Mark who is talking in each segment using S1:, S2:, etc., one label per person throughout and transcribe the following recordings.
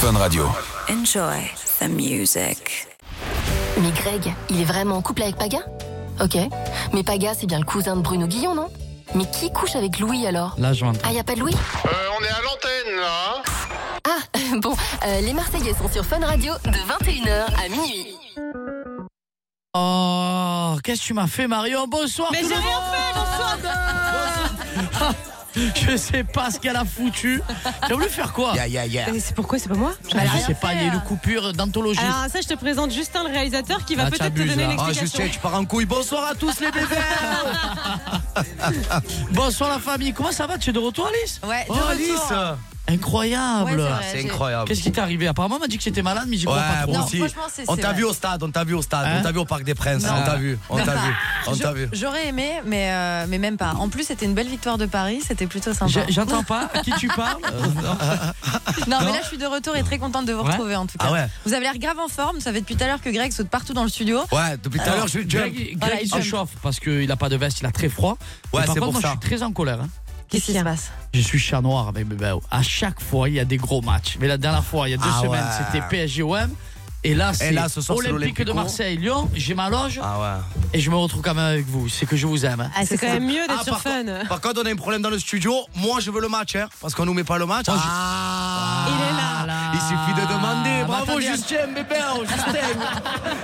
S1: Fun Radio.
S2: Enjoy the music.
S3: Mais Greg, il est vraiment en couple avec Paga Ok. Mais Paga, c'est bien le cousin de Bruno Guillon, non Mais qui couche avec Louis alors
S4: La jointe.
S3: Ah, y a pas de Louis
S5: Euh, on est à l'antenne là. hein
S3: Ah, bon, euh, les Marseillais sont sur Fun Radio de 21h à minuit.
S4: Oh, qu'est-ce que tu m'as fait, Marion Bonsoir. Mais j'ai rien fait, bonsoir. Je sais pas ce qu'elle a foutu. Tu as voulu faire quoi
S6: Ya, ya, ya.
S7: Mais c'est pourquoi c'est pas moi Bah,
S4: Je sais pas, il y a une coupure d'anthologie.
S7: Alors ça, je te présente Justin, le réalisateur, qui va
S4: Ah,
S7: peut-être te
S4: t'abuses,
S7: donner
S4: là.
S7: une
S6: Ah, je
S7: explication.
S6: sais, tu pars en couille. Bonsoir à tous les bébés.
S4: Bonsoir la famille, comment ça va Tu es de retour, Alice
S8: Ouais, de
S6: Oh,
S8: retour.
S6: Alice.
S8: Eh, Ouais,
S4: Incroyable.
S8: vrai,
S6: C'est
S8: j'ai-
S6: incroyable.
S4: Qu'est-ce qui t'est arrivé Apparemment, on m'a dit que j'étais malade, mais j'y
S6: Ouais,
S4: crois pas trop.
S6: moi
S8: Non,
S6: aussi.
S8: franchement, c'est-
S6: On
S8: c'est
S6: t'a
S8: vrai.
S6: vu au stade, on t'a vu au stade,
S4: Hein
S6: on t'a vu au Parc des Princes, on t'a vu, on t'a vu, on t'a vu.
S8: Ah, J'aurais aimé, mais, euh, mais même pas. En plus, c'était une belle victoire de Paris, c'était plutôt
S4: J'ai-
S8: sympa.
S4: J'entends pas. À Qui tu parles
S8: Non, mais là, je suis de retour et très contente de vous
S4: Ouais.
S8: retrouver en tout cas.
S6: Ah ouais
S8: Vous avez l'air grave en forme, ça fait depuis tout à l'heure que Greg saute partout dans le studio.
S6: Ouais, depuis tout à l'heure, je suis
S4: Greg,
S6: jump.
S4: Greg,
S8: Voilà,
S4: il
S8: il
S4: se
S8: jump.
S4: chauffe parce qu'il a pas de veste, il a très froid.
S6: Ouais,
S4: Mais par
S6: c'est
S4: contre,
S6: pour
S4: moi,
S6: ça.
S4: je suis très en colère. hein.
S8: Qu'est-ce qui se passe
S4: Je suis chat noir avec Bebel. À chaque fois, il y a des gros matchs. Mais la dernière fois, il y a deux
S6: Ah
S4: semaines,
S6: ouais.
S4: c'était PSG-OM. Et là, c'est
S6: là, ce soir, c'est
S4: Olympique de
S6: l'Olympico.
S4: Marseille-Lyon. J'ai ma loge
S6: Ah
S4: et je me retrouve quand même avec vous. C'est que je vous aime. hein.
S7: Ah, c'est
S8: C'est
S7: quand même mieux
S6: ouais.
S7: d'être
S6: Ah,
S7: sur
S6: par,
S7: Fun.
S6: contre- par contre, on a un problème dans le studio. Moi, je veux le match, hein, parce qu'on nous met pas le match. Ah,
S7: Il est là.
S6: Il suffit de demander.
S4: Ah, bah,
S6: Bravo,
S4: attendez,
S6: Justin, bébé, oh, Justin.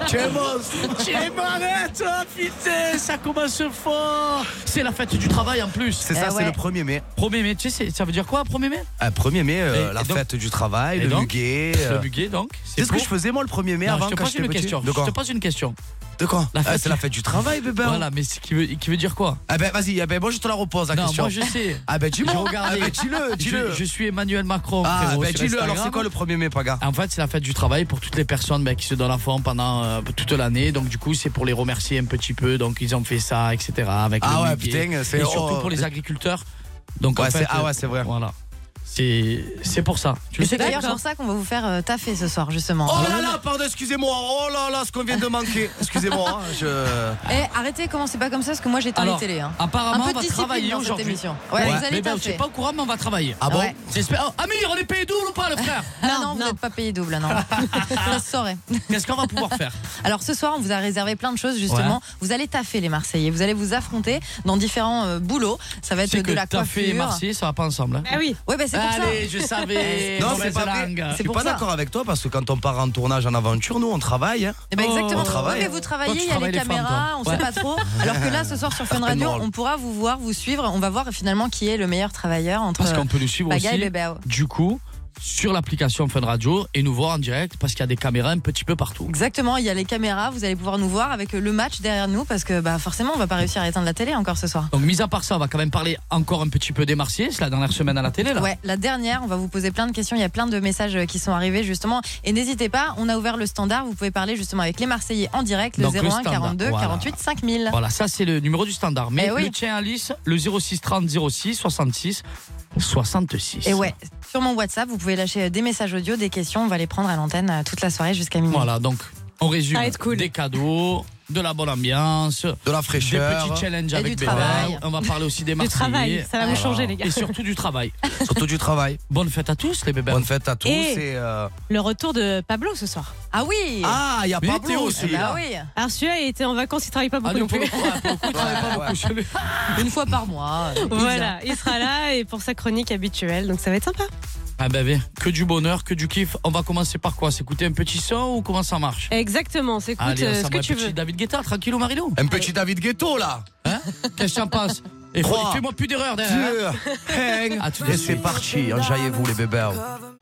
S6: tu es monstre.
S4: J'ai marre, toi, ben, hein, putain, ça commence fort. C'est la fête du travail en plus.
S6: C'est ça,
S8: Eh
S6: c'est
S8: ouais.
S6: le 1er mai.
S4: 1er mai, tu sais, c'est- ça veut dire quoi, 1er mai
S6: Euh, 1er mai, euh,
S4: Et-
S6: la
S4: et donc-
S6: fête du travail,
S4: et
S6: le
S4: donc
S6: muguet. euh,
S4: Le buguet, donc.
S6: Tu sais ce que
S4: pour-
S6: je faisais, moi, le 1er mai
S4: Non,
S6: avant
S4: je te
S6: quand
S4: pose
S6: j'étais
S4: une
S6: petit
S4: question.
S6: De quoi
S4: je te pose une question.
S6: De quoi
S4: La
S6: Ah,
S4: fête-
S6: C'est la fête du travail, bébé.
S4: Voilà, mais ce qui veut, qui veut dire quoi
S6: Ah ben vas-y, ah ben, moi je te la repose la
S4: Non,
S6: question.
S4: moi je sais.
S6: Ah ben dis-moi,
S4: J'ai regardé.
S6: ah ben dis-le,
S4: Je,
S6: dis-le.
S4: je suis Emmanuel Macron.
S6: Ah
S4: frérot,
S6: ben
S4: sur
S6: dis-le, alors
S4: Instagram.
S6: c'est quoi le 1er mai, Paga
S4: En fait, c'est la fête du travail pour toutes les personnes ben, qui se donnent à fond pendant euh, toute l'année. Donc, du coup, c'est pour les remercier un petit peu. Donc, ils ont fait ça, etc. Avec
S6: Ah
S4: le
S6: ouais,
S4: muguet.
S6: putain, c'est-
S4: Et surtout
S6: oh,
S4: pour les agriculteurs. Donc,
S6: Ouais,
S4: en fait, euh,
S6: c'est- ah ouais, c'est vrai.
S4: Voilà. C'est c'est pour ça. Tu
S8: Mais
S4: le
S8: C'est
S4: sais
S8: d'ailleurs
S4: Greg,
S8: pour ça qu'on va vous faire euh, taffer ce soir, justement.
S6: Oh là là, pardon, excusez-moi. Oh là là, ce qu'on vient de manquer. Excusez-moi, hein, je
S8: Eh, arrêtez, commencez pas comme ça, parce que moi, j'ai
S4: Alors,
S8: les télé. hein. Un
S4: Apparemment,
S8: peu
S4: on
S8: de
S4: va
S8: discipline
S4: travailler
S8: dans cette
S4: aujourd'hui.
S8: émission. Ouais, vous allez
S4: Mais ben, je suis
S8: taffer.
S4: pas au courant, mais on va travailler.
S6: Ah bon
S8: Ouais.
S4: J'espère. Oh, Amir, on est payé double ou pas, le frère
S8: Non, non, vous
S7: non.
S8: n'êtes pas payé double, non. Ça se saurait.
S4: Qu'est-ce qu'on va pouvoir faire
S8: Alors ce soir, on vous a réservé plein de choses justement. Vous allez taffer les Marseillais, vous allez vous affronter dans différents euh, boulots. Ça va être de
S4: C'est que
S8: la
S4: t'as fait
S8: coiffure.
S4: Marseille, ça va pas ensemble. hein.
S7: Ah oui.
S8: Ouais, ben c'est pour
S4: Allez, je savais.
S6: Non, c'est
S4: mauvaise
S6: pas vrai.
S4: langue.
S6: Je suis
S8: pour
S6: pas
S8: ça.
S6: d'accord avec toi parce que quand on part en tournage en aventure, nous on travaille. hein.
S8: ça. Eh ben,
S4: Oh,
S8: exactement.
S4: on
S8: Ouais,
S6: travaille.
S8: mais vous
S4: Toi,
S8: travaillez,
S4: tu
S8: il y a les
S4: travailles les
S8: caméras,
S4: femmes,
S8: on
S4: toi.
S8: sait pas trop. Alors que là, ce soir sur Fun Radio,
S6: drôle.
S8: on pourra vous voir, vous suivre. On va voir finalement qui est le meilleur travailleur entre
S4: Parce qu'on peut nous suivre
S8: Baga et
S4: aussi,
S8: Bébao.
S4: du coup, sur l'application Fun Radio et nous voir en direct parce qu'il y a des caméras un petit peu partout.
S8: Exactement, il y a les caméras, vous allez pouvoir nous voir avec le match derrière nous parce que bah, forcément, on va pas réussir à éteindre la télé encore ce soir.
S4: Donc, mis à part ça, on va quand même parler encore un petit peu des Marseillais. C'est la dernière semaine à la télé, là.
S8: Ouais, la dernière, on va vous poser plein de questions. Il y a plein de messages euh, qui sont arrivés justement. Et n'hésitez pas, on a ouvert le standard. Vous pouvez parler justement avec les Marseillais en direct, le
S4: Donc, le
S8: 01
S4: standard,
S8: 42
S4: voilà.
S8: 48 5000.
S4: Voilà, ça, c'est le numéro du standard. Mais
S8: Eh oui.
S4: le tien, Alice, le 06 30 06 66 66.
S7: Eh
S8: Et ouais, sur mon WhatsApp, vous pouvez lâcher euh, des messages audio, des questions. On va les prendre à l'antenne euh, toute la soirée jusqu'à minuit.
S4: Voilà, donc, on résume
S7: Ça va être cool.
S4: des cadeaux, de la bonne ambiance,
S6: De la
S4: des
S6: fraîcheur.
S4: petits challenges
S8: Et du
S4: avec Bébé.
S8: travail.
S4: On va parler aussi des
S7: Du
S4: Marseillais.
S7: travail. Ça va vous
S4: Voilà.
S7: changer, les gars.
S4: Et surtout du travail.
S6: Surtout du travail.
S4: Bonne fête à tous, les bébés.
S6: Bonne fête à tous.
S7: Et-
S6: et, euh,
S7: Le retour de Pablo ce soir.
S8: Ah oui
S6: Ah, il y a
S4: Mais
S6: Pablo
S4: Théo,
S6: aussi.
S8: Eh ben oui,
S7: Alors celui-là, il était en vacances, il travaille pas
S4: Ah,
S7: beaucoup
S4: non,
S7: non
S4: pour
S7: plus.
S4: le coup, ouais, pour le coup, il travaille pas
S6: Ouais,
S4: beaucoup chez lui.
S8: une fois par mois. euh, bizarre.
S7: Voilà, il sera là et pour sa chronique habituelle, donc ça va être sympa.
S4: Ah ben, ben, que du bonheur, que du kiff. On va commencer par quoi S'écouter un petit son ou comment ça marche
S7: Exactement, c'est écoute
S4: Allez, on
S7: euh, ce
S4: s'en
S7: que
S4: va
S7: tu
S4: un petit
S7: veux.
S4: David Guetta, tranquillou Marilou.
S6: Un petit David Ghetto là.
S4: Qu'est-ce que t'en penses Et faut-
S6: Trois.
S4: fais-moi plus d'erreurs derrière. hein. Ah,
S6: Dieu. Hang.
S4: À tout de
S6: Et
S4: suite.
S6: Ah, c'est parti, enjaillez-vous les bébés.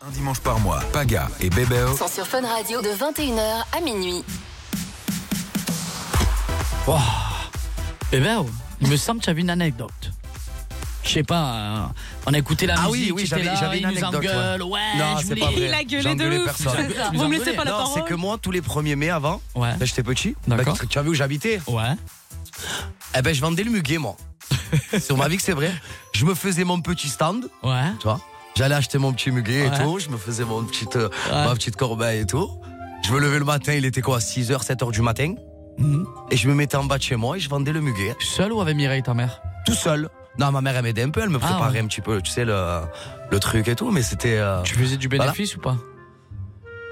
S1: Un dimanche par mois, Paga et Bébéo
S3: Sont sur Fun Radio de 21h à minuit.
S4: Oh. Eh ben, oh, il me semble que tu avais une anecdote. Je sais pas, euh, on a écouté la
S6: Ah oui,
S4: musique.
S6: oui,
S4: t'étais
S6: j'avais-
S4: là,
S6: j'avais une
S4: il nous
S6: anecdote, ouais.
S4: engueule, ouais,
S6: Non,
S4: je
S6: c'est
S4: voulais-
S6: pas vrai.
S7: Il a gueulé
S6: J'engueulais
S7: de ouf.
S6: personne.
S7: C'est ça.
S4: Vous
S7: Vous me
S4: engueulez.
S7: laissez pas la
S6: Non, c'est
S7: parole.
S6: que moi, tous les 1er mai avant,
S4: Ouais.
S6: ben, j'étais petit.
S4: D'accord.
S6: ben, tu as vu où j'habitais
S4: Ouais.
S6: Eh ben, je vendais le muguet, moi. Sur ma vie que c'est vrai. Je me faisais mon petit stand,
S4: Ouais.
S6: tu vois. J'allais acheter mon petit muguet
S4: Ouais.
S6: et tout. Je me faisais mon petite, euh,
S4: Ouais.
S6: ma petite corbeille et tout. Je me levais le matin, il était quoi 6h, 7h du matin. Et je me mettais en bas de chez moi et je vendais le muguet.
S4: Mhm. Seul ou avec Mireille, ta mère
S6: Tout seul. Non, ma mère, elle m'aidait un peu. Elle me
S4: Ah,
S6: préparait
S4: ouais.
S6: un petit peu, tu sais, le, le truc et tout. Mais c'était. euh,
S4: Tu faisais du
S6: Voilà.
S4: bénéfice ou pas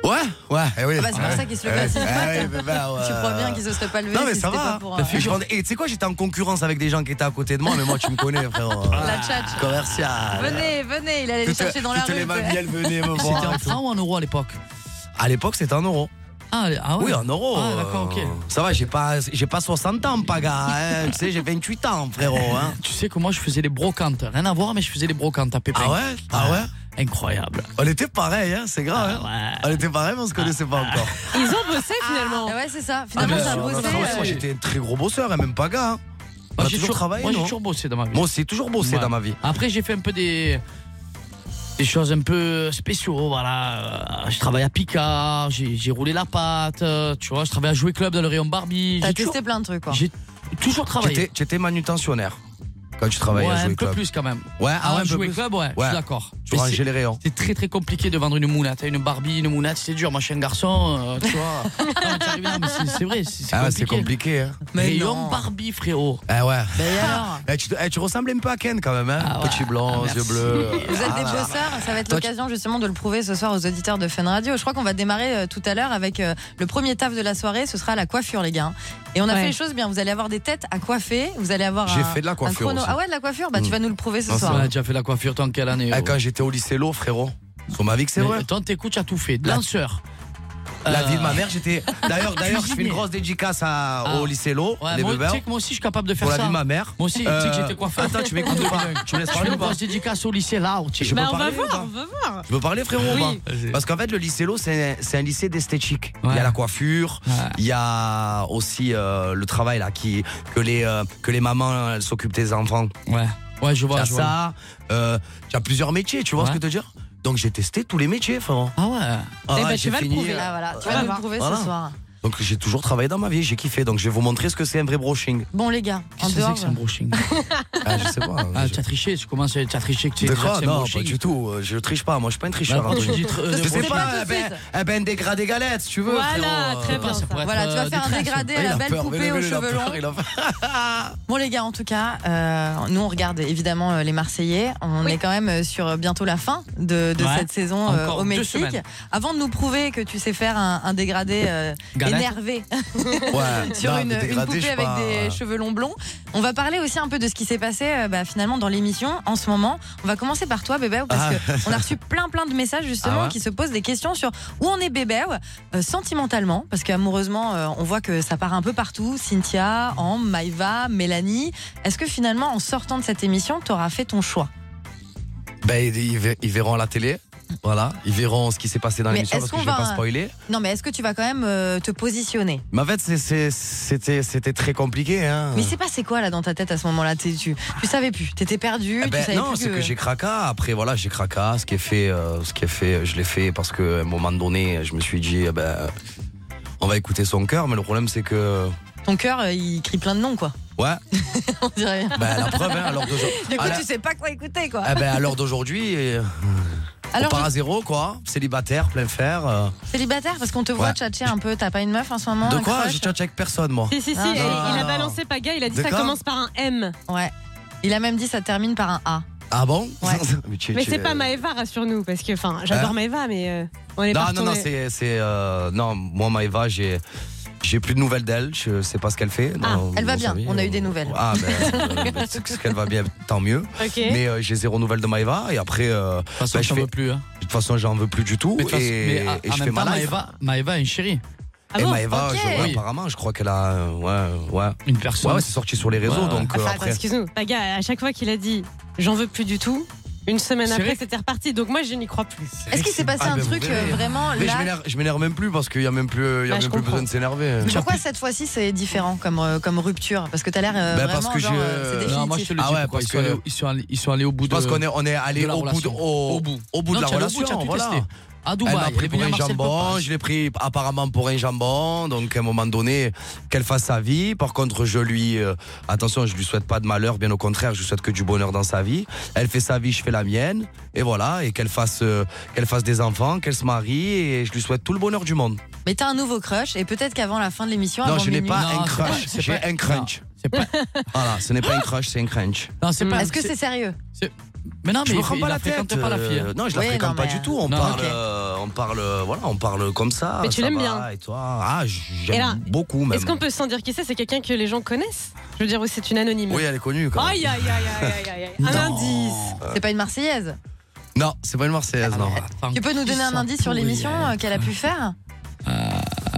S6: Ouais, ouais, eh oui.
S8: Ah bah, c'est pour ça qu'il se le classe.
S6: Eh oui, bah, bah, ouais.
S8: Tu crois bien qu'ils osent pas lever
S6: Non, mais
S8: si
S6: ça
S8: c'était
S6: va.
S8: pas pour,
S6: hein.
S8: euh,
S6: Et je vendais- Et tu sais quoi, j'étais en concurrence avec des gens qui étaient à côté de moi, mais moi, tu me connais, frérot.
S8: La tchatche.
S6: Commercial.
S8: Ah. Venez, venez, il allait les
S6: Ah, Toutes-
S8: chercher dans la
S6: toutes
S8: rue.
S6: les mamies, elles venaient me
S4: C'était
S6: voir.
S4: en francs ou en euros à l'époque
S6: À l'époque, c'était en euros.
S4: ah, ah ouais
S6: Oui, en euros.
S4: Ah, d'accord, ok.
S6: euh, Ça va, j'ai pas, j'ai pas 60 ans, Paga. hein. tu sais, j'ai 28 ans, frérot. Hein.
S4: Tu sais que moi, je faisais les brocantes. Rien à voir, mais je faisais les brocantes à Pépin.
S6: Ah ouais Ah ouais
S4: Incroyable.
S6: On était pareil, hein, c'est grave. hein.
S4: Ah
S6: On était pareil, mais on se connaissait pas encore.
S7: Ils ont bossé finalement.
S8: Ah ouais, c'est ça.
S6: Ah,
S8: Finalement,
S6: mais
S8: ça a
S6: on a
S8: bossé.
S6: travaillé. Moi,
S8: euh,
S6: j'étais un très gros bosseur, hein, même Paga. hein. On a
S4: Moi,
S6: toujours travaillé,
S4: Moi, j'ai
S6: non
S4: toujours bossé dans ma vie.
S6: Moi aussi, toujours bossé
S4: Ouais.
S6: dans ma vie.
S4: Après, j'ai fait un peu des. Des choses un peu spéciaux, voilà. Euh, Je travaille à Picard, j'ai j'ai roulé la patte, euh, tu vois, je travaille à Jouer Club dans le rayon Barbie.
S8: T'as
S4: J'ai toujours,
S8: testé plein de trucs, quoi.
S4: j'ai toujours travaillé.
S6: Tu étais manutentionnaire quand tu travaillais
S4: Ouais,
S6: à
S4: un
S6: Jouer
S4: peu
S6: Club.
S4: plus quand même.
S6: Ouais, ah ouais,
S4: Ah,
S6: un peu
S4: Jouer
S6: plus.
S4: Club, ouais, je
S6: Ouais.
S4: suis d'accord.
S6: Tu
S4: Mais c'est-
S6: rangeais les rayons.
S4: C'est très très compliqué de vendre une mounette. Une Barbie, une mounette, c'est dur. Moi, je suis un garçon, euh, tu vois. Non, t'y arrives, non, mais c'est- c'est vrai, c'est c'est
S6: Ah, c'est compliqué.
S4: compliqué.
S6: Hein.
S4: Mais Rayon
S8: non.
S4: Barbie, frérot.
S6: Eh ouais.
S8: Et alors
S6: Eh, tu, te- eh, tu ressembles un peu à Ken quand même, hein
S4: Ah ouais.
S6: Petit blanc,
S4: Ah,
S6: yeux
S4: merci.
S6: bleus.
S8: Vous êtes des
S6: Ah.
S8: bosseurs, ça va être
S6: Toi, tu-
S8: l'occasion justement de le prouver ce soir aux auditeurs de Fun Radio. Je crois qu'on va démarrer euh, tout à l'heure avec euh, le premier taf de la soirée, ce sera la coiffure les gars. Et on a
S7: Ouais.
S8: fait les choses bien, vous allez avoir des têtes à coiffer, vous allez avoir
S6: J'ai
S8: un-
S6: fait de la
S8: un
S6: coiffure
S8: chrono.
S6: aussi.
S8: Ah ouais, de la coiffure, bah tu
S6: Mm.
S8: vas nous le prouver ce
S6: Non, c'est
S8: soir.
S4: Ouais, Ah, tu as fait la coiffure tant quelle année
S6: Eh,
S4: oh.
S6: quand j'étais au lycée Lowe, frérot. Sur ma vie que c'est
S4: Mais
S6: vrai.
S4: Attends, t'écoutes, tu as tout fait.
S6: La-
S4: Danseur.
S6: La
S4: Euh,
S6: vie de ma mère, j'étais. D'ailleurs, d'ailleurs, je fais une
S4: Cuisinier.
S6: grosse dédicace à-
S4: Ah.
S6: au lycée Lowe,
S4: Ouais,
S6: les
S4: moi,
S6: bébés.
S4: tu sais que moi aussi, je suis capable de faire
S6: Pour la
S4: ça.
S6: vie de ma mère. Euh,
S4: Moi aussi, tu sais que j'étais coiffeur.
S6: Attends, tu m'écoutes ou pas Tu me laisses
S4: Je fais
S6: parler
S4: une
S6: ou pas
S4: grosse dédicace au lycée là, oh, tu
S6: Je
S4: sais.
S6: peux
S7: Bah, on va
S6: parler ou
S7: voir,
S6: pas
S7: on va voir.
S6: Je veux parler, frérot, ou
S4: Oui.
S6: pas Parce qu'en fait, le lycée Lowe, c'est c'est un lycée d'esthétique. Il y
S4: Ouais.
S6: a la coiffure,
S4: Ouais.
S6: il y a aussi euh, le travail là, qui, que, les, euh, que les mamans elles s'occupent des enfants.
S4: Ouais, ouais,
S6: Il y
S4: je vois.
S6: a
S4: je vois.
S6: ça, euh, il y a plusieurs métiers, tu vois
S4: Ouais.
S6: ce que je veux te dire Donc j'ai testé tous les métiers, frérot.
S4: Ah ouais.
S6: Ah
S7: Eh
S6: ouais,
S7: ben, tu
S6: j'ai
S7: vas le
S6: fini,
S7: prouver,
S6: euh,
S8: Là, voilà, tu vas
S7: On va
S8: nous le
S7: voir.
S8: prouver
S6: Voilà.
S8: ce soir.
S6: Donc j'ai toujours travaillé dans ma vie, j'ai kiffé. Donc je vais vous montrer ce que c'est un vrai brushing.
S8: Bon les gars, en
S4: Qu'est-ce que c'est
S8: dehors.
S4: que c'est un brushing
S6: Ah, je sais pas.
S4: Ah,
S6: je-
S4: t'as triché, tu commences à t'as triché que tu
S6: De
S4: sais que
S6: quoi
S4: c'est un
S6: Non, pas
S4: brushing.
S6: du tout. euh, Je triche pas. Moi, je suis pas un
S4: Bah,
S6: tricheur.
S4: pourquoi tu
S6: Anthony.
S4: dis tr- euh,
S8: Je
S6: Je sais
S8: triche
S4: brushing
S8: pas
S6: pas.
S8: tout
S6: eh
S8: de
S6: ben,
S8: suite.
S6: eh ben, dégradé galette, si tu veux.
S7: Voilà,
S6: frérot.
S7: très
S4: Ah,
S7: bien
S4: ça
S7: ça.
S4: pourrait
S8: Voilà,
S4: être,
S8: tu vas
S4: euh,
S8: faire un
S4: décréation.
S8: dégradé
S6: Ah, il
S8: à la
S6: a
S8: belle
S6: peur,
S8: poupée
S6: relevez-le,
S8: aux
S6: il a
S8: cheveux
S6: peur,
S8: longs.
S6: il a peur.
S8: Bon les gars, en tout cas, euh, nous on regarde évidemment euh, les Marseillais. On est quand même euh, sur euh, bientôt la fin de, de
S4: Ouais.
S8: cette saison euh,
S4: Encore
S8: au
S4: deux
S8: Mexique.
S4: semaines.
S8: Avant de nous prouver que tu sais faire un, un dégradé euh,
S4: Galette.
S8: énervé
S6: Ouais,
S8: sur
S6: non,
S8: une,
S6: mais
S8: une poupée
S6: dégradé, je sais
S8: avec
S6: pas.
S8: des cheveux longs blonds, on va parler aussi un peu de ce qui s'est passé euh, bah, finalement dans l'émission en ce moment. On va commencer par toi bébé parce que on a reçu plein plein de messages justement
S6: Ah ouais
S8: qui se posent des questions sur où on est bébé euh, sentimentalement parce qu'amoureusement euh, on voit que ça part un peu partout. Cynthia, Am, Maïva, Mélanie. Est-ce que finalement en sortant de cette émission, t'auras fait ton choix
S6: Ben, ils, ils ver- ils verront à la télé. Voilà, ils verront ce qui s'est passé dans
S8: Mais
S6: l'émission
S8: est-ce
S6: parce que
S8: qu'on
S6: je vais
S8: va-
S6: pas spoiler.
S8: Non mais est-ce que tu vas quand même euh, te positionner
S6: Mais en fait, c'est- c'est- c'était c'était très compliqué. Hein.
S8: Mais c'est passé quoi là dans ta tête à ce moment-là T'es- tu, tu savais plus, t'étais perdu,
S6: Eh ben,
S8: tu savais
S6: non,
S8: plus
S6: c'est que j'ai craqua. Après, voilà, j'ai craqua. Ce qui est fait, euh, ce qui est fait, je l'ai fait parce que à un moment donné, je me suis dit, eh ben, on va écouter son cœur. Mais le problème, c'est que,
S8: ton cœur euh, il crie plein de noms quoi.
S6: ouais,
S8: On dirait.
S4: Bah.
S6: ben, la preuve, hein, à l'heure d'aujourd'hui-
S8: Du coup,
S6: à la-
S8: tu sais pas quoi écouter, quoi.
S6: eh ben, à l'heure d'aujourd'hui, euh, on
S8: Alors,
S6: part à zéro, quoi. Célibataire, plein fer. euh.
S8: célibataire, parce qu'on te voit
S6: Ouais.
S8: tchatcher un peu. T'as pas une meuf en ce moment
S6: De
S8: un
S6: quoi
S8: crush
S6: J'ai tchatché avec personne, moi.
S7: Si, si, si,
S8: Ah,
S7: et
S8: non,
S7: il a
S6: non.
S7: balancé Paga, il a dit
S6: De
S7: ça
S6: quoi
S7: commence par un M.
S8: Ouais. Il a même dit ça termine par un A.
S6: Ah bon
S8: Ouais.
S6: Mais, tu-
S7: Mais
S6: tu-
S7: c'est pas Maeva, rassure-nous, parce que, enfin, j'adore
S6: Hein
S7: Maeva, mais euh, on est
S6: Non,
S7: pas
S6: non, non, c'est. c'est, euh, non, moi, Maëva, j'ai. J'ai plus de nouvelles d'elle, je sais pas ce qu'elle fait.
S7: Ah,
S6: dans-
S8: elle va
S6: dans
S8: bien,
S6: sa vie.
S8: on a eu des nouvelles.
S6: Ah, ben, euh, c'est qu'elle va bien, tant mieux.
S7: Ok.
S6: Mais euh, j'ai zéro nouvelle de Maëva, et après, euh,
S4: De toute façon,
S6: Bah,
S4: je
S6: je
S4: t'en
S6: fais-
S4: veux plus. hein.
S6: de toute façon, j'en veux plus du tout.
S4: Mais de toute façon-
S6: et
S4: mais à-
S6: et
S4: en
S6: je fais
S4: même temps,
S6: ma life.
S4: Maëva, Maëva a une chérie,
S7: Ah
S6: et
S7: bon
S6: Maëva,
S8: Ok.
S6: je- ouais,
S4: Oui.
S6: apparemment, je crois qu'elle a. euh, Ouais, ouais.
S4: une
S6: Ouais,
S4: personne.
S6: ouais, c'est sorti sur les réseaux,
S4: Ouais, ouais.
S6: donc euh,
S7: Enfin,
S6: après.
S7: excuse-nous, Paga, à chaque fois qu'il a dit j'en veux plus du tout, une semaine
S4: C'est vrai
S7: après,
S4: que-
S7: c'était reparti. Donc moi, je n'y crois plus.
S8: Est-ce qu'il s'est passé
S6: Ah,
S8: un
S6: ben, vous
S8: truc
S6: verrez.
S8: euh, vraiment
S6: Mais je
S8: là
S6: m'énerve- je m'énerve même plus parce qu'il y a même plus, il y a
S7: Bah, je
S6: même plus
S7: comprends.
S6: besoin de s'énerver.
S8: Mais Pourquoi cette fois-ci c'est différent comme, euh, comme rupture Parce que t'as l'air euh,
S6: Ben,
S8: vraiment
S6: parce que
S8: genre,
S6: j'ai-
S8: euh, c'est définitif.
S4: Non, moi je te le dis,
S6: Ah ouais,
S4: pourquoi,
S6: parce
S4: ils, sont allés,
S6: que-
S4: ils, sont allés, ils sont allés au bout de.
S6: Parce qu'on est, on est allé
S4: de la
S6: au, bout de,
S4: relation.
S6: au,
S4: Au bout.
S6: au bout
S4: Non,
S6: de la
S4: tu es allé au bout,
S6: relation.
S4: tu as tout
S6: voilà.
S4: testé. à Dubaï,
S6: Elle m'a
S4: elle est
S6: pris pour
S4: venue à
S6: un
S4: Marseille
S6: jambon,
S4: Pop.
S6: je l'ai pris apparemment pour un jambon, donc à un moment donné, qu'elle fasse sa vie. Par contre, je lui, euh, attention, je lui souhaite pas de malheur, bien au contraire, je lui souhaite que du bonheur dans sa vie. Elle fait sa vie, je fais la mienne, et voilà, et qu'elle fasse, euh, qu'elle fasse des enfants, qu'elle se marie, et je lui souhaite tout le bonheur du monde.
S8: Mais t'as un nouveau crush et peut-être qu'avant la fin de l'émission,
S6: non,
S8: avant
S6: je n'ai
S8: minuit-
S6: pas
S4: Non,
S6: un
S4: c'est pas-
S6: crush,
S4: c'est
S6: j'ai
S4: pas-
S6: un crunch.
S4: C'est pas-
S6: Voilà, ce n'est pas un crush, c'est un crunch.
S8: Mm.
S4: Non, c'est pas.
S8: Est-ce que Hmm. c'est sérieux
S4: c'est- Mais non, mais
S6: je me
S4: il-
S6: prends
S4: il
S6: pas
S4: la
S6: la
S4: fréquente
S6: tête.
S4: pas, la
S6: euh,
S4: fille. hein.
S6: non, je la
S8: Oui,
S6: fréquente
S8: non,
S6: pas
S8: mais,
S6: du tout. On
S4: non,
S6: parle,
S4: ok.
S6: euh, on parle, euh, voilà, on parle comme ça.
S7: Mais tu
S6: ça
S7: l'aimes
S6: va,
S7: bien.
S6: Et toi, ah, j'aime
S7: Et là,
S6: beaucoup même.
S7: Est-ce qu'on peut se dire qui c'est C'est quelqu'un que les gens connaissent Je veux dire, ou c'est une anonyme
S6: Oui, elle est connue. Quand même.
S7: Aïe, aïe, aïe, aïe, aïe, aïe, aïe. Un
S4: Non.
S7: indice. Ah, bah,
S8: C'est pas une Marseillaise.
S6: Non, c'est pas une Marseillaise. non.
S4: Attends,
S8: Tu peux nous
S4: qui
S8: donner un
S4: sont
S8: indice sur
S4: pourris,
S8: l'émission
S4: elle.
S8: euh, qu'elle a pu faire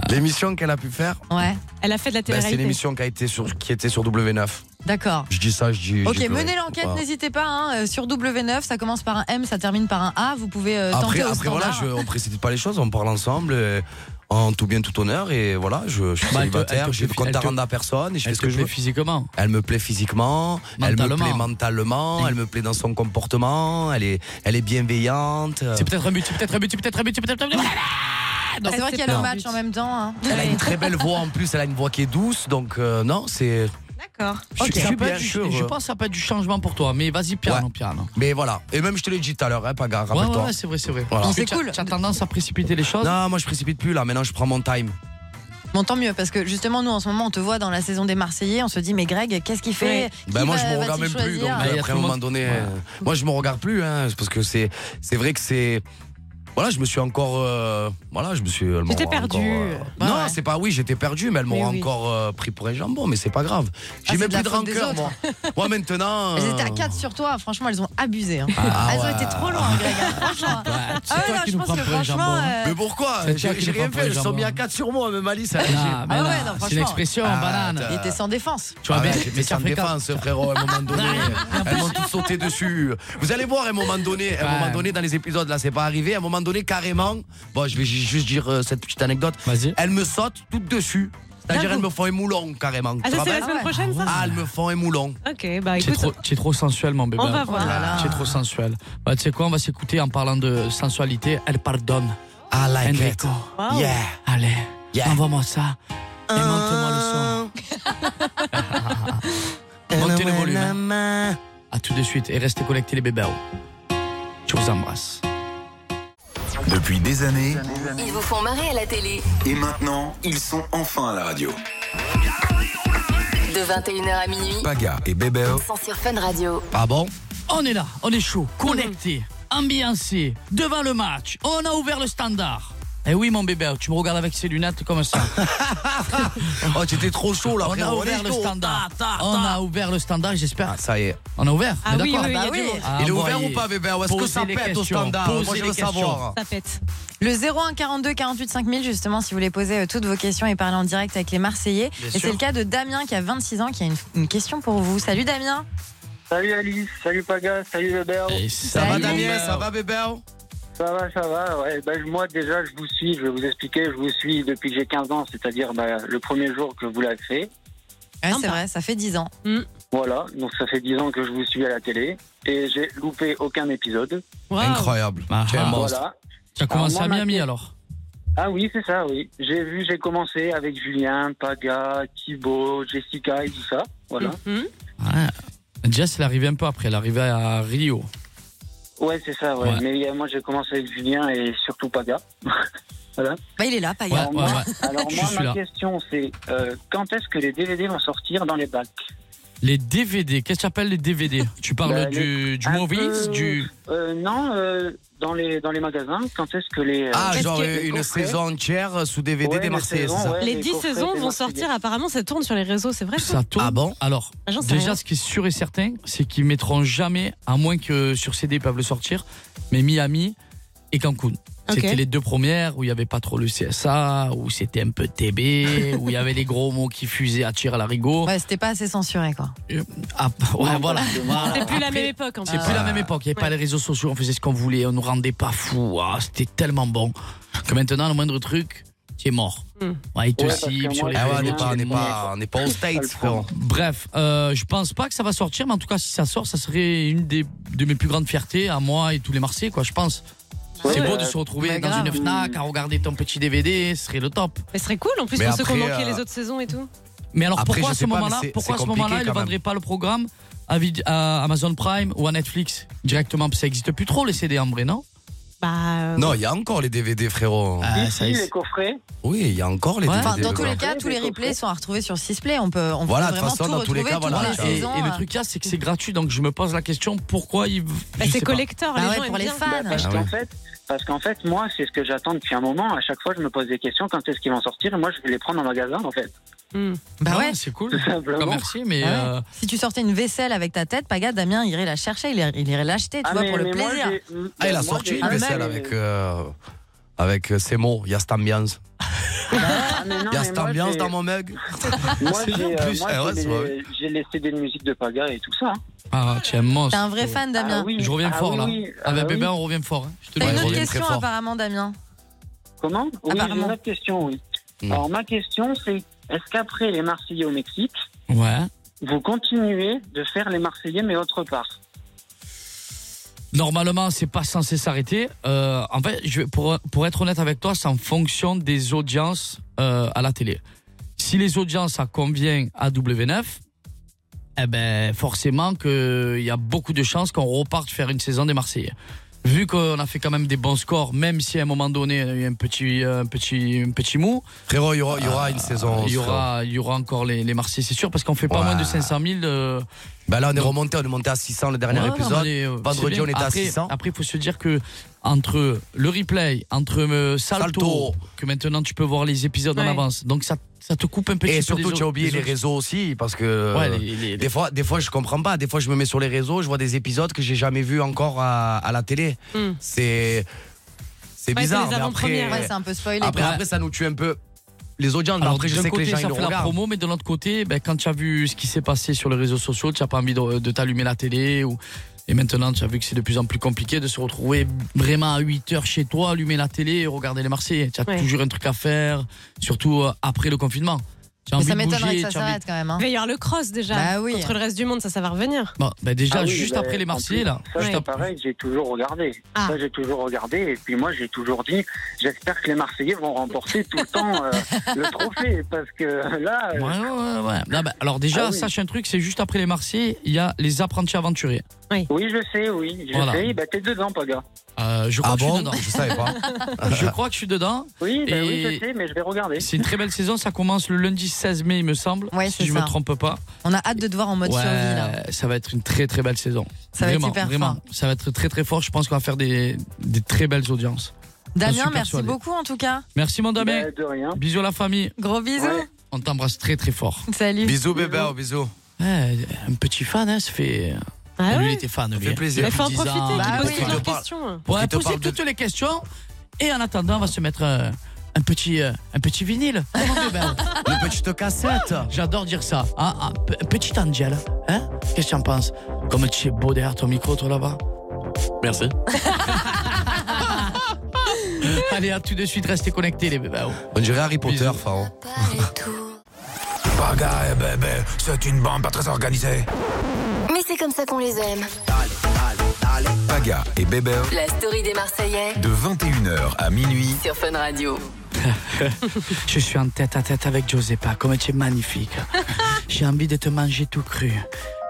S6: L'émission qu'elle a pu faire,
S8: Ouais,
S7: Elle a fait de la
S6: bah, c'est
S7: télé-réalité.
S6: l'émission qui a été sur, qui était sur W9.
S8: d'accord.
S6: Je dis ça, je dis. je
S8: Ok,
S6: dis que-
S8: menez l'enquête,
S6: Voilà.
S8: n'hésitez pas. hein, euh, sur W9, ça commence par un M, ça termine par un A. Vous pouvez euh, tenter
S6: Après,
S8: au
S6: après voilà,
S8: standard.
S6: je, on précise pas les choses, on parle ensemble. euh, en tout bien, tout honneur, et voilà, je, je suis
S4: Bah, elle te- elle
S6: célibataire,
S4: te
S6: j'ai le
S4: plaît-
S6: compte
S4: elle
S6: à
S4: te-
S6: rendre à personne, et je fais
S4: Elle
S6: ce
S4: te
S6: que je
S4: plaît
S6: veux.
S4: physiquement.
S6: Elle me plaît physiquement, elle me
S4: Mentalement.
S6: plaît mentalement, elle me plaît dans son comportement, elle est, elle est bienveillante. euh,
S4: C'est peut-être un but, c'est peut-être un but, c'est peut-être un but, c'est peut-être un but.
S8: Ah, c'est vrai qu'il y a
S7: Non.
S8: le match en même temps. hein.
S6: Elle a une très belle voix en plus, elle a une voix qui est douce, donc euh, non, c'est.
S7: D'accord.
S4: Je-
S6: Ok.
S4: je-
S6: Je
S4: ça peut
S6: suis
S4: être
S6: bien
S4: du-
S6: sûr,
S4: Je
S6: euh.
S4: pense que ça peut être du changement pour toi, mais vas-y, piano, piano.
S6: Mais voilà, et même je te l'ai dit tout à l'heure, hein, Paga,
S4: Ouais,
S6: rappelle-toi.
S4: ouais, ouais, c'est vrai, c'est vrai.
S6: Voilà.
S4: Parce que
S8: C'est
S4: t'as-
S8: cool.
S4: T'as tendance à précipiter les choses.
S6: Non, moi je précipite plus là, maintenant je prends mon time.
S8: Bon, tant mieux, parce que justement, nous, en ce moment, on te voit dans la saison des Marseillais, on se dit, mais Greg, qu'est-ce qu'il fait
S7: Ouais.
S8: Qui
S4: Bah,
S6: Ben moi je
S8: va-
S6: me regarde même
S8: va-t-il
S6: plus, donc
S8: choisir
S4: il y a tout
S6: après à
S4: le
S6: un moment
S4: monde-
S6: donné,
S4: Ouais.
S6: euh, moi je me regarde plus, hein, c'est parce que c'est c'est vrai que c'est voilà, je me suis encore euh, voilà, je me suis. elle
S7: Tu t'es
S6: m'aura
S7: perdu.
S6: encore, euh,
S7: Ouais,
S6: non,
S7: ouais.
S6: c'est pas oui, j'étais perdu, mais elle m'aura
S7: Oui, oui.
S6: encore euh, pris pour un jambon, mais c'est pas grave. J'ai
S8: Ah, c'est
S6: même
S8: de
S6: plus
S8: la
S6: de
S8: faute des
S6: rancœur, moi.
S8: autres.
S6: Moi maintenant.
S8: Elles
S6: euh,
S8: étaient à 4 sur toi, franchement, elles ont abusé. hein.
S6: ah,
S8: elles
S6: ouais.
S8: ont été trop loin, Greg, hein, franchement.
S4: Ouais,
S8: Ah
S4: c'est
S8: ouais,
S4: toi
S8: non,
S4: qui
S8: je
S4: nous
S8: pense
S4: prends
S8: que
S4: pour un jambon.
S8: franchement,
S4: hein.
S8: euh,
S6: Mais pourquoi
S4: C'est toi
S6: J'ai
S4: qui
S6: j'ai
S4: nous prends
S6: rien
S4: pour les
S6: fait, elles sont
S4: jambons.
S6: mis à 4 sur moi, même Alice. elle-
S4: Non, mais
S8: Ah ouais,
S4: non,
S8: non,
S4: c'est
S8: franchement.
S4: une expression,
S6: Ah,
S4: banane.
S6: t'as-
S8: il était sans défense.
S6: Ah
S4: Tu vois, mais, mais
S6: j'étais
S4: ça
S6: sans
S4: fréquente.
S6: défense, frérot, à un moment donné. Elles m'ont toutes sauté dessus. Vous allez voir, à un moment donné, à un
S4: Ouais.
S6: moment donné, dans les épisodes, là, c'est pas arrivé. À un moment donné, carrément, bon, je vais ju- juste dire euh, cette petite anecdote.
S4: Vas-y.
S6: Elles me sautent toutes dessus. C'est-à-dire,
S7: D'un
S6: elles
S7: coup.
S6: me font un moulon, carrément.
S7: Ah, ça,
S6: Tu te
S7: c'est la
S6: rappelles
S7: semaine
S8: ouais.
S7: prochaine, ça
S6: Ah, elles me font un moulon.
S7: Ok, bah
S4: Tu es
S7: écoute.
S4: trop, t'es trop sensuel, mon bébé.
S7: On va voir.
S8: Oh là là.
S4: Tu es trop sensuel. Bah, tu sais quoi, on va s'écouter en parlant de sensualité. Elle pardonne.
S6: I like it.
S4: Enrico.
S7: Wow.
S6: Yeah.
S4: Allez,
S6: Yeah.
S4: envoie-moi ça. Et monte-moi le son. Montez le volume. hein. À tout de suite et restez connectés, les bébés. Je vous embrasse.
S1: Depuis des années,
S3: Ils vous font marrer à la télé.
S1: et maintenant, ils sont enfin à la radio.
S3: De 21h à minuit,
S1: Paga et Bébéo
S3: sans sur Fun Radio.
S6: Ah bon
S4: On est là, on est chaud, connecté, ambiancé, devant le match. On a ouvert le standard. Eh oui, mon bébé, tu me regardes avec ces lunettes comme ça.
S6: Oh, tu étais trop chaud, là,
S4: On a
S6: frérot.
S4: ouvert
S6: Allez,
S4: le
S6: chaud.
S4: standard. On a ouvert le standard, j'espère.
S6: Ah, ça y est.
S4: On a ouvert
S7: Ah
S4: on est
S7: oui,
S4: d'accord
S8: Bah
S7: oui, il y a du
S8: oui.
S7: monde.
S4: Ah,
S6: Il est
S4: bon,
S6: ouvert
S4: il-
S6: ou pas, bébé Est-ce que
S4: Posez
S6: ça
S4: les
S6: pète au
S4: questions,
S6: standard
S4: posez
S6: Moi, je veux
S4: les questions.
S6: savoir.
S7: Ça pète.
S8: Le 01 42 48 5000 justement si vous voulez poser euh, toutes vos questions et parler en direct avec les Marseillais.
S6: Bien
S8: et
S6: sûr.
S8: c'est le cas de Damien qui a 26 ans qui a une, une question pour vous. Salut Damien.
S9: Salut Alice, salut Paga, salut Weber.
S4: Et
S6: Ça va,
S4: salut.
S6: Damien Ça va, bébé
S9: Ça va, ça va. Ouais, ben, moi déjà, je vous suis, je vais vous expliquer, je vous suis depuis que j'ai 15 ans, c'est-à-dire ben, le premier jour que vous l'avez fait.
S8: Ouais, c'est
S7: Sympa.
S8: vrai, ça fait 10 ans.
S9: Voilà, donc ça fait 10 ans que je vous suis à la télé et j'ai loupé aucun épisode.
S7: Wow.
S6: Incroyable.
S4: Ah,
S6: Tu es un
S4: ah.
S6: monstre.
S9: Voilà.
S4: Tu as commencé
S9: Alors,
S4: à
S9: moi,
S4: Miami
S9: ma-
S4: alors
S9: Ah oui, c'est ça, oui. J'ai vu, j'ai commencé avec Julien, Paga, Thibaut, Jessica et tout ça. Voilà.
S7: Mhm.
S4: Ouais. Jess, elle est arrivée un peu après, elle est arrivée à Rio.
S9: Ouais, c'est ça, ouais.
S4: Ouais.
S9: Mais euh, moi, j'ai commencé avec Julien et surtout Paga.
S8: Bah il est là, pas
S4: Ouais,
S8: grave.
S4: ouais, ouais.
S9: Alors
S4: Je
S9: moi,
S4: suis
S9: ma
S4: là.
S9: question, c'est euh, quand est-ce que les DVD vont sortir dans les bacs
S4: Les DVD, qu'est-ce que tu appelles les DVD Tu parles
S9: Bah,
S4: du, du
S9: un
S4: Movies,
S9: peu-
S4: du.
S9: Euh, non, euh, dans, les, dans les magasins, quand est-ce que les. euh,
S6: Ah,
S7: Qu'est-ce
S6: genre
S7: que-
S6: une
S9: Coffret.
S6: saison entière sous DVD
S9: ouais,
S6: des
S9: les
S6: Marseillais,
S9: saisons,
S6: c'est ça
S9: ouais,
S7: Les 10
S9: coffrets
S7: saisons
S9: des
S7: vont
S9: Marseillais.
S7: sortir, apparemment ça tourne sur les réseaux, c'est vrai ça
S4: Ça tourne.
S6: Ah bon
S4: Alors,
S7: Ah, j'en sais rien.
S4: déjà, ce qui est sûr et certain, c'est qu'ils mettront jamais, à moins que sur CD ils peuvent le sortir, mais Miami et Cancun.
S7: Ok.
S4: C'était les deux premières où il n'y avait pas trop le CSA, où c'était un peu TB, où il y avait les gros mots qui fusaient à tir à l'arigot.
S8: Ouais, c'était pas assez censuré quoi.
S4: Ah, ouais, voilà. Voilà.
S7: C'est plus la
S4: Après,
S7: même époque en
S4: C'est
S7: fait.
S4: plus la même époque. Il n'y avait pas
S7: Ouais.
S4: les réseaux sociaux, on faisait ce qu'on voulait, on nous rendait pas fous. Ah, c'était tellement bon que maintenant, le moindre truc, tu es mort.
S7: Hmm.
S4: Ouais, il te
S9: Ouais, parce
S4: cible
S9: que
S4: sur
S9: moi,
S4: les
S6: Ah ouais,
S9: Ouais,
S6: on
S4: réseaux,
S6: n'est pas, on
S4: tu
S6: n'est
S4: es mort.
S6: pas, on n'est pas aux States, frérot.
S4: Bref, euh, je pense pas que ça va sortir, mais en tout cas, si ça sort, ça serait une des, de mes plus grandes fiertés à moi et tous les Marseillais, quoi, je pense.
S9: Ouais,
S4: C'est
S9: ouais.
S4: beau de se retrouver
S8: Bah,
S4: dans
S8: grave.
S4: une Fnac à regarder ton petit DVD, ce serait le top.
S7: Mais ce serait cool en plus
S6: Mais
S7: pour ceux qui ont
S6: après,
S7: manqué
S6: euh,
S7: les autres saisons et tout.
S4: Mais alors,
S6: Après,
S4: pourquoi à
S6: je
S4: ce
S6: sais pas, mais
S4: moment-là,
S6: c'est-
S4: pourquoi à
S6: c'est
S4: ce moment-là, ils
S6: compliqué
S4: ne
S6: quand
S4: vendraient pas le programme à, Vid- à Amazon Prime ou à Netflix directement Parce que ça n'existe plus trop, les CD en vrai, non
S7: Bah, euh,
S6: Non, il y a encore les DVD, frérot.
S4: Ah, ça y
S9: Ici, les
S4: est.
S9: coffrets,
S6: Oui, il y a encore les
S8: Ouais,
S6: DVD.
S8: enfin, dans tous
S6: frérot.
S8: les cas, tous les replays sont à retrouver sur Sisplay. On peut, on peut
S6: Voilà, de
S8: vraiment
S6: toute façon,
S8: tout
S6: dans tous les
S8: retrouver,
S6: cas,
S8: toutes
S6: voilà,
S8: les
S6: tu
S4: Et, et
S8: saisons,
S4: le
S8: euh.
S4: truc, là, c'est que c'est gratuit, donc je me pose la question pourquoi ils.
S7: bah,
S4: je sais
S7: c'est
S4: pas.
S7: collector,
S8: Bah
S7: les
S8: ouais,
S7: gens
S8: pour
S7: aiment
S8: les
S7: bien.
S8: fans.
S9: parce
S6: Ah
S9: qu'en
S6: oui.
S9: fait, parce qu'en fait, moi, c'est ce que j'attends depuis un moment. À chaque fois, je me pose des questions quand est-ce qu'ils vont sortir. Et moi, je vais les prendre en magasin, en fait.
S7: Hmm.
S8: Bah
S4: Ah,
S8: ouais.
S4: c'est cool.
S9: Tout
S4: Encore
S9: simplement.
S4: merci, mais.
S8: Ah ouais.
S4: euh,
S8: Si tu sortais une vaisselle avec ta tête, Paga, Damien irait la chercher, il irait, il irait l'acheter, tu vois, pour le
S9: Ah, moi,
S4: euh,
S8: plaisir.
S9: j'ai- m-
S6: Ah, il a
S9: moi,
S6: sorti
S9: j'ai-
S6: une
S8: Ah,
S6: vaisselle
S9: mais-
S6: avec, euh, avec euh, ces mots. Il y a cette ambiance.
S9: Ah, mais non,
S6: Il y a
S9: mais
S6: cette
S9: moi,
S6: ambiance
S9: j'ai-
S6: dans mon mug.
S9: Moi,
S6: C'est bien
S9: j'ai,
S6: en
S9: euh,
S6: plus.
S9: moi,
S6: Ah ouais,
S9: j'ai
S6: c'est vrai.
S9: les- j'ai les CD de musique de Paga et tout ça. hein.
S4: Ah, tu es un
S6: Oh,
S4: monstre.
S8: T'es un vrai fan, Damien.
S9: Ah oui,
S4: Je reviens
S9: ah
S4: fort,
S9: oui,
S4: là.
S9: oui,
S4: Ah, bah,
S9: ah oui.
S4: bébé, on revient fort. hein. Je te
S8: T'as
S4: le
S6: Ouais,
S8: une
S4: dis.
S6: je
S8: autre
S6: reviens
S8: question
S6: très fort.
S8: apparemment, Damien.
S9: Comment Oui, j'ai
S8: Apparemment.
S9: une autre question, oui.
S6: Mm.
S9: Alors, ma question, c'est est-ce qu'après les Marseillais au Mexique,
S4: Ouais.
S9: vous continuez de faire les Marseillais, mais autre part
S4: Normalement, c'est pas censé s'arrêter. Euh, en fait, je, vais- pour, pour être honnête avec toi, c'est en fonction des audiences euh, à la télé. Si les audiences, ça convient à W9, eh ben, forcément qu'il y a beaucoup de chances qu'on reparte faire une saison des Marseillais. Vu qu'on a fait quand même des bons scores, même si à un moment donné, il y a eu un petit, un petit, un petit mou, Euh,
S6: Frérot, il y aura, il y aura une saison.
S4: il y aura, il y aura encore les, les Marseillais, c'est sûr, parce qu'on fait pas
S6: Ouais.
S4: moins de 500 000. euh,
S6: frérot. Bah là, on est remonté, on est monté à 600 le dernier
S4: Ouais, non,
S6: épisode.
S4: mais, euh,
S6: Vendredi,
S4: c'est bien.
S6: on était à
S4: après,
S6: 600.
S4: Après, il faut se dire que entre le replay, entre euh, Salto,
S6: Salto.
S4: que maintenant tu peux voir les épisodes en
S7: Ouais.
S4: avance, donc ça, ça te coupe un petit peu.
S6: Et surtout,
S4: des
S6: tu as
S4: au-
S6: oublié
S4: des
S6: les
S4: autres-
S6: réseaux aussi, parce que. euh,
S4: Ouais, les- les-
S6: Des fois, des fois, je comprends pas. Des fois, je me mets sur les réseaux, je vois des épisodes que j'ai jamais vus encore à, à la télé.
S4: Mm.
S7: Hmm.
S6: C'est. C'est
S7: Ouais,
S6: bizarre,
S7: c'est les
S6: mais après.
S7: avant-premières,
S8: Ouais, c'est un peu spoilé.
S6: après,
S4: Ouais.
S6: après, ça nous tue un peu les audiences. mais
S4: Alors,
S6: après, je
S4: d'un
S6: sais que
S4: côté,
S6: les gens ils
S4: ça
S6: le
S4: fait la
S6: regardent.
S4: promo, mais de l'autre côté, ben, quand tu as vu ce qui s'est passé sur les réseaux sociaux, tu n'as pas envie de, de t'allumer la télé. Ou... Et maintenant, tu as vu que c'est de plus en plus compliqué de se retrouver vraiment à 8 heures chez toi, allumer la télé et regarder les Marseillais. Tu as
S7: Ouais.
S4: toujours un truc à faire, surtout euh, après le confinement. Tu as
S8: Mais
S4: envie
S8: ça
S4: de
S8: m'étonnerait
S4: bouger,
S8: que ça
S4: tu as envie-
S8: s'arrête quand même. hein.
S7: Il va y avoir le cross déjà.
S8: Bah oui.
S7: Contre le reste du monde, ça, ça va revenir.
S4: Bon,
S8: bah,
S4: ben déjà,
S9: Ah oui,
S4: juste
S9: ben,
S4: après les
S9: en
S4: Marseillais,
S9: plus,
S4: là.
S9: Ça,
S4: Juste
S9: c'est
S4: après.
S9: pareil, j'ai toujours regardé.
S7: Ah.
S9: Ça, j'ai toujours regardé. Et puis moi, j'ai toujours dit, j'espère que les Marseillais vont remporter tout le temps euh, le trophée. Parce que là, euh,
S4: Ouais, ouais,
S8: Ah
S4: ouais, ouais. Non, bah, alors déjà,
S9: Ah oui.
S4: sache un truc, c'est juste après les Marseillais, il y a les apprentis aventuriers.
S9: oui, je sais, oui. Je
S4: Voilà.
S9: sais, bah, t'es dedans, Paga.
S4: Euh, je crois
S6: Ah
S4: que je suis
S6: bon
S4: dedans.
S6: Je savais pas.
S4: Je crois que je suis dedans.
S9: Oui, bah,
S4: Et-
S9: oui, je sais, mais je vais regarder.
S4: C'est une très belle saison, ça commence le lundi 16 mai, il me semble,
S8: Ouais,
S4: si
S8: c'est
S4: je
S8: ça.
S4: me trompe pas.
S8: On a hâte de te voir en mode
S4: Ouais,
S8: survie. Là.
S4: ça va être une très très belle saison.
S8: Ça va être
S4: vraiment,
S8: super
S4: vraiment.
S8: fort.
S4: Ça va être très très fort. Je pense qu'on va faire des, des très belles audiences. suis
S8: Damien, merci
S4: persuadé.
S8: beaucoup en tout cas.
S4: Merci mon Damien.
S9: Bah, de rien.
S4: Bisous à la famille.
S8: Gros bisous.
S9: Ouais.
S4: On t'embrasse très très fort.
S8: Salut.
S6: bisous, bébé, bisous.
S4: Ouais, un petit fan, hein, ça fait.
S7: Ah
S4: lui, il
S7: ouais.
S4: était fan. lui,
S6: fait
S4: hein.
S6: plaisir.
S7: Il faut en
S4: Depuis 10
S7: profiter
S4: ans.
S7: qu'il
S8: Bah
S7: pose
S8: oui.
S7: toutes
S6: Il
S7: leurs
S6: te parle-
S7: questions. hein.
S4: On va
S6: Qui te
S4: poser
S6: parle de-
S4: toutes les questions. Et en attendant, on va se mettre euh, un petit, euh, un petit vinyle. Oh, mon bébé.
S6: Une petite cassette.
S4: J'adore dire ça. Ah, ah, p- petite Angel. Hein Qu'est-ce que tu en penses Comme tu es beau derrière ton micro, toi là-bas. Merci. Allez, à tout de suite, restez connectés, les bébés.
S6: On dirait Harry Potter,
S4: Bisous.
S6: enfin. hein.
S1: Paga et bébé, eh ben, c'est une bande pas très organisée.
S3: Mais c'est comme ça qu'on les aime.
S1: Paga et bébé,
S10: La story des Marseillais
S1: de 21h à minuit
S10: sur Fun Radio.
S4: Je suis en tête à tête avec Giuseppa. Comme tu es magnifique. J'ai envie de te manger tout cru.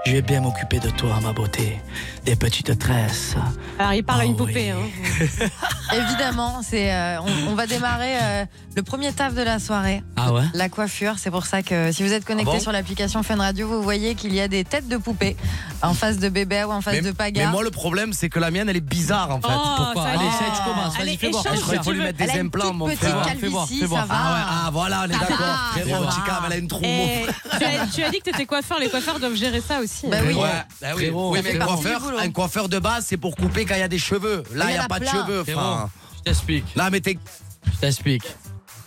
S4: Je vais bien m'occuper de toi, ma beauté. Des petites tresses.
S7: Alors, il parle à une
S4: Ah oui.
S7: poupée. hein.
S8: Évidemment, c'est euh, on, on va démarrer euh, le premier taf de la soirée.
S4: Ah ouais
S8: La coiffure, c'est pour ça que si vous êtes connecté
S6: Ah bon
S8: sur
S7: Eh,
S8: l'application Fun Radio, vous voyez qu'il y a des têtes de poupées en face de bébé ou en face
S6: mais,
S8: de
S6: mais
S8: Paga.
S6: moi, le problème, c'est que la mienne, elle est bizarre, en fait.
S7: Oh,
S4: Pourquoi
S7: ça
S4: Allez,
S7: y est.
S4: ça y est, tu commences.
S7: Allez,
S4: Vas-y, fais voir.
S7: échange,
S6: Je crois qu'il faut
S7: tu
S6: lui
S7: veux-
S6: mettre
S8: elle
S6: des
S8: a une
S6: implants,
S8: petite
S6: mon
S8: petite
S4: Fais voir,
S6: frère.
S4: calvitie, fais voir,
S8: calvitie,
S4: fais voir.
S8: ça va.
S6: Ah ouais, ah voilà, on est d'accord. Frérot,
S4: va.
S6: Chica, elle a une trompe.
S8: Eh,
S7: Et tu, as, tu as dit que t'étais coiffeur, les coiffeurs doivent gérer ça aussi. hein.
S8: Bah oui.
S6: Ouais, ah oui.
S4: Frérot,
S6: Oui, mais
S4: frérot.
S6: un coiffeur, un coiffeur de base, c'est pour couper quand il y a des cheveux. Là,
S8: Mais il
S6: il
S8: y
S6: n'y
S8: en
S6: a
S8: a
S6: pas de
S8: plein.
S6: cheveux,
S4: Frérot,
S6: enfin.
S4: je t'explique.
S6: Là, mais t'es-
S4: Je t'explique.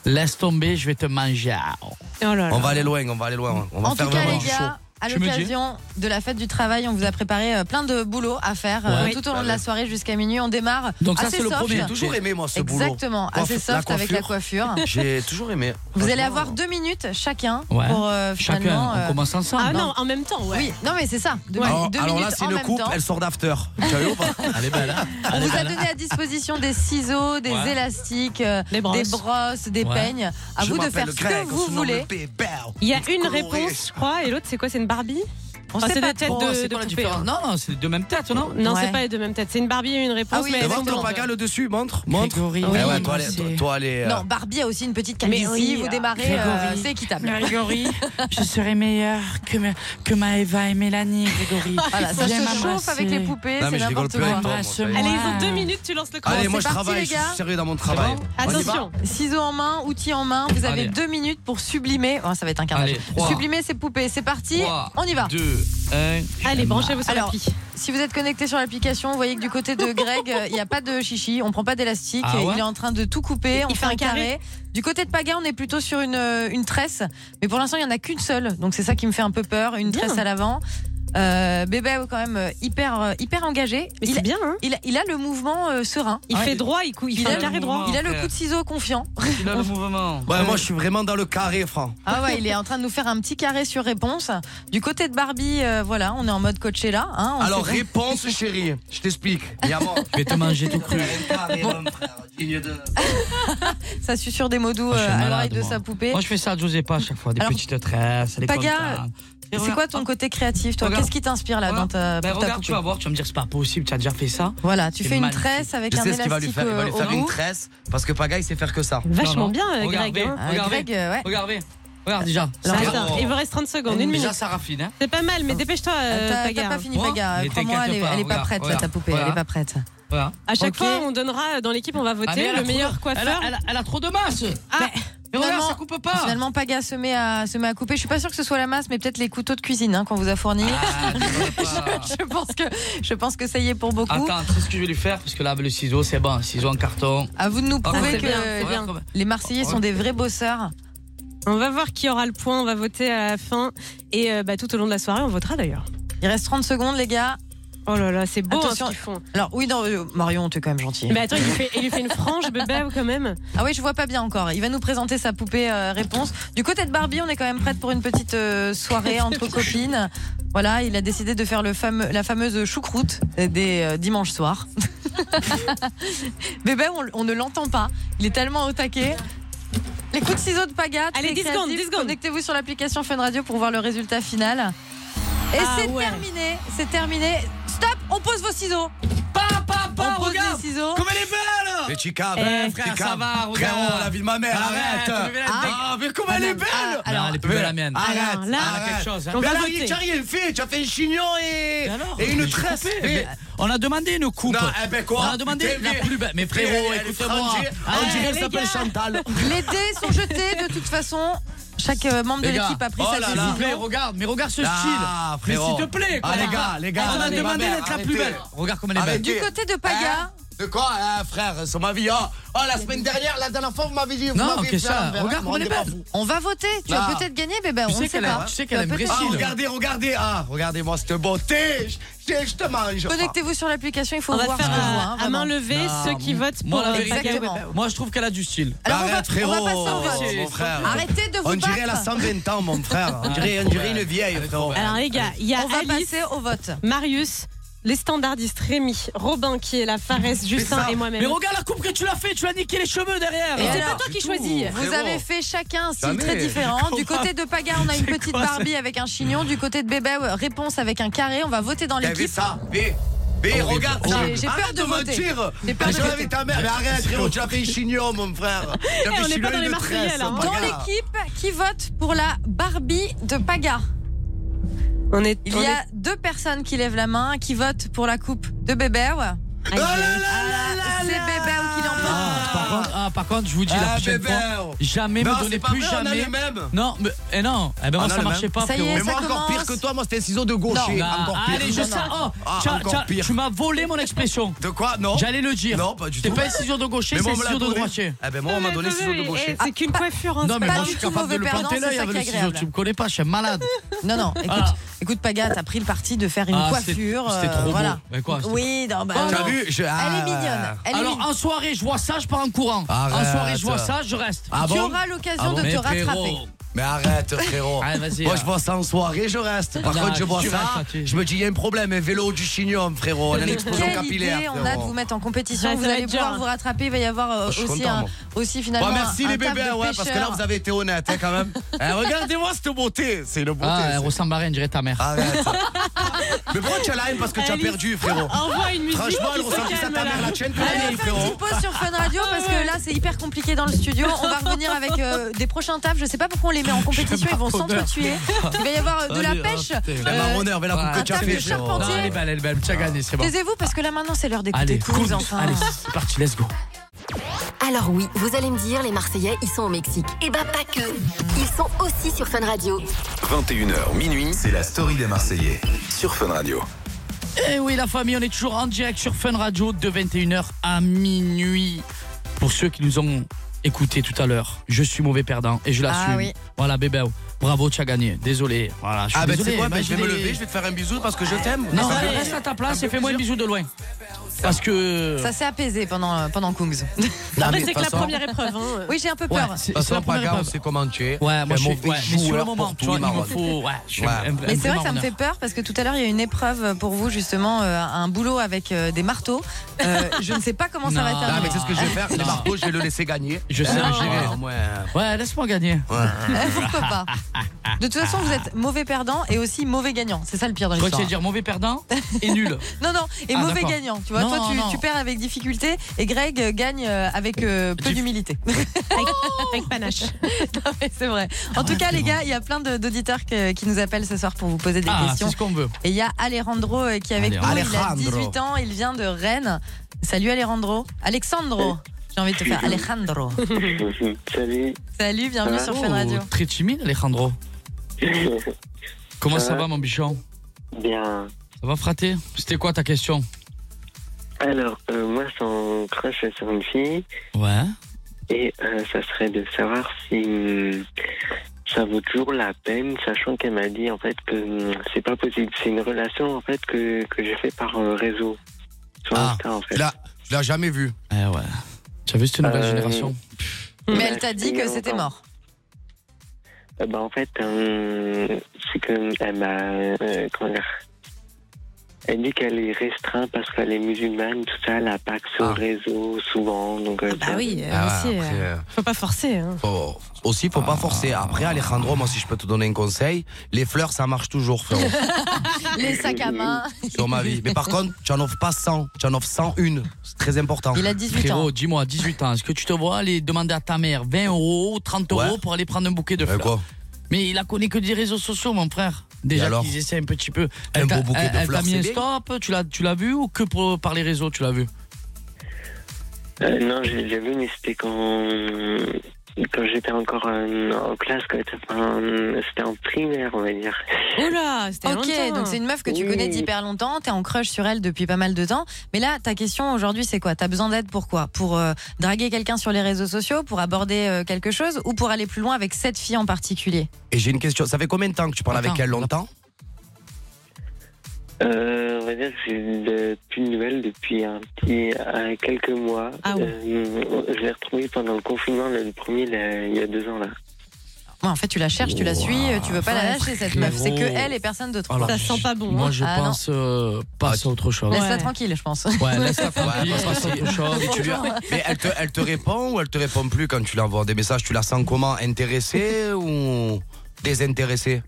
S4: Laisse tomber, je vais te manger.
S7: Oh là là.
S6: on va aller loin, on va aller loin. hein. On va
S8: En
S6: faire
S8: tout cas,
S6: vraiment
S8: les
S6: du
S8: gars, à
S4: Tu me dis
S8: l'occasion de la fête du travail, on vous a préparé euh, plein de boulot à faire euh,
S4: Ouais.
S8: tout au long de la soirée jusqu'à minuit. On démarre
S4: Donc ça,
S8: assez
S4: c'est le
S8: soft.
S4: premier.
S6: J'ai toujours aimé, moi, ce boulot.
S8: Exactement, assez
S6: Coiffe- la
S8: soft avec la coiffure.
S6: J'ai toujours aimé.
S8: Vous allez avoir deux minutes chacun
S4: Ouais.
S8: pour euh,
S4: Chacun,
S8: finalement.
S4: on
S8: euh,
S4: commence ensemble.
S7: Ah non, en même temps, ouais.
S8: Oui, non mais c'est ça. Deux, minutes-
S6: Alors,
S8: deux
S6: alors là,
S8: minutes
S6: c'est
S8: en
S6: une
S8: même
S6: coupe,
S8: temps.
S6: elle sort d'after. Tu as vu ou pas
S4: Elle est belle, hein
S8: On vous a donné à disposition des ciseaux, des
S4: Ouais.
S8: élastiques, euh,
S7: Des brosses.
S8: des brosses, des
S4: Ouais.
S8: peignes. À
S6: Je
S8: vous de
S6: m'appelle
S8: faire ce
S6: Greg,
S8: que
S6: on
S8: vous
S6: se nomme le
S8: voulez.
S6: Bébert.
S7: Il y a une
S6: Coloré.
S7: réponse, je crois, et l'autre, c'est quoi C'est une Barbie
S8: On
S7: Ah,
S8: sait
S7: c'est
S8: pas
S7: des têtes
S8: trop.
S7: de-
S4: c'est
S7: de
S4: quoi la
S7: poupée,
S4: différence
S7: hein.
S4: Non, non, c'est les deux mêmes têtes, non
S7: Non,
S8: Ouais.
S7: c'est pas les deux mêmes têtes. C'est une Barbie et une réponse.
S8: Ah oui,
S7: mais
S8: la
S7: elles
S8: Montre
S7: sont-
S6: Montre Paga le dessus, montre, montre.
S4: Grégory.
S6: Eh
S8: Oui,
S6: ouais, toi, allez, toi, toi, allez, euh,
S8: Non, Barbie a aussi une petite
S4: Mais
S8: calvitie.
S4: oui,
S8: vous
S4: là.
S8: démarrez, euh,
S4: Grégory.
S8: c'est équitable.
S4: Grégory, je serai meilleure que, ma- que Maëva et Mélanie, Grégory.
S8: Voilà, ça
S4: Viens
S8: se chauffe
S4: m'embrasser.
S8: avec les poupées,
S6: Non, mais
S8: c'est
S6: je rigole
S8: n'importe
S6: plus avec
S8: quoi.
S6: toi. moi, ça y est.
S7: Allez, ils ont
S4: Ouais.
S7: deux minutes, tu lances le chrono.
S6: Allez, moi, je
S8: C'est parti,
S6: travaille,
S8: les
S6: je
S8: gars.
S6: suis sérieux dans mon travail.
S4: bon
S6: On y va
S7: Attention.
S8: Ciseaux en main, outils en main, vous avez
S4: Allez.
S8: deux minutes pour sublimer. Oh, ça va être un carnage.
S4: Allez, trois.
S8: sublimer ces poupées, c'est parti,
S4: Trois.
S8: on y va.
S4: 2, 1.
S7: Allez, branchez-vous sur
S8: Alors,
S7: l'appli.
S8: Si vous êtes connecté sur l'application, vous voyez que du côté de Greg, euh, il n'y a pas de chichi, on prend pas d'élastique,
S4: Ah ouais
S8: il est en train de tout couper, on
S7: Il
S8: fait un carré. Du côté de Paga, on est plutôt sur une, euh, une tresse, mais pour l'instant, il n'y en a qu'une seule, donc c'est ça qui me fait un peu peur, une
S7: Bien.
S8: tresse à l'avant. Euh, bébé quand même euh, hyper euh, hyper engagé.
S7: Mais
S8: Il,
S7: c'est bien, hein
S8: il a- il a le mouvement euh, serein.
S7: Il
S8: Ouais.
S7: fait droit, il, cou- il, fait
S8: a
S7: un
S8: le-
S7: carré droit.
S8: il a le
S4: frère.
S8: coup de ciseau confiant.
S4: Il a le mouvement.
S6: Ouais, moi, je suis vraiment dans le carré, Franck.
S8: Ah ouais, il est en train de nous faire un petit carré sur réponse. Du côté de Barbie, euh, voilà, on est en mode coaché là. Hein, on
S6: Alors,
S8: sait-
S6: réponse, chérie. Je t'explique. Il y a mort.
S4: Je vais te manger tout cru.
S8: ça susurre des mots doux
S4: Ah, je suis
S8: euh, à
S4: malade,
S8: l'oreille de
S4: moi.
S8: sa poupée.
S4: Moi, je fais ça à Giuseppa à chaque fois, des
S8: Alors,
S4: petites tresses, les
S8: Paga, euh, C'est quoi ton côté créatif, toi
S4: hein. Regarde.
S8: Qu'est-ce qui t'inspire là dans
S4: Regarde.
S8: ta,
S4: ben
S8: pour ta
S4: regarde, tu
S8: poupée
S4: vas voir, tu vas me dire c'est pas possible, tu as déjà fait ça.
S8: Voilà, tu
S4: C'est
S8: fais une
S4: magnifique.
S8: tresse avec
S6: Je
S8: un
S6: sais ce
S8: élastique
S6: qu'il va lui faire. Il va lui
S8: euh,
S6: faire
S8: au
S6: une
S8: bout.
S6: tresse parce que Paga, il sait faire que ça.
S7: Vachement
S4: Non, non.
S7: bien, euh, Greg.
S4: Regardez.
S7: hein.
S8: Ah,
S4: Regardez.
S8: Greg, euh, ouais.
S4: Regardez, regarde déjà.
S7: Alors,
S4: Ça-
S7: attends, il vous reste 30 secondes, une
S4: Déjà,
S7: minute.
S4: ça raffine. Hein.
S7: C'est pas mal, mais dépêche-toi, euh,
S8: Ah. T'as- T'as
S7: Paga.
S8: pas fini,
S4: Moi
S8: Paga.
S4: Mais
S8: Crois-moi, elle,
S4: t'inquiète
S8: est-
S4: pas,
S8: elle est pas
S4: regarde,
S8: prête, là,
S4: regarde.
S8: ta poupée. Elle
S4: Voilà.
S8: est pas prête.
S4: Voilà.
S7: À chaque
S8: Ok.
S7: fois, on donnera euh, dans l'équipe, on va
S4: Ah, mais
S7: voter
S4: elle a
S7: le
S4: trop-
S7: meilleur
S4: Elle a,
S7: coiffeur.
S4: elle a- elle a trop de masse.
S7: Ah,
S4: Mais regarde,
S8: finalement-
S4: ça coupe pas.
S8: Finalement, Paga se met, à, se met à couper. Je suis pas sûre que ce soit la masse, mais peut-être les couteaux de cuisine hein, qu'on vous a fournis.
S4: Ah, tu vois pas.
S8: je, pense que, je pense que ça y est pour beaucoup.
S4: Attends, tu sais ce que je vais lui faire Parce que là, le ciseau, c'est bon. Ciseau en carton.
S8: À vous de nous
S4: Ah,
S8: prouver
S4: c'est
S8: que
S4: bien, c'est bien.
S8: les Marseillais sont des vrais bosseurs.
S7: on va voir qui aura le point, on va voter à la fin. Et euh, bah, tout au long de la soirée, on votera d'ailleurs.
S8: Il reste 30 secondes, les gars.
S7: Oh là là, c'est beau hein, ce
S8: Attention.
S7: qu'ils font. Bah,
S8: Alors, oui, non, euh, Marion, t'es quand même gentil.
S7: Mais attends, il lui fait, il lui fait une frange, bébé, quand même.
S8: Ah oui, je vois pas bien encore. Il va nous présenter sa poupée euh, réponse. Du côté de Barbie, on est quand même prête pour une petite euh, soirée entre copines. Voilà, il a décidé de faire le fameux, la fameuse choucroute des euh, dimanches soirs. Bébé, on, on ne l'entend pas. Il est tellement au taquet. Les coups de ciseaux de Paga. très
S7: Allez, 10 secondes,
S8: créatif.
S7: 10 secondes.
S8: Connectez-vous sur l'application Fun Radio pour voir le résultat final. Et
S7: Ah
S8: c'est
S7: ouais.
S8: terminé, c'est terminé. Stop, on pose vos ciseaux.
S4: Pa, pa, pa,
S8: on pose
S4: regarde
S8: les ciseaux.
S4: Comme elle est belle
S6: Mais tu caves.
S4: Eh,
S6: tu
S4: frère,
S6: caves.
S4: ça va, regarde.
S6: Frérot, la vie de ma mère,
S4: Arrête,
S6: arrête.
S4: mais là,
S6: Ah, mais comment elle est belle
S8: Ah,
S4: Alors, elle est plus belle la mienne.
S6: Arrête,
S7: Alors, là,
S4: Elle a
S6: arrête.
S4: quelque chose. hein.
S7: On
S6: Mais
S7: va
S6: alors,
S7: voter.
S6: tu as rien fait, tu as fait un chignon et,
S4: Et alors
S6: et
S4: Mais
S6: une
S4: je
S6: tresse.
S4: suis coupé,
S6: Mais-
S4: mais On a demandé une coupe.
S6: Non, eh ben quoi
S4: On
S8: Ah,
S4: a demandé
S6: T'es
S4: la
S6: bien.
S4: plus belle. Mais frérot,
S6: Elle est
S4: écoute-moi.
S6: frangée.
S4: Ah,
S6: On dirait
S4: les
S6: qu'elle s'appelle
S4: gars.
S6: Chantal.
S8: Les dés sont jetés de toute façon. Chaque euh, membre de
S4: Les gars,
S8: l'équipe a pris
S6: oh
S8: sa
S6: là
S4: S'il
S8: décision.
S4: vous plaît, regarde, mais regarde ce
S6: Ah,
S4: style. Mais
S6: frérot.
S4: s'il te plaît,
S6: Ah,
S4: quoi.
S6: les gars, les gars.
S4: On a
S6: allez,
S4: demandé
S6: ma mère,
S4: d'être la plus
S6: arrêtez.
S4: belle. Regarde comme elle est belle.
S8: Du côté de Paga,
S6: Hein De quoi, hein, frère Sur ma vie, hein Oh, la semaine dernière, la dernière fois, vous m'avez dit. vous
S4: Non,
S6: m'avez
S4: que
S6: fait
S4: ça,
S6: un verre,
S4: regarde
S6: vous
S4: comment elle est
S6: rendez pas
S4: belle.
S6: fou.
S8: on va voter. Tu
S6: Là.
S8: vas peut-être gagner, bébé. Ben,
S4: Ah. Tu
S8: on
S4: sais
S8: ne sait
S4: qu'elle
S8: pas.
S4: aime- tu sais qu'elle
S8: vas
S4: aime
S8: peut-être-
S6: Ah,
S4: Brésil.
S6: regardez, regardez. Ah, regardez-moi cette beauté. Je, je- je te mange. Ah,
S8: Connectez-vous sur l'application, il faut
S7: On va
S8: voir
S7: faire
S8: ce qu'on voit, hein,
S7: euh, à
S8: vraiment.
S7: main levée
S4: Non,
S7: ceux qui votent pour
S4: Moi, la
S7: euh,
S4: vérité,
S7: Paga.
S8: Exactement.
S4: moi, je trouve qu'elle a du style.
S8: Alors, on va-
S6: Arrête,
S8: on va,
S6: frérot. Oh,
S8: passer au vote.
S6: Mon frère.
S8: Arrêtez de vous
S6: On
S8: battre.
S6: dirait elle a 120 ans, mon frère. On dirait, on dirait une vieille, frérot.
S7: Alors les gars, il y a
S8: On va
S7: Alice,
S8: passer au vote.
S7: Marius, les standardistes Rémi, Robin qui est la Farès, Justin
S6: ça.
S7: et moi-même.
S4: Mais regarde la coupe que tu l'as fait, tu as niqué les cheveux derrière.
S8: Et
S7: Ah, C'est
S8: alors,
S7: pas toi qui choisis.
S8: Vous avez fait chacun un style
S6: Jamais.
S8: très différent. Du
S4: Comment
S8: côté de Paga, on a une
S4: C'est
S8: petite
S4: quoi, ça
S8: Barbie avec un chignon. Du côté de Bébé, ouais, réponse avec un carré. On va voter dans
S6: T'as vu
S8: l'équipe.
S6: ça B
S4: Ah
S6: B, regarde ça
S8: J'ai- j'ai peur
S6: Arrête
S8: de voter.
S6: mentir
S8: J'ai peur de
S6: Je
S8: voter.
S6: l'avais ta mère Mais arrête frérot, tu as fait un chignon mon frère Tu as
S7: Eh,
S6: fait
S7: on est
S6: chignon
S7: pas dans
S6: et
S7: les
S6: une
S7: Marseillais,
S6: tresse,
S7: là, hein.
S6: mon
S8: Dans
S6: gars.
S8: l'équipe, qui vote pour la Barbie de Paga
S7: On est
S8: Il
S7: on
S8: y
S7: est-
S8: a deux personnes qui lèvent la main, qui votent pour la coupe de Bébé.
S6: Oh là là là là
S8: C'est
S6: là
S8: Bébé qui l'emporte.
S4: Ah, par contre, ah, par contre, je vous dis la
S6: Ah
S4: prochaine
S6: bébé
S4: fois, jamais
S6: Non
S4: me
S6: c'est
S4: donnez
S6: pas
S4: plus
S6: vrai, on a
S4: jamais.
S6: les mêmes
S4: Non, mais eh non, eh
S6: On
S4: ben moi
S6: a
S4: ça
S6: les
S4: marchait
S6: mêmes.
S4: pas.
S8: Ça y est,
S4: frérot.
S6: Mais moi
S8: ça
S6: encore
S8: commence.
S6: pire que toi, moi c'était un ciseau de gaucher
S4: Non,
S6: Encore pire
S4: allez, je sais. Oh,
S6: Ah,
S4: tu as-
S6: encore
S4: tu as-
S6: pire.
S4: Tu m'as volé mon expression.
S6: De quoi Non
S4: J'allais le dire.
S6: Non, pas du
S4: C'est
S6: tout.
S4: pas un ciseau de gaucher,
S6: Mais
S4: c'est
S6: moi,
S4: un
S6: on me l'a
S4: ciseau de
S6: donné.
S4: droitier.
S6: Eh ben moi on m'a donné un ciseau de gaucher Ah.
S7: Eh, C'est qu'une coiffure, hein,
S4: Non, mais
S8: pas
S7: c'est
S4: moi
S8: du
S4: je suis
S8: tout
S4: capable de
S8: mauvais
S4: le
S8: perdant,
S4: planter
S8: c'est
S4: l'œil hein,
S8: ça
S4: avec
S8: qui
S4: le
S8: est
S4: ciseau.
S8: agréable.
S4: Tu me connais pas, je suis un malade. Ah.
S8: Non, non, écoute,
S4: Voilà.
S8: écoute Paga, t'as pris le parti de faire une
S4: Ah, c'était-
S8: coiffure. euh,
S4: c'était trop beau.
S8: voilà.
S4: Mais quoi, c'était-
S8: Oui, non, bah.
S6: Tu as
S8: non.
S6: vu je-
S8: Elle est
S6: Ah.
S8: mignonne. Elle est
S4: Alors
S8: mignonne.
S4: en soirée, je vois ça, je pars en courant. En
S6: Arrête.
S4: soirée, je vois ça, je reste.
S6: Ah
S8: Tu
S6: bon
S8: auras l'occasion
S6: Ah bon
S8: de
S4: Mais
S8: te
S4: frérot,
S8: rattraper.
S6: Mais arrête, frérot.
S4: Ah, vas-y,
S6: Moi,
S4: là.
S6: je bois ça en soirée, je reste. Par
S4: Non,
S6: contre, je bois
S4: tu restes,
S6: ça.
S4: toi, tu-
S6: Je me dis, il y a un problème. Un vélo du chignon, frérot. On a une
S8: Mais
S6: explosion
S8: quelle
S6: capillaire.
S8: idée, on a de
S6: frérot.
S8: vous mettre en compétition.
S7: Ouais, ça
S8: vous
S7: va
S8: allez
S7: être dur,
S8: pouvoir
S7: hein.
S8: vous rattraper. Il va y avoir euh,
S6: Ah, je suis
S8: aussi,
S6: content,
S8: un-
S6: moi.
S8: aussi
S6: Bon,
S8: finalement.
S6: merci
S8: un
S6: les
S8: taf
S6: bébés,
S8: de
S6: ouais, parce que là,
S8: pêcheur.
S6: vous avez été honnête hein, quand même. Eh, Regardez-moi cette beauté. C'est une beauté.
S4: Ah,
S6: c'est-
S4: elle ressemble à rien, je dirais ta mère.
S6: Arrête. Mais pourquoi tu as la haine parce que tu as
S7: Alice.
S6: perdu, frérot
S7: Envoie une musique.
S6: Franchement, elle
S7: qui se
S6: ressemble plus à
S7: calme,
S6: ta mère,
S7: là.
S6: la tienne, que
S8: Allez,
S6: la
S8: on
S6: mienne,
S8: fait une
S6: frérot.
S8: petite pause sur Fun Radio parce que là c'est hyper compliqué dans le studio. On va revenir avec euh, des prochains tafs. Je sais pas pourquoi on les met en compétition, ils vont s'entretuer. Il va y avoir euh, de la
S4: Allez, oh,
S8: pêche.
S4: putain.
S6: La
S8: Euh,
S6: marronneur, vers la coupe
S4: Ouais,
S6: que tu as
S8: un taf
S6: fait,
S8: de
S6: frérot.
S8: charpentier. Ah.
S4: Non, elle est belle, elle est belle, tu as gagné, c'est bon.
S8: Taisez-vous parce que là maintenant c'est l'heure
S4: Allez,
S8: d'écouter
S4: cool.
S8: Cruz enfin.
S4: Allez, c'est parti, let's go.
S11: Alors oui, vous allez me dire, les Marseillais, ils sont au Mexique. Eh ben pas que. Ils sont aussi sur Fun Radio.
S1: 21h minuit, c'est la story des Marseillais sur Fun Radio.
S4: Eh oui, la famille, on est toujours en direct sur Fun Radio de 21h à minuit. Pour ceux qui nous ont écoutés tout à l'heure, je suis mauvais perdant et je l'assume.
S8: Ah oui.
S4: Voilà, bébé, bravo, tu as gagné. Désolé. Voilà, je suis
S6: Ah, ben
S4: désolé.
S6: c'est quoi
S4: mais
S6: ben, Je vais
S4: l'ai-
S6: me lever, je vais te faire un bisou parce que je t'aime.
S4: Non,
S6: Ça
S4: allez,
S6: fait
S4: reste à ta place et fais-moi un bisou de loin. Parce que.
S8: Ça s'est apaisé pendant, euh, pendant Kungs.
S6: Non, mais
S7: Après,
S6: de
S7: c'est
S6: toute
S7: que la
S6: façon-
S7: première épreuve. hein.
S8: Oui, j'ai un peu
S4: Ouais,
S8: peur.
S4: c'est
S6: De toute
S4: c'est la
S6: façon,
S4: première
S6: Paga, on
S4: épreuve.
S6: sait comment tu es.
S4: Ouais, moi
S6: Un
S4: je suis
S6: mauvais
S4: ouais, mais sur le
S6: joueur
S4: moment,
S6: pour
S4: tu
S6: tous
S4: vois,
S6: les
S4: il me
S6: marronneurs.
S4: faut. Ouais, je suis
S6: Ouais.
S4: un- un
S8: Mais
S4: peu
S8: c'est vrai que ça me
S4: marronneur.
S8: fait peur parce que tout à l'heure il y a une épreuve pour vous justement, euh, un boulot avec euh, des marteaux. Euh, je ne sais pas comment ça va
S4: Non.
S6: Non, mais
S8: terminer.
S6: c'est ce que je vais faire. Les
S4: Non.
S6: marteaux, je vais le laisser gagner.
S4: Je sais,
S6: Ah,
S4: je vais.
S6: au moins.
S4: Ouais, laisse-moi gagner.
S8: Pourquoi pas De toute façon, vous êtes mauvais perdant et aussi mauvais gagnant. C'est ça le pire dans
S4: Je crois que
S8: l'histoire.
S4: tu allais dire mauvais perdant et nul.
S8: Non, non, et
S4: Ah,
S8: mauvais
S4: d'accord.
S8: gagnant. Tu vois,
S4: Non,
S8: toi, tu,
S4: non.
S8: tu perds avec difficulté et Greg euh, gagne euh, avec euh, peu
S4: Dif-
S8: d'humilité.
S7: Avec, avec panache.
S8: Non, mais c'est vrai.
S4: Ah,
S8: En tout cas, les gars, il y a plein de- d'auditeurs que- qui nous appellent ce soir pour vous poser des
S4: Ah, c'est
S8: questions.
S4: ce qu'on veut.
S8: Et il y a Alejandro euh, qui est avec nous. Il a
S6: Alejandro.
S8: 18 ans, il vient de Rennes. Salut Alejandro. Alexandro. J'ai envie de te faire Alejandro.
S9: Salut.
S8: Salut, bienvenue sur Fun Radio.
S4: Oh, Très timide, Alejandro. Comment ça va, mon bichon
S9: Bien.
S4: Ça va, frater C'était quoi ta question
S9: Alors, euh, moi, son crush sur une fille,
S4: Ouais.
S9: et euh, ça serait de savoir si hum, ça vaut toujours la peine, sachant qu'elle m'a dit en fait que hum, c'est pas possible. C'est une relation en fait que, que j'ai fait par euh, réseau. Sur
S6: Ah,
S9: Insta, en fait.
S6: Je l'ai- je l'ai jamais vu.
S4: Eh ouais. Tu as vu cette nouvelle
S9: Euh,
S4: génération
S8: Mais elle t'a dit que c'était mort.
S9: Euh, bah, en fait, euh, c'est qu'elle m'a. euh, comment dire Elle dit qu'elle est restreinte parce qu'elle est musulmane, tout ça, elle n'a pas accès
S6: Ah.
S9: au réseau souvent. Donc, euh,
S7: Bah oui, euh,
S6: Ah ouais,
S7: aussi,
S6: après,
S7: euh,
S6: euh,
S7: faut pas forcer. hein.
S6: faut- Oh, aussi, faut
S4: Ah.
S6: pas forcer. Après, Alejandro, moi, si je peux te donner un conseil, les fleurs, ça marche toujours, frérot,
S8: Les sacs à main.
S6: sur ma vie. Mais par contre, tu n'en offres pas 100, tu en offres 101. C'est très important.
S8: Il a 18 ans.
S4: Frérot, dis-moi, 18 ans, est-ce que tu te vois aller demander à ta mère 20 euros, 30 euros
S6: Ouais.
S4: pour aller prendre un bouquet de
S6: Euh,
S4: fleurs
S6: quoi
S4: Mais il la connaît que des réseaux sociaux, mon frère.
S6: Et
S4: Déjà
S6: alors
S4: qu'ils essaient un petit peu.
S6: Un
S4: Elle t'a-
S6: beau bouquet de
S4: elle- elle
S6: fleurs,
S4: t'a mis
S6: c'est
S4: un
S6: bien.
S4: stop, tu l'as, tu l'as vu ou que pour- par les réseaux, tu l'as vu
S9: Euh, non, j'ai déjà vu, mais c'était quand, quand j'étais encore euh, en classe, quand j'étais- enfin, c'était en primaire, on va dire.
S7: Oh là, c'était
S8: Ok,
S7: longtemps.
S8: donc c'est une meuf que tu connais
S9: Oui.
S8: d'hyper longtemps, t'es en crush sur elle depuis pas mal de temps. Mais là, ta question aujourd'hui, c'est quoi T'as besoin d'aide pour quoi Pour euh, draguer quelqu'un sur les réseaux sociaux, pour aborder euh, quelque chose ou pour aller plus loin avec cette fille en particulier
S6: Et j'ai une question. Ça fait combien de temps que tu parles avec
S4: Attends.
S6: elle longtemps
S9: Euh, on va dire que j'ai de- plus de nouvelles depuis un petit, un- quelques mois.
S7: Ah ouais.
S9: Euh, je l'ai retrouvée pendant le confinement, le premier, là, il y a deux ans, là.
S8: Ouais, En fait, tu la cherches, tu la
S4: Ouah.
S8: suis, euh, tu veux pas la lâcher cette meuf. C'est que
S4: Frérot.
S8: elle et personne d'autre. quoi.
S4: Alors,
S7: Ça sent pas bon,
S4: Moi,
S7: hein.
S4: je
S8: Ah, non.
S4: pense euh, passe
S6: Ah,
S4: à autre chose.
S8: Laisse-la
S7: Ouais.
S8: tranquille, je pense.
S4: Ouais, laisse-la tranquille,
S6: parce que
S4: passe à autre chose.
S6: Tu lui as- Mais elle te, elle te répond ou elle te répond plus quand tu lui envoies des messages Tu la sens comment Intéressée ou désintéressée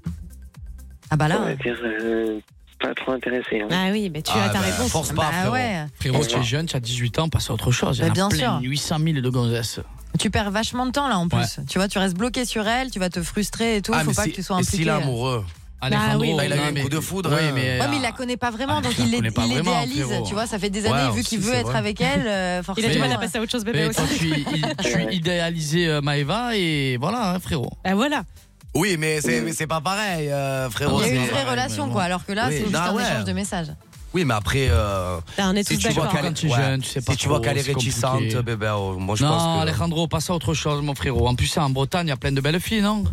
S8: Ah bah
S9: On va
S8: là.
S9: dire euh, pas trop intéressée. hein.
S7: Ah oui, mais tu
S6: Ah,
S7: as ta
S6: bah,
S7: réponse.
S6: Force pas,
S8: Bah
S6: frérot.
S8: ouais.
S4: Frérot, tu es jeune, tu as 18 ans, passe à autre chose. Il y en
S8: Bah,
S4: a
S8: bien
S4: plein,
S8: sûr.
S4: 800 000 de gonzesses.
S8: Tu perds vachement de temps là en plus.
S4: Ouais.
S8: Tu vois, tu restes bloqué sur elle, tu vas te frustrer et tout.
S6: Ah,
S8: Faut
S6: mais
S8: pas
S6: si-
S8: que tu sois
S6: et s'il
S8: impliqué. Bah
S6: est amoureux
S4: Alejandro,
S7: oui,
S6: Là, Bah, il a eu
S4: non,
S6: un
S4: mais-
S6: coup de foudre,
S4: Oui,
S6: hein.
S4: mais,
S8: Ouais, mais il la connaît pas vraiment,
S4: Ah,
S8: donc
S4: je la
S8: il l'é-
S4: connais pas
S8: il
S4: vraiment,
S8: l'idéalise.
S4: frérot.
S8: Tu vois, ça fait des années,
S6: Ouais,
S8: vu qu'il
S6: aussi,
S8: veut
S6: c'est
S8: être
S6: vrai.
S8: avec elle, euh,
S7: Il a
S8: forcément.
S7: du mal à passer à autre chose, bébé
S4: mais
S7: aussi.
S4: toi, tu, il- tu idéalisais euh, Maëva et voilà, hein, frérot.
S7: Bah voilà.
S6: Oui, mais c'est mais c'est pas pareil, euh, frérot.
S8: Il y a eu
S6: c'est-
S8: une vraie relation,
S4: mais
S8: quoi. Alors que là,
S6: Oui.
S8: c'est juste
S6: Ah
S8: un
S6: ouais.
S8: échange de messages.
S6: Oui, mais après, euh,
S8: Ah,
S7: Bah, on est
S6: si
S7: tous
S6: tu
S7: d'accord.
S6: vois
S8: hein.
S6: qu'elle
S4: Quand tu es
S6: ouais.
S4: jeune, tu sais pas
S6: si tu
S4: trop,
S6: vois qu'elle est
S4: c'est compliqué.
S6: réticente, bébé, oh, moi je
S4: non,
S6: pense que.
S4: Alejandro, passe à autre chose, mon frérot. En plus, en Bretagne, il y a plein de belles filles, non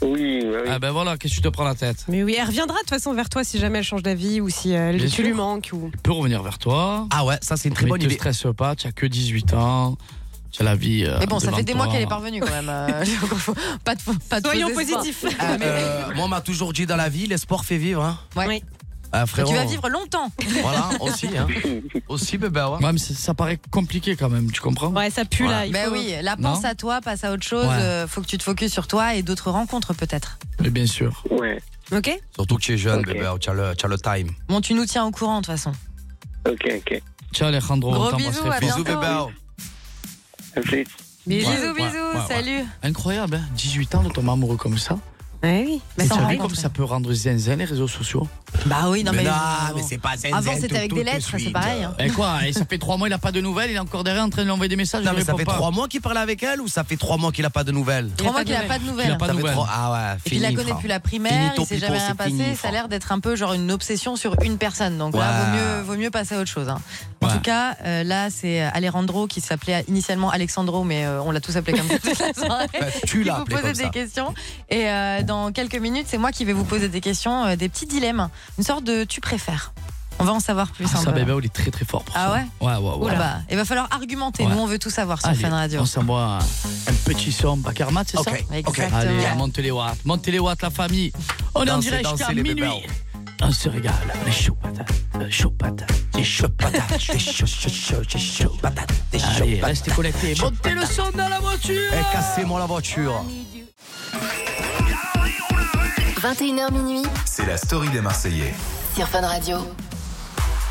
S9: Oui, bah oui.
S4: Ah ben voilà, qu'est-ce que tu te prends la tête
S7: Mais oui, elle reviendra de toute façon vers toi si jamais elle change d'avis ou si euh,
S4: Bien
S7: tu
S4: sûr.
S7: lui manques. Ou...
S4: Il peut revenir vers toi.
S6: Ah ouais, ça c'est une très
S4: mais
S6: bonne
S4: te
S6: idée.
S4: stresse pas, tu as que 18 ans. C'est la vie. euh,
S8: Mais bon, ça
S4: devant
S8: fait des mois
S4: toi.
S8: qu'elle est parvenue quand même. euh, faut- pas de, pas de
S7: Soyons
S8: faux espoirs.
S7: positifs.
S8: Ah, mais-
S6: Euh, moi, on m'a toujours dit dans la vie, les sports fait vivre. Hein.
S8: ouais.
S6: Ah,
S8: Et
S6: frérot.
S8: tu vas vivre longtemps.
S6: Voilà, aussi. Hein. Aussi, bébé. ah ouais.
S4: Ouais, mais c'est- ça paraît compliqué quand même, tu comprends
S7: Ouais, ça pue là. il
S8: Ben
S7: faut-
S8: oui, là
S4: Non.
S8: pense à toi, passe à autre chose.
S4: Ouais.
S8: euh, faut que tu te focuses sur toi et d'autres rencontres peut-être.
S4: Mais bien sûr.
S9: Ouais,
S7: Ok
S6: Surtout que tu es jeune,
S9: Ok.
S6: bébé. oh, Tu as, le- tu as le time.
S8: Bon, tu nous tiens au courant de toute façon.
S9: ok, ok.
S4: Ciao Alejandro,
S8: Gros
S4: on t'embrasse
S8: bisous,
S4: très
S8: à
S4: fort.
S6: Bisous,
S8: bientôt.
S6: bébé.
S9: À plus.
S8: Bisous,
S4: ouais,
S8: bisous,
S4: ouais, ouais.
S8: salut.
S4: Incroyable, hein 18 ans de tomber amoureux comme ça.
S7: Ouais, oui.
S8: Mais
S4: Et
S8: ça
S4: t'as
S8: en
S4: vu
S8: raconte,
S4: comme
S8: hein.
S4: ça peut rendre zinzin les réseaux sociaux
S8: Bah oui, non mais.
S6: pas zen,
S8: Avant,
S6: zen,
S8: c'était
S6: tout,
S8: avec
S6: tout,
S8: des
S6: tout de
S8: lettres, c'est
S6: suite.
S8: pareil, hein.
S4: Et Eh, quoi Et ça fait 3 mois, il a pas de nouvelles, il est encore derrière en train de lui envoyer des messages.
S6: Non,
S4: il
S6: mais ça
S4: répond
S6: fait
S4: pas.
S6: trois mois qu'il parle avec elle ou ça fait trois mois qu'il a pas de nouvelles
S8: Trois mois qu'il a pas de
S4: Il a
S8: nouvelles.
S4: pas de
S6: Ça fait
S4: nouvelles.
S6: trois- Ah ouais,
S8: Et puis il la
S6: fini,
S8: connaît
S6: frère.
S8: plus la primaire,
S6: Finito,
S8: il s'est
S6: pipo,
S8: jamais
S6: c'est
S8: rien passé.
S6: fini,
S8: ça
S6: frère.
S8: a l'air d'être un peu genre une obsession sur une personne. Donc là, vaut
S6: Ouais.
S8: mieux, vaut mieux passer à autre chose. hein. En
S4: Ouais.
S8: tout cas, euh, là, c'est Alejandro qui s'appelait initialement Alexandro, mais euh, on l'a tous appelé comme ça toute la soirée.
S6: Bah, tu
S8: qui
S6: l'as
S8: vous
S6: appelé comme
S8: pose
S6: ça.
S8: des questions. Et euh, dans quelques minutes, c'est moi qui vais vous poser des questions, euh, des petits dilemmes, une sorte de tu préfères. On va en savoir plus.
S4: Ah,
S8: un
S4: ça,
S8: peu.
S4: bébé, il est très très fort pour
S8: Ah
S4: ça.
S8: ouais
S4: Ouais, ouais, ouais.
S8: Ah bah, il va falloir argumenter.
S4: Ouais.
S8: Nous, on veut tout savoir sur
S4: Allez,
S8: Fun Radio.
S4: On s'envoie un, un petit son Bacarmat, c'est ça
S6: Ok, ok.
S8: Exactement.
S4: Allez, montez les watts, montez les watts, la famille. On est en
S6: Dansez,
S4: direct
S6: dansez,
S4: jusqu'à
S6: les
S4: minuit.
S6: bébés.
S4: On se régale, on est chaud patate, euh, chaud patate, c'est chaud patate, c'est chaud, chaud, chaud, c'est chaud patate, c'est chaud Allez, restez connectés, montez le son dans la voiture
S6: Eh, cassez-moi la voiture.
S11: 21h minuit
S1: C'est la story des Marseillais.
S11: sur Fun Radio.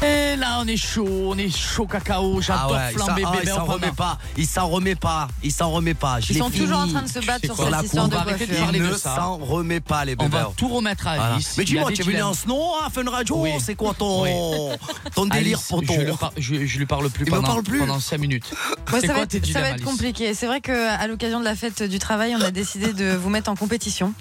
S4: Et là, on est chaud, on est chaud cacao,
S6: Ah
S4: j'adore
S6: ouais, il s'en-
S4: flamber
S6: ah, il
S4: bébé,
S6: s'en
S4: on
S6: remet pas. Il s'en remet pas. Il s'en remet pas. Je
S8: Ils
S6: l'ai
S8: sont
S6: fini.
S8: toujours en train de se battre
S4: sais
S8: sur
S4: quoi,
S8: cette
S4: la
S8: histoire
S4: cour,
S8: de
S4: on va arrêter de
S8: coiffure.
S4: parler
S6: Il ne
S4: de ça.
S6: s'en remet pas, les
S4: On
S6: bébés.
S4: va tout remettre à
S6: Voilà.
S4: Alice.
S6: Mais
S4: Il y a
S6: dis-moi,
S4: des
S6: tu es venu
S4: dilemmes.
S6: en snow Oh, à Fun Radio
S4: Oui.
S6: C'est quoi ton, ton délire
S4: Alice,
S6: pour ton.
S4: je, le par- je, je lui parle plus,
S6: Il me
S4: pendant,
S6: parle plus. Bah,
S4: pendant 5 minutes.
S8: Ouais,
S4: c'est
S8: ça,
S4: quoi
S8: va
S4: tes
S8: être, ça
S4: dilemmes,
S8: va être
S4: Alice
S8: compliqué. C'est vrai qu'à l'occasion de la fête du travail, on a décidé de vous mettre en compétition.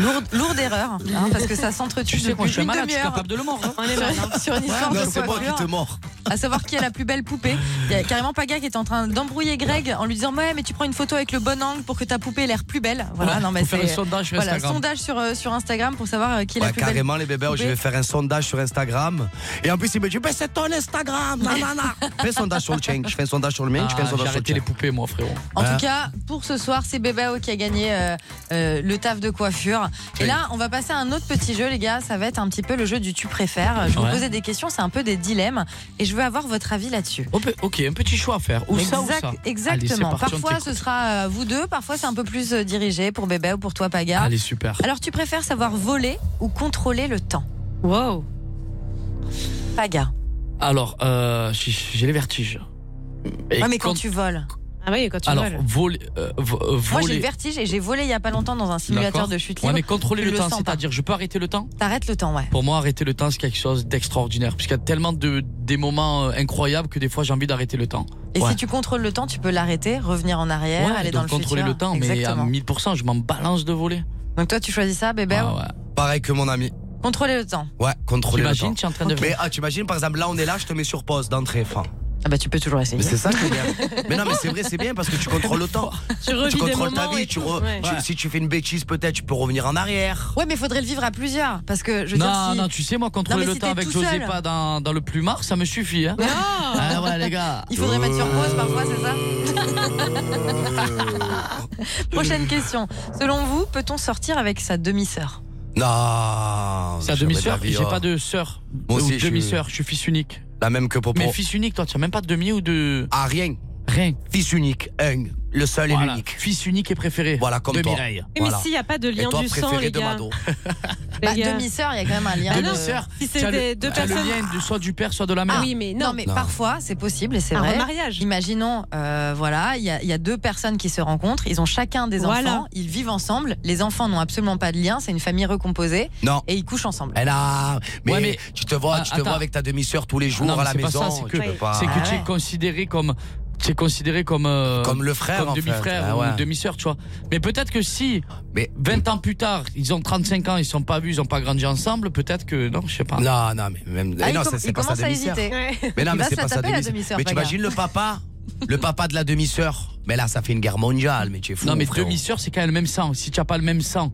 S8: Lourde, lourde erreur, hein, parce que ça s'entretue
S4: Tu sais qu'on
S8: depuis
S4: je suis
S8: une
S4: malade, je suis
S8: demi-heure
S4: capable de le mordre.
S7: On est mal, hein.
S8: sur une histoire
S6: Non,
S8: de
S6: c'est moi qui
S8: coiffure,
S6: te mords.
S8: à savoir qui a la plus belle poupée. Il y a carrément Paga qui est en train d'embrouiller Greg en lui disant ouais mais tu prends une photo avec le bon angle pour que ta poupée ait l'air plus belle. Voilà, non mais
S4: Faut faire un
S8: c'est
S4: sondage sur
S8: voilà
S4: Instagram.
S8: sondage sur euh, sur Instagram pour savoir euh, qui est
S6: Bah,
S8: la plus belle.
S6: carrément, les bébés, je vais faire un sondage sur Instagram. Et en plus, il me dit, ben, c'est ton Instagram, nanana. Fais un sondage sur le tien. Je fais un sondage sur le mien, je fais un
S4: Ah,
S6: sondage
S4: J'ai
S6: sur le
S4: arrêté
S6: tien.
S4: les poupées, moi, frérot.
S8: En
S6: Hein
S8: tout cas, pour ce soir, c'est Bébao qui a gagné euh, euh, le taf de coiffure. Et
S4: Oui.
S8: là, on va passer à un autre petit jeu, les gars. Ça va être un petit peu le jeu du tu préfères. Je vais
S4: Ouais.
S8: vous poser des questions, c'est un peu des dilemmes. Et je veux avoir votre avis là-dessus.
S4: On peut- Oh, Ok, un petit choix à faire. Ou ça ou
S8: Exact-
S4: ça.
S8: Exactement.
S4: Allez, c'est parti, on
S8: parfois, ce
S4: t'écoute.
S8: sera euh, vous deux. Parfois, c'est un peu plus euh, dirigé pour Bébé ou pour toi, Paga.
S4: Allez, super.
S8: Alors, tu préfères savoir voler ou contrôler le temps
S7: Wow.
S8: Paga.
S4: Alors, euh, j'ai- j'ai les vertiges. Et
S8: Ouais, mais quand
S4: quand-
S8: tu voles.
S7: Ah oui, quand tu
S4: Alors,
S7: voles.
S4: voler. euh, vo- euh,
S8: Moi, j'ai
S4: voler-
S8: le vertige et j'ai volé il y a pas longtemps dans un
S4: D'accord.
S8: simulateur de chute
S4: Ouais,
S8: libre.
S4: mais contrôler
S8: tu
S4: le,
S8: le
S4: temps,
S8: sens pas.
S4: c'est-à-dire, je peux arrêter le temps
S8: T'arrêtes le temps, ouais.
S4: Pour moi, arrêter le temps, c'est quelque chose d'extraordinaire. Parce qu'il y a tellement de, des moments euh, incroyables que des fois, j'ai envie d'arrêter le temps.
S8: Et
S4: Ouais.
S8: si tu contrôles le temps, tu peux l'arrêter, revenir en arrière,
S4: Ouais,
S8: aller dans
S4: donc
S8: le
S4: contrôler
S8: futur.
S4: le temps,
S8: Exactement.
S4: mais à 1000%, je m'en balance de voler.
S8: Donc toi, tu choisis ça, bébé.
S4: Ah ouais.
S6: Pareil que mon ami.
S8: Contrôler le temps.
S6: Ouais, contrôler le
S4: T'imagines,
S6: temps.
S4: tu es en train de.
S6: Mais ah, t'imagines, par exemple, là, on est là, je te mets sur pause d'entrée, fin.
S8: Ah bah tu peux toujours essayer.
S6: Mais c'est ça qui est bien. mais non, mais c'est vrai, c'est bien parce que tu contrôles le temps.
S7: Tu revis
S6: Tu
S7: des
S6: contrôles ta
S7: moments et
S6: vie. Tu
S7: tout.
S6: re-
S7: Ouais.
S6: tu- Si tu fais une bêtise, peut-être, tu peux revenir en arrière.
S8: Ouais, mais faudrait le vivre à plusieurs parce que je veux
S4: Non,
S8: dire si.
S4: non, tu sais, moi, contrôler
S8: mais
S4: le
S8: si
S4: temps
S8: t'es
S4: avec
S8: tout
S4: José
S8: seul.
S4: pas dans, dans le plumard, ça me suffit. Hein. Ah ouais, les gars.
S8: Il faudrait mettre sur pause parfois, c'est ça Prochaine question. Selon vous, peut-on sortir avec sa demi-sœur
S6: Non.
S4: C'est à
S6: jamais de la
S4: demi-sœur,
S6: vie,
S4: j'ai
S6: oh.
S4: pas de sœur.
S6: Moi
S4: ou
S6: aussi, je-
S4: demi-sœur, je suis fils unique.
S6: La même que Popo.
S4: Mais fils unique, toi, tu as même pas de demi ou de.
S6: Ah, rien.
S4: Rien.
S6: Fils unique, un. Le seul et
S4: Voilà.
S6: l'unique.
S4: Fils unique et préféré.
S6: Voilà, comme
S4: de
S6: toi.
S4: Mireille.
S7: Oui, mais
S6: Voilà.
S7: s'il n'y a pas de
S6: Et
S7: lien
S6: toi,
S7: du sang,
S6: préféré
S7: les
S6: de
S7: gars.
S6: Mado.
S7: les
S8: Bah,
S7: gars.
S8: demi-sœur, il y a quand même un lien.
S7: Ah
S8: de-
S7: non,
S4: Demi-sœur.
S7: si
S4: Tu as
S7: c'est
S4: le-
S7: des-
S6: bah,
S7: deux
S4: tu as le
S7: personnes.
S4: lien de- soit du père, soit de la mère.
S7: Ah oui, mais non.
S8: Non, mais
S6: Non.
S8: parfois, c'est possible et c'est
S7: un
S8: vrai.
S7: remariage.
S8: Imaginons, euh, voilà, il y, a- il y a deux personnes qui se rencontrent, ils ont chacun des
S7: Voilà.
S8: enfants, ils vivent ensemble, les enfants n'ont absolument pas de lien, c'est une famille recomposée
S6: Non.
S8: et ils couchent ensemble.
S6: Elle a. Mais,
S4: Ouais, mais-
S6: tu te vois,
S4: Ah,
S6: tu te vois
S4: attends. Ah
S6: avec ta demi-sœur tous les jours
S4: Non, mais
S6: à la
S4: c'est pas ça,
S6: maison.
S4: c'est
S6: tu
S4: que-
S6: peux pas-
S4: C'est que
S8: Ah
S4: tu es
S8: ouais.
S4: considéré comme. Tu es considéré comme. euh,
S6: Comme le frère,
S4: comme
S6: en fait.
S4: demi-frère
S6: Ah
S4: ou
S6: ouais.
S4: demi-sœur, tu vois. Mais peut-être que si,
S6: Mais
S4: 20 ans plus tard, ils ont 35 ans, ils sont pas vus, ils ont pas grandi ensemble, peut-être que. Non, je sais pas.
S6: non, non, mais même.
S8: Ah,
S6: eh
S8: il
S6: non,
S8: com-
S6: c'est-
S8: il
S6: c'est pas sa
S8: commence à
S6: demi-sœur.
S8: hésiter.
S6: Mais non,
S8: Il
S6: mais
S8: va
S6: c'est
S8: se
S6: pas
S8: la
S6: sa
S8: taper, la
S6: demi-sœur.
S8: demi-sœur,
S6: Mais
S8: Paga.
S6: t'imagines le papa, le papa de la demi-sœur. Mais là, ça fait une guerre mondiale. Mais tu es fou.
S4: non, mais
S6: frérot.
S4: demi-sœur, c'est quand même le même sang. Si tu n'as pas le même sang,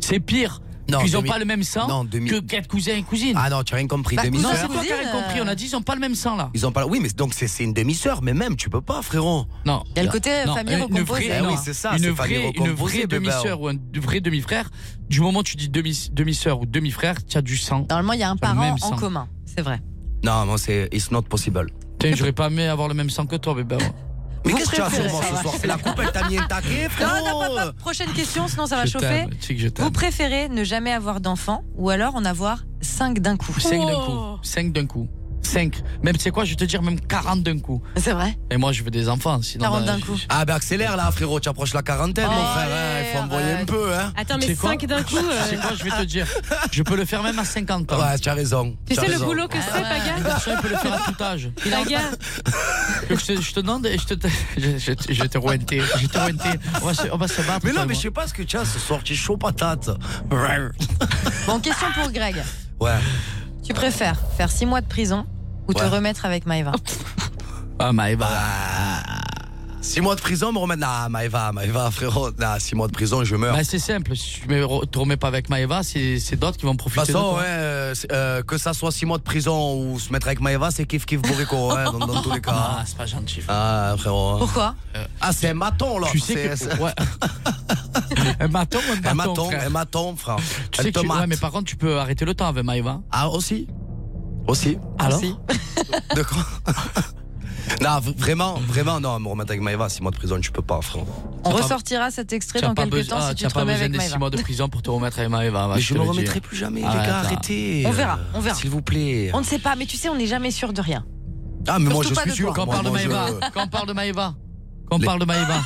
S4: c'est pire.
S6: Non,
S4: Ils n'ont
S6: demi-
S4: pas le même sang
S6: non, demi-
S4: que quatre cousins et cousines.
S6: Ah non, tu as rien compris.
S4: Bah,
S6: demi
S4: cousin, c'est toi qui as rien compris. On a dit ils n'ont pas le même sang là.
S6: Ils ont pas. Oui, mais donc c'est c'est une demi-sœur, mais même tu peux pas, frérot.
S4: Non.
S8: Il y a le côté
S4: Non,
S8: famille
S4: une- une
S8: recomposée.
S4: vraie-
S6: Eh
S4: non,
S6: oui, c'est ça,
S4: une
S6: c'est famille
S4: vraie, une
S6: recomposée,
S4: vraie
S6: bébé.
S4: demi-sœur ou un de- vrai demi-frère, du moment où tu dis demi- demi-sœur ou demi-frère, tu as du sang.
S8: Normalement, il y a un
S4: Sur le
S8: parent
S4: même
S8: en
S4: sang.
S8: commun, c'est vrai.
S6: Non, moi c'est it's not possible.
S4: Putain, j'aurais pas aimé avoir le même sang que toi, bébé. moi.
S6: Mais
S8: Vous
S6: qu'est-ce que tu as sur
S8: préférez
S6: moi
S8: ça,
S6: ce
S8: ouais.
S6: soir C'est la coupe, elle t'a mis un taquet,
S8: Non, non, pas-
S6: frérot.
S8: pas- Prochaine question, sinon ça va
S4: Je
S8: chauffer.
S4: t'aime, tu sais que je t'aime.
S8: Vous préférez ne jamais avoir d'enfant ou alors en avoir 5 d'un coup
S4: 5 d'un
S7: Oh.
S4: coup. 5 d'un coup. 5. Même, tu sais quoi, je vais te dire, même 40 d'un coup.
S8: C'est vrai
S4: Et moi, je veux des enfants. Sinon,
S8: 40
S4: bah,
S8: d'un
S4: je-
S8: coup.
S4: je-
S6: Ah ben accélère là, frérot, tu approches la quarantaine, mon
S8: Oh,
S6: frère. hein, Il faut envoyer un
S8: arrête.
S6: peu, hein.
S7: Attends,
S4: Tu
S7: mais
S4: sais quoi
S7: 5 d'un coup. euh,
S4: Tu sais quoi, je vais te dire. Je peux le faire même à 50 ans.
S6: Ouais, tu as raison.
S7: tu
S6: as
S7: sais le
S6: raison.
S7: boulot que
S8: Ah ouais.
S7: c'est,
S4: Le
S7: Paga
S4: garçon, il peut le faire à tout âge.
S7: Paga,
S4: Donc, je, te, je te demande et je te. Je, je, je vais te rouenter. Je vais te rouenter. On va se, on va se battre.
S6: Mais
S4: toi
S6: non,
S4: et
S6: mais je
S4: moi.
S6: sais pas ce que tu as ce soir, tu es chaud patate. Ouais.
S8: Bon, question pour Greg. Tu préfères faire 6 mois de prison ou te
S6: Ouais.
S8: remettre avec Maëva
S4: Ah, Maëva.
S6: Six mois de prison, me remettre. Non, Maëva, Maëva, frérot. Non, six mois de prison, je meurs.
S4: Bah, c'est simple. Si tu me re- te remets pas avec Maëva, c'est c'est d'autres qui vont
S6: De
S4: profiter.
S6: toute façon,
S4: de toi.
S6: ouais, euh, c'est- euh, que ça soit 6 mois de prison ou se mettre avec Maeva, c'est kiff kiff bourrico, ouais, dans, dans tous les
S4: Ah,
S6: cas.
S4: c'est pas gentil. Euh,
S6: Ah, frérot.
S8: Pourquoi
S6: Ah, c'est un maton, là.
S4: Tu sais que.
S6: C'est- c'est-
S4: Ouais. un maton ou
S6: Un
S4: un bâton
S6: maton,
S4: frère
S6: un maton, frère.
S4: Tu
S6: Un
S4: sais que tu-
S6: tomate.
S4: ouais, mais par contre, tu peux arrêter le temps avec Maëva.
S6: Ah, aussi. Aussi.
S4: Alors
S6: Aussi. De quoi Non, v- vraiment, vraiment, non, me remettre avec Maeva, 6 mois de prison, tu peux pas, frère.
S8: On
S4: T'as pas-
S8: ressortira cet extrait
S4: Tu n'as
S8: dans
S4: pas,
S8: quelques
S4: besoin-
S8: temps
S4: ah,
S8: si tu
S4: t'as
S8: te
S4: pas
S8: remets
S4: besoin
S8: avec
S4: des 6
S8: Maëva.
S4: mois de prison pour te remettre avec Maëva. va,
S6: mais
S4: je
S6: je
S4: te
S6: me
S4: le dis.
S6: remettrai plus jamais, les
S4: Arrête,
S6: gars,
S4: arrête.
S6: arrêtez.
S8: On verra, on verra.
S6: S'il vous plaît.
S8: On ne sait pas, mais tu sais, on n'est jamais sûr de rien.
S6: Ah, mais moi,
S8: Surtout
S6: je
S8: pas
S6: suis
S8: de
S6: sûr.
S8: toi.
S4: Quand on
S6: Moi,
S4: parle de
S6: moi, je-
S4: Maëva, quand on parle de Maëva, quand on parle de Maëva.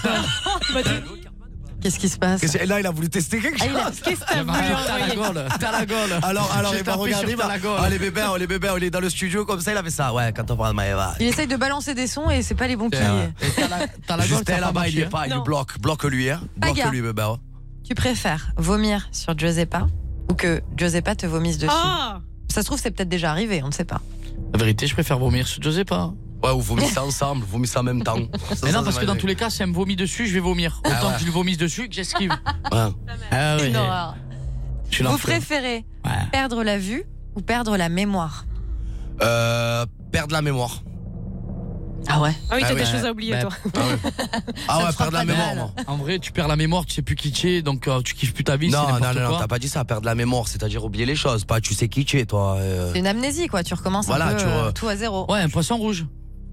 S8: Qu'est-ce qui se passe
S6: Qu'est-ce que- Là, il a voulu tester quelque
S8: Ah,
S6: chose.
S8: il a- Qu'est-ce que
S4: T'as
S8: t'as voulu
S4: la
S8: envoyer
S4: gueule, t'as la gueule.
S6: Alors, alors
S4: J'ai
S6: il va
S4: tapé sur
S6: regarder, il va-
S4: ta gueule.
S6: Ah, les bébés, oh, les bébés, oh, il est dans le studio comme ça, il avait ça. Ouais, quand on parle de Maëva.
S8: Il essaye de balancer des sons et c'est pas les bons qui.
S6: ouais.
S4: Et T'as la, t'as la gueule,
S6: Juste
S4: t'as pas
S6: là-bas, il y
S4: marché.
S6: est pas, il
S7: Non.
S6: bloque, bloque lui, hein. Bloque
S8: Paga.
S6: lui, bébé. hein.
S8: Tu préfères vomir sur Giuseppa ou que Giuseppa te vomisse dessus
S7: Ah
S8: Ça se trouve, c'est peut-être déjà arrivé, on ne sait pas.
S4: La vérité, je préfère vomir sur Giuseppa.
S6: Ouais, ou vous mettez ça ensemble, vous mettez ça en même temps. Ça,
S4: Mais
S6: ça,
S4: non, parce
S6: ça
S4: que
S6: va
S4: dans
S6: être-
S4: tous les cas, si elle me vomit dessus, je vais vomir. Autant
S6: ouais.
S4: que je le vomisse dessus que j'esquive.
S6: Ouais.
S4: Ah ouais,
S8: Une horreur.
S4: je suis
S8: Vous
S4: l'enfer.
S8: préférez
S4: Ouais.
S8: perdre la vue ou perdre la mémoire
S6: Euh, perdre la mémoire.
S8: Ah ouais
S7: Ah oui,
S6: Ah
S7: t'as des
S6: ouais.
S7: choses à oublier,
S4: Bah,
S7: toi.
S6: Ah ouais, ah ouais
S8: te
S6: perdre
S8: fera
S6: la
S8: pas de
S6: mémoire,
S8: mal.
S6: moi.
S4: En vrai, tu perds la mémoire, tu sais plus qui tu es, donc euh, tu kiffes plus ta vie. c'est
S6: Non, non,
S4: n'importe
S6: non, non,
S4: quoi.
S6: t'as pas dit ça, perdre la mémoire, c'est-à-dire oublier les choses, pas tu sais qui tu es, toi. euh.
S8: C'est une amnésie, quoi. Tu recommences un
S6: Voilà,
S8: peu
S6: tu
S8: euh,
S6: re-
S8: tout à zéro.
S4: Ouais, un poisson rouge.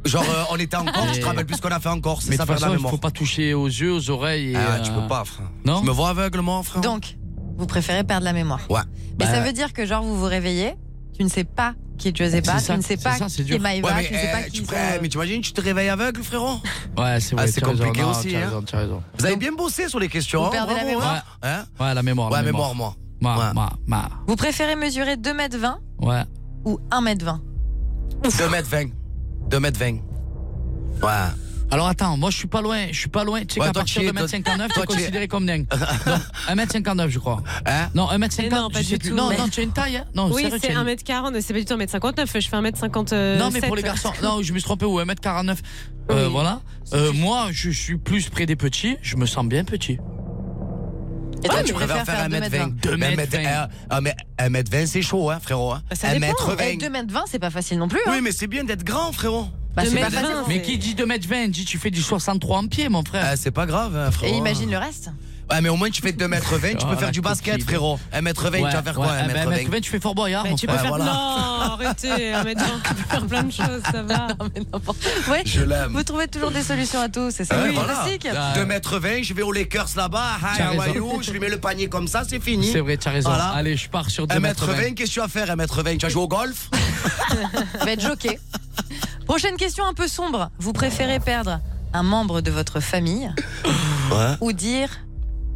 S6: Genre, euh, on était en Corse,
S4: Mais-
S6: tu te rappelles plus ce qu'on a fait en Corse, c'est
S4: Mais de
S6: ça,
S4: toute
S6: perdre la
S4: façon, il
S6: mémoire.
S4: faut pas toucher aux yeux, aux oreilles. et,
S6: Ah, tu
S4: euh,
S6: peux pas, frère.
S4: Non
S6: Tu me vois aveugle, moi, frère
S8: Donc, vous préférez perdre la mémoire.
S6: Ouais.
S8: Mais
S4: Bah,
S8: ça veut dire que, genre, vous vous réveillez, tu ne sais pas qui est Giuseppa,
S4: C'est ça,
S8: tu ne sais
S4: c'est
S8: pas
S4: ça, c'est
S8: qui est
S4: dur.
S8: Maëva,
S6: Ouais, mais,
S8: tu ne sais pas
S6: eh,
S8: qui
S6: tu
S8: sont,
S6: prends-
S8: euh,
S6: mais t'imagines, tu te réveilles aveugle, frérot
S4: Ouais, c'est vrai.
S6: Ah, c'est
S4: tu as raison.
S6: compliqué
S4: Non,
S6: aussi,
S4: Tu as
S6: hein.
S4: raison, tu as raison.
S6: Vous avez bien bossé sur les questions.
S8: Vous
S6: hein,
S8: perdez la
S6: bravo,
S8: mémoire.
S6: hein. Hein
S4: Ouais, la mémoire.
S6: Ouais,
S4: la
S6: mémoire, moi.
S4: Ma,
S6: Ouais.
S4: ma, ma.
S8: Vous préférez mesurer 2m20
S4: Ouais.
S8: ou 1m20
S6: 2 mètres 20. 2 mètres 20. Ouais.
S4: Alors attends, moi je suis pas loin, je suis pas loin. Tu sais
S6: Ouais,
S4: qu'à
S6: toi,
S4: partir
S6: tu
S4: de
S6: es- toi-
S4: 1m59, tu
S6: toi,
S4: es
S6: tu es-
S4: considéré comme dingue. Donc 1m59, je crois.
S6: Hein
S4: Non,
S7: Mais
S4: 1m50,
S7: non, pas
S4: je sais
S7: du
S4: plus.
S7: tout,
S4: Non,
S7: mais-
S4: non, tu as une taille. hein. Non,
S7: Oui,
S4: sérieux, tu
S7: c'est
S4: as une-
S7: 1m40, c'est pas du tout 1m59, je fais
S8: euh,
S7: 1m57.
S4: Non, mais pour les garçons, non, je me suis trompé, ou 1m49. Euh,
S7: Oui.
S4: Voilà. Euh, moi, je suis plus près des petits, je me sens bien petit.
S8: Et toi,
S6: Ouais,
S8: tu préfères faire
S6: 1 mètre
S8: 2m20
S4: 2 mètres 20.
S6: 1 mètre 20, c'est chaud, hein, frérot. hein.
S7: Bah, ça
S6: 1
S7: dépend.
S6: mètre
S8: Eh,
S6: 20.
S8: 2m20, c'est pas facile non plus. hein.
S6: Oui, mais c'est bien d'être grand, frérot.
S8: Bah, c'est pas
S7: 2m20,
S8: facile.
S4: Mais
S7: C'est-
S4: qui dit 2m20 dit tu fais du 63 en pied, mon frère.
S6: Euh, c'est pas grave, hein, frérot.
S8: Et imagine le reste.
S6: Ouais, mais au moins, tu fais 2 mètres 20, tu
S4: Oh,
S6: peux faire
S4: la
S6: du basket,
S4: coquille.
S6: frérot. 1 mètre 20, tu vas faire quoi, 1 mètre 20
S4: 1m20, tu fais Fort Boyard,
S7: Mais
S4: mon
S7: tu peux
S4: frère.
S6: Ouais,
S7: faire.
S6: voilà.
S7: Non, Oh, arrêtez, 1m20, tu peux faire plein de choses, ça va.
S8: Ouais.
S6: Je l'aime.
S8: Vous trouvez toujours des solutions à tout, c'est ça
S6: Ah ouais,
S8: le
S6: voilà.
S8: classique.
S4: Ah,
S6: 2 mètres 20, je vais aux Lakers là-bas, hi,
S4: Tu as
S6: how are
S4: raison.
S6: you je lui mets le panier comme ça, c'est fini.
S4: C'est vrai, tu as raison.
S6: Voilà.
S4: Allez, je pars sur
S6: 1 mètre 20,
S4: 2m20.
S6: qu'est-ce que tu vas faire, 1 mètre 20 Tu vas jouer au golf
S8: Je vais être joqué. Prochaine question un peu sombre. Vous préférez perdre un membre de votre famille
S6: Ouais.
S8: ou dire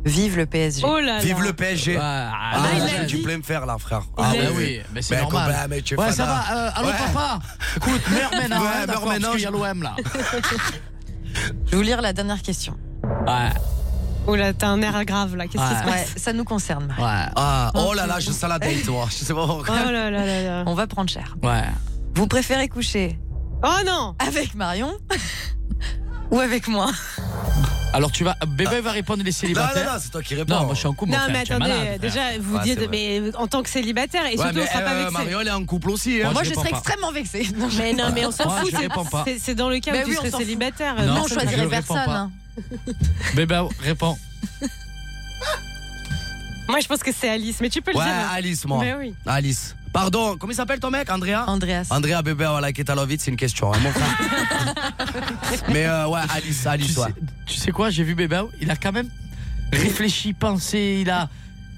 S8: vive le PSG
S7: Oh là là.
S6: Vive le PSG.
S4: Ah,
S6: Ah,
S4: là,
S7: il
S4: j'ai
S7: l'a
S6: j'ai
S4: du-
S6: du
S7: dit.
S6: plein me faire là, frère.
S4: Ah,
S7: Il l'a
S4: bah
S7: dit.
S4: oui, mais c'est
S6: Mais
S4: normal.
S6: copain, ben, mais tu es
S4: ouais, ça
S6: fanat.
S4: va. euh, allô,
S6: Ouais.
S4: papa Écoute, meurs maintenant.
S6: Ouais,
S4: hein,
S6: meurs
S4: d'accord,
S6: maintenant,
S4: parce qu'il y a
S6: je-
S4: l'OM là.
S8: Je vais vous lire la dernière question.
S4: Ouais,
S7: Oh là, t'as un air grave là, qu'est-ce qui se
S4: Ouais.
S7: passe
S8: Ouais, ça nous concerne. Marie.
S4: ouais,
S6: Ah, oh là là, je sens la date, moi. Je sais pas pourquoi.
S7: Oh là là là là.
S8: On va prendre cher.
S4: ouais.
S8: Vous préférez coucher
S7: Oh non
S8: avec Marion ou avec moi
S4: Alors tu vas. Bébé va répondre les célibataires.
S6: non, c'est toi qui
S4: réponds. Non, moi je suis en couple.
S7: Non,
S4: mon frère,
S7: mais
S4: tu es
S7: attendez,
S4: malade,
S7: euh,
S4: frère.
S7: déjà, vous
S4: Ouais,
S7: dites,
S4: c'est vrai.
S7: mais en tant que célibataire, et surtout, on sera pas vexé.
S6: Mariole euh, est en couple aussi.
S4: Moi,
S6: hein.
S4: je réponds pas.
S8: vexée.
S7: Mais non, mais on s'en
S4: Moi,
S7: fout.
S4: je
S7: c'est-
S4: réponds pas.
S7: c'est- C'est dans le cas
S8: Mais
S7: où
S8: oui,
S7: tu
S8: on
S7: serais
S8: s'en fout.
S7: célibataire.
S4: Non,
S7: Personne
S8: on
S4: je
S8: choisirait
S4: réponds
S8: personne.
S4: pas.
S8: hein.
S4: Bébé, réponds.
S7: Moi, je pense que c'est Alice, mais tu peux le
S6: Ouais,
S7: dire.
S6: Alice, moi.
S7: Mais oui.
S6: Alice. Pardon, comment il s'appelle ton mec, Andrea
S8: Andreas.
S6: Andrea, bébé, voilà, qui est à la vie, c'est une question. hein, mon frère. Mais euh, ouais, Alice,
S4: Tu
S6: Alice, ouais.
S4: sais, tu sais quoi, j'ai vu Bébé, il a quand même réfléchi, pensé, il a.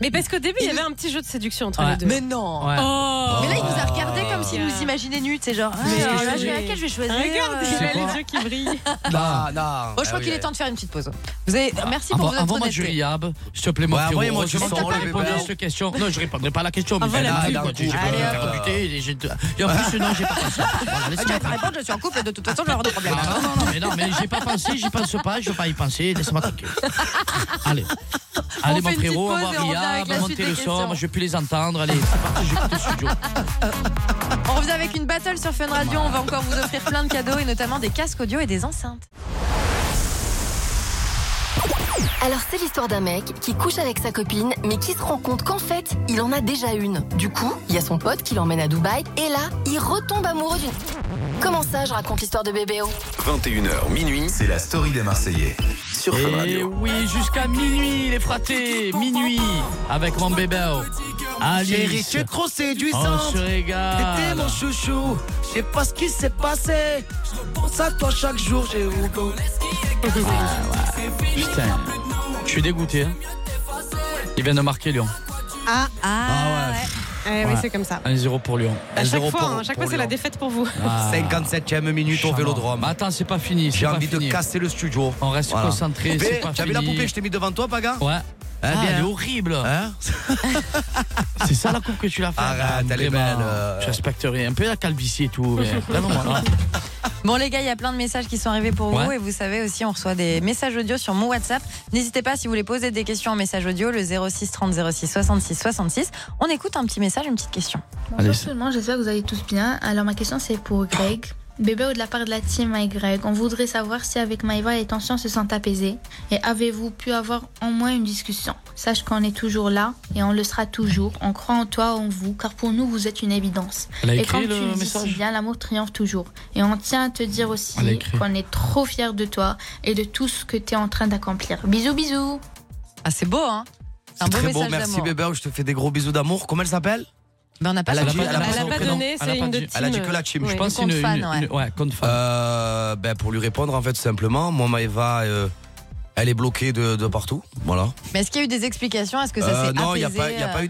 S7: Mais parce qu'au début, il y
S8: Il-
S7: avait un petit jeu de séduction entre
S4: Ouais.
S7: les deux.
S8: Mais non.
S4: Ouais.
S7: Oh
S8: Mais là, il nous a regardé comme s'il
S7: Ah.
S8: nous imaginait nus. C'est genre, ah,
S7: Mais
S8: alors
S7: je
S8: là,
S7: sais.
S8: je vais laquelle je vais choisir.
S7: Regarde,
S8: euh,
S4: C'est
S7: il a
S4: quoi
S7: les yeux qui brillent.
S6: ah, Non, non.
S8: Oh, je crois
S6: Ah oui,
S8: qu'il est
S6: oui.
S8: temps de faire une petite pause. Vous avez... euh, Merci pour
S4: Avant-
S8: votre
S4: Avant-moi,
S8: honnêteté.
S6: hein,
S4: Juliab, s'il te plaît, mon
S6: Ouais,
S4: frérot,
S6: envoyez-moi
S4: tu
S6: du sang,
S4: m'entends
S6: les
S4: répondre à
S6: bébés.
S4: cette question. Non, je répondrai pas à la question, mais
S7: Ah, voilà.
S4: j'ai
S6: Ah,
S4: pas
S6: d'un coup,
S4: j'ai
S6: euh,
S4: pas interrompu, j'ai- et en plus, non, j'ai pas pensé. Voilà, laisse-moi
S8: Je vais te
S4: tranquille.
S8: répondre, je suis en couple, de toute façon, je vais avoir des problèmes.
S4: Ah, non, non, non, mais non, mais j'ai pas pensé, j'y pense pas, je vais pas y penser, laisse-moi tranquille. Allez. Allez,
S8: fait
S4: mon
S8: une petite
S4: frérot,
S8: pause
S4: on
S8: et on
S4: va
S8: revient avec la
S4: Riab,
S8: suite
S4: montez
S8: des
S4: le
S8: questions.
S4: son, moi je vais plus les entendre. Allez, c'est parti, j'écoute le studio.
S8: On revient avec une battle sur Fun Radio. On va encore vous offrir plein de cadeaux et notamment des casques audio et des enceintes.
S11: Alors c'est l'histoire d'un mec qui couche avec sa copine, mais qui se rend compte qu'en fait, il en a déjà une. Du coup, il y a son pote qui l'emmène à Dubaï, et là, il retombe amoureux d'une... Comment ça, je raconte l'histoire de Bébéo
S1: 21h minuit, c'est la story des Marseillais. Sur
S6: Eh
S1: Fun
S4: Et
S1: Radio.
S4: Eh oui, jusqu'à minuit, les fratés, minuit, avec mon bébé.
S6: Chérie,
S4: Alice, Oh,
S6: tu es trop
S4: on
S6: séduisante.
S4: se
S6: T'étais
S4: régale.
S6: mon chouchou. Je sais pas ce qui s'est passé. Je pense à toi chaque jour, j'ai eu beau.
S4: Putain, je suis dégoûté. hein. Il vient de marquer Lyon.
S7: Ah,
S6: Ah ouais.
S7: eh oui,
S4: Ouais.
S7: c'est comme
S8: Ah.
S7: ça.
S4: 1-0 pour Lyon.
S7: À chaque
S6: zéro
S7: fois,
S6: pour-
S7: hein, à chaque
S6: pour
S7: fois, c'est la
S6: Lyon.
S7: défaite pour vous.
S4: Ah,
S6: 57ème minute au
S4: charmant.
S6: vélodrome.
S4: Mais Attends, c'est pas fini. c'est
S6: J'ai
S4: pas
S6: envie de
S4: fini.
S6: casser le studio.
S4: On reste
S6: Voilà.
S4: concentré.
S6: Poupée,
S4: C'est pas
S6: T'as
S4: fini.
S6: vu la poupée que je t'ai mis devant toi, Paga
S4: Ouais. Ah,
S6: bien.
S4: elle est horrible.
S6: Hein
S4: C'est ça la coupe que tu l'as fait.
S6: Arrête, elle est
S4: Vraiment.
S6: belle, euh.
S4: Je respecte rien. Un peu la calvitie et tout. mais vraiment, voilà.
S8: Bon les gars, il y a plein de messages qui sont arrivés pour vous
S4: Ouais.
S8: et vous savez aussi on reçoit des messages audio sur mon WhatsApp. N'hésitez pas si vous voulez poser des questions en message audio le 06 30 06 66 66. On écoute un petit message, une petite question.
S4: Allez,
S12: Bonjour tout le monde, j'espère que vous allez tous bien. Alors ma question c'est pour Greg. Bébé ou de la part de la team My Greg, on voudrait savoir si avec Maïva les tensions se sont apaisées et avez-vous pu avoir au moins une discussion Sache qu'on est toujours là et on le sera toujours. On croit en toi, en vous, car pour nous vous êtes une évidence.
S4: Elle a
S12: et comme tu
S4: écrit le
S12: le dis si
S4: message
S12: bien, l'amour triomphe toujours. Et on tient à te dire aussi
S4: Elle a écrit.
S12: qu'on est trop fiers de toi et de tout ce que tu es en train d'accomplir. Bisous bisous
S8: Ah c'est beau hein. C'est
S6: C'est
S8: un beau
S6: très beau,
S8: message
S6: merci
S8: d'amour.
S6: bébé, je te fais des gros bisous d'amour. Comment elle s'appelle
S8: Ben, on n'a pas
S6: Elle a
S8: ça.
S6: dit- elle a
S7: Elle a
S6: son
S7: pas
S6: prénom.
S7: donné,
S4: Elle a
S7: c'est
S4: pas
S7: une de
S4: dit-
S7: team. euh,
S6: elle a dit que la team.
S7: Ouais.
S4: Je pense
S8: compte
S4: une, une,
S8: fan,
S4: une-
S8: ouais.
S4: ouais. compte fan.
S6: Euh, ben, pour lui répondre, en fait, simplement, moi, Maëva, euh, elle est bloquée de, de partout. Voilà.
S8: Mais est-ce qu'il y a eu des explications Est-ce que ça
S6: Euh,
S8: s'est
S6: non, il n'y a,
S8: apaisé,
S6: pas- y a
S8: euh,
S6: pas eu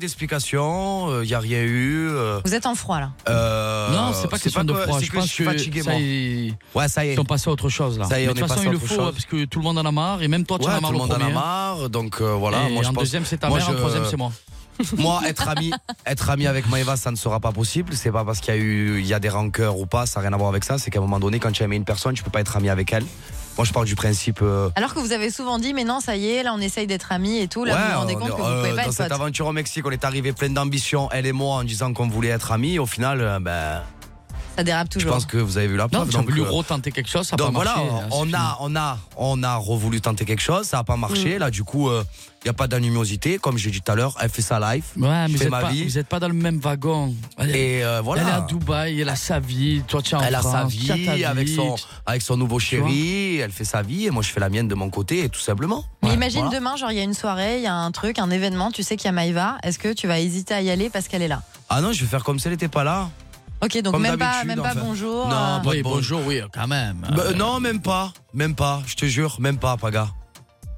S6: d'explication, il n'y a rien eu. euh,
S8: Vous êtes en froid là.
S6: euh,
S4: non, c'est pas question de
S6: que-
S4: froid.
S6: c'est
S4: Je pense
S6: suis fatigué,
S4: que ça,
S6: moi.
S4: ils
S6: Ouais, ça y
S4: ils
S6: est.
S4: sont passés à autre chose là.
S6: Ça y est,
S4: Mais
S6: on
S4: de
S6: est
S4: toute façon,
S6: passé à
S4: il le
S6: autre
S4: faut hein,
S6: chose.
S4: parce que tout le monde en a marre et même toi, tu en
S6: Ouais,
S4: as
S6: tout
S4: marre
S6: le
S4: le
S6: monde en
S4: premier. hein.
S6: a marre, donc euh, voilà.
S4: Et
S6: moi, je
S4: en
S6: pense,
S4: deuxième, c'est ta
S6: moi,
S4: mère. En
S6: je-
S4: troisième, c'est moi.
S6: Moi, être ami, être ami avec Maëva, ça ne sera pas possible. C'est pas parce qu'il y a eu, il y a des rancœurs ou pas, ça n'a rien à voir avec ça. C'est qu'à un moment donné, quand tu aimes une personne, tu peux pas être ami avec elle. Moi, je pars du principe. euh,
S8: Alors que vous avez souvent dit mais non ça y est là on essaye d'être amis et tout là vous vous rendez
S6: on-
S8: compte que vous
S6: euh,
S8: pouvez pas
S6: dans
S8: être
S6: cette
S8: potes.
S6: aventure au Mexique, on est arrivé plein d'ambition, elle et moi, en disant qu'on voulait être amis. Au final, euh, ben,
S8: Ça dérape
S6: je
S8: toujours.
S6: pense que vous avez vu la
S4: Non,
S6: preuve.
S4: tu as
S6: donc,
S4: voulu
S6: euh,
S4: retenter quelque chose, ça n'a pas
S6: donc voilà,
S4: marché. hein,
S6: on
S4: c'est
S6: a,
S4: fini.
S6: on a, on a revoulu tenter quelque chose, ça n'a pas
S4: Mm.
S6: marché. Là, du coup, il n'y a pas d'animosité. Comme j'ai dit tout à l'heure, elle fait sa life. je
S4: Ouais, mais
S6: fais
S4: vous êtes
S6: ma
S4: pas-
S6: vie.
S4: vous n'êtes pas dans le même wagon. Allez.
S6: Et euh, voilà.
S4: Elle est à Dubaï, elle a sa vie, toi tu es en
S6: Elle a sa
S4: France,
S6: vie,
S4: tu as ta
S6: avec son
S4: tu-
S6: avec son nouveau
S4: vois
S6: chéri, elle fait sa vie et moi je fais la mienne de mon côté et tout simplement.
S8: Mais
S4: Ouais,
S8: imagine
S6: voilà.
S8: demain, genre il y a une soirée, il y a un truc, un événement, tu sais qu'il y a Maïva, est-ce que tu vas hésiter à y aller parce qu'elle est là
S6: Ah non, je vais faire comme si elle n'était pas là.
S8: Ok, donc
S6: Comme
S8: même pas,
S6: d'habitude,
S8: même pas
S6: enfin.
S8: bonjour.
S6: Non,
S8: euh,
S6: bah,
S4: Oui,
S6: bon-
S4: bonjour, oui, quand même.
S6: Bah,
S4: Euh,
S6: euh, non, même pas, même pas. Je te jure, même pas, Paga,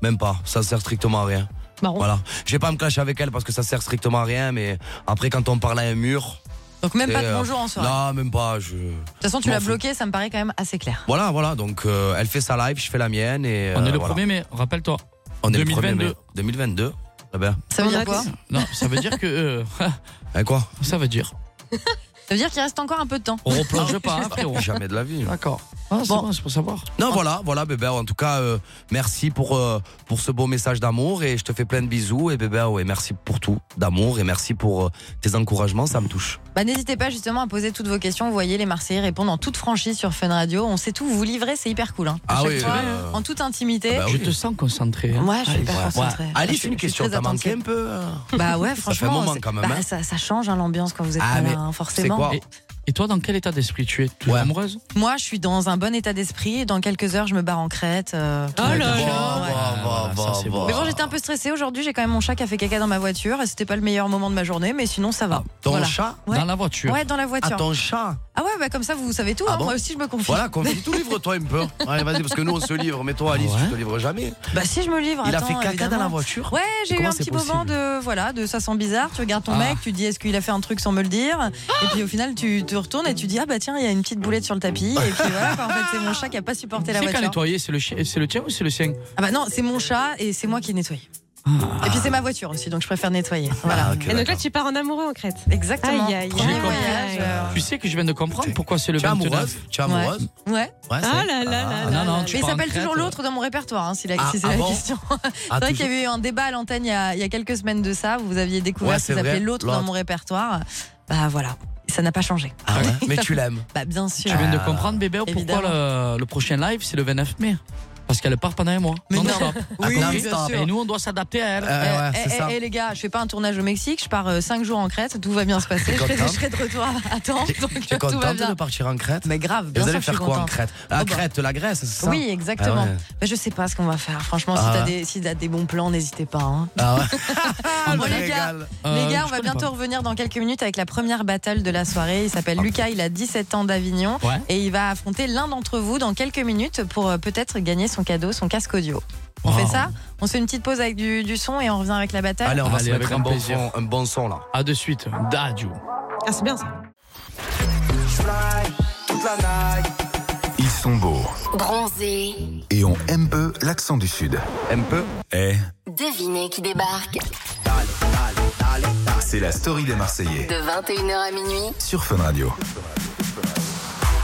S6: même pas. Ça sert strictement à rien.
S7: Marron.
S6: Voilà. Je vais pas me clasher avec elle parce que ça sert strictement à rien, mais après quand on parle à un mur,
S8: donc même pas
S6: c'est,
S8: de
S6: euh,
S8: bonjour en soirée.
S6: non, même pas. Je...
S8: de toute façon, tu
S6: m'en
S8: l'as
S6: fous.
S8: bloqué, ça me paraît quand même assez clair.
S6: Voilà, voilà. Donc euh, elle fait sa live, je fais la mienne et
S4: on
S6: euh,
S4: est le
S6: voilà.
S4: 1er mai, rappelle-toi.
S6: On est le premier
S4: 2022.
S6: mai. 2022. Eh ben,
S8: Ça veut
S7: On
S8: dire
S7: a
S8: quoi
S7: dit-
S4: Non, ça veut dire que. euh,
S6: eh, quoi
S4: ça veut dire.
S8: Ça veut dire qu'il reste encore un peu de temps. Ah.
S4: On replonge pas, hein, frérot.
S6: Jamais de la vie.
S4: D'accord. Ah, c'est bon, c'est pour savoir.
S6: Non, voilà, voilà, bébé. En tout cas, euh, merci pour, euh, pour ce beau message d'amour et je te fais plein de bisous. Et bébé, ouais, merci pour tout d'amour et merci pour euh, tes encouragements, ça me touche.
S8: Bah, N'hésitez pas justement à poser toutes vos questions. Vous voyez, les Marseillais répondent en toute franchise sur Fun Radio. On sait tout, vous livrez, c'est hyper cool. hein. À
S6: Ah
S8: chaque
S6: oui,
S8: fois,
S6: euh, bah
S8: en toute intimité.
S4: Je te sens concentré. hein.
S8: Ouais, je suis hyper
S4: Alice.
S8: concentrée.
S4: Ouais.
S8: Je
S6: Alice,
S8: suis-
S6: une
S8: je suis
S6: question.
S8: très
S6: T'as manqué un
S8: attentive.
S6: peu euh,
S8: Bah ouais,
S6: Ça fait un
S8: franchement.
S6: moment
S8: c'est-
S6: quand même,
S8: bah,
S6: hein.
S8: ça, ça change hein, l'ambiance quand vous êtes
S6: Ah,
S8: pas
S6: mais
S8: là, hein,
S6: c'est
S8: forcément.
S6: quoi
S4: Et, et toi, dans quel état d'esprit tu es Toujours amoureuse
S8: Moi, je suis dans un bon état d'esprit. Dans quelques heures, je me barre en crête. euh, tout
S7: Oh
S8: va
S7: là
S8: bien.
S7: là.
S8: Ouais.
S6: bah, bah,
S4: ça, c'est
S6: bah.
S8: Mais bon, j'étais un peu stressée aujourd'hui. J'ai quand même mon chat qui a fait caca dans ma voiture. Et c'était pas le meilleur moment de ma journée, mais sinon, ça va.
S6: Ton
S8: Voilà.
S6: chat
S8: Ouais.
S4: Dans la voiture.
S8: Ouais, dans la
S6: Ah,
S8: voiture.
S6: ton chat
S8: Ah ouais, bah comme ça, vous savez tout.
S6: Ah
S8: hein.
S6: bon
S8: Moi aussi, je me confie.
S6: Voilà, confie tout, livre-toi un peu. Allez, vas-y, parce que nous, on se livre. Mais toi, Alice,
S4: Ouais.
S6: tu te livres jamais.
S8: Bah si, je me livre.
S6: Il a
S8: attends,
S6: fait caca dans la
S8: évidemment.
S6: voiture
S8: Ouais, j'ai eu
S6: Comment
S8: un
S6: c'est
S8: petit moment
S6: possible
S8: de voilà, de ça sent bizarre. Tu regardes ton
S4: Ah.
S8: mec, tu dis est-ce qu'il a fait un truc sans me le dire Et puis au final, tu te retournes et tu dis ah bah tiens, il y a une petite boulette sur le tapis. Et puis voilà, quoi. en fait, c'est mon chat qui a pas supporté la
S4: C'est qu'à
S8: voiture.
S4: nettoyer, c'est le, chien- c'est le tien ou c'est le sien
S8: Ah bah non, c'est mon chat et c'est moi qui ai nettoyé. Et puis c'est ma voiture aussi, donc je préfère nettoyer. Voilà.
S6: Ah, ok,
S7: Et donc là,
S6: d'accord.
S7: tu pars en amoureux en crête.
S8: Exactement.
S7: Aïe, aïe, aïe.
S8: Premier
S4: J'ai compris.
S8: voyage. euh,
S4: Tu sais que je viens de comprendre pourquoi c'est le
S6: Tu es
S4: 29.
S6: amoureuse Tu es amoureuse
S8: Ouais.
S6: Ouais, c'est-
S7: Ah là là là là.
S4: Ah, non, non,
S7: là
S4: tu
S8: Mais il
S4: pars en
S8: s'appelle
S4: crête,
S8: toujours
S4: ouais.
S8: l'autre dans mon répertoire, hein, si la,
S6: Ah,
S8: si c'est
S6: ah
S8: la
S6: bon
S8: question.
S6: Ah,
S8: c'est vrai
S6: toujours-
S8: qu'il y avait eu un débat à l'antenne il y a, il y a quelques semaines de ça. Vous aviez découvert
S6: Ouais,
S8: ce
S6: c'est
S8: qu'il s'appelait
S6: vrai,
S8: l'autre dans
S6: l'autre.
S8: mon répertoire. Bah voilà, ça n'a pas changé.
S6: Ah ouais Mais tu l'aimes.
S8: Bah bien sûr.
S4: Tu viens de comprendre, bébé, pourquoi
S8: évidemment.
S4: le, le prochain live, c'est le 29 mai Parce qu'elle part pendant un mois.
S8: Mais non.
S4: Non-stop.
S8: Oui,
S4: T'as compris
S8: bien sûr.
S4: Et nous, on doit s'adapter à elle.
S6: Euh, ouais,
S8: Eh,
S6: c'est
S8: eh,
S6: ça.
S8: eh, les gars, je fais pas un tournage au Mexique, je pars 5 jours en Crète, tout va bien se passer. Je serai,
S6: contente
S8: je serai de retour à- à temps, donc
S6: Tu
S8: tout
S6: es
S8: va
S6: contente de
S8: bien.
S6: partir en Crète
S8: Mais grave,
S6: Et
S8: bien
S6: Vous allez
S8: sûr que je
S6: faire
S8: suis
S6: quoi en
S8: contente.
S6: Crète La
S8: Oh bah.
S6: Crète, la Grèce, c'est ça
S8: Oui, exactement.
S6: Ah ouais.
S8: Bah, je sais pas ce qu'on va faire. Franchement,
S6: Ah
S8: si t'as
S6: ouais.
S8: des, si t'as des bons plans, n'hésitez pas. hein.
S6: Ah ouais.
S8: bon,
S6: me
S8: les gars.
S6: régale.
S4: Euh,
S8: Les gars,
S4: je
S8: on va
S4: connais
S8: bientôt revenir dans quelques minutes avec la première battle de la soirée. Il
S6: Ah.
S8: s'appelle Lucas, il a 17 ans d'Avignon
S4: pas. Ouais.
S8: et il va affronter l'un d'entre vous dans quelques minutes pour euh, peut-être gagner son cadeau, son casque audio. On
S4: Wow.
S8: fait ça On se fait une petite pause avec du, du son et on revient avec la battle
S6: Allez, on va
S4: Allez,
S6: se
S4: avec
S6: mettre
S4: un
S6: un bon,
S4: plaisir.
S6: son, un bon son là.
S4: À de suite. Dadio.
S7: Ah, c'est bien ça.
S1: Ils sont beaux
S11: Bronzé,
S1: et on aime peu l'accent du Sud.
S6: Un peu
S1: Eh,
S11: devinez qui débarque
S1: c'est la story des Marseillais
S11: de 21h à minuit.
S1: sur Fun Radio.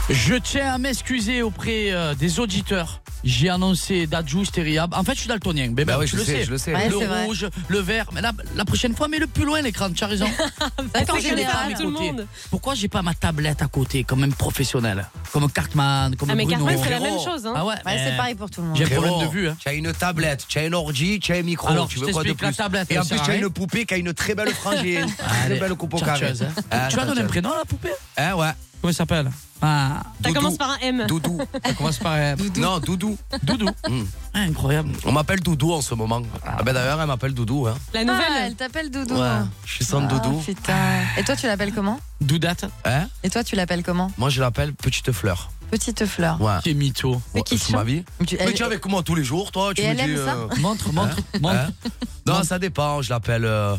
S4: Je tiens à m'excuser auprès euh, des auditeurs. J'ai annoncé Dadju, Stériab. En fait, je suis daltonien. Bébé,
S6: Bah oui,
S4: tu
S6: je le sais, je le sais.
S8: Ouais,
S4: le
S8: c'est vrai.
S4: rouge, le vert. Mais la, la prochaine fois, mets-le plus loin l'écran, tu as raison.
S8: Bah,
S6: Bah,
S8: C'est qu'en
S4: Pourquoi j'ai pas
S8: général,
S4: mes
S7: tout le
S4: côtés
S7: monde.
S4: Pourquoi j'ai pas ma tablette à côté, comme un professionnel Comme Cartman, comme
S7: Ah, mais
S4: Bruno.
S7: Carmen, c'est la
S6: frérot.
S7: même chose. Hein.
S4: Ah ouais,
S8: Ouais,
S4: mais-
S8: c'est pareil pour tout le monde.
S4: J'ai un
S6: Frérot,
S4: problème de vue. Hein.
S6: Tu as une tablette, tu as un ordi, tu as un micro.
S4: Alors,
S6: tu
S4: je
S6: veux quoi de
S4: t'explique, la
S6: plus
S4: tablette,
S6: Et
S4: elle
S6: en
S4: sert
S6: plus,
S4: à
S6: tu as
S4: rien.
S6: une poupée qui a une très belle frangine.
S4: Allez,
S6: très belle coupe au carré.
S4: tchatcheuse, hein.
S6: Ah,
S4: Tu vas donner un prénom à la poupée
S6: Hein, ouais.
S4: Comment elle s'appelle Ah,
S7: Ça
S6: Doudou.
S7: commence par un M. Hum.
S6: Doudou.
S4: ça commence par euh,
S6: Non, Doudou.
S4: Doudou.
S6: Mm.
S4: Ah, incroyable.
S6: On m'appelle Doudou en ce moment. Ah ben d'ailleurs, elle m'appelle Doudou. Hein.
S7: La
S8: Ah,
S7: nouvelle.
S8: elle t'appelle Doudou.
S6: Ouais, je suis sans
S8: Ah,
S6: Doudou.
S8: putain. Et toi, tu l'appelles comment
S4: Doudate,
S6: Hein
S8: Et toi, tu l'appelles comment
S6: Moi, je l'appelle Petite Fleur.
S8: Petite fleur.
S6: Ouais.
S4: qui est mytho.
S8: Mais qui
S6: Ouais, c'est ma
S8: chante.
S6: vie.
S8: Tu-
S6: Mais
S8: elle-
S6: tu es avec moi tous les jours, toi. Tu
S8: Et
S6: me
S8: elle
S6: dis,
S8: aime ça
S6: euh,
S4: Montre, montre, montre.
S6: hein Non, ça dépend. Je l'appelle. euh,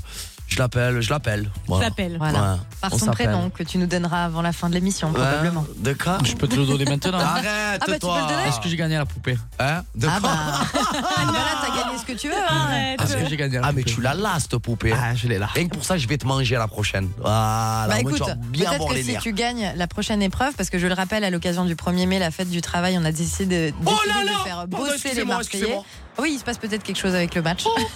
S6: je l'appelle. Je l'appelle. Voilà.
S7: S'appelle.
S8: Voilà.
S6: Ouais,
S8: Par
S6: on
S8: son
S6: s'appelle.
S8: prénom que tu nous donneras avant la fin de l'émission,
S6: Ouais,
S8: probablement.
S6: De quoi
S4: Je peux te le donner maintenant.
S8: Ah
S6: Arrête,
S8: bah, tu
S6: toi.
S8: peux le donner.
S4: Est-ce que j'ai gagné à la poupée
S6: Hein De
S8: Ah
S6: quoi
S8: bah. Ah bah là, t'as gagné ce que tu veux. hein.
S7: Arrête.
S4: Est-ce que j'ai gagné à la
S6: Ah, mais
S4: poupée
S6: tu l'as là, cette poupée.
S4: Ah, je l'ai là.
S6: Rien que pour ça, je vais te manger à la prochaine. Voilà,
S8: Bah
S6: moi,
S8: écoute,
S6: tu vas bien
S8: peut-être
S6: avoir
S8: que
S6: les
S8: si
S6: nerfs.
S8: tu gagnes la prochaine épreuve, parce que je le rappelle, à l'occasion du 1er mai, la fête du travail, on a décidé, de-
S6: Oh
S8: décidé
S6: là là
S8: de faire
S6: Pardon,
S8: bosser les
S6: excusez-moi,
S8: Marseillais.
S6: excusez-moi. Oh.
S8: Oui, il se passe peut-être quelque chose avec le match.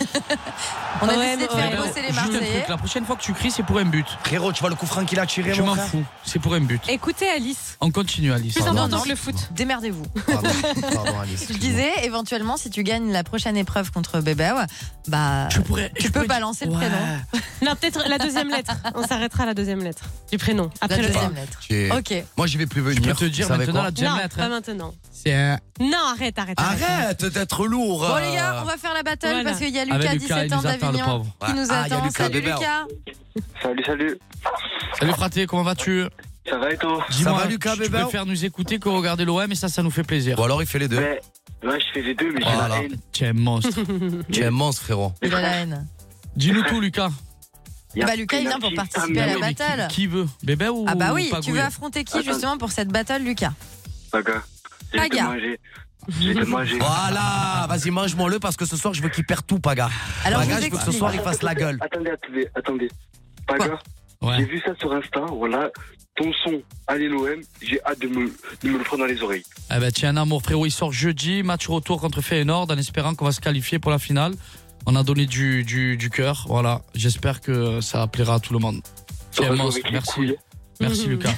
S8: on a
S7: Ouais,
S8: décidé de
S7: mais-
S8: faire
S4: Eh ben,
S8: bosser les
S4: juste un
S8: Marseillais.
S4: truc, La prochaine fois que tu cries, c'est pour un but.
S6: Frérot, tu vois le coup franc qu'il a tiré,
S4: Je
S6: mon
S4: m'en
S6: frère
S4: fous. C'est pour un but.
S7: Écoutez, Alice.
S4: On continue, Alice.
S7: Plus
S6: Pardon.
S7: important
S8: Non,
S7: que le foot.
S8: Démerdez-vous.
S6: Pardon, pardon, Alice,
S8: Je
S6: excuse-moi.
S8: disais, éventuellement, si tu gagnes la prochaine épreuve contre Bébé, bah.
S4: Je pourrais-
S8: Tu
S4: je
S8: peux
S4: pourrais-
S8: balancer le
S4: Ouais.
S8: prénom.
S7: Non, peut-être la deuxième lettre. On s'arrêtera à la deuxième lettre du prénom.
S8: La
S7: Après le
S8: deuxième
S7: prénom.
S8: lettre.
S6: Tu es-
S8: Ok.
S6: Moi, j'y vais plus
S4: Je
S6: venir.
S4: peux te dire
S6: Vous savez
S4: maintenant
S6: quoi
S4: la deuxième
S7: Non,
S4: lettre.
S7: pas
S4: hein.
S7: maintenant.
S4: C'est un-
S7: Non, arrête, arrête.
S6: Arrête d'être lourd.
S8: Bon,
S6: euh.
S8: les gars, on va faire la battle
S7: Voilà.
S8: parce qu'il y a
S4: Avec
S8: Lucas,
S4: Ah, Lucas,
S8: 17
S4: il
S8: ans
S4: nous attend, le
S8: d'Avignon,
S4: pauvre.
S8: qui nous
S6: Ah, il y a
S8: attend.
S6: Lucas,
S8: Salut
S6: bébé.
S8: Lucas.
S9: Salut, salut.
S4: Salut fraté, comment vas-tu
S9: Ça va et toi
S4: Dis-moi,
S6: va, Lucas,
S4: tu- tu
S6: bébé
S4: préfères nous écouter que regarder l'OM et ça, ça nous fait plaisir.
S6: Ou alors, il fait les deux.
S9: Ouais, ouais, je fais les deux, mais j'ai
S6: Voilà.
S9: la haine.
S4: Tu es un monstre.
S6: Oh, Tu es immense, frérot.
S8: Il a la haine.
S4: Dis-nous tout, Lucas.
S9: Y a
S8: Bah, Lucas, il vient pour
S9: pénalty,
S8: participer
S9: pas
S8: à la
S9: mieux.
S4: Oui, mais qui-
S8: battle.
S4: Qui, veut Bébé ou
S8: Ah bah oui,
S4: Pagouille
S8: tu veux affronter qui
S9: Attends.
S8: justement pour cette battle, Lucas
S9: Paga. J'ai
S8: Paga.
S9: été mangé. J'ai été mangé.
S6: Voilà, vas-y, mange-moi-le parce que ce soir, je veux qu'il perde tout, Paga.
S8: Alors je vous
S6: Paga, je veux que ce
S8: explique.
S6: soir, il fasse la gueule.
S9: Attendez, attendez, attendez. Paga,
S4: Ouais.
S9: j'ai vu ça sur Insta, voilà.
S13: ton son, allez l'OM, j'ai hâte de me, de me le prendre dans les oreilles.
S4: Eh ben tiens, amour frérot, il sort jeudi, match retour contre Feyenoord en espérant qu'on va se qualifier pour la finale. On a donné du, du, du cœur, voilà. J'espère que ça plaira à tout le monde. C'est
S13: Bravo
S4: immense,
S13: avec les
S4: merci. Merci
S8: Mhm.
S4: Lucas.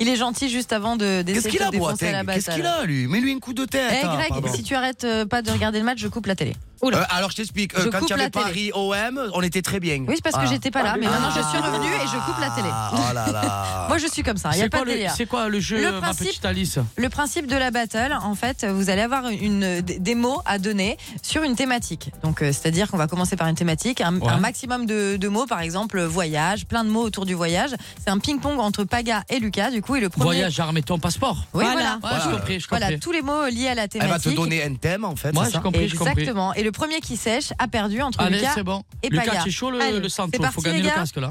S8: Il est gentil juste avant de d'essayer
S6: Qu'est-ce qu'il
S8: de
S6: a,
S8: te défoncer à
S6: Boateng
S8: la base,
S6: Qu'est-ce qu'il
S8: alors.
S6: a, lui Mets-lui un coup de tête.
S8: Eh,
S6: hein,
S8: Greg,
S6: pardon.
S8: si tu arrêtes euh, pas de regarder le match, je coupe la télé.
S6: Euh, alors, je t'explique. euh,
S8: Je
S6: quand
S8: coupe
S6: il y
S8: la
S6: avait
S8: télé.
S6: Paris-OM, on était très bien.
S8: Oui, c'est parce que
S4: Ah.
S6: Voilà.
S8: j'étais pas là, mais maintenant je suis revenue et je coupe la télé.
S6: Oh là là.
S8: Moi, je suis comme ça. Il y a
S4: C'est
S8: pas
S4: quoi,
S8: de
S4: le-
S8: délire.
S4: c'est quoi le jeu,
S8: Le
S4: ma
S8: principe-
S4: petite Alice
S8: Le principe de la battle, en fait, vous allez avoir une, des- des mots à donner sur une thématique. Donc, euh, c'est-à-dire qu'on va commencer par une thématique, un,
S4: Ouais.
S8: un maximum de, de mots, par exemple euh, voyage, plein de mots autour du voyage. C'est un ping-pong entre Paga et Lucas, du coup, et le premier.
S4: Voyage, armée, ton passeport. Ah,
S8: Oui, voilà.
S4: Ouais, j'ai compris, j'ai
S8: Voilà,
S4: compris.
S8: tous les mots liés à la
S6: Elle
S8: thématique.
S6: va te donner un thème, en fait.
S4: Moi,
S6: c'est
S4: j'ai
S6: ça
S4: compris, j'ai compris.
S8: Exactement. Et le premier qui sèche a perdu entre
S4: Allez,
S8: Lucas
S4: c'est bon.
S8: et Paga.
S4: Lucas, tu es chaud le,
S8: Allez,
S4: le centre,
S8: c'est
S4: faut
S8: parti,
S4: gagner
S8: les
S4: le
S8: gars.
S4: casque là.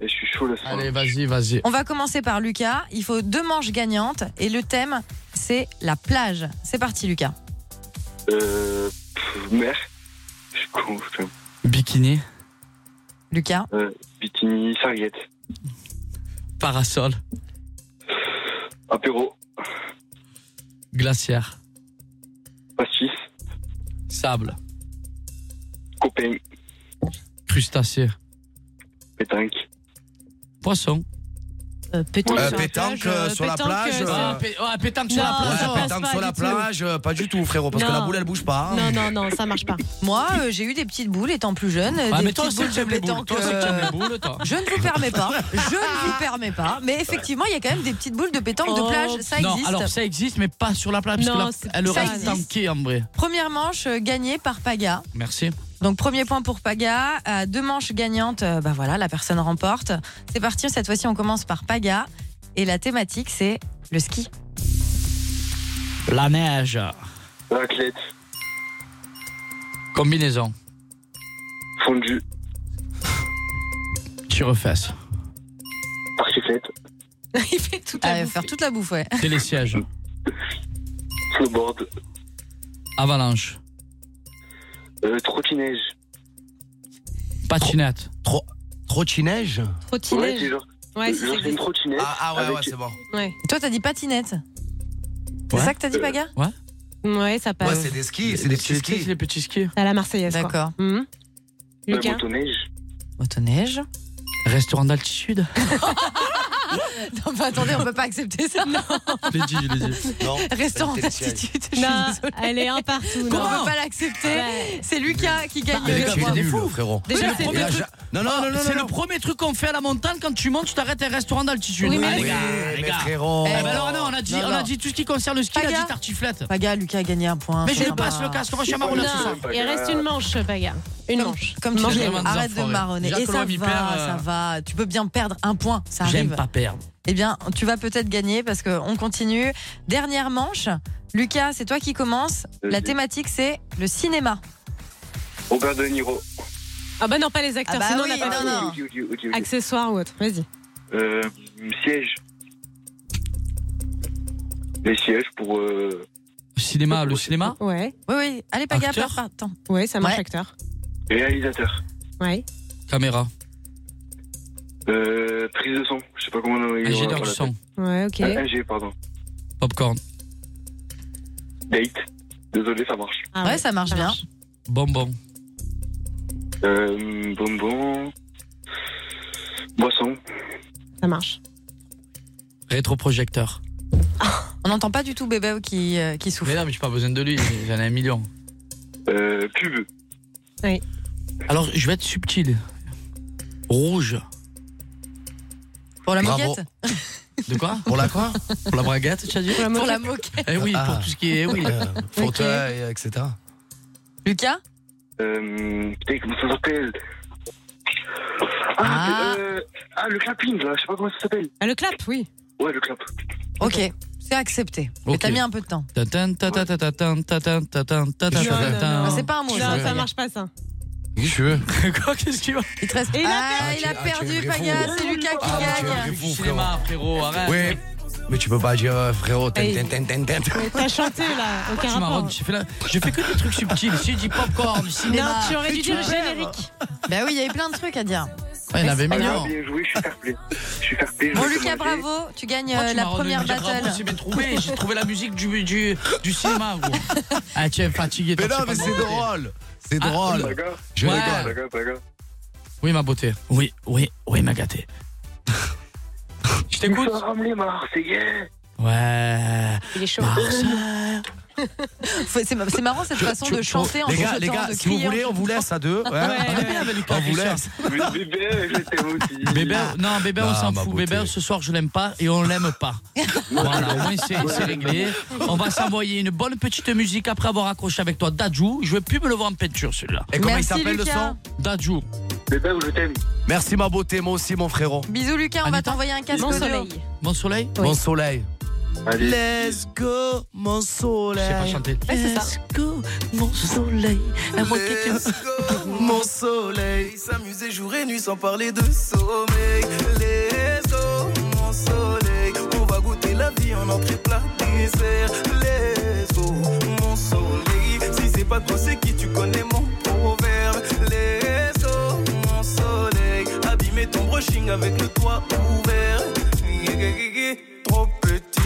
S13: Et je suis chaud le soir.
S4: Allez, vas-y, vas-y.
S8: On va commencer par Lucas. Il faut deux manches gagnantes et le thème, c'est la plage. C'est parti, Lucas.
S13: Euh, pff, mer, je suis con, putain.
S4: Bikini,
S8: Lucas,
S13: Euh, bikini, serviette,
S4: parasol,
S13: apéro,
S4: glaciaire,
S13: pastis,
S4: sable,
S13: copain,
S4: crustacé,
S13: pétanque.
S4: poisson.
S8: euh, pétanque.
S6: Euh,
S8: sur la
S6: pétanque
S8: plage,
S6: euh, sur la
S8: pétanque,
S6: plage.
S8: euh,
S6: euh,
S4: Ah, pé- ouais, pétanque sur la
S7: Non,
S6: Ouais,
S4: plage.
S7: ça passe
S6: pétanque
S7: pas
S6: sur
S7: du
S6: la
S7: tout.
S6: plage, euh, pas du tout, frérot, parce que
S7: Non.
S6: la boule, elle bouge pas. hein.
S7: Non, non, non, ça marche pas.
S8: Moi, euh, j'ai eu des petites boules étant plus jeune. euh,
S4: Ah,
S8: des
S4: mais toi
S8: petites
S4: aussi,
S8: boules
S4: tu
S8: de
S4: aimes les boules.
S8: pétanque,
S4: Toi aussi, tu
S8: euh,
S4: aimes les boules, toi.
S8: Je ne vous permets pas. Je ne vous permets pas. Mais effectivement, il y a quand même des petites boules de pétanque de
S7: Oh.
S8: plage. Ça
S4: non,
S8: existe.
S4: alors ça existe, mais pas sur la plage.
S7: Non,
S4: parce que
S7: c'est-
S4: la, elle
S8: ça
S4: aurait
S8: existe.
S4: tanké en vrai.
S8: Première manche euh, gagnée par Paga.
S4: Merci.
S8: Donc premier point pour Paga. À deux manches gagnantes, euh, bah voilà, la personne remporte. C'est parti. Cette fois-ci, on commence par Paga. Et la thématique, c'est le ski.
S4: La neige.
S13: Raclette,
S4: Combinaison.
S13: fondue,
S4: Tu refesses.
S13: parchiflette,
S7: Il fait tout
S8: Ah,
S7: à
S8: faire toute la bouffe, ouais.
S4: Télésiège.
S13: snowboard,
S4: Avalanche.
S13: euh, trottinage.
S4: Patinette.
S6: Tro- Trottinage
S13: Ouais,
S7: trottinette.
S13: c'est genre,
S4: Euh,
S7: Ouais, si,
S13: genre, c'est une
S7: c'est
S13: trottinette.
S6: ah, ah ouais,
S13: avec-
S6: ouais, c'est bon.
S7: ouais.
S8: Toi, t'as dit patinette. C'est
S4: Ouais.
S8: ça que t'as dit, Paga
S7: ouais, ça
S6: Ouais,
S7: passe.
S6: c'est des skis, c'est des petits
S4: C'est
S6: skis.
S4: des petits skis.
S7: à la Marseillaise. quoi.
S8: D'accord.
S7: Mhm.
S13: euh,
S7: Lucas,
S13: motoneige.
S8: Motoneige.
S4: Restaurant d'altitude.
S8: Non, mais attendez, on peut pas accepter ça.
S4: Les dit, les dit.
S6: Non,
S8: Restaurant
S6: c'est le ciel.
S8: d'altitude. je suis
S7: non,
S8: désolée.
S7: elle est un partout.
S8: On
S7: non.
S8: peut pas l'accepter.
S7: Ouais.
S8: C'est Lucas qui gagne le
S6: Mais les gars,
S8: point.
S6: vous êtes nuls, frérot.
S7: Déjà,
S6: Et
S7: c'est
S6: là,
S7: le-
S6: j'a- Non, non, non, non,
S4: Ah, c'est
S6: non,
S4: le premier truc qu'on fait à la montagne quand tu montes, tu t'arrêtes à un restaurant d'altitude.
S7: Oui, mais
S4: Ah,
S7: là,
S4: les
S6: Oui, Oh.
S4: gars, les
S6: mais
S4: gars.
S6: frérot.
S4: Eh ben alors, non, on a dit,
S8: Non,
S4: on a
S8: non.
S4: dit tout ce qui concerne le ski, il a
S8: Paga.
S4: dit tartiflette.
S8: Paga, Lucas a gagné un point.
S4: Mais
S8: c'est
S4: je lui
S8: sympa.
S4: passe le casque, roche à
S13: Non.
S4: marron, là, ce soir.
S7: Non, il reste une manche, Paga. Une
S8: Comme,
S7: manche.
S8: comme tu
S7: Mangez.
S8: dis,
S4: vraiment des
S8: arrête de
S4: enfoirés.
S8: marronner.
S4: Déjà
S8: Et
S4: que
S8: ça va,
S4: l'OM y perd, euh,
S8: ça va. Tu peux bien perdre un point, ça
S4: J'aime
S8: arrive.
S4: pas perdre.
S8: Eh bien, tu vas peut-être gagner parce qu'on continue. Dernière manche. Lucas, c'est toi qui commence. La
S13: Vas-y.
S8: thématique, c'est le cinéma.
S13: Robert De Niro.
S7: Ah bah non, pas les acteurs,
S8: Ah bah
S7: sinon
S8: oui,
S7: on n'a
S8: non,
S7: pas
S8: non.
S13: Ok, ok, ok, ok.
S7: Accessoires ou autre, vas-y.
S13: Euh, siège. Les sièges pour. Euh...
S4: Cinéma, le cinéma
S7: Ouais,
S8: Oui, oui. Allez, Paga,
S4: Acteur
S8: pars, pars. Attends.
S7: ouais, ça marche
S8: Ouais.
S7: acteur.
S13: Réalisateur.
S7: Ouais.
S4: Caméra,
S8: Ah.
S13: Euh, prise de son. Je sais pas comment on
S4: ingénieur du son,
S7: Ouais, ok.
S13: Ah, Ingé, pardon.
S4: popcorn,
S13: Date. Désolé, ça marche.
S7: Ah
S8: ouais, ça marche bien.
S4: bonbon,
S13: Euh, bonbon. Boisson.
S7: Ça marche.
S4: rétroprojecteur.
S8: On n'entend pas du tout bébé qui, euh, qui souffle.
S4: Mais non, mais j'ai pas besoin de lui, j'en ai un million.
S13: Euh, pub.
S4: Alors, je vais être subtil. Rouge.
S8: Pour la
S6: Bravo. Ah.
S8: moquette
S4: De quoi
S6: Pour la quoi
S4: Pour la braguette, tu as dit
S8: Pour la moquette.
S4: Eh oui,
S6: Ah.
S4: pour tout ce qui est. eh oui.
S6: Euh, Fauteuil, euh, etc.
S8: Lucas
S13: Euh, putain, comment ça s'appelle ah,
S8: Ah.
S13: euh, ah, le clapping, là. Je sais pas comment ça s'appelle.
S7: Ah, le clap, oui.
S13: Ouais, le clap.
S8: Ok, c'est accepté. Mais
S4: Ok.
S8: t'as mis un peu de temps.
S4: Tatin, tatin, tatin, tatin, tatin, tatin,
S6: Non, non,
S4: tatin.
S8: Ah, C'est pas un mot.
S7: Non,
S8: ça,
S7: ça
S8: Paga.
S7: marche pas, ça.
S6: Qu'est-ce que tu veux
S4: Quoi, qu'est-ce qu'il va
S8: Il te reste.
S7: Et il a
S8: ah,
S6: perdu.
S8: il a
S6: Ah, tu- ah, tu es
S8: perdu,
S6: vrai
S8: Paga.
S6: fou.
S8: C'est Lucas qui
S6: Ah, mais tu es
S8: gagne.
S6: vrai fou,
S4: Cinéma, frérot, arrête.
S6: Oui, mais tu peux pas dire euh, frérot. tin,
S7: Hey.
S6: tin, tin, tin, tin.
S7: Mais T'as chanté, là,
S4: Tu
S7: aucun rapport.
S4: m'arrondes, j'ai fait, la... j'ai fait que des trucs subtils. J'ai dit popcorn, cinéma.
S8: Eh bah,
S7: Non, tu aurais dû dire le
S8: Tu
S7: générique.
S8: Bah oui, il y avait plein de trucs à dire.
S4: il y en avait
S13: Ah,
S4: millions.
S13: bien joué, je suis fair play. Je suis fair play. je
S8: Bon,
S13: vais
S8: Lucas,
S13: commenter.
S8: bravo, tu gagnes
S7: Oh,
S4: Moi,
S8: euh,
S4: tu
S8: la
S4: m'as redonné
S8: première
S4: le Jacques
S8: battle.
S4: Rameau, c'est bien trouvé. J'ai trouvé la musique du, du, du cinéma, gros. Ah, tu es fatigué.
S6: Mais
S4: toi,
S6: non,
S4: tu
S6: mais
S4: sais pas
S6: c'est
S4: me raconter.
S6: drôle. C'est
S4: Ah,
S6: drôle.
S13: D'accord.
S6: Je
S4: Ouais.
S6: rigole.
S13: D'accord, d'accord.
S4: Oui, ma beauté. Oui, oui, oui, ma gâtée. Je t'écoute.
S13: Nous sommes les Marseillais.
S4: Ouais.
S7: Il est chaud.
S4: Marseille.
S8: Faut- C'est c'est marrant cette façon de chanter en
S6: les gars,
S8: chuchotant,
S6: les gars,
S8: de
S6: si vous
S8: crier en
S6: voulez, on vous laisse à deux. hein.
S4: Très bien avec Lucas
S6: On vous
S4: Richard.
S6: laisse.
S13: Mais Bébé, je t'aime aussi.
S4: Bébé, non, bébé, on
S6: Non,
S4: s'en
S6: Ah. Bah, ma
S4: fout.
S6: beauté.
S4: Bébé, ce soir, je l'aime pas et on l'aime pas. voilà, au moins, c'est c'est réglé. On va s'envoyer une bonne petite musique après avoir accroché avec toi Dadju. Je vais plus me le voir en peinture, celui-là.
S6: Et comment
S8: Merci,
S6: il s'appelle le
S8: Lucas.
S6: son
S4: Dadju.
S13: Bébé, je t'aime.
S6: Merci ma beauté, moi aussi mon frérot.
S8: Bisous Lucas, on va
S4: Anita
S8: t'envoyer un casque
S7: Mon
S8: audio.
S7: soleil.
S4: Bon soleil
S8: Oui.
S6: Bon soleil.
S13: Allez.
S6: Let's go, mon
S4: Je sais pas
S6: soleil.
S4: chanter.
S7: Ouais, c'est ça.
S4: go, mon soleil. À moins que tu-
S14: Let's go, mon soleil. S'amuser jour et nuit sans parler de sommeil. Let's go, mon soleil. On va goûter la vie en entrée plat dessert. Let's go, mon soleil. Si c'est pas toi, c'est qui tu connais mon proverbe. Let's go, mon soleil. Abîmer ton brushing avec le toit ouvert. Trop petit,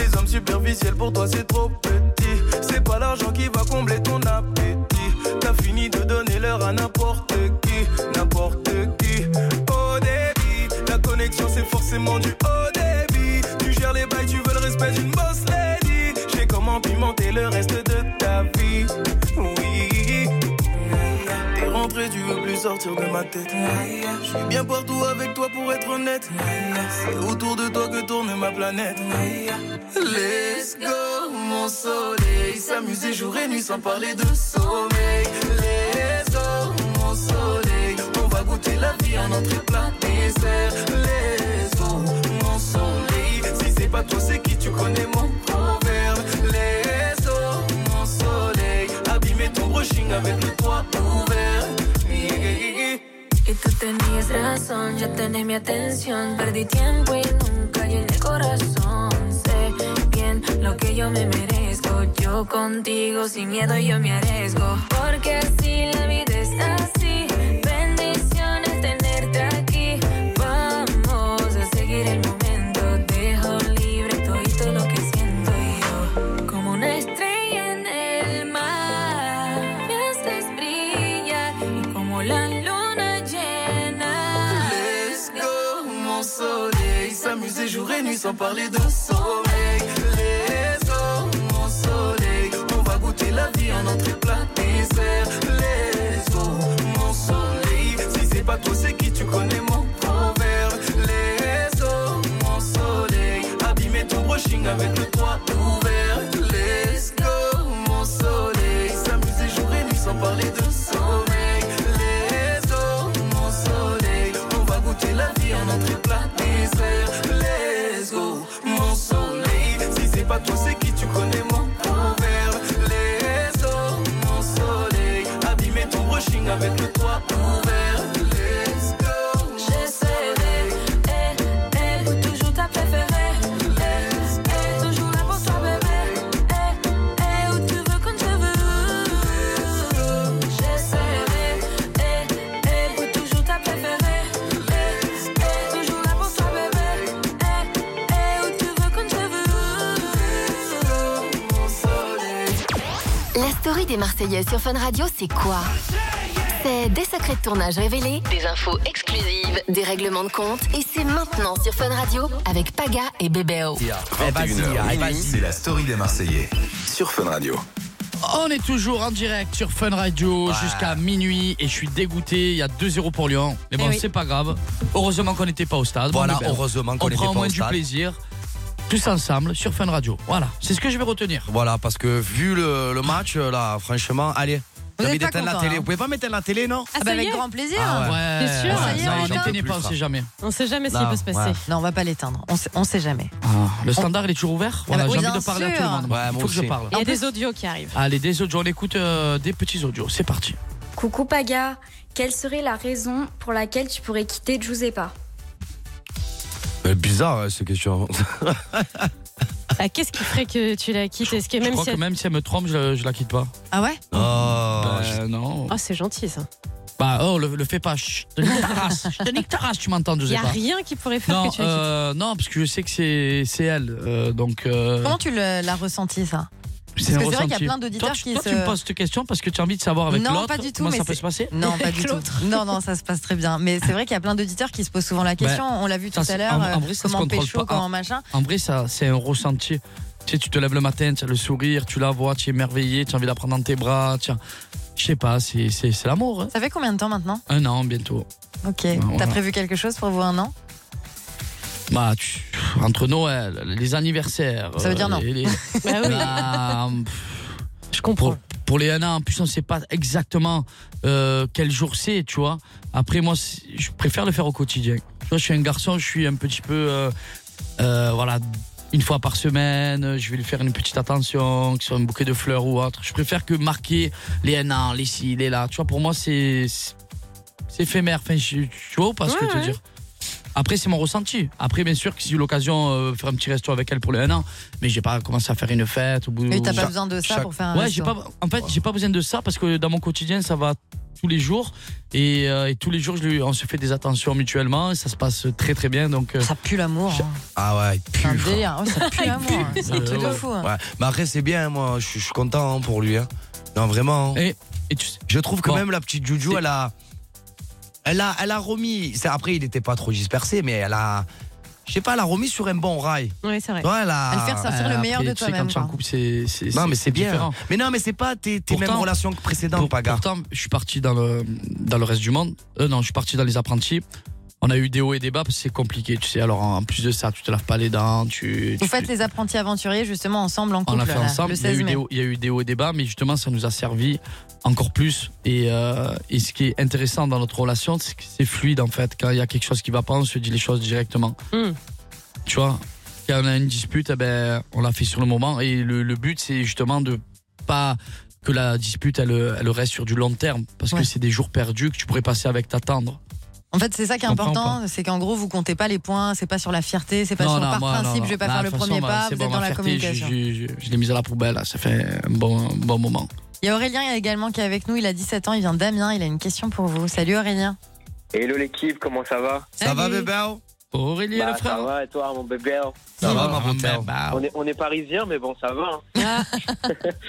S14: les hommes superficiels pour toi c'est trop petit. C'est pas l'argent qui va combler ton appétit. T'as fini de donner l'heure à n'importe qui, n'importe qui. Au débit, la connexion c'est forcément du haut débit. Tu gères les bails, tu veux le respect d'une boss lady. J'ai comment pimenter le reste de ta vie. Oui. T'es rentré, tu veux plus sortir de ma tête. Je suis bien partout avec toi pour être honnête. C'est autour de toi que tourne ma planète. Let's go, mon soleil. S'amuser jour et nuit sans parler de sommeil. Let's go, mon soleil. On va goûter la vie en entrée plat dessert. Let's go, mon soleil. Si c'est pas toi, c'est qui tu connais mon proverbe. Let's go, mon soleil. Abîmer ton brushing avec le toit ouvert.
S2: Y tú tenías razón, ya tenés mi atención. Perdí tiempo y nunca llené el corazón. Sé bien lo que yo me merezco. Yo contigo sin miedo yo me arriesgo. Porque así la vida es así. Bendiciones tenerte aquí. Vamos a seguir el momento. Dejo libre todo lo que siento yo. Como una estrella en el mar. Me haces brillar y como la luna llena.
S14: Let's go, mon soleil. S'amuser jour et nuit sans parler de sommeil. Let's go, mon soleil. On va goûter la vie en entrée plat dessert. Let's go, mon soleil. Si c'est pas toi, c'est qui tu connais mon proverbe. Let's go, mon soleil. Abîmer ton brushing avec le toit ouvert. Let's go, mon soleil. S'amuser jour et nuit sans parler de sommeil. Let's go, mon soleil. On va goûter la vie en entrée plat dessert. Let's go, mon soleil. Si c'est pas toi, c'est qui tu connais mon proverbe. Let's go, mon soleil. Abîmer ton brushing avec le toit ouvert. Let's go,
S2: Je serai eh, eh, toujours ta préférée. Eh, eh, toujours là pour toi, bébé. Eh, eh, où tu veux, quand tu veux. Je serai eh, eh, toujours ta préférée. Eh, eh, toujours là pour toi, bébé. Eh, eh, où tu veux, quand tu veux.
S14: mon soleil.
S11: La story des Marseillais sur Fun Radio, c'est quoi C'est des secrets de tournage révélés, des infos exclusives, des règlements de compte, et c'est maintenant sur Fun Radio avec Paga et Bébéo.
S6: Eh, vas-y,
S1: 21h,
S6: eh,
S1: minuit,
S6: vas-y.
S1: c'est la story des Marseillais sur Fun Radio.
S4: On est toujours en direct sur Fun Radio jusqu'à minuit et je suis dégoûté. Il y a 2-0 pour Lyon. Mais bon,
S8: Eh oui.
S4: c'est pas grave. Heureusement qu'on n'était pas au stade.
S6: Voilà,
S4: Bon, mais ben,
S6: heureusement qu'on
S4: on
S6: n'était
S4: prend au
S6: pas
S4: moins
S6: au
S4: du
S6: stade.
S4: plaisir tous ensemble sur Fun Radio. Voilà, c'est ce que je vais retenir.
S6: Voilà, parce que vu le, le match, euh, là, franchement, allez.
S8: Vous êtes
S6: J'ai envie
S8: pas
S6: d'éteindre la
S8: content,
S6: télé.
S8: hein.
S6: Vous pouvez pas m'éteindre la télé, non
S7: Ah,
S8: Ah
S7: ça
S8: bah
S7: y
S8: avec
S7: est
S8: grand plaisir.
S6: Ah
S7: T'es sûr
S4: ouais,
S8: Ça y est,
S4: non,
S8: on
S4: j'en
S8: éteint
S4: tenais pas, on sait jamais.
S7: On sait jamais ce qui
S6: Non,
S7: peut se passer.
S6: ouais.
S8: Non, on va pas l'éteindre. On sait, on sait jamais.
S4: Ah, Le standard, il est toujours
S8: Ah
S4: ouvert
S8: bah
S4: Voilà,
S8: oui,
S4: J'ai envie
S8: bien
S4: de parler à
S8: sûr.
S4: tout le monde.
S6: Ouais,
S4: Il
S6: moi
S4: faut que je
S6: aussi.
S4: parle.
S7: Il y a des audios qui arrivent.
S4: Allez, des audios, on écoute euh, des petits audios. C'est parti.
S15: Coucou Paga, quelle serait la raison pour laquelle tu pourrais quitter Giuseppa
S6: Euh, Bizarre, hein, ces questions.
S7: Ah, Qu'est-ce qui ferait que tu la quittes Est-ce que
S4: Je
S7: même
S4: crois
S7: si.
S4: que même si elle me trompe, je, je la quitte pas.
S8: Ah ouais
S6: Oh,
S4: Ben, non.
S7: Oh, c'est gentil ça.
S4: Bah, oh, le, le fais pas. Chut, Je te nique ta
S6: Ah,
S4: race. Je te nique ta race, tu m'entends, je
S7: Il
S4: sais
S7: n'y a
S4: pas.
S7: rien qui pourrait faire
S4: Non,
S7: que tu agites.
S4: euh, non, parce que je sais que c'est c'est elle. euh, donc, euh,
S8: Comment tu le- l'as ressenti ça
S4: c'est
S8: Parce
S4: un
S8: que c'est vrai qu'il y a
S4: ressenti.
S8: plein d'auditeurs
S4: Toi, tu-
S8: qui
S4: toi,
S8: se.
S4: tu me poses cette question parce que tu as envie de savoir avec
S8: non,
S4: l'autre
S8: pas du tout.
S4: comment
S8: mais
S4: ça peut
S8: c'est-
S4: se passer
S8: Non, pas du tout. Non, non, ça se passe très bien. Mais c'est vrai qu'il y a plein d'auditeurs qui se posent souvent la question.
S4: Ben,
S8: On l'a vu
S4: ça,
S8: tout à
S4: c'est-
S8: l'heure.
S4: en- en
S8: euh,
S4: vrai, ça se
S8: comment
S4: contrôle
S8: pécho,
S4: pas.
S8: comment machin.
S4: En vrai, ça, c'est un ressenti. Tu sais, tu te lèves le matin, tu as le sourire, tu la vois, tu es émerveillé, tu as envie de la prendre dans tes bras. tu as- Je sais pas, c'est c'est- c'est l'amour. hein.
S8: Ça fait combien de temps maintenant
S4: Un an bientôt.
S8: Ok. T'as
S4: voilà.
S8: prévu quelque chose pour vous un an
S4: Bah, tu- entre Noël, les anniversaires.
S8: Ça veut
S4: euh,
S8: dire non.
S4: les- les-
S8: Bah oui.
S4: Bah, pff, je comprends. Pour, pour les 1 an, en plus, on sait pas exactement euh, quel jour c'est, tu vois. Après, moi, c'est- je préfère le faire au quotidien. Tu vois, je suis un garçon, je suis un petit peu. euh, euh, voilà, une fois par semaine, je vais lui faire une petite attention, que ce soit un bouquet de fleurs ou autre. Je préfère que marquer les 1 an, les ci, les là. Tu vois, pour moi, c'est. c'est- C'est éphémère. Enfin, je- tu vois ou pas ce que je veux
S7: Ouais, ouais.
S4: dire après, c'est mon ressenti. Après, bien sûr, que si j'ai eu l'occasion euh, faire un petit resto avec elle pour les 1 an, mais j'ai pas commencé à faire une fête. Au bout
S8: Oui, t'as pas besoin de ça pour faire un
S4: Ouais,
S8: resto.
S4: j'ai pas, en fait, j'ai pas besoin de ça parce que dans mon quotidien, ça va tous les jours. Et, euh, et tous les jours, je lui- on se fait des attentions mutuellement. Et ça se passe très très bien. Donc, euh,
S8: ça pue l'amour. hein.
S6: Ah ouais, il pue.
S8: Un délire. Oh, ça pue l'amour. hein. C'est un
S4: Euh,
S8: truc de
S4: ouais.
S8: fou. hein.
S6: Ouais. Mais après, c'est bien, hein, moi, je suis- je suis content hein, pour lui. hein. Non, vraiment. hein.
S4: Et,
S6: je trouve que même la petite Juju, elle a, elle a, elle a remis. c'est- Après, il n'était pas trop dispersé, mais elle a, je sais pas, elle a remis sur un bon rail.
S7: Oui, c'est vrai.
S6: Ouais, elle a-
S8: Elle fait ressortir le meilleur de toi-même.
S4: quand tu es en couple, c'est. c'est-
S6: Non, mais c'est bien.
S4: différent.
S6: Mais non, mais c'est pas tes, tes mêmes
S4: Pourtant-
S6: relations que précédentes,
S4: Pour-
S6: Paga.
S4: Pourtant, je suis parti dans le, dans le reste du monde. Euh, non, je suis parti dans les apprentis. On a eu des hauts et des bas parce que c'est compliqué, tu sais. Alors, en plus de ça, tu te laves pas les dents, tu.
S8: Vous
S4: tu-
S8: faites les apprentis aventuriers justement ensemble en
S4: on
S8: couple.
S4: l'a fait
S8: là,
S4: ensemble.
S8: Le
S4: Il y, a
S8: 16
S4: eu
S8: mai.
S4: des hauts, il y a eu des hauts et des bas, mais justement, ça nous a servi encore plus. Et, euh, et ce qui est intéressant dans notre relation, c'est que c'est fluide en fait. Quand il y a quelque chose qui va pas, on se dit les choses directement. Tu vois, quand on a une dispute, eh ben, on la fait sur le moment. Et le, le but, c'est justement de pas que la dispute, elle, elle reste sur du long terme. Parce que c'est des jours perdus que tu pourrais passer avec ta tendre.
S8: En fait, c'est ça qui est
S4: Je comprends
S8: important, c'est qu'en gros, vous comptez pas les points, c'est pas sur la fierté, c'est pas sur par
S4: moi,
S8: principe,
S4: non.
S8: je vais pas
S4: Non,
S8: faire
S4: de
S8: le
S4: toute façon,
S8: premier
S4: moi,
S8: pas,
S4: c'est
S8: vous
S4: bon,
S8: êtes dans
S4: ma
S8: la
S4: fierté,
S8: communication.
S4: Je, je- je l'ai mise à la poubelle, là. ça fait un bon, un bon moment.
S8: Il y a Aurélien il y a également qui est avec nous, il a 17 ans, il vient d'Amiens, il a une question pour vous. Salut Aurélien.
S13: Hello l'équipe, comment ça va
S6: Ça va, bébé
S4: Aurélie,
S13: Bah, Ça va, et toi, mon bébé
S6: Ça va, ma beauté
S4: Bah,
S13: on est, on est parisiens, mais bon, ça va. hein.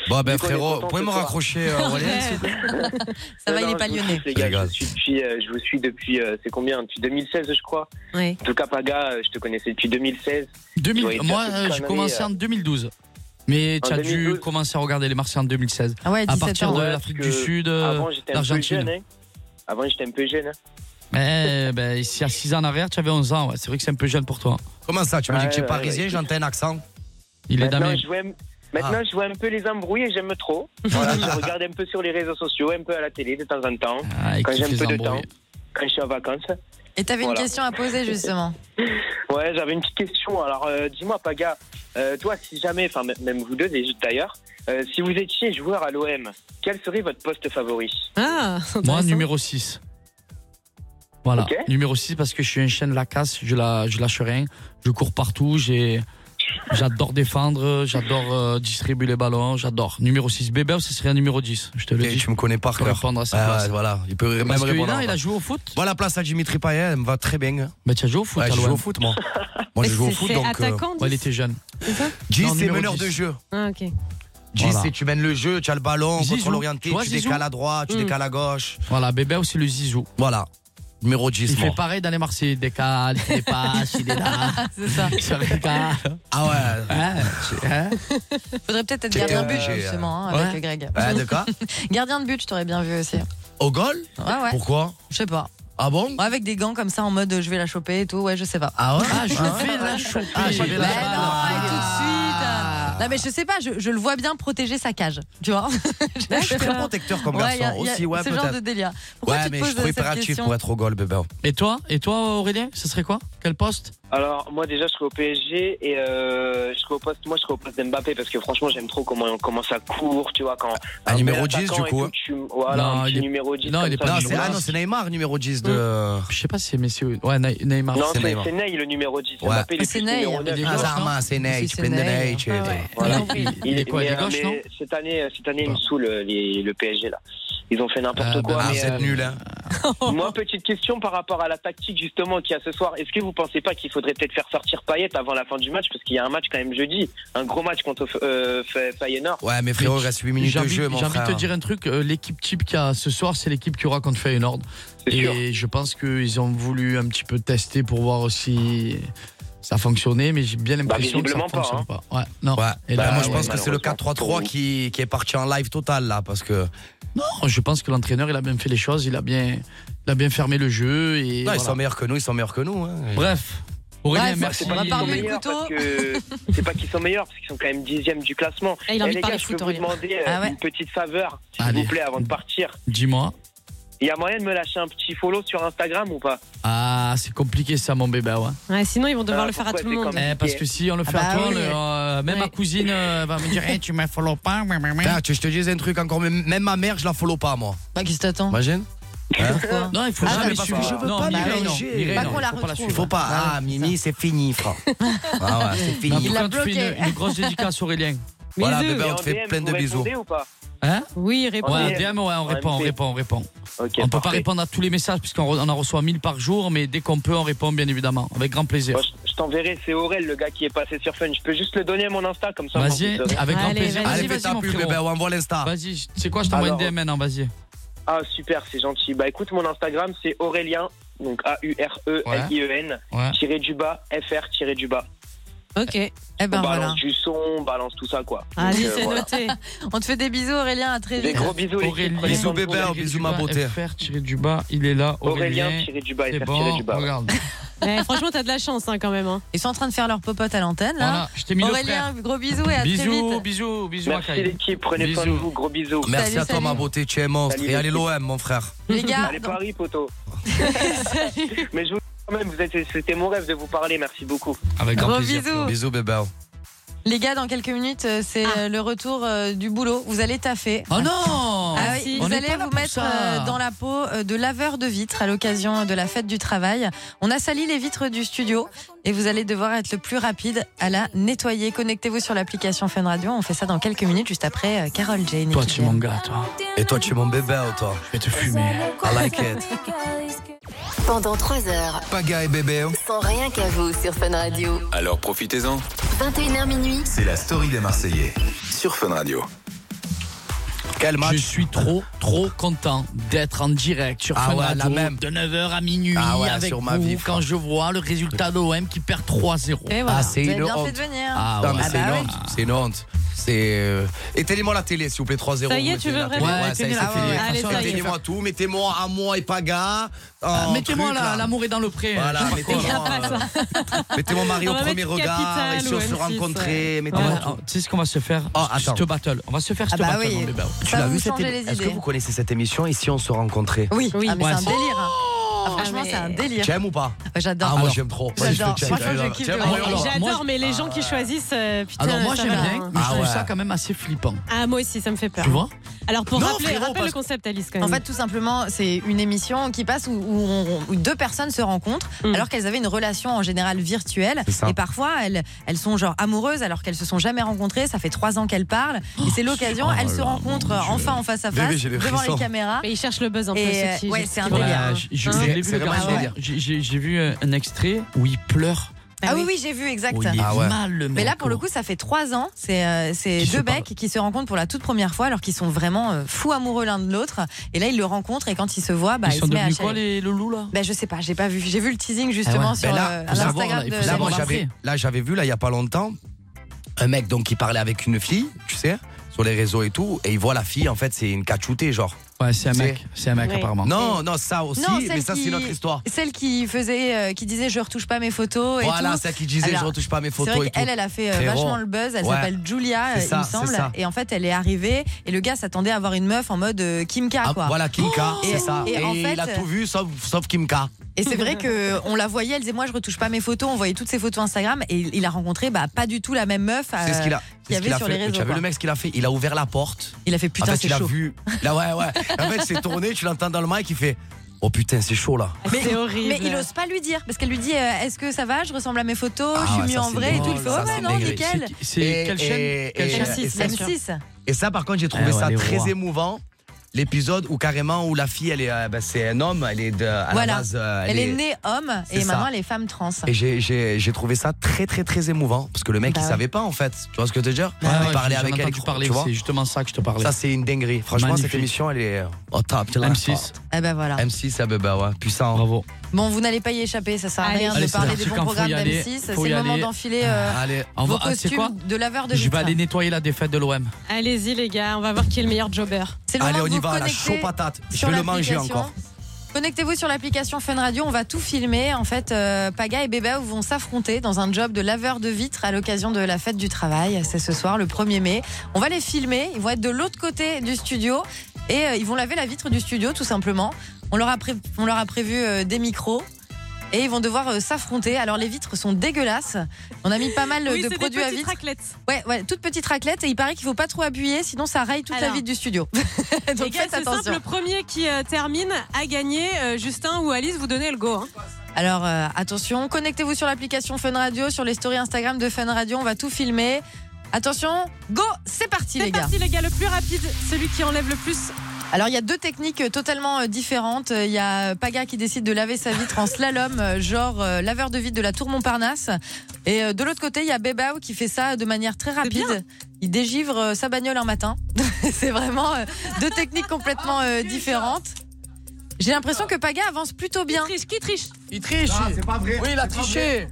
S6: Bon, ben
S13: Du coup, on est
S6: frérot,
S13: content
S6: pouvez
S13: ce
S6: me
S13: soir.
S6: raccrocher, euh, Aurélien, s'il vous plaît
S8: Ça va,
S13: Non,
S8: il est
S13: non,
S8: pas
S13: je vous
S8: lyonnais.
S13: kiffe, les gars, je, suis depuis, euh, je vous suis depuis, euh, c'est combien Depuis 2016, je crois.
S8: Oui.
S13: En tout cas, Paga, euh, je te connaissais depuis 2016.
S4: 2000
S13: Tu aurais été
S4: moi,
S13: assez
S4: euh, j'ai
S13: connerie,
S4: commencé
S13: euh,
S4: en 2012. Mais
S13: En
S4: tu as dû
S13: 2012.
S4: commencer à regarder les Martiens en 2016.
S8: Ah
S4: à partir de
S13: Ouais,
S4: l'Afrique du
S13: parce que
S4: Sud,
S13: avant,
S4: euh,
S13: j'étais un peu jeune.
S4: l'Argentine.
S13: hein. Avant, j'étais un peu jeune. hein.
S4: Eh ben, ici, à 6 ans en arrière, tu avais 11 ans. ouais. C'est vrai que c'est un peu jeune pour toi.
S6: Comment ça Tu m'as dit que
S13: Ouais,
S6: tu es
S13: ouais,
S6: parisien,
S13: ouais.
S6: j'entends un accent.
S4: Il est Ah.
S13: Maintenant,
S4: damé.
S13: je vois un- Maintenant, je vois un peu les embrouilles et j'aime trop. Voilà, je regarde un peu sur les réseaux sociaux, un peu à la télé de temps en temps,
S4: il
S13: quand j'ai
S4: kiffe
S13: un peu
S4: les
S13: de temps,
S4: embrouilles.
S13: quand je suis en vacances.
S8: Et t'avais
S13: Voilà.
S8: une question à poser justement.
S13: Ouais, j'avais une petite question. Alors, euh, dis-moi, Paga, euh, toi, si jamais, enfin, m- même vous deux d'ailleurs, euh, si vous étiez joueur à l'OM, quel serait votre poste favori
S7: Ah,
S4: Moi, numéro 6. Voilà,
S13: Ok.
S4: numéro 6 parce que je suis un chien de la casse, je, la, je lâche rien, je cours partout, j'ai, j'adore défendre, j'adore euh, distribuer les ballons, j'adore. Numéro 6, bébé, ce serait un numéro 10, je te le
S6: Ok,
S4: dis.
S6: tu me connais par
S4: Pour
S6: cœur.
S4: répondre à sa
S6: Ouais,
S4: place.
S6: ouais, voilà, il peut même
S4: Parce que
S6: répondre
S4: Ilan,
S6: en
S4: il a
S6: bas.
S4: joué au foot.
S6: Voilà, place à Dimitri Payet, elle me va très bien.
S4: Mais tu as joué au foot,
S6: Ouais,
S4: à
S6: je joue
S4: l'OM.
S6: au foot, moi. Moi, je
S4: Mais
S6: joue au
S4: c'est-
S6: foot,
S4: c'est
S6: donc. euh,
S4: attaquant, Ouais, il 10. était jeune.
S7: C'est ça
S6: 10,
S4: Non,
S6: c'est
S4: numéro
S6: meneur
S4: 10.
S6: de jeu.
S7: Ah, ok.
S6: 10,
S4: Voilà.
S6: c'est tu mènes le jeu, tu as le ballon,
S4: Zizou.
S6: contrôle orienté,
S4: Tu vois,
S6: tu
S4: Zizou
S6: décales à droite, tu
S4: Mm.
S6: décales à gauche.
S4: Voilà, bébé, c'est le Zizou.
S6: Voilà, numéro 10.
S4: Il
S6: moi.
S4: fait pareil dans les Marseillais, il décale, il dépasse, il est là,
S8: c'est ça.
S4: il se régale.
S6: Ah ouais.
S4: Hein
S8: Faudrait peut-être être
S6: J'étais
S8: gardien de but
S6: obligé, euh.
S8: justement hein,
S6: Ouais.
S8: avec Greg.
S6: Ouais, de quoi
S8: Gardien de but, je t'aurais bien vu aussi.
S6: Au goal
S8: Ouais, ouais.
S6: Pourquoi
S8: Je sais pas.
S6: Ah bon
S8: Avec des gants comme ça en mode euh, je vais la choper et tout, ouais, je sais pas.
S6: Ah ouais
S4: Ah, je vais la choper.
S8: Ah, je vais la
S4: Ah.
S8: choper. Non, pas tout de
S6: Ah.
S8: suite. Non, mais je sais pas, je, je le vois bien protéger sa cage, tu vois.
S6: je suis très protecteur comme
S8: Ouais, y a-
S6: garçon,
S8: y a
S6: aussi, ouais,
S8: Ce genre
S6: peut-être.
S8: de délire. Pourquoi
S6: ouais,
S8: tu te
S6: mais je
S8: poses
S6: suis trop
S8: cette
S6: hyperactif
S8: question
S6: pour être au goal, bébé.
S4: Et toi Et toi, Aurélien, ce serait quoi Quel poste
S13: Alors, moi, déjà, je serais au PSG et euh, je serais au poste, moi, je serais au poste d'Mbappé parce que franchement, j'aime trop comment, comment ça court, tu vois, quand. Un
S6: numéro
S13: Ah, attaquant
S6: 10, du
S13: et
S6: coup,
S13: tout,
S6: hein.
S13: tu- Voilà,
S4: Non,
S13: un petit
S4: il est-
S13: numéro 10.
S4: non,
S13: comme
S4: il est
S13: ça,
S4: pas
S13: tu
S4: numéro
S13: vois.
S6: Ah non, c'est Neymar, numéro 10 de.
S4: Je sais pas si c'est Messi ou- Ouais, Ney- Neymar.
S13: Non, c'est c'est Ney, le numéro 10.
S6: Ouais.
S13: Mbappé, il est
S8: C'est
S13: plus
S8: Ney,
S13: numéro
S8: hein.
S13: neuf.
S4: Il est
S6: Ah,
S4: gauche,
S6: Zarma,
S4: non
S6: c'est Ney,
S8: Si,
S6: tu
S8: c'est
S6: prends de
S8: Ney,
S6: Ney,
S8: hein.
S6: tu
S8: Ah ouais.
S13: Voilà.
S4: Il, il est quoi Il est
S13: mais,
S4: gauche,
S13: mais
S4: non
S13: cette année, cette année, il me saoule les- le PSG là. Ils ont fait n'importe
S4: Ah,
S13: quoi.
S4: bah,
S13: mais,
S6: c'est
S13: euh,
S6: nul, hein.
S13: Moi, petite question par rapport à la tactique justement qu'il y a ce soir. Est-ce que vous pensez pas qu'il faudrait peut-être faire sortir Payet avant la fin du match Parce qu'il y a un match quand même jeudi, un gros match contre euh, F- Feyenoord.
S6: Ouais, mais frérot, il reste 8 minutes
S4: J'ai
S6: de
S4: envie-
S6: jeu, mon
S4: J'ai envie de te
S6: frère.
S4: dire un truc. euh, L'équipe type qu'il y a ce soir, c'est l'équipe qu'il y aura contre Feyenoord. Et je pense qu'ils ont voulu un petit peu tester pour voir si ça fonctionnait, mais j'ai bien
S13: Bah,
S4: l'impression que ça
S6: Bah, visiblement pas,
S4: fonctionne
S6: hein.
S4: pas. Ouais, non.
S6: Et
S4: Et
S6: là,
S4: là,
S6: Bah, moi, je
S4: ouais,
S6: pense que c'est le
S4: malheureusement,
S6: 4-3-3 qui, qui est parti en live total, là, parce que.
S4: Non, je pense que l'entraîneur, il a bien fait les choses, il a bien, il a bien fermé le jeu. Et
S6: Non, ils
S4: voilà.
S6: sont meilleurs que nous, ils sont meilleurs que nous. hein.
S4: Bref, Aurélien,
S13: Bref,
S4: merci.
S13: Bah, c'est pas qu'ils sont meilleurs parce que- C'est pas qu'ils sont meilleurs, parce qu'ils sont quand même dixième du classement.
S4: Ah, il a
S13: Et
S4: envie de
S13: les
S4: parler
S13: gars, je peux
S4: foot,
S13: vous
S4: Aurélien.
S13: demander euh,
S4: Ah ouais.
S13: une petite faveur, s'il
S4: Allez.
S13: vous plaît, avant de partir.
S4: Dis-moi.
S13: Il y a moyen de me lâcher un petit follow sur Instagram ou pas
S4: Ah, c'est compliqué ça, mon bébé, ouais.
S7: Ouais, sinon, ils vont devoir
S13: Ah,
S7: le faire à
S13: pourquoi
S7: tout le
S13: c'est
S7: monde.
S13: comme-
S4: Eh, parce que si on le fait
S7: Ah
S4: à
S7: bah
S4: toi,
S7: oui.
S4: le- euh, même ma cousine euh, va me dire Eh, tu m'as follow pas. moi, moi, moi.
S6: Putain, Ah, tu- je te dis un truc encore, même, même ma mère, je la follow pas, moi.
S8: Bah, qui t'attend
S6: Imagine
S8: Pourquoi
S4: Non, il faut
S6: Ah,
S4: jamais
S6: parce que
S4: suivre.
S6: je veux
S4: Non,
S6: pas
S4: Mireille,
S6: la
S4: non.
S6: loger.
S4: Mireille,
S6: Pas
S4: non,
S6: qu'on
S4: il
S6: la
S4: faut pas la
S6: retrouve.
S4: suivre.
S6: Faut pas. Ah, Mimi, c'est fini, frère. Ah ouais, c'est
S4: Mais en
S6: fini.
S4: tout cas, tu fais une, une grosse dédicace, Aurélien.
S6: Voilà, bébé, on te fait plein de bisous.
S4: Hein
S7: Oui, répondez.
S4: Ouais, DM, ouais, on
S7: En
S4: répond, on
S7: MP.
S4: répond, on répond. on peut pas
S13: parfait.
S4: répondre à tous les messages puisqu'on re- on en reçoit 1000 par jour, mais dès qu'on peut, on répond bien évidemment, avec grand plaisir.
S13: Moi, je, je t'enverrai, c'est Aurel, le gars qui est passé sur Fun. Je peux juste le donner à mon Insta comme ça.
S4: Vas-y,
S13: on peut-
S4: avec grand plaisir.
S6: Allez, fais ta
S4: mon
S6: pub,
S4: frérot.
S6: bébé, on voit l'Insta.
S4: Vas-y, je- c'est quoi, je t'envoie une
S13: Alors,
S4: DM maintenant, hein, vas-y.
S13: Ah, super, c'est gentil. Bah écoute, mon Instagram, c'est Aurélien, donc E A-U-R-E-L-I-E-N,
S4: Ouais.
S13: tiré du bas, FR, tiré du bas.
S8: Ok. Eh
S13: on
S8: ben
S13: balance
S8: voilà.
S13: du son, on balance tout ça, quoi.
S8: Allez,
S13: Donc, euh,
S8: c'est
S13: voilà.
S8: noté. On te fait des bisous, Aurélien. À très
S13: Des
S8: vite.
S13: gros bisous, les
S4: Aurélien,
S6: Bisous, bébé, bisous, ma beauté.
S4: FR tiré du bas, il est là. Aurélien,
S13: Aurélien, tiré du bas,
S4: c'est
S13: FR,
S4: bon,
S13: tiré du bas.
S4: Regarde.
S7: Ouais, Eh, franchement, t'as de la chance hein, quand même. hein.
S8: Ils sont en train de faire leur popote à l'antenne, là.
S4: Voilà, je t'ai mis le
S8: Aurélien,
S4: frère.
S8: gros bisous et à très vite.
S4: Bisous, bisous, bisous.
S13: Merci,
S4: Akai.
S13: l'équipe, prenez soin de
S4: Bisous.
S13: vous, gros bisous.
S6: Merci
S8: Salut,
S6: à toi,
S8: salut.
S6: ma beauté, tu es monstre.
S13: Salut,
S6: Et allez,
S13: les filles.
S6: l'OM, mon frère.
S8: Les gars,
S13: Allez, Paris, poteau. Mais je vous quand même, vous êtes- c'était mon rêve de vous parler, merci beaucoup.
S6: Avec
S8: grand Gros plaisir. bisous.
S6: Bisous, bébé.
S8: Les gars, dans quelques minutes, euh, c'est euh, le retour euh, du boulot. Vous allez taffer.
S4: Ah. Oh non
S8: Ah oui,
S4: On
S8: Vous
S4: est
S8: allez
S4: pas là
S8: vous
S4: pour
S8: mettre
S4: ça.
S8: euh, dans la peau euh, de laveur de vitres à l'occasion de la fête du travail. On a sali les vitres du studio et vous allez devoir être le plus rapide à la nettoyer. Connectez-vous sur l'application Fun Radio. On fait ça dans quelques minutes, juste après euh, Carole Jane. et
S4: Toi,
S8: Kylian.
S4: tu es mon gars, toi.
S6: Et toi, tu es mon bébé, toi.
S4: Je vais te fumer.
S6: I like it.
S11: Pendant 3 heures,
S6: Paga et bébé.
S11: sans rien qu'à vous sur Fun Radio.
S1: Alors profitez-en.
S11: 21h minuit,
S1: C'est la story des Marseillais sur Fun Radio.
S6: Quel match
S4: Je suis trop, trop content d'être en direct sur
S6: Ah
S4: Fun
S6: ouais,
S4: Radio
S6: la même.
S4: de 9h à minuit
S6: Ah ouais,
S4: avec
S6: sur
S4: vous
S6: ma vie, frère.
S4: quand je vois le résultat d'OM qui perd 3-0.
S8: Et Eh voilà.
S6: Ah, c'est
S8: Vous
S6: une
S8: avez bien fait
S6: honte.
S8: de venir. bah
S4: Ah
S6: Non, mais
S4: ouais.
S6: c'est une honte. C'est une honte. C'est. euh, Éteignez-moi la télé, s'il vous plaît, 3-0.
S7: Ça y est, tu
S6: mettez
S7: veux
S6: la
S7: vraiment
S6: télé.
S7: Ouais,
S6: Ouais, ça y est,
S7: éteignez
S6: c'est
S7: la télé.
S6: fini.
S7: Ah ouais, allez, ça y est. Bah,
S6: Éteignez-moi tout, mettez-moi à moi et Paga.
S4: Ah,
S6: en
S4: Mettez-moi
S6: truc,
S4: la-
S6: là.
S4: l'amour est dans le pré. hein.
S6: Voilà,
S4: je sais pas quoi.
S6: mettez-moi, euh, Mettez-moi mari
S7: On
S6: au
S7: va
S6: premier
S7: mettre
S6: regard, et
S7: Capital
S6: si
S7: ou
S6: on
S7: M6,
S6: se rencontrait,
S7: ouais.
S4: On
S6: mettez-moi
S4: va-
S6: tout. Oh,
S4: Tu sais ce qu'on va se faire
S6: attends.
S4: Cette battle. On va se faire
S8: Ah
S4: cette
S8: bah
S4: battle,
S8: oui.
S4: mon bébé.
S6: Tu
S8: Ça
S6: l'as
S8: va
S6: vu
S8: vous
S6: cette
S8: changer
S6: émi-
S8: les
S6: Est-ce que
S8: idées.
S6: vous connaissez cette émission et si on se rencontrait
S8: Oui, Ah, mais
S6: Ouais,
S8: c'est
S6: c'est-
S8: un délire. hein. Ah, franchement,
S7: Ah, mais-
S8: c'est un délire.
S6: Tu aimes ou pas
S8: Ouais, J'adore.
S6: Ah, moi
S4: Alors,
S6: j'aime trop.
S8: J'adore.
S6: Vas-y, je te check.
S8: Franchement, je kiffe de
S6: Tiens,
S8: ouf.
S6: voyons voir.
S7: J'adore, mais les gens qui choisissent, euh, putain,
S4: Alors moi
S7: ça
S4: j'aime
S7: va,
S4: bien,
S7: hein.
S4: mais je
S6: Ah
S4: trouve
S6: ouais.
S4: ça quand même assez flippant.
S7: Ah, moi aussi, ça me fait peur.
S4: Tu vois
S7: Alors, pour
S6: Non,
S7: rappeler,
S6: frérot,
S7: rappelle
S6: parce-
S7: le concept, Alice, quand
S8: En
S4: Mm.
S7: même.
S8: fait, tout simplement, c'est une émission qui passe où, où on- où deux personnes se rencontrent
S4: Mm.
S8: alors qu'elles avaient une relation en général virtuelle.
S6: C'est ça.
S8: Et parfois, elles, elles sont genre amoureuses alors qu'elles se sont jamais rencontrées. Ça fait trois ans qu'elles parlent. Et c'est l'occasion,
S4: oh
S8: elles
S4: là
S8: se
S4: là,
S8: rencontrent
S4: mon Dieu.
S8: enfin en face à
S6: Bébé,
S8: face
S6: j'ai des
S8: devant les
S6: frissons.
S8: caméras.
S7: Mais ils cherchent le buzz un peu.
S8: Et, euh,
S7: ceux qui-
S8: ouais,
S7: ceux
S8: c'est
S7: qui
S8: un
S7: vont-
S8: délire.
S4: Voilà,
S8: hein.
S4: je- je-
S8: Hein
S4: je l'ai vu
S6: C'est
S4: le
S6: vraiment
S4: garçon.
S6: un délire.
S4: J'ai j'ai- j'ai vu un un extrait où il pleure.
S8: Ah oui, oui, j'ai vu, exact.
S4: Où Oh, il est
S6: Ah ouais.
S4: mal le mec.
S8: Mais là, pour le coup, ça fait trois ans. C'est euh, c'est
S4: Qui se
S8: deux
S4: parlent.
S8: becs qui se rencontrent pour la toute première fois, alors qu'ils sont vraiment euh, fous amoureux l'un de l'autre. Et là, ils le rencontrent et quand ils se voient, bah,
S4: ils
S8: ils
S4: sont
S8: se mettent à
S4: devenus quoi
S8: chialer.
S4: les loulous là
S8: Ben, je sais pas, j'ai pas vu. J'ai vu le teasing justement
S4: ouais.
S8: sur
S6: Ben là,
S8: euh,
S6: faut
S8: à
S4: savoir,
S8: l'Instagram
S4: là, il
S8: de
S4: faut
S6: Là, moi,
S4: savoir, la
S6: j'avais,
S4: vraie.
S6: là, j'avais vu, là, il n'y a pas longtemps, un mec donc qui parlait avec une fille, tu sais, sur les réseaux et tout, et il voit la fille, en fait, c'est une cachoutée, genre.
S4: Ouais, c'est un
S6: C'est-
S4: mec, c'est un mec
S7: Ouais.
S4: apparemment.
S6: Non, non, ça aussi,
S8: Non,
S6: mais
S8: celle
S6: ça,
S8: qui-
S6: c'est notre histoire.
S8: Celle qui faisait, euh, qui disait je retouche pas mes photos et
S6: Voilà,
S8: tout.
S6: celle qui disait,
S8: Alors,
S6: je retouche pas mes
S8: C'est
S6: photos
S8: vrai
S6: et tout.
S8: qu'elle, elle a fait euh,
S6: Frérot.
S8: vachement le buzz. Elle
S6: Ouais.
S8: s'appelle Julia,
S6: C'est
S8: euh,
S6: ça,
S8: il me
S6: c'est
S8: semble.
S6: ça.
S8: Et en fait, elle est arrivée et le gars s'attendait à avoir une meuf en mode euh, Kim K,
S6: Ah,
S8: quoi.
S6: voilà, Kimka,
S8: Oh
S6: c'est ça.
S8: Et
S6: Et,
S8: en fait-
S6: il a tout vu, sauf, sauf Kimka.
S8: Et c'est vrai que on la voyait. Elle disait moi, je retouche pas mes photos. On voyait toutes ses photos Instagram et il il a rencontré bah pas du tout la même meuf. euh,
S6: C'est ce qu'il a,
S8: qu'il y
S6: c'est ce
S8: avait
S6: qu'il a
S8: sur
S6: fait.
S8: les
S6: Mais
S8: réseaux,
S6: Tu as vu
S8: quoi.
S6: le mec, ce qu'il a fait Il a ouvert la porte.
S8: Il a fait
S6: en
S8: putain,
S6: fait,
S8: c'est
S6: il a
S8: chaud.
S6: vu. Là, ouais, ouais. En fait, c'est tourné, tu l'entends dans le mic, il fait Oh putain, c'est chaud là.
S7: Ah, C'est horrible.
S8: Mais il ose pas lui dire parce qu'elle lui dit euh, est-ce que ça va Je ressemble à mes photos,
S6: Ah
S8: je suis
S6: ouais,
S8: mieux
S6: ça,
S8: en
S6: c'est
S8: vrai et tout.
S6: drôle,
S8: Il fait
S6: ça,
S8: oh
S6: c'est
S8: ouais, non,
S6: dingue.
S8: nickel.
S4: C'est
S6: Et-
S4: quelle chaîne
S6: et-
S4: Quelle
S6: et-
S4: chaîne
S6: et-
S8: M6,
S6: et-
S8: M6.
S6: Et ça, par contre, j'ai
S4: Eh
S6: trouvé
S4: ouais,
S6: ça
S4: les
S6: très
S4: rois.
S6: émouvant. l'épisode où carrément où la fille, elle est, euh, bah, c'est un homme, elle est de, à
S8: voilà.
S6: la base, euh,
S8: elle, est née homme et
S6: C'est ça.
S8: maintenant elle est femme trans.
S6: Et j'ai- j'ai j'ai trouvé ça très très très émouvant parce que le mec
S8: Bah
S6: il
S8: ouais.
S6: savait pas en fait. Tu vois ce que je veux dire
S4: Ouais, ouais,
S6: Il parlait
S4: j'en
S6: avec
S4: ai
S6: elle.
S4: entendu parler,
S6: tu vois
S4: c'est justement ça que je te parlais.
S6: Ça c'est une dinguerie. Franchement
S4: Magnifique.
S6: cette émission elle est au top. tu l'as
S4: M6.
S6: pas.
S8: Eh ben voilà.
S6: M6 ah bah, bah ouais puissant.
S4: Bravo.
S8: Bon, vous n'allez pas y échapper, ça sert à
S4: Allez,
S8: rien
S4: Allez,
S8: de
S4: c'est
S8: parler
S4: parti,
S8: des bons
S4: quand faut y
S8: programmes
S4: aller,
S8: d'M6. C'est
S4: faut y
S8: le moment
S4: aller.
S8: d'enfiler euh,
S6: Allez,
S4: on
S8: vos
S4: va- ah, tu sais quoi
S8: costumes de laveur de hein.
S4: Je
S8: vitre.
S4: vais aller nettoyer la défaite de l'OM.
S7: Allez-y, les gars, on va voir qui est le meilleur jobber.
S8: C'est le moment de vous connecter sur l'application. Connectez-vous sur l'application Fun Radio, on va tout filmer. En fait, euh, Paga et Bébé vont s'affronter dans un job de laveur de vitres à l'occasion de la fête du travail. C'est ce soir, le 1er mai. On va les filmer, ils vont être de l'autre côté du studio et euh, ils vont laver la vitre du studio tout simplement. On leur a, pré- on leur a prévu euh, des micros. Et ils vont devoir euh, s'affronter. Alors les vitres sont dégueulasses. On a mis pas mal euh,
S7: Oui,
S8: de
S7: c'est des
S8: produits à
S7: petites
S8: vitre.
S7: raclettes.
S8: Ouais, ouais, toute petite raclette. Et il paraît qu'il faut pas trop appuyer, sinon ça raye toute la
S7: Alors.
S8: vitre du studio. Donc
S7: les gars,
S8: faites
S7: c'est
S8: attention.
S7: simple, le premier qui euh, termine a gagné. Euh, Justin ou Alice, vous donnez le go. hein.
S8: Alors euh, attention, connectez-vous sur l'application Fun Radio, sur les stories Instagram de Fun Radio, on va tout filmer. Attention, go, c'est parti les
S7: C'est
S8: gars.
S7: parti, les gars, le plus rapide, celui qui enlève le plus.
S8: Alors il y a deux techniques euh, totalement euh, différentes. Euh, Il y a Paga qui décide de laver sa vitre en slalom, euh, genre euh, laveur de vitre de la Tour Montparnasse. Et euh, de l'autre côté, il y a Bebao qui fait ça de manière très rapide. Il dégivre euh, sa bagnole un matin. c'est vraiment euh, deux techniques complètement euh, différentes. J'ai l'impression que Paga avance plutôt bien.
S7: Oh. Triche, qui triche
S8: Il triche.
S6: Oui, il a triché.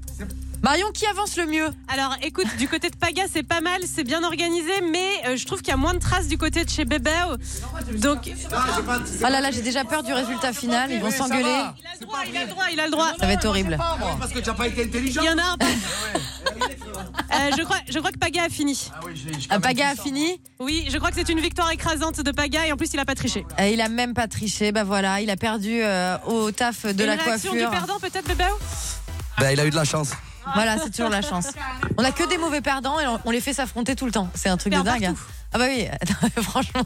S8: Marion, qui avance le mieux
S7: Alors écoute, du côté de Paga, c'est pas mal, c'est bien organisé, mais euh, je trouve qu'il y a moins de traces du côté de chez Bébao. Donc.
S8: Ah là là, j'ai déjà peur du résultat final. Ils vont s'engueuler.
S7: Il a le droit, il a le droit, il a le droit.
S8: Ça va être horrible.
S6: Parce que tu n'as pas été
S7: Il
S6: intelligent.
S7: y en a un. Euh, je, crois, je crois que Paga a fini.
S8: Ah, Paga a fini.
S7: Oui, je crois que c'est une victoire écrasante de Paga et en plus il a pas triché.
S8: Euh, il a même pas triché. Bah voilà, il a perdu euh, au taf de
S7: Et
S8: la
S7: une réaction
S8: coiffure.
S7: du perdant peut-être Bébao
S6: Bah, il a eu de la chance.
S8: Voilà, c'est toujours la chance. On a que des mauvais perdants et on, on les fait s'affronter tout le temps. C'est un truc de
S7: Perd
S8: dingue. Ah bah oui, non, franchement.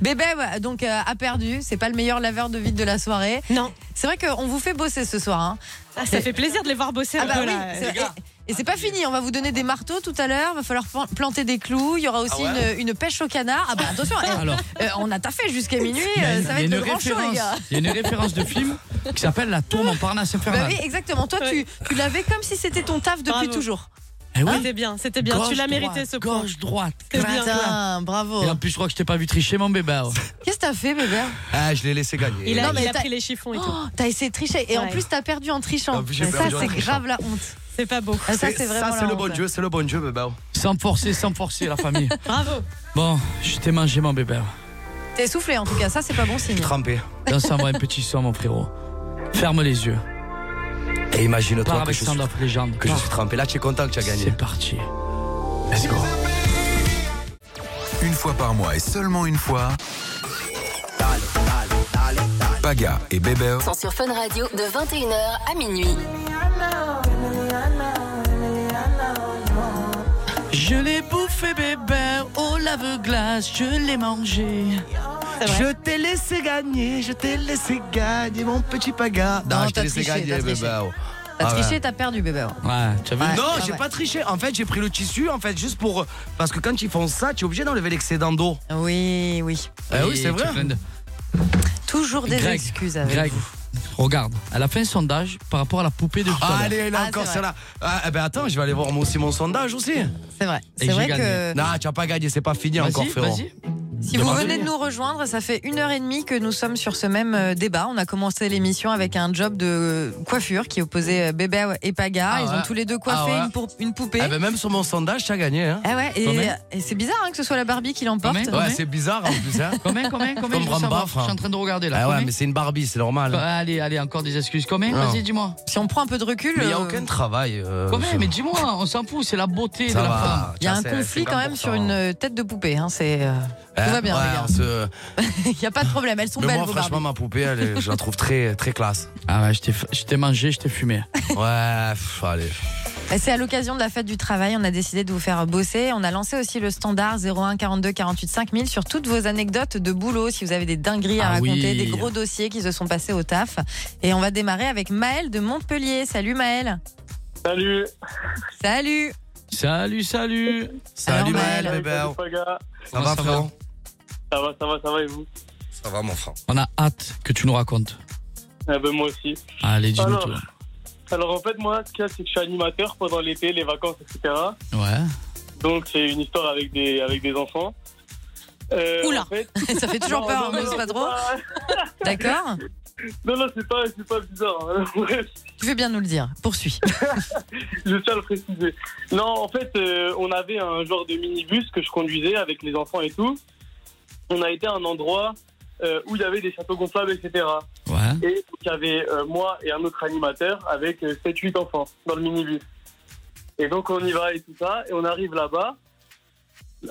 S8: Bébé ouais, donc euh, a perdu. C'est pas le meilleur laveur de vide de la soirée.
S7: Non.
S8: C'est vrai qu'on vous fait bosser ce soir. hein.
S7: Ah, Ça fait plaisir de les voir bosser
S8: Ah
S7: un
S8: bah
S7: peu
S8: oui,
S7: là.
S8: c'est- et, et c'est pas fini, on va vous donner des marteaux tout à l'heure, va falloir plan- planter des clous, il y aura aussi
S4: Ah ouais
S8: une, une pêche au canard. Ah bah attention, eh,
S4: Alors.
S8: euh, on a taffé jusqu'à minuit,
S4: Il y a
S8: euh,
S4: une-
S8: ça va
S4: il y a
S8: être
S4: une
S8: le grand show les
S4: référence-
S8: gars.
S4: Il y a une référence de film qui s'appelle La Tour Montparnasse
S8: Bah
S4: Infernale.
S8: oui, exactement, toi tu, tu l'avais comme si c'était ton taf depuis
S7: Bravo.
S8: toujours. Hein
S4: Eh oui.
S7: C'était bien, c'était bien. tu l'as mérité ce point.
S4: Gauche, droite.
S7: C'est bien.
S8: Putain, bravo.
S4: Et en plus, je crois que je t'ai pas vu tricher, mon bébé.
S8: Qu'est-ce que t'as fait bébé
S6: Ah, je l'ai laissé gagner.
S7: Il a,
S8: Non, mais
S7: il a
S8: t'as-
S7: pris les chiffons et tout.
S8: Oh, T'as essayé de tricher et en
S7: Ouais.
S8: plus t'as perdu en trichant.
S16: Ah,
S6: En plus, j'ai
S8: ça
S6: perdu en
S8: c'est
S6: trichant.
S8: grave la honte.
S7: C'est pas beau.
S8: Ah, ça c'est vraiment
S6: Ça,
S8: la
S6: c'est le bon
S8: honte.
S6: Dieu, c'est le bon Dieu, Bebao.
S4: Sans forcer, sans forcer, la famille.
S7: Bravo.
S4: Bon, je t'ai mangé, mon bébé.
S8: T'es soufflé en tout cas, ça c'est pas bon signe.
S6: Trempé.
S4: Là, ça envoie un petit son, mon frérot. Ferme les yeux.
S6: Et
S4: Pars
S6: imagine-toi que,
S4: avec
S6: je
S4: Stand
S6: suis,
S4: Up Legend.
S6: que je suis trempé. Là, tu es content que tu as gagné.
S4: C'est parti.
S1: Let's go. Une fois par mois et seulement une fois. Paga et Bébé
S11: Sont sur Fun Radio de 21h à minuit.
S4: Je l'ai bouffé, bébé, au lave-glace, je l'ai mangé.
S7: C'est vrai.
S6: t'ai laissé gagner, je t'ai laissé gagner, mon petit Paga. Non,
S8: Non,
S6: je t'ai
S8: t'as
S6: laissé
S8: triché,
S6: gagner,
S8: t'as triché.
S6: Bebao.
S8: T'as
S6: Ah ouais.
S8: triché, t'as perdu bébé.
S4: Ouais, tu as vu
S8: Ouais.
S6: Non,
S8: Ah
S6: j'ai
S8: ouais.
S6: pas triché. En fait, j'ai pris le tissu, en fait, juste pour. Parce que quand ils font ça, tu es obligé d'enlever l'excédent d'eau.
S8: Oui, oui.
S6: Ah oui,
S4: Et
S6: c'est
S4: tu
S6: vrai.
S4: es plein de-
S8: Toujours des
S4: Greg,
S8: excuses avec
S4: Greg,
S8: vous.
S4: regarde, elle a fait un sondage par rapport à la poupée de tout à l'heure.
S6: Allez, là
S8: Ah,
S6: encore
S8: c'est
S6: celle-là. Ah, eh ben attends, je vais aller voir moi aussi mon sondage aussi.
S8: C'est vrai.
S4: Et
S8: C'est
S4: j'ai
S8: vrai
S4: gagné.
S8: que
S6: Non, tu as pas gagné, c'est pas fini encore,
S4: Vas-y,
S6: frérot.
S4: vas-y.
S8: si vous
S4: Demande-lui.
S8: venez de nous rejoindre, ça fait une heure et demie que nous sommes sur ce même euh, débat. On a commencé l'émission avec un job de coiffure qui opposait euh, Bébé et Paga.
S6: Ah
S8: Ils ont
S6: ouais.
S8: tous les deux coiffé
S6: Ah ouais.
S8: une, pou- une poupée.
S6: Ah ben même sur mon sondage, tu as gagné. Hein.
S8: Ah ouais,
S4: Quand
S8: et,
S4: même.
S8: et c'est bizarre hein, que ce soit la Barbie qui l'emporte.
S4: Quand même.
S6: Ouais, c'est bizarre en plus. Hein.
S4: Combien, combien, combien
S6: Comme
S4: je, veux savoir,
S6: Brambaf, hein.
S4: je suis en train de regarder là.
S6: Ah ouais,
S4: Combien
S6: mais c'est une Barbie, c'est normal.
S4: Bah, allez, allez, encore des excuses. Combien
S6: Non.
S4: Vas-y, dis-moi.
S8: Si on prend un peu de recul,
S6: Mais il n'y a
S8: euh,
S6: aucun travail. euh,
S4: Combien
S6: sur-
S4: Mais dis-moi, on s'en fout, c'est la beauté
S6: Ça
S4: de la
S6: va,
S4: femme.
S8: il y a
S6: tiens,
S8: un
S6: c'est
S8: conflit quand même
S6: 50%.
S8: sur une euh, tête de poupée. hein, c'est euh,
S6: Hein,
S8: tout va bien,
S6: ouais,
S8: les gars.
S6: on se-
S8: Il n'y a pas de problème, elles sont
S6: Mais
S8: belles
S6: moi,
S8: vos
S6: franchement,
S8: Barbies.
S6: ma poupée, elle est- je la trouve très, très classe.
S4: Ah ouais, je t'ai- je t'ai mangé, je t'ai fumé.
S6: Ouais, pff, allez.
S8: Et C'est à l'occasion de la fête du travail, on a décidé de vous faire bosser. On a lancé aussi le standard 01 42 48 5000 sur toutes vos anecdotes de boulot, si vous avez des dingueries à
S4: Ah oui.
S8: raconter, des gros dossiers qui se sont passés au taf. Et on va démarrer avec Maël de Montpellier. Salut Maël.
S5: Salut.
S8: Salut.
S4: Salut, salut.
S6: Salut
S8: Maël.
S6: Maël, bébé.
S5: Salut, Paga.
S6: Ça
S4: Comment
S6: va,
S4: ça
S6: frérot
S5: Ça va, ça va, ça va et vous
S6: Ça va, mon frère.
S4: On a hâte que tu nous racontes.
S16: Ah ben moi aussi.
S4: Allez, dis-nous
S16: Alors-
S4: tout.
S16: Alors en fait, moi, ce qu'il y a, c'est que je suis animateur pendant l'été, les vacances, etc.
S4: Ouais.
S16: Donc c'est une histoire avec des, avec des enfants. Euh,
S8: Oula
S16: en fait-
S8: Ça fait toujours
S16: Non,
S8: peur,
S16: non,
S8: hein, mais
S16: non,
S8: c'est pas
S16: c'est
S8: drôle. D'accord
S16: Non, non, c'est pas, c'est pas bizarre. hein. Bref,
S8: Tu veux bien nous le dire. Poursuis.
S16: je tiens à le préciser. Non, en fait, euh, on avait un genre de minibus que je conduisais avec les enfants et tout. On a été à un endroit euh, où il y avait des châteaux gonflables, etc. Et donc, il y avait euh, moi et un autre animateur avec 7-8 enfants dans le minibus. Et donc on y va et tout ça, et on arrive là-bas.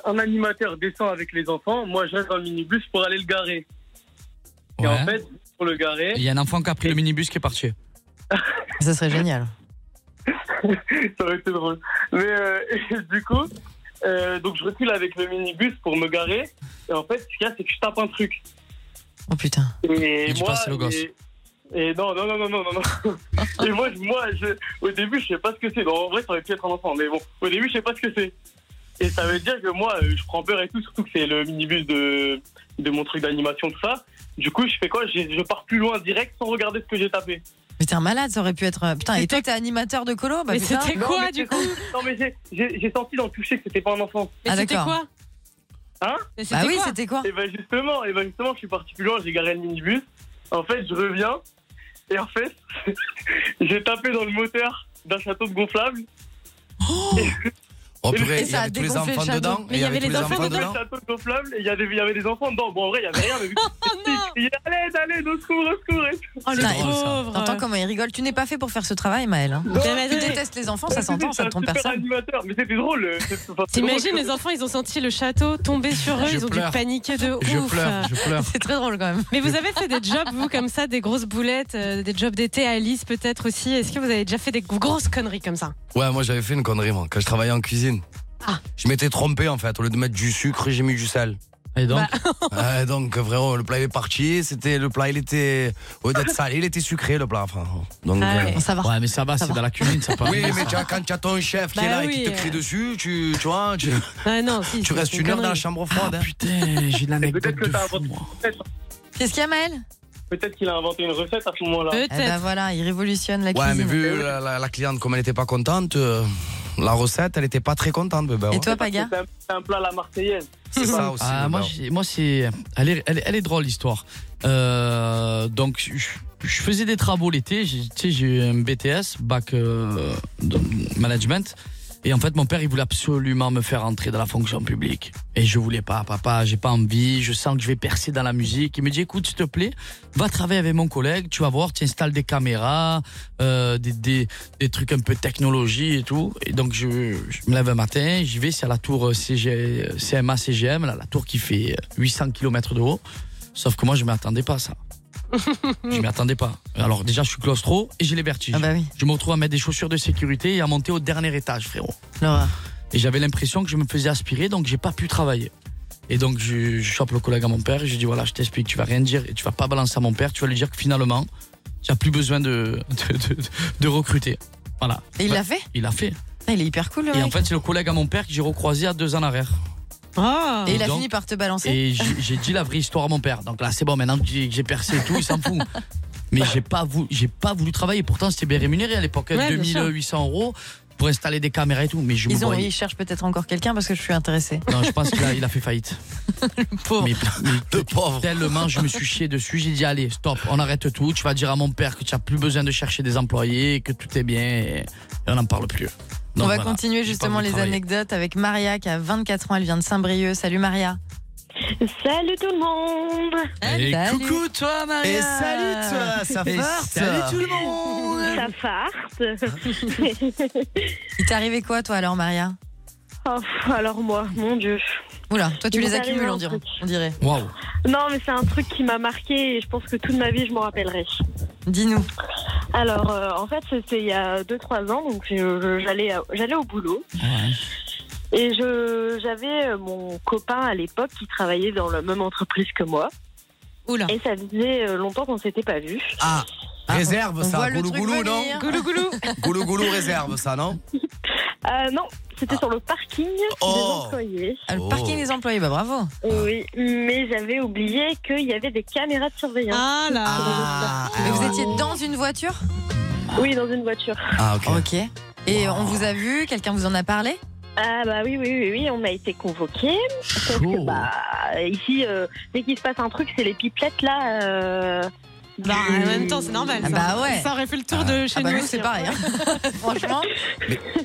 S16: Un animateur descend avec les enfants, moi je reste dans le minibus pour aller le garer. Et en fait, pour le garer,
S4: Il y a un enfant qui a pris le minibus qui est parti.
S8: Ça serait génial.
S16: ça aurait été drôle. Mais euh, et du coup, euh, donc je recule avec le minibus pour me garer. Et en fait, ce qu'il y a, c'est que je tape un truc.
S8: Oh putain.
S16: Et,
S8: Et tu
S16: moi,
S8: passes le gosse.
S16: Et, et non, non, non, non, non, non, non. et moi, je- moi je- au début, je sais pas ce que c'est. Non, en vrai, ça aurait pu être un enfant, mais bon, au début, je sais pas ce que c'est. Et ça veut dire que moi, euh, je prends peur et tout, surtout que c'est le minibus de, de mon truc d'animation, tout ça. Du coup, je fais quoi je, je pars plus loin direct sans regarder ce que j'ai tapé.
S8: Mais t'es un malade, ça aurait pu être. euh, Putain, et toi, t'es animateur de colo bah, putain.
S16: Non, mais j'ai senti- Non, mais j'ai- j'ai j'ai senti d'en toucher que c'était pas un enfant.
S8: Mais Ah, c'était d'accord. quoi
S16: Hein
S8: Mais c'était Bah oui, quoi c'était quoi
S16: Et ben justement, et ben justement, je suis parti plus loin, j'ai garé le minibus. En fait, je reviens et en fait, j'ai tapé dans le moteur d'un château de gonflable.
S6: Oh purée, il y avait tous les enfants dedans. et tous
S16: Dans le château de gonflable, et il y avait il y avait des enfants dedans. Bon, en vrai, il y avait rien, mais vu que c'était
S8: Oh
S16: petit, il y a- allez, allez, au secours, au secours. et tout.
S8: Putain, et- T'entends comment il rigole Tu n'es pas fait pour faire ce travail, Maël. hein.
S16: Non,
S8: Tu
S16: mais-
S8: détestes les enfants, ça
S16: Ouais,
S8: s'entend,
S16: c'était-
S8: ça ne
S16: c'est un
S8: trompe
S16: super
S8: personne.
S16: animateur, mais c'était drôle. euh, c'est- enfin, c'est
S7: T'imagines,
S16: drôle.
S7: les enfants, ils ont senti le château tomber sur eux,
S16: Je
S7: ils ont
S16: pleure.
S7: dû paniquer de
S16: Je
S7: ouf.
S16: pleure, je pleure.
S8: C'est très drôle quand même.
S7: Mais vous avez fait des jobs, vous, comme ça, des grosses boulettes, euh, des jobs d'été à Alice peut-être aussi. Est-ce que vous avez déjà fait des grosses conneries comme ça
S6: Ouais, moi j'avais fait une connerie, moi, quand je travaillais en cuisine.
S4: Ah.
S6: Je m'étais trompé en fait, au lieu de mettre du sucre, j'ai mis du sel.
S4: Et donc Bah.
S6: Ouais, donc frérot, le plat est parti, c'était le plat, il était au lieu d'être salé, il était sucré le plat, frérot. Donc
S4: Ah ouais.
S6: euh,
S4: Ça va. Ouais, mais ça va, Ça c'est va. dans la cuisine, ça peut
S6: Oui,
S4: arriver,
S6: mais
S4: ça.
S6: tu vois, quand tu as ton chef qui
S4: Bah
S6: est là
S4: oui,
S6: et qui te
S4: euh.
S6: crie dessus, tu, tu vois, tu,
S7: non,
S6: tu restes une, heure dans la chambre froide. hein.
S4: Ah, Putain, j'ai de l'anecdote.
S16: Peut-être que t'as inventé une recette.
S8: Qu'est-ce qu'il y a, Maël
S16: Peut-être qu'il a inventé une recette à ce moment-là.
S8: Eh ben voilà, il révolutionne la
S6: Ouais, mais
S8: cuisine.
S16: Eh
S4: euh,
S6: vu la, la- la cliente comme elle n'était pas contente, euh, la recette, elle n'était pas très contente. bébé, ouais.
S16: C'est un- c'est un plat à la Marseillaise.
S6: C'est ça aussi,
S4: Ah,
S6: le
S4: moi,
S6: beurre.
S4: j'ai- moi c'est. Elle est, elle, est- elle est drôle, l'histoire. Euh, donc, je, je faisais des travaux l'été. J'ai- Tu sais, j'ai eu un BTS, bac euh, de- management. Et en fait, mon père, il voulait absolument me faire entrer dans la fonction publique. Et je voulais pas, papa, j'ai pas envie, je sens que je vais percer dans la musique. Il me dit, écoute, s'il te plaît, va travailler avec mon collègue, tu vas voir, tu installes des caméras, euh, des, des, des trucs un peu technologie et tout. Et donc, je, je me lève un matin, j'y vais, c'est à la tour euh, CG, CMA CGM, là, la tour qui fait euh, 800 km de haut. Sauf que moi, je m'attendais pas à ça. Je m'y attendais pas. Alors déjà, je suis claustro et j'ai les vertiges. Je me retrouve à mettre des chaussures de sécurité et à monter au dernier étage, frérot. Et j'avais l'impression que je me faisais aspirer, donc j'ai pas pu travailler. Et donc je, je chope le collègue à mon père et je dis voilà, je t'explique, tu vas rien dire et tu vas pas balancer à mon père, tu vas lui dire que finalement, tu as plus besoin de, de, de- de recruter. Voilà.
S8: Et il l'a fait
S4: Il l'a fait.
S8: Ah, il est hyper cool, le
S4: Et en
S8: mec.
S4: fait, c'est le collègue à mon père que j'ai recroisé à deux ans en arrière.
S8: Ah. Et il a
S4: donc-
S8: fini par te balancer.
S4: Et j'ai j'ai dit la vraie histoire à mon père. Donc là, c'est bon, maintenant que j'ai que j'ai percé et tout, il s'en fout. Mais j'ai pas, voulu- j'ai pas voulu travailler. Pourtant, c'était bien rémunéré à l'époque,
S8: Ouais, bien
S4: 2800 euros pour installer des caméras et tout. Mais je me
S8: Ils, ont,
S4: voyais-
S8: ils cherchent peut-être encore quelqu'un parce que je suis intéressée.
S4: Non, je pense qu'il a, il a fait faillite. Mais, mais Tellement je me suis chié dessus, j'ai dit allez, stop, on arrête tout. Tu vas dire à mon père que tu n'as plus besoin de chercher des employés, que tout est bien et, et on n'en parle plus.
S8: On
S4: Donc
S8: va
S4: voilà,
S8: continuer
S4: j'ai pas
S8: justement
S4: voulu
S8: les
S4: travailler.
S8: anecdotes avec Maria qui a 24 ans, elle vient de Saint-Brieuc. Salut Maria.
S17: Salut tout le monde
S4: Et coucou toi Maria
S8: Et salut
S17: toi, ça
S8: Et
S17: farte.
S8: Salut tout le monde
S17: Ça farte
S8: Il t'est arrivé quoi toi alors Maria
S17: Oh, Alors moi, mon Dieu.
S8: Oula, toi tu
S17: Il
S8: les
S17: m'est arrivé
S8: accumules
S17: un
S8: on dirait.
S17: truc.
S8: On dirait.
S4: Waouh.
S17: Non, mais c'est un truc qui m'a marqué et je pense que toute ma vie, je m'en rappellerai.
S8: Dis-nous.
S17: Alors, euh, en fait, c'était il y a 2-3 Euh, ans, donc je- je- j'allais à- j'allais au boulot. Et je j'avais euh, mon copain à l'époque qui travaillait dans la même entreprise que moi. Et ça faisait euh, longtemps qu'on s'était pas vus.
S6: Ah, réserve
S17: on
S6: ça,
S17: voit le truc
S6: goulou goulou, Ah. non
S17: venir.
S6: Goulou goulou réserve ça, non
S17: Euh, non, C'était sur le parking
S6: Oh.
S17: des employés.
S8: Ah, Le parking des employés, bah bravo.
S17: Oui, mais j'avais oublié qu'il y avait des caméras de surveillance.
S7: Ah là
S8: Ah, Mais vous étiez dans une voiture
S17: Oui, dans une voiture.
S6: Ah,
S8: ok. Et on vous a vu Quelqu'un vous en a parlé
S17: Ah bah oui, oui, oui, oui, on a été convoqués. Parce que bah, ici, euh, dès qu'il se passe un truc, c'est les pipelettes là. euh,
S7: Bah, en même temps, c'est normal.
S8: Ah
S7: ça.
S8: bah ouais.
S7: Ça aurait fait le tour de chez
S8: ah bah
S7: nous. hein.
S8: nous, c'est pareil, hein. Franchement,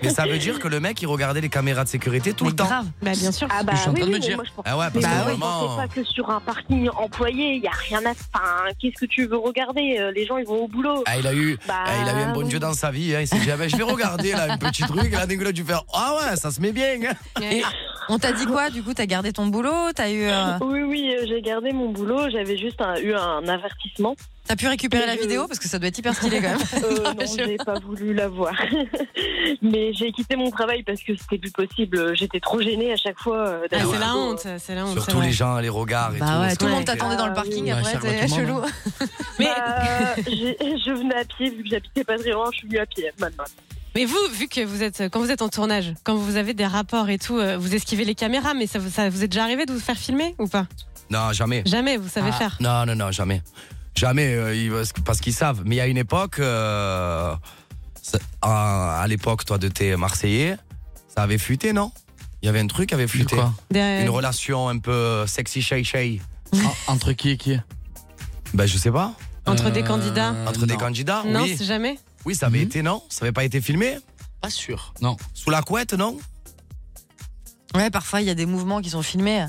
S6: Mais ça veut dire que le mec, il regardait les caméras de sécurité tout le temps.
S7: Bah bien sûr.
S17: Ah bah
S6: Je suis en
S17: oui,
S6: train de
S17: oui,
S6: me
S17: mais
S6: dire.
S17: moi, je pense-
S6: Ah ouais, parce
S17: mais
S6: que
S17: moi, je
S6: vraiment-
S17: pensais pas que sur un parking employé, il y a rien à. Enfin, qu'est-ce que tu veux regarder Euh, Les gens, ils vont au boulot.
S6: Ah, il a eu,
S17: Bah,
S6: ah, il a eu un bon
S17: oui.
S6: Dieu dans sa vie. hein. Il s'est dit, ah ben, je vais regarder là, un petit truc. Là, d'un coup, là, tu fais, ah ouais, ça se met bien. hein.
S8: Et on t'a dit quoi Du coup, t'as gardé ton boulot T'as eu. euh,
S17: Oui, oui, euh, j'ai gardé mon boulot. J'avais juste un- eu un avertissement.
S8: T'as pu récupérer
S17: Et
S8: la
S17: je-
S8: vidéo parce que ça doit être hyper stylé quand même.
S17: Euh, non, j'ai pas voulu la voir. Mais j'ai quitté mon travail parce que c'était plus possible. J'étais trop gênée à chaque fois. euh,
S7: Ah,
S17: d'aller
S7: c'est
S17: au
S7: la
S17: boulot.
S7: honte, c'est la honte.
S6: Surtout les gens, les regards et
S8: Bah
S6: tout.
S8: ouais,
S6: c'est
S8: tout le monde
S6: compliqué.
S8: t'attendait dans le parking
S6: Bah,
S8: après,
S6: Charlotte,
S8: t'es
S6: tout le
S8: chelou.
S6: monde,
S7: Mais-
S17: Bah, j'ai- je venais à pied, vu que j'habitais pas très loin, je suis venue à pied maintenant.
S7: Mais vous, vu que vous êtes, quand vous êtes en tournage, quand vous avez des rapports et tout, euh, vous esquivez les caméras, mais ça, vous- ça vous est déjà arrivé de vous faire filmer ou pas
S6: hein. Non, jamais.
S7: Jamais, vous savez
S6: Ah,
S7: faire.
S6: Non, non, non, jamais. Jamais, euh, ils- parce que- parce qu'ils savent. Mais il y a une époque, euh, ça- à, à l'époque, toi, de tes Marseillais, ça avait fuité, non Il y avait un truc qui avait fuité.
S7: Des-
S6: Une relation un peu sexy shay shay.
S4: Entre qui et qui
S6: Ben, je sais pas.
S7: Entre des candidats
S6: Euh, Entre des candidats
S7: Non,
S6: oui.
S7: c'est jamais.
S6: oui, ça avait été, non Ça avait pas été filmé
S4: Hmm. Pas sûr. Non.
S6: Sous la couette, non
S8: Ouais, parfois il y a des mouvements qui sont filmés.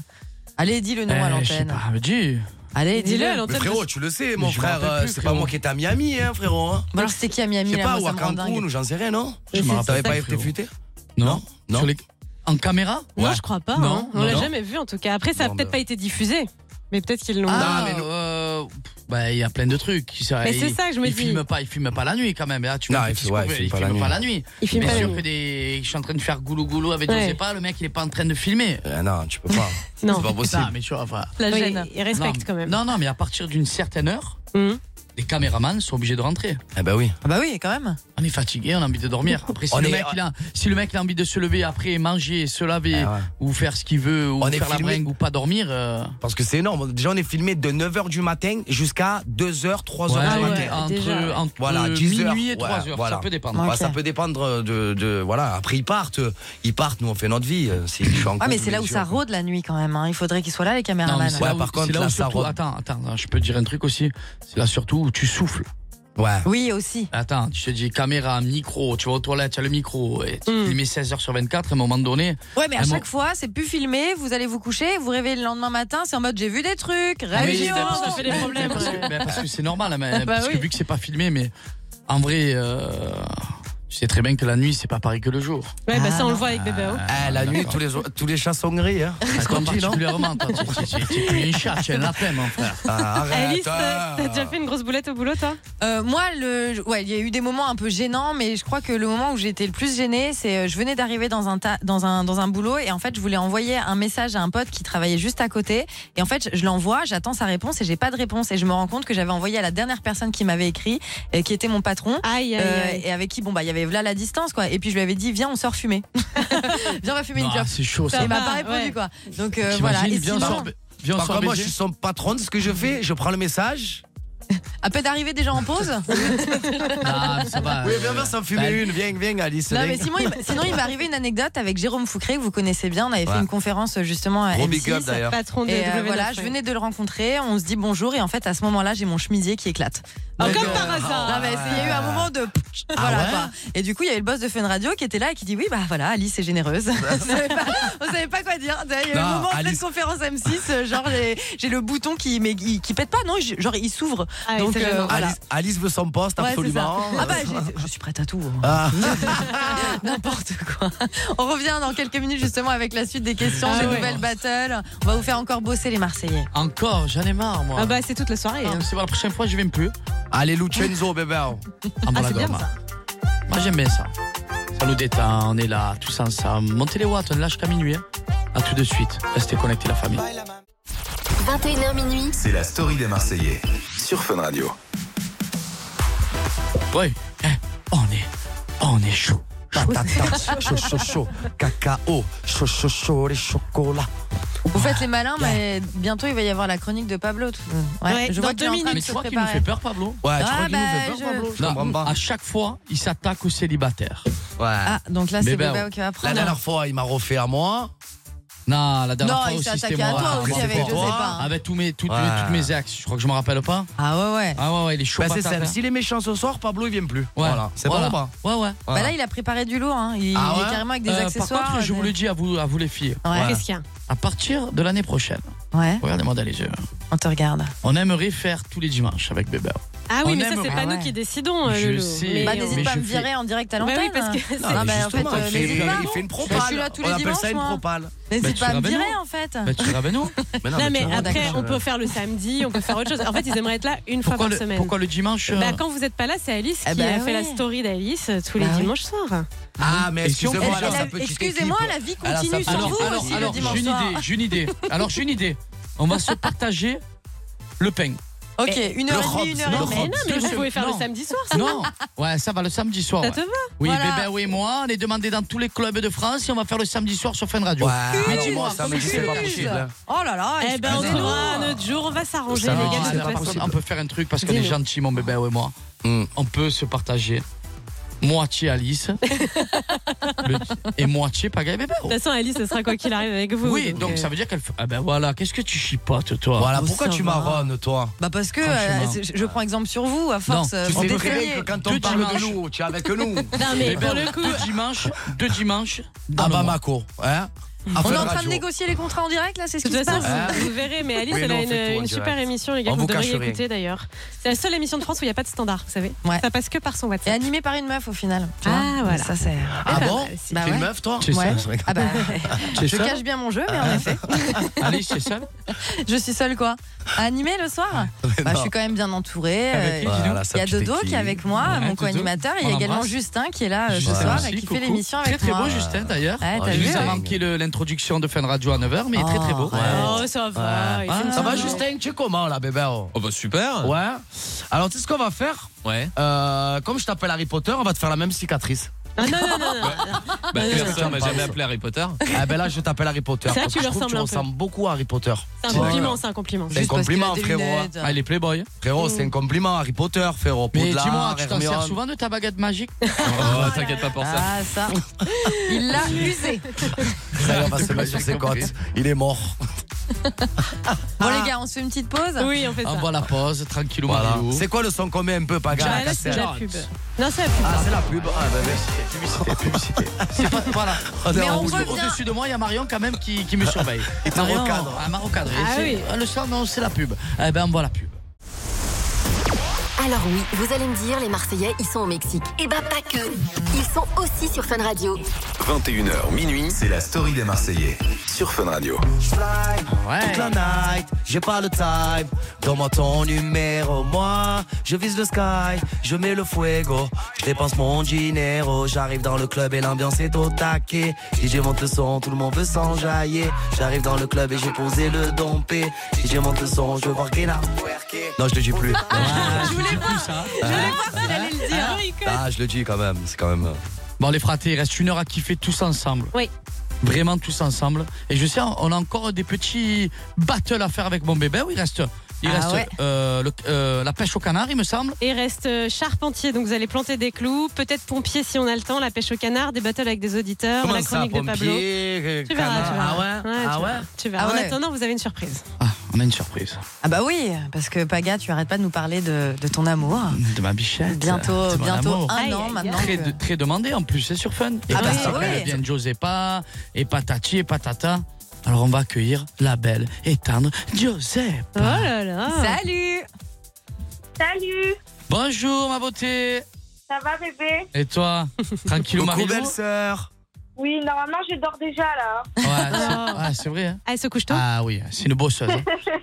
S8: Allez, dis
S6: Eh,
S8: le nom à l'antenne.
S4: dis.
S8: Allez, dis-le à
S6: Mais
S8: l'antenne.
S6: frérot, tu le sais, mon
S4: Mais je me
S6: frère,
S4: rappelle
S6: euh,
S4: plus,
S6: c'est pas
S4: frérot.
S6: moi qui étais à Miami, hein, frérot. hein.
S8: Bon, alors c'était qui à Miami
S6: Je sais
S8: là, moi,
S6: pas, ou à
S8: ça me rend dingue.
S6: Cancun, ou j'en sais rien, non
S4: Je me
S6: Ça
S4: rappelle
S6: avait
S4: pas,
S6: pas été
S4: frérot.
S6: fuité
S4: Non.
S6: Non.
S4: Sur les- En caméra
S7: Non,
S6: Ouais.
S7: je crois pas.
S4: Non,
S7: hein. On
S4: non,
S7: l'a
S4: non.
S7: jamais vu en tout cas. Après, ça a
S4: Non,
S7: peut-être
S4: mais-
S7: pas été diffusé, mais peut-être qu'ils l'ont.
S4: Ah, mais euh, pff, bah, il y a plein de trucs. qui seraient-
S7: Mais c'est
S4: ils-
S7: ça que je me
S4: ils
S7: dis.
S4: Filment pas, ils filment pas la nuit quand même. Là, tu
S6: Non,
S4: vois,
S6: ils-
S4: petit
S6: ouais,
S4: scoop,
S6: ils filment
S4: ils
S6: pas la
S4: filment pas
S6: nuit.
S4: la nuit.
S7: Ils filment
S4: Bien
S7: pas la
S4: sûr
S7: nuit.
S4: que des... je suis en train de faire goulou goulou avec
S7: Ouais.
S4: je sais pas, le mec il est pas en train de filmer.
S6: Euh, Non, tu peux pas.
S7: Non.
S6: C'est pas possible.
S4: Ça, mais tu vois, enfin.
S7: La
S8: Oui,
S7: gêne. Ils respectent
S4: non,
S7: quand même.
S4: Non, non, mais à partir d'une certaine heure,
S7: Mhm.
S4: les caméramans sont obligés de rentrer.
S6: Eh ben oui.
S8: Ah bah oui, quand même.
S4: On est fatigué, on a envie de dormir. Après, si,
S6: On
S4: le,
S6: est-
S4: mec, il a, si le mec il a envie de se lever après, manger, se laver,
S6: Ah ouais.
S4: ou faire ce qu'il veut, ou
S6: On est
S4: faire la
S6: filmé.
S4: bringue, ou pas dormir. euh,
S6: Parce que c'est énorme. Déjà, on est filmé de 9h du matin jusqu'à 2h, 3h
S4: ouais, Ah
S6: du matin.
S4: ouais, entre,
S7: déjà.
S4: entre
S6: Voilà, 10 heures.
S4: minuit et 3
S6: Ouais,
S4: heures,
S6: voilà.
S4: ça peut dépendre.
S6: Bah,
S8: Ok.
S6: ça peut dépendre de, de- Voilà, après ils partent. euh, Ils partent, nous on fait notre vie. euh, Si je suis en
S8: Ah mais
S6: couple,
S8: c'est là où
S6: bien
S8: ça
S6: sûr.
S8: rôde la nuit quand même. hein. Il faudrait qu'ils soient là les
S4: Non, mais
S8: caméramans.
S4: c'est
S6: Ouais,
S4: là où-
S6: par contre,
S4: c'est là,
S6: là,
S4: où
S6: ça
S4: surtout-
S6: rote.
S4: Attends, attends, je peux te dire un truc aussi. C'est là surtout où tu souffles.
S6: Ouais.
S8: Oui aussi.
S4: Attends, tu te dis caméra, micro, tu vas aux toilettes, tu as le micro, et tu
S7: Mm.
S4: mets 16h sur 24, à un moment donné.
S8: Ouais mais à
S4: Ah bon.
S8: chaque fois c'est plus filmé. Vous allez vous coucher, vous réveillez le lendemain matin, c'est en mode j'ai vu des trucs.
S4: Ah, mais-
S8: Région.
S4: parce que-
S7: ça fait des problèmes.
S4: parce que- mais parce que c'est normal, hein, mais-
S8: Bah
S4: parce que
S8: oui.
S4: vu que c'est pas filmé, mais en vrai, euh, tu sais très bien que la nuit, c'est pas pareil que le jour.
S7: Ouais, bah
S8: Ah,
S7: ça, on
S8: non.
S7: le voit avec BBO.
S6: Ah, la
S4: D'accord.
S6: nuit, tous les, jours- tous les chats sont gris. Hein.
S4: Ah, toi, particulièrement, toi, tu- tu- tu- tu es plus un chat, tu es un lapin, mon frère.
S6: Ah, arrête.
S7: Alice, t'as
S6: ah.
S7: t'as déjà fait une grosse boulette au boulot, toi
S8: Euh, moi, le, ouais, il y a eu des moments un peu gênants, mais je crois que le moment où j'étais le plus gênée, c'est euh, je venais d'arriver dans un, ta- dans un dans un boulot et en fait je voulais envoyer un message à un pote qui travaillait juste à côté et en fait je l'envoie, j'attends sa réponse et j'ai pas de réponse et je me rends compte que j'avais envoyé à la dernière personne qui m'avait écrit, euh, qui était mon patron.
S7: Aïe, aïe,
S8: euh,
S7: aïe.
S8: et avec qui bon bah il y avait là la distance quoi et puis je lui avais dit viens on sort fumer viens on va fumer
S4: Non,
S8: une clope
S4: c'est chaud,
S8: et
S4: ça.
S8: il m'a pas
S7: euh, Oh, va,
S8: répondu
S7: ouais.
S8: quoi donc euh,
S4: T'imagines,
S8: voilà et
S4: viens,
S8: sinon,
S4: on sort- viens, on
S6: Par
S4: sort
S6: contre, moi, je
S4: baiser.
S6: suis son patron. Ce que je fais, je prends le message.
S8: à peine d'arriver déjà en pause
S4: Ah, ça va.
S6: Oui, viens, viens, s'en fumer
S4: Bah,
S6: une. Viens, viens, Alice.
S8: Non,
S6: viens.
S8: mais sinon, il, m'a- sinon, il m'est arrivé une anecdote avec Jérôme Foucré, que vous connaissez bien. On avait fait
S6: Ouais.
S8: une conférence euh, justement à
S6: Gros
S8: M6.
S6: big up d'ailleurs.
S7: Patron de
S8: Et euh,
S7: W9,
S8: voilà, je
S7: ouais.
S8: venais de le rencontrer, on se dit bonjour et en fait à ce moment-là j'ai mon chemisier qui éclate.
S7: Ah,
S8: Donc, euh,
S7: comme par hasard. Ah
S8: Non mais c'est- il y a eu un moment de
S6: Ah
S8: voilà quoi. Et du coup il y avait le boss de Fun Radio qui était là et qui dit oui bah voilà Alice est généreuse. on, savait pas, on savait pas quoi dire. Il y a eu le
S6: Non,
S8: moment en pleine
S6: Alice-
S8: conférence M6 euh, genre j'ai- j'ai le bouton qui mais qui, qui pète pas non je- genre il s'ouvre.
S7: Ah,
S8: Donc
S7: c'est
S8: euh,
S7: gênant.
S8: voilà.
S6: Alice, Alice veut son poste,
S8: Ouais, c'est
S6: absolument.
S8: ça. Ah bah, j'ai- je suis prête à tout.
S6: Ah.
S8: N'importe quoi. On revient dans quelques minutes justement avec la suite des questions,
S7: Ah
S8: des
S7: ouais.
S8: nouvelles battles. On va vous faire encore bosser les Marseillais.
S4: Encore, j'en ai marre, moi.
S7: Ah bah c'est toute la soirée. hein.
S4: Ah, c'est pas la prochaine fois, je viens plus.
S6: Allez, Lucenzo, bébé. hein.
S4: Ah,
S7: Ah,
S4: voilà,
S7: c'est bien
S4: gomme.
S7: ça.
S4: Moi j'aime bien ça. Ça nous détend, on est là, tous ensemble. Montez les watts, on lâche qu'à minuit. hein. À tout de suite. Restez connectés, la famille.
S11: 21h minuit,
S1: C'est la story des Marseillais sur Fun Radio.
S4: Ouais. Eh, on est, on est chaud.
S6: Patata, chaud, chaud, chaud, cacao, chaud, chaud, chaud, les chocolats.
S8: Vous faites les malins, mais bientôt il va y avoir la chronique de Pablo. tout-
S4: Ouais,
S8: je
S4: dans
S8: vois qu'il
S4: deux
S8: est en train
S4: minutes.
S8: de
S4: Mais
S8: se
S4: tu crois qu'il
S8: préparer.
S4: nous fait peur, Pablo
S6: Ouais,
S8: tu Ah, crois qu'il nous fait bah, peur, je- Pablo Je
S4: Non,
S8: comprends pas.
S4: À chaque fois, il s'attaque aux célibataires. ben,
S6: Ouais.
S8: Ah, donc là, c'est Bébao qui va
S6: La
S8: prendre.
S6: dernière fois, Oh, il m'a refait à moi.
S4: Non, la dernière
S8: Non,
S4: fois
S8: il
S4: aussi,
S8: s'est
S4: c'était
S8: attaqué à
S4: moi. Ah,
S8: toi aussi
S4: C'était
S8: avec
S4: moi.
S8: Josépa.
S4: Avec hein. tous mes, toutes,
S6: Ouais.
S4: mes, toutes mes axes. Je crois que je me rappelle pas.
S8: Ah ouais, ouais.
S4: Ah ouais, ouais, il est chaud.
S6: Bah, c'est
S4: patate,
S6: celle.
S4: hein.
S6: S'il est méchant ce soir, Pablo, il vient plus.
S4: Ouais.
S6: Voilà. C'est
S4: Voilà.
S6: bon ou
S4: Ouais, ouais.
S8: Bah là, il a préparé du lourd. hein. Il,
S4: Ah
S8: il est
S4: ouais
S8: carrément avec des
S4: Euh,
S8: accessoires.
S4: Par contre, je vous le dis à vous, à vous les filles.
S8: Ouais. Qu'est-ce qu'il y a
S4: À partir de l'année prochaine,
S8: Ouais.
S4: regardez-moi dans les yeux.
S8: On te regarde.
S4: On aimerait faire tous les dimanches avec Bébé.
S7: Ah oui,
S4: On
S7: mais ça, c'est
S4: aimerait.
S7: pas nous qui décidons. euh,
S4: Je
S7: Loulou.
S4: sais,
S7: Mais
S8: Bah,
S4: Et
S8: n'hésite
S4: on-
S8: pas à
S4: Mais
S8: me
S4: je
S8: virer
S4: fais-
S8: en direct à
S7: Bah oui,
S8: l'antenne.
S7: parce que c'est-
S8: Ah, bah, en fait,
S6: justement,
S8: euh,
S6: il fait-
S8: n'hésite pas.
S6: il fait une propale.
S8: Je suis là tous les
S6: On appelle
S8: dimanches.
S6: ça une
S8: moi.
S6: propale. Bah,
S8: N'hésite
S6: tu
S8: pas à me
S6: ramènes,
S8: virer
S6: non
S8: en fait.
S4: Bah, tu ramènes nous
S7: Non, mais, après, on peut faire le samedi, on peut faire autre chose. En fait, ils aimeraient être là une
S4: Pourquoi
S7: fois par
S4: le,
S7: semaine.
S4: pourquoi le dimanche euh,
S7: Bah, quand vous n'êtes pas là, c'est Alice
S4: Eh
S8: Ah
S7: qui
S4: bah
S7: a fait
S4: oui.
S7: la story d'Alice euh, tous les
S4: Bah oui.
S7: dimanches soirs.
S6: Ah, mais
S4: Et si on
S6: excusez-moi,
S4: fait-
S6: alors,
S4: Et la-
S6: sa petite
S8: Euh, excusez-moi,
S6: équipe.
S8: la vie
S6: Alors,
S8: continue
S6: sa-
S8: sans
S6: alors,
S8: vous
S6: alors,
S8: aussi, le
S6: alors,
S8: dimanche
S4: j'ai une
S8: soir.
S4: idée, j'ai une idée. Alors j'ai une idée. On va se partager le pain.
S6: hein.
S8: Ok,
S6: Eh,
S8: une
S4: Le
S8: heure et
S4: Robs,
S8: demie, une heure et
S4: le
S8: demie.
S4: Robs,
S7: Mais non, mais
S4: deux
S7: vous
S4: semaines.
S7: pouvez faire le
S4: Non.
S7: samedi soir, ça
S4: Non, ouais, ça va le samedi soir.
S7: Ça
S4: ouais.
S7: te va
S4: Oui,
S7: Voilà.
S4: Bébé, oui, moi, on est demandé dans tous les clubs de France et on va faire le samedi soir sur Fun Radio.
S6: Ouais,
S4: Mais
S6: non,
S4: dis-moi,
S6: moi, samedi, c'est pas possible. hein.
S8: Oh là là,
S7: Eh ben, on
S4: Excusez-moi.
S7: aura un autre jour, on va s'arranger, les
S4: Non,
S7: gars,
S4: c'est
S7: de
S4: pas
S7: toute façon.
S4: possible. on peut faire un truc parce qu'on est
S7: Dis-nous.
S4: gentil, mon Bébé et moi.
S6: Hmm.
S4: On peut se partager moitié Alice le- et moitié Pagaille Bébé.
S7: De toute façon, Alice, ce sera quoi qu'il arrive avec vous.
S4: Oui, donc
S7: euh,
S4: ça veut dire qu'elle. fait- Ah ben voilà, qu'est-ce que tu chipotes, toi
S6: Voilà,
S4: Oh,
S6: pourquoi
S4: ça
S6: tu
S4: va.
S6: marronnes, toi
S8: Bah parce que
S4: Franchement.
S8: euh, c'est- je je prends exemple sur vous, à
S4: Non,
S8: force. euh,
S6: Tu
S8: vous
S6: sais très
S8: décriez.
S6: bien que quand
S4: Deux
S6: on parle de
S4: dimanches.
S6: nous, tu es avec nous.
S7: Non, mais
S4: Eh
S7: pour
S4: ben,
S7: le coup.
S4: Deux dimanches, deux dimanches. dans
S6: À
S4: le mois.
S6: Bamako, hein À
S8: On
S6: Fun
S8: est en train de
S6: Radio.
S8: négocier les contrats en direct là, c'est ce
S7: De
S8: qui
S7: toute
S8: se
S7: façon,
S8: passe
S6: Ah.
S7: vous, vous verrez, mais Alice,
S6: Oui,
S7: elle
S6: non,
S7: a
S6: on
S7: une,
S6: fait tout en
S7: une super
S6: direct.
S7: émission, les gars,
S6: On
S7: que vous
S6: vous
S7: devriez
S6: cache rien.
S7: écouter d'ailleurs. C'est la seule émission de France où il n'y a pas de standard, vous savez.
S8: Ouais.
S7: Ça passe que par son
S8: Et
S7: WhatsApp.
S8: animé par une meuf au final. tu
S7: Ah,
S8: vois.
S7: voilà.
S8: Ça c'est.
S6: Ah bon
S7: aussi.
S8: Bah
S6: T'es une
S8: ouais.
S6: meuf, toi
S4: C'est ça.
S8: Ouais. Ah bah,
S4: C'est
S8: je
S4: ça
S8: cache bien mon jeu,
S6: Ah.
S14: Ah.
S8: mais en effet,
S4: Alice, c'est ça
S8: je suis seule quoi. Animé le
S4: Ah,
S8: soir bah, Je suis quand même bien entourée.
S4: Avec
S8: euh,
S4: qui, Ah, bah, dis-nous
S6: Voilà,
S8: Il y
S6: sa
S8: a
S6: petite
S8: Dodo qui est
S6: équipe.
S8: avec moi,
S4: Ouais,
S8: mon
S4: Dodo.
S8: co-animateur. Il y
S4: On
S8: a également
S4: l'embrasse.
S8: Justin qui est là euh, ce
S6: Justin
S8: soir
S6: aussi,
S8: et qui fait
S4: coucou.
S8: l'émission avec
S4: Très très
S8: moi.
S4: beau, Justin, d'ailleurs.
S8: Ouais, t'as
S4: Il
S8: vu,
S4: nous a
S8: ouais.
S4: Ah, manqué le- l'introduction de Fun Radio à 9h, mais il est très très beau.
S6: Ouais.
S7: Oh, ça va.
S4: Ah.
S7: il fait une
S6: Ça va,
S7: petite-
S6: Justin Tu es comment, là, bébé oh
S18: Oh bah super
S6: Ouais. Alors, tu sais ce qu'on va faire
S18: Ouais.
S6: Euh, Comme je t'appelle Harry Potter, on va te faire la même cicatrice.
S7: Ah, non, non, non, non.
S18: Bah
S6: non,
S18: personne
S6: non,
S18: m'a
S6: non,
S18: jamais
S6: non.
S18: appelé Harry Potter.
S6: Ah ben là, je t'appelle Harry Potter.
S7: C'est vrai
S6: parce
S7: que tu
S6: je
S7: lui
S6: trouve que
S7: ressembles
S6: tu
S7: un peu.
S6: ressembles beaucoup à Harry Potter.
S7: C'est un compliment, c'est un compliment.
S6: C'est un
S8: Juste parce qu'il a
S6: compliment,
S8: des
S6: frérot. hein.
S8: lunettes.
S4: Ah, il est playboy.
S6: Frérot, c'est un compliment, Harry Potter, frérot.
S4: Mais
S6: Poudlard,
S4: dis-moi, tu t'en sers
S6: Hermione.
S4: souvent de ta baguette magique
S18: Oh, t'inquiète pas pour ça.
S8: Ah ça, il l'a usé.
S6: Ça y est, on va se mettre sur ses côtes. Il est mort.
S8: Bon les gars, on se fait une petite pause. Ah,
S7: Oui, on fait ça.
S4: Envoie la pause, tranquillou,
S6: Voilà.
S4: Marilou.
S6: C'est quoi le son qu'on met un peu, Paga
S7: Ah, là, c'est la
S4: Cassette.
S7: pub. Non, c'est la pub.
S6: Ah, c'est la pub. Ah, ben, merci.
S4: Publicité, publicité. C'est pas voilà.
S6: est
S4: Mais
S6: en
S4: on
S6: route.
S4: revient- Au-dessus de moi, il y a Marion quand même qui, qui me surveille. Et
S6: te recadre.
S4: Ah, m'a recadré.
S7: Ah
S4: C'est-
S7: oui.
S4: Le soir, non, c'est la pub. Eh ben, on voit la pub.
S11: Alors oui, vous allez me dire, les Marseillais, ils sont au Mexique. Eh ben pas que. Ils sont aussi sur Fun Radio.
S1: 21h minuit, c'est la story des Marseillais sur Fun Radio.
S6: fly
S4: Ouais.
S6: toute la night, j'ai pas le time. Donne-moi ton numéro, moi je vise le sky, je mets le fuego, je dépense mon dinero. J'arrive dans le club et l'ambiance est au taquet. DJ monte le son, tout le monde veut s'enjailler. J'arrive dans le club et j'ai posé le dompé. DJ monte le son, je veux voir Kena. Non, je le dis plus.
S4: je voulais plus
S14: hein.
S4: ça.
S14: Ah.
S7: J'allais le dire. Ah, Rico.
S6: Ah, je le dis quand même, c'est quand même. euh.
S4: Bon, les fratés, il reste une heure à kiffer tous ensemble.
S7: Oui.
S4: Vraiment tous ensemble. Et je sais, on a encore des petits battles à faire avec mon bébé. Ben Oui, il reste, il
S8: Ah
S4: reste
S8: ouais.
S4: euh, le- euh, la pêche au canard, il me semble.
S7: Et reste euh, charpentier, donc vous allez planter des clous, peut-être pompier si on a le temps, la pêche au canard, des battles avec des auditeurs, la chronique de Pablo.
S4: euh,
S7: Tu verras, tu verras. Ouais, tu verras, tu verras.
S8: Ah ouais.
S7: En attendant, vous avez une surprise.
S4: Ah, on a une surprise.
S8: Ah bah oui, parce que Paga, tu arrêtes pas de nous parler de, de ton amour.
S4: De ma bichette.
S8: Bientôt,
S4: de mon
S8: bientôt
S4: amour.
S8: un
S7: Aïe,
S8: an
S7: aïe,
S8: maintenant.
S4: Très,
S8: que-
S4: de- très demandé en plus, c'est sur Fun. Et eh
S8: Ah
S4: parce
S8: oui,
S4: qu'elle
S8: oui.
S4: vient de Josépa, et patati et patata. Alors on va accueillir la belle et tendre
S7: Oh
S4: Josépa.
S6: Oh
S7: là là.
S8: Salut
S17: Salut,
S4: Bonjour ma beauté.
S17: ça va bébé
S4: Et toi Tranquille
S6: Coucou,
S4: Marilou
S6: belle sœur.
S17: Oui, normalement je dors déjà là.
S4: Ouais, Ah, c'est ouais, c'est vrai. hein.
S7: Allez, se couche tôt.
S4: Ah oui, c'est une bosseuse.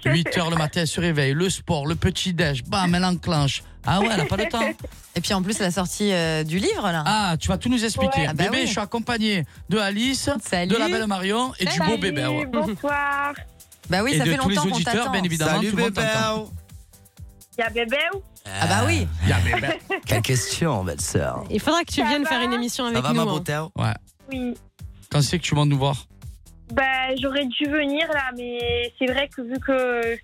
S4: 8h le matin, elle se réveille, le sport, le petit déj, bam, elle enclenche. Ah ouais, elle n'a pas le temps.
S8: Et puis en plus, la sortie euh, du livre là.
S4: Ah, tu vas tout nous expliquer.
S8: Ouais. Ah bah
S4: bébé,
S8: oui.
S4: je suis accompagné de Alice,
S8: Salut.
S4: de la belle Marion et du beau
S17: Salut,
S4: bébé. ah ouais.
S17: Bonsoir.
S8: Bah oui,
S4: Et
S8: ça
S4: de
S8: fait
S4: tous les
S8: longtemps qu'on
S4: auditeurs,
S8: t'attend.
S4: bien évidemment,
S6: Salut,
S4: tout le monde
S6: bébé.
S4: t'entend.
S17: Y'a bébé ou
S8: Ah bah oui.
S6: Y'a bébé. Quelle question, belle sœur.
S7: Il faudra que tu
S17: Ça
S7: viennes
S17: va
S7: faire une émission avec
S6: Ça va,
S7: nous.
S6: ma
S7: hein.
S6: beauté
S4: Ouais.
S17: Oui.
S4: Quand c'est que tu vas nous voir
S17: Bah, j'aurais dû venir là, mais c'est vrai que vu que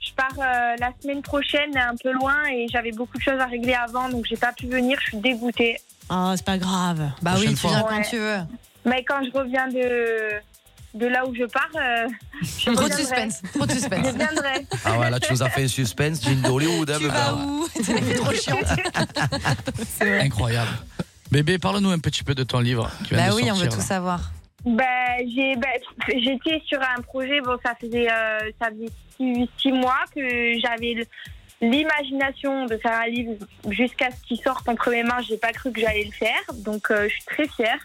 S17: je pars euh, la semaine prochaine un peu loin et j'avais beaucoup de choses à régler avant, donc j'ai pas pu venir, je suis dégoûtée.
S7: Ah, c'est pas grave.
S8: Bah oui, tu viens quand
S17: Ouais.
S8: tu veux.
S17: Mais quand je reviens de, de là où je pars, euh, je
S8: Trop de
S17: reviendrai.
S8: suspense, trop de suspense.
S17: Je viendrai.
S6: Ah ouais, là, tu nous as fait un suspense d'une d'Hollywood, hein,
S8: Tu
S6: bébé.
S8: vas où T'es trop chiante.
S4: Incroyable. Bébé, parle-nous un petit peu de ton livre. qui vient
S8: Bah
S4: de
S8: oui, on
S4: sortir,
S8: veut
S4: là.
S8: tout savoir.
S17: Bah, j'ai, bah, j'étais sur un projet, bon, ça faisait, euh, ça faisait six, six mois que j'avais l- l'imagination de faire un livre jusqu'à ce qu'il sorte entre mes mains. J'ai pas cru que j'allais le faire, donc euh, je suis très fière.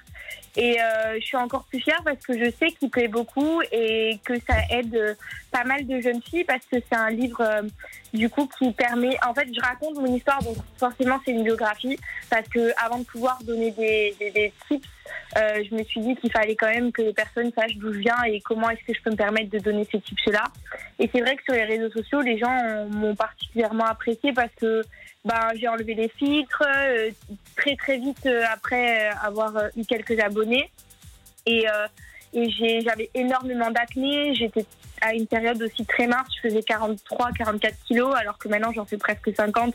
S17: Et euh, je suis encore plus fière parce que je sais qu'il plaît beaucoup et que ça aide euh, pas mal de jeunes filles parce que c'est un livre euh, du coup qui permet. En fait, je raconte mon histoire, donc forcément c'est une biographie parce que avant de pouvoir donner des, des, des tips, euh, je me suis dit qu'il fallait quand même que les personnes sachent d'où je viens et comment est-ce que je peux me permettre de donner ces tips-là. Et c'est vrai que sur les réseaux sociaux, les gens euh, m'ont particulièrement apprécié parce que ben, j'ai enlevé les filtres euh, très très vite euh, après euh, avoir euh, eu quelques abonnés. Et, euh, et j'ai- j'avais énormément d'acné. J'étais à une période aussi très mince. Je faisais 43-44 kilos, alors que maintenant j'en fais presque 50.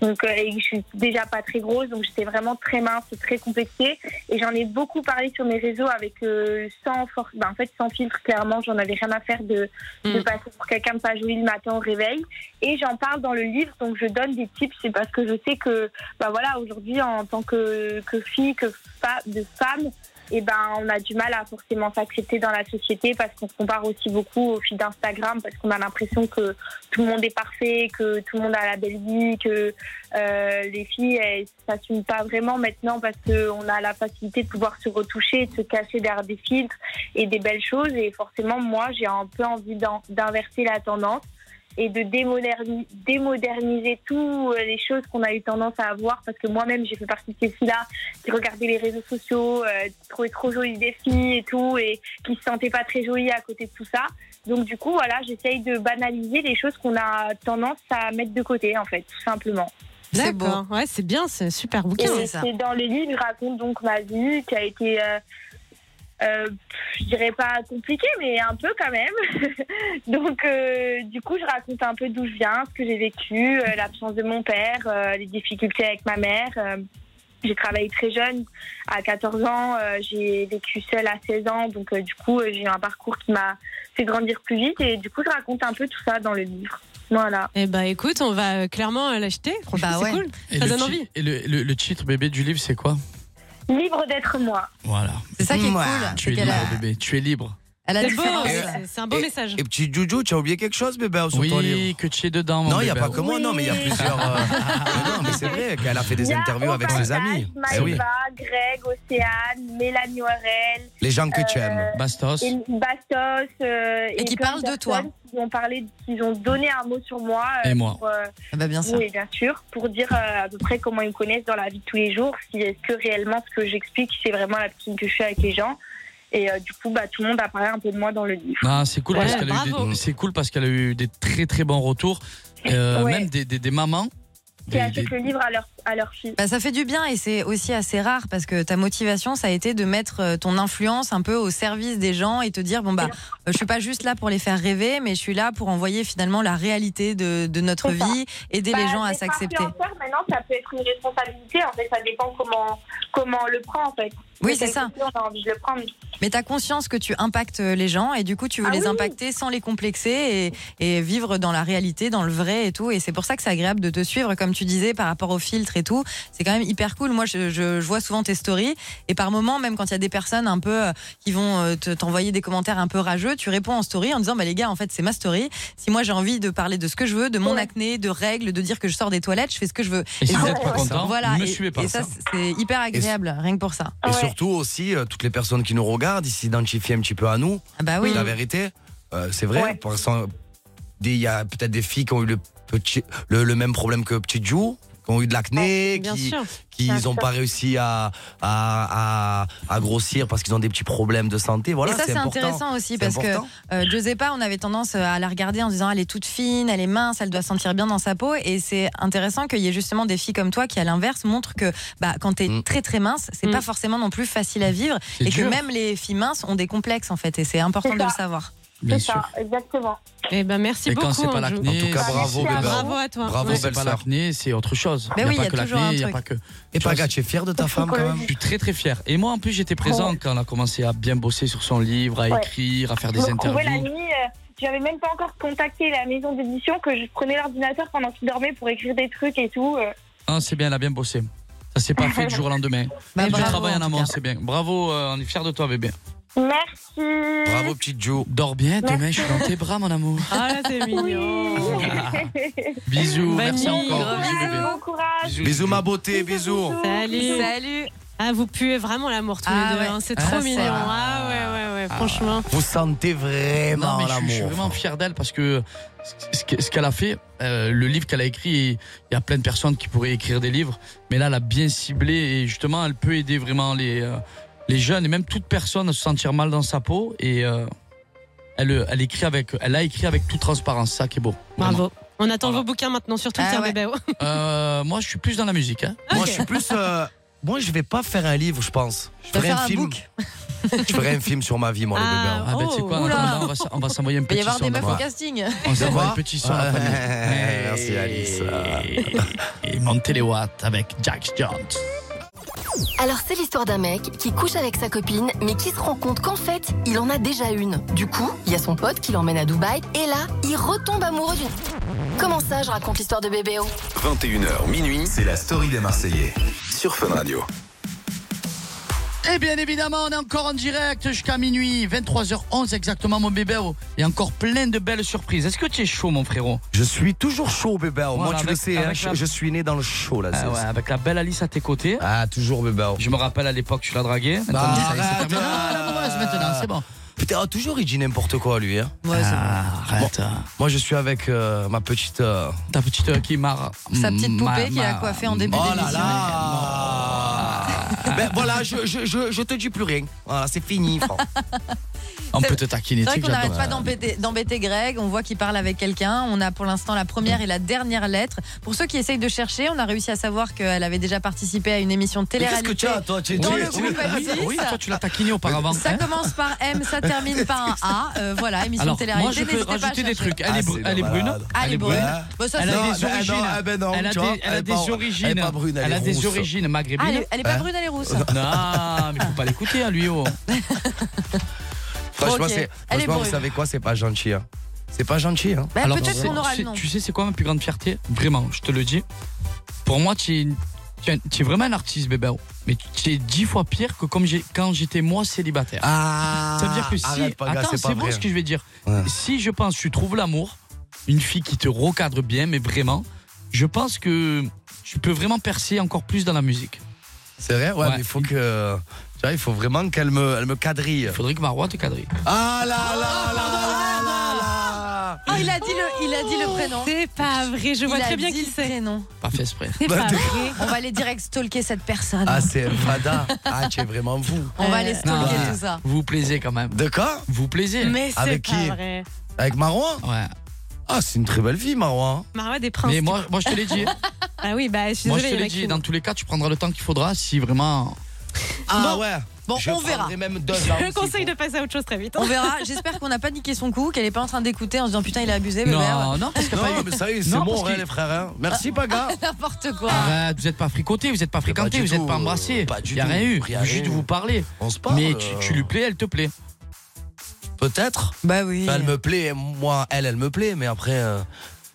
S17: Donc, euh, et je suis déjà pas très grosse. Donc, j'étais vraiment très mince et très complexée. Et j'en ai beaucoup parlé sur mes réseaux avec euh, sans for- ben, en fait, sans filtre, clairement. J'en avais rien à faire de, de passer pour quelqu'un de pas joli le matin au réveil. Et j'en parle dans le livre. Donc, je donne des tips. C'est parce que je sais que, bah voilà, aujourd'hui, en tant que, que fille, que fa- de femme, et ben on a du mal à forcément s'accepter dans la société parce qu'on se compare aussi beaucoup aux filles d'Instagram parce qu'on a l'impression que tout le monde est parfait, que tout le monde a la belle vie, que euh, les filles elles s'assument pas vraiment maintenant parce qu'on a la facilité de pouvoir se retoucher, de se cacher derrière des filtres et des belles choses et forcément moi j'ai un peu envie d'en- d'inverser la tendance et de démoderni- démoderniser toutes euh, les choses qu'on a eu tendance à avoir parce que moi-même j'ai fait partie de ces filles-là qui regardaient les réseaux sociaux, euh, qui trouvaient trop jolies des filles et tout et qui se sentaient pas très jolies à côté de tout ça. Donc du coup voilà, j'essaye de banaliser les choses qu'on a tendance à mettre de côté en fait, tout simplement.
S8: C'est beau.
S7: D'accord. Ouais, c'est bien, c'est un super
S17: Et
S7: bouquin.
S17: c'est dans le livre, je raconte donc ma vie qui a été, euh, euh, je dirais pas compliquée, mais un peu quand même. donc, euh, du coup, je raconte un peu d'où je viens, ce que j'ai vécu, euh, l'absence de mon père, euh, les difficultés avec ma mère. euh, j'ai travaillé très jeune, à 14 ans, euh, j'ai vécu seule à 16 ans, donc euh, du coup euh, j'ai eu un parcours qui m'a fait grandir plus vite et du coup je raconte un peu tout ça dans le livre. Voilà.
S7: Eh bah écoute, on va euh, clairement euh, l'acheter. Franchement,
S8: Bah
S7: c'est
S8: ouais.
S7: cool.
S4: Et
S7: Ça
S4: le
S7: donne
S4: ti-
S7: envie.
S4: Et le, le- le titre bébé du livre, c'est quoi
S17: Libre d'être moi.
S4: Voilà.
S8: C'est ça qui est
S6: Mouah.
S8: cool.
S4: Tu
S8: C'est
S4: es
S8: qu'elle
S4: libre,
S8: a,
S4: bébé. Tu es libre.
S8: elle a
S7: C'est
S8: du
S7: beau,
S8: sens.
S7: hein. c'est- c'est un beau message.
S6: Et petit Joujou, tu as oublié quelque chose, bébé, sur ton livre
S4: Oui, que tu es dedans. mon
S6: Non, il n'y a
S4: bébé.
S6: pas que moi, non, mais il y a plusieurs. euh, non, mais c'est vrai qu'elle a fait
S17: Il
S6: des
S17: y a
S6: interviews avec
S17: Obama,
S6: ses amis. Eh oui.
S17: Maïva, Greg, Océane, Mélanie Warel,
S6: Les gens que tu
S17: Euh,
S6: aimes.
S4: Bastos.
S17: et Bastos. euh,
S8: Et qui
S17: plein
S8: parlent de
S17: personnes Qui ont, parlé, qui ont donné un mot sur moi. euh,
S4: Et moi.
S17: pour, euh,
S8: Ah bah bien sûr.
S17: oui, bien sûr. Pour dire euh, à peu près comment ils me connaissent dans la vie de tous les jours. Si est-ce que réellement ce que j'explique, c'est vraiment la personne que je suis avec les gens. Et euh, du coup, bah, tout le monde apparaît un peu de moi dans le livre.
S4: Non, Ah, c'est cool,
S7: Ouais,
S4: parce qu'elle a eu
S7: bravo.
S4: des- c'est cool parce qu'elle a eu des très très bons retours, Euh,
S17: Ouais.
S4: même des, des- des mamans.
S17: Qui
S4: des-
S17: achètent le
S4: des-
S17: livre à leur, à leur fille.
S8: Bah, ça fait du bien et c'est aussi assez rare parce que ta motivation, ça a été de mettre euh, ton influence un peu au service des gens et te dire bon bah euh, je suis pas juste là pour les faire rêver, mais je suis là pour envoyer finalement la réalité de, de notre
S17: C'est ça.
S8: vie, aider les
S17: Bah,
S8: gens à
S17: d'être
S8: s'accepter.
S17: influenceur, Maintenant, ça peut être une responsabilité. En fait, ça dépend comment, comment on le prend, en fait.
S8: Oui,
S17: De
S8: c'est
S17: quel
S8: ça.
S17: côté On a envie de le prendre.
S8: Mais t'as conscience que tu impactes euh, les gens et du coup tu veux
S17: Ah
S8: les
S17: oui.
S8: impacter sans les complexer et, et vivre dans la réalité, dans le vrai et tout. Et c'est pour ça que c'est agréable de te suivre, comme tu disais, par rapport aux filtres et tout. C'est quand même hyper cool. Moi, je, je- je vois souvent tes stories et par moments, même quand il y a des personnes un peu euh, qui vont euh, te- t'envoyer des commentaires un peu rageux, tu réponds en story en disant bah les gars, en fait c'est ma story. Si moi j'ai envie de parler de ce que je veux, de mon
S17: Ouais.
S8: acné, de règles, de dire que je sors des toilettes, je fais ce que je veux.
S4: Et si
S8: Et
S4: vous
S8: ça-
S4: n'êtes pas content,
S8: voilà.
S4: ne me
S8: Et-
S4: suivez pas.
S8: et ça c'est hyper agréable, rien que pour ça.
S6: Et
S17: Ouais.
S6: surtout aussi, euh, toutes les personnes qui nous regardent, ils s'identifient un petit peu à nous.
S8: Ah bah oui.
S6: La vérité, euh, c'est vrai.
S17: Ouais.
S6: pour l'instant, des- Il y a peut-être des filles qui ont eu le, petit, le, le même problème que Petit Jou. qui ont eu de l'acné,
S7: Bien
S6: qui,
S7: sûr.
S6: qui
S7: Bien
S6: ils n'ont
S7: sûr.
S6: pas réussi à, à, à, à grossir parce qu'ils ont des petits problèmes de santé. Voilà,
S8: et ça, c'est
S6: important.
S8: intéressant aussi
S6: C'est
S8: parce
S6: important.
S8: que euh, Giuseppa, on avait tendance euh, à la regarder en se disant elle est toute fine, elle est mince, elle doit sentir bien dans sa peau. Et c'est intéressant qu'il y ait justement des filles comme toi qui, à l'inverse, montrent que bah, quand t'es
S6: Mm.
S8: très très mince, c'est pas forcément non plus facile à vivre
S6: C'est
S8: et
S6: dur.
S8: que même les filles minces ont des complexes en fait. Et c'est important
S17: C'est
S8: de le
S17: ça.
S8: savoir.
S4: Bien
S17: C'est ça, exactement.
S7: Eh ben merci
S4: Et quand
S7: beaucoup.
S4: c'est pas
S7: Anjou.
S4: l'acné, En tout cas, c'est- bravo, bébé.
S7: Bravo à toi.
S4: Bravo,
S7: Ouais.
S4: c'est pas l'acné, c'est autre chose.
S7: Ben
S4: y a
S7: oui,
S4: pas
S7: il y a
S4: que
S7: toujours
S4: l'acné,
S7: un
S4: il y a
S7: truc.
S4: pas que.
S6: Et
S4: Tu vois,
S6: Paga, tu es fier de ta femme quand même
S4: Je suis très très fier. Et moi en plus j'étais présent
S17: Ouais.
S4: quand on a commencé à bien bosser sur son livre, à
S17: Ouais.
S4: écrire, à faire des
S17: Je me retrouvais la
S4: interviews.
S17: nuit, euh, j'avais même pas encore contacté la maison d'édition que je prenais l'ordinateur pendant qu'il dormait pour écrire des trucs et tout. euh.
S4: Ah, c'est bien, elle a bien bossé. Ça s'est pas fait du jour au lendemain.
S8: Bah,
S4: Et du
S8: bravo,
S4: travail
S8: en
S4: en
S8: tout
S4: amont,
S8: cas.
S4: c'est bien. Bravo, euh, on est fiers de toi bébé.
S17: Merci.
S6: Bravo, petite Joe.
S4: Dors bien, demain je suis dans tes bras mon amour.
S7: Ah là, c'est mignon.
S4: Bisous, merci
S7: Vanille,
S4: encore.
S7: gros
S4: Bisous, bébé.
S17: Bon courage.
S4: Bisous,
S6: Bisous,
S4: bisous.
S6: ma beauté, bisous.
S7: Salut.
S8: Salut.
S7: Ah, vous puez vraiment l'amour tous
S8: Ah
S7: les deux.
S8: ouais.
S7: hein, C'est
S6: Ah,
S7: trop
S6: c'est-
S7: mignon. Ah ouais, ouais, ouais. Franchement.
S6: Vous sentez
S4: Non,
S6: vraiment
S4: mais je suis- je, suis
S6: l'amour.
S4: vraiment fier d'elle parce que ce que- ce qu'elle a fait, euh, le livre qu'elle a écrit, il y a plein de personnes qui pourraient écrire des livres, mais là, elle a bien ciblé et justement, elle peut aider vraiment les, euh, les jeunes et même toute personne à se sentir mal dans sa peau. Et euh, elle, elle, écrit avec, elle a écrit avec toute transparence, ça qui est beau. vraiment.
S7: Bravo. On attend vos bouquins maintenant sur Twitter,
S8: Ah ouais.
S7: bébé.
S4: Euh, moi, je suis plus dans la musique. hein.
S6: Moi, je suis plus. euh, moi, je vais pas faire un livre, je pense. Je
S8: Tu vas
S6: ferai
S8: faire
S6: un
S8: un
S6: film.
S8: book.
S6: Je ferai un film sur ma vie, moi, Oh les bébés.
S4: Ah, ben, tu sais quoi, en
S8: oula.
S4: attendant, on va s- on va s'envoyer un
S8: Il va y
S4: petit
S8: avoir
S4: son.
S8: des meufs
S4: d'abord.
S8: au casting.
S4: On
S6: De
S4: s'envoie
S6: quoi
S4: un petit son. la famille.
S6: Ouais, merci, Alice.
S4: Et, et monter les watts avec Jack Jones.
S11: Alors c'est l'histoire d'un mec qui couche avec sa copine mais qui se rend compte qu'en fait il en a déjà une. Du coup, il y a son pote qui l'emmène à Dubaï et là, il retombe amoureux d'une... Comment ça, je raconte l'histoire de bébé oh
S1: 21h minuit, c'est la story des Marseillais sur Fun Radio.
S4: Et bien évidemment, on est encore en direct jusqu'à minuit, 23h11 exactement, mon bébé. Et encore plein de belles surprises. Est-ce que tu es chaud, mon frérot
S6: Je suis toujours chaud, bébé. Moi,
S4: Voilà,
S6: tu le
S4: avec-
S6: sais, hein,
S4: avec
S6: je,
S4: la-
S6: je suis né dans le chaud, là.
S4: Ah
S6: c'est-
S4: ouais, Avec la belle Alice à tes côtés.
S6: Ah, toujours, bébé.
S4: Je me rappelle à l'époque, tu la draguais. Maintenant,
S6: Bah,
S4: ça y est, c'est
S6: arrête,
S4: terminé.
S6: euh.
S4: Ah, la mauvaise maintenant, c'est bon.
S6: Putain, ah, toujours, il dit n'importe quoi, lui. hein.
S8: Ouais, c'est bon.
S4: Ah, Arrête. hein.
S6: Moi, je suis avec euh, ma petite. euh,
S4: Ta petite euh, qui Mmh, m'a.
S8: Sa petite
S4: m'a-
S8: poupée qui
S4: m'a-
S8: a coiffé en début
S6: Oh là
S8: d'émission.
S6: là Ben voilà, je, je, je, je te dis plus rien. Voilà, c'est fini, Franck.
S4: On peut te taquiner,
S8: C'est vrai
S4: tu sais que
S8: qu'on n'arrête
S4: j'adore.
S8: pas d'embêter- d'embêter Greg. On voit qu'il parle avec quelqu'un. On a pour l'instant la première et la dernière lettre. Pour ceux qui essayent de chercher, on a réussi à savoir qu'elle avait déjà participé à une émission de
S6: Mais Qu'est-ce que
S8: télé-réalité.
S6: tu as, toi tu-
S8: Dans
S6: tu-
S8: le
S6: tu-
S8: groupe
S6: Ah,
S8: M6.
S4: Oui, toi, tu l'as taquiné auparavant.
S6: hein?
S8: Ça commence par M, ça termine par un A. Euh, voilà, émission
S4: Alors,
S8: de télé-réalité.
S4: moi, je peux
S8: N'hésitez pas à
S4: rajouter des
S8: chercher.
S4: trucs. Elle
S6: Ah,
S4: est br-
S6: c'est
S4: elle est brune.
S6: malade.
S8: Allez,
S4: Elle est
S8: brune.
S4: brune.
S8: Bon, ça,
S4: Elle
S8: c'est-
S4: a
S6: Non, ben,
S4: des
S6: ah,
S4: origines.
S6: non, ah, ben non,
S4: Elle a
S6: tu
S4: des,
S6: vois,
S4: elle a
S6: elle est
S4: des
S6: pas-
S4: origines.
S6: elle est pas brune, elle est
S4: a des
S6: rousse.
S4: origines
S8: Ah, elle
S4: maghrébines.
S8: est- elle est pas brune, elle est rousse.
S4: Hein Non, mais faut pas l'écouter, hein, lui. Oh.
S6: Franchement,
S8: Ok.
S6: c'est-
S8: Elle est
S6: franchement, vous
S8: brune.
S6: savez quoi, c'est pas gentil. hein. C'est pas gentil. Hein.
S8: Bah,
S4: Alors, tu
S8: Peut-être
S4: sais-
S8: qu'on aura le
S4: tu sais-
S8: nom.
S4: Tu sais, c'est quoi ma plus grande fierté Vraiment, je te le dis. Pour moi, tu es, tu es- tu es vraiment un artiste, bébé. Mais tu es dix fois pire que comme j'ai- quand j'étais moi célibataire.
S6: Ah,
S4: Ça veut dire que si.
S6: arrête, Paga,
S4: attends,
S6: c'est pas
S4: c'est bon
S6: vrai.
S4: ce que je vais dire.
S6: Ouais.
S4: Si je pense, tu trouves l'amour, une fille qui te recadre bien, mais vraiment, je pense que tu peux vraiment percer encore plus dans la musique.
S6: C'est vrai, ouais,
S4: Ouais.
S6: mais il faut que. Tu vois, il faut vraiment qu'elle me, elle me quadrille.
S4: Il faudrait que Marois te cadre.
S6: Ah là là là là là là
S8: Oh, il a dit le, il a dit le prénom.
S7: C'est pas vrai. Je vois
S8: il a
S7: très bien
S8: dit
S7: qui
S8: le
S7: c'est.
S8: prénom. Bah,
S4: Pas fait exprès.
S7: C'est pas vrai.
S8: On va aller direct stalker cette personne.
S6: Bah, Ah, c'est un fada. Ah, tu es vraiment fou.
S8: On
S7: Euh,
S8: va aller
S4: Non,
S8: stalker
S4: ouais.
S8: tout ça.
S4: Vous vous plaisez quand même.
S6: De quoi
S4: Vous vous plaisez.
S7: Mais c'est
S6: Avec qui
S7: pas vrai.
S6: Avec Marouin
S4: Ouais.
S6: Ah, c'est une très belle vie, Marouin.
S7: Marouane des princes.
S4: Mais moi, moi je te l'ai dit.
S7: Ah oui, bah je suis
S4: moi
S7: désolée,
S4: je te
S7: il y en
S4: l'ai
S7: a
S4: dit.
S7: qui-
S4: Dans tous les cas, tu prendras le temps qu'il faudra si vraiment.
S6: Ah ouais
S8: Bon,
S6: Je
S8: on verra.
S6: prendrai même deux ans
S7: Je
S6: aussi
S7: conseille de
S6: pour-
S7: passer à autre chose très vite. hein.
S8: On verra. J'espère qu'on n'a pas niqué son coup, qu'elle est pas en train d'écouter en se disant putain, il a
S7: Eh ben,
S8: abusé, bébé.
S4: Non, non, parce qu'il n'y a pas
S6: Non,
S4: eu-
S6: mais ça y est, c'est
S4: Non,
S6: bon,
S4: parce
S6: hein,
S4: qu'il-
S6: les frères. hein. Merci, Ah, Paga.
S8: N'importe quoi.
S4: Arrête, vous n'êtes pas fricoté, vous n'êtes pas fréquenté,
S6: ben, du
S4: vous n'êtes
S6: tout, euh,
S4: pas embrassé.
S6: pas du
S4: Il n'y a
S6: tout.
S4: rien eu.
S6: Y a
S4: Juste
S6: rien eu.
S4: vous parler.
S6: On se parle. euh.
S4: Mais tu, tu lui plais, elle te plaît.
S6: Peut-être.
S8: Bah oui.
S6: Enfin, elle me plaît, moi, elle, elle me plaît, mais après, euh,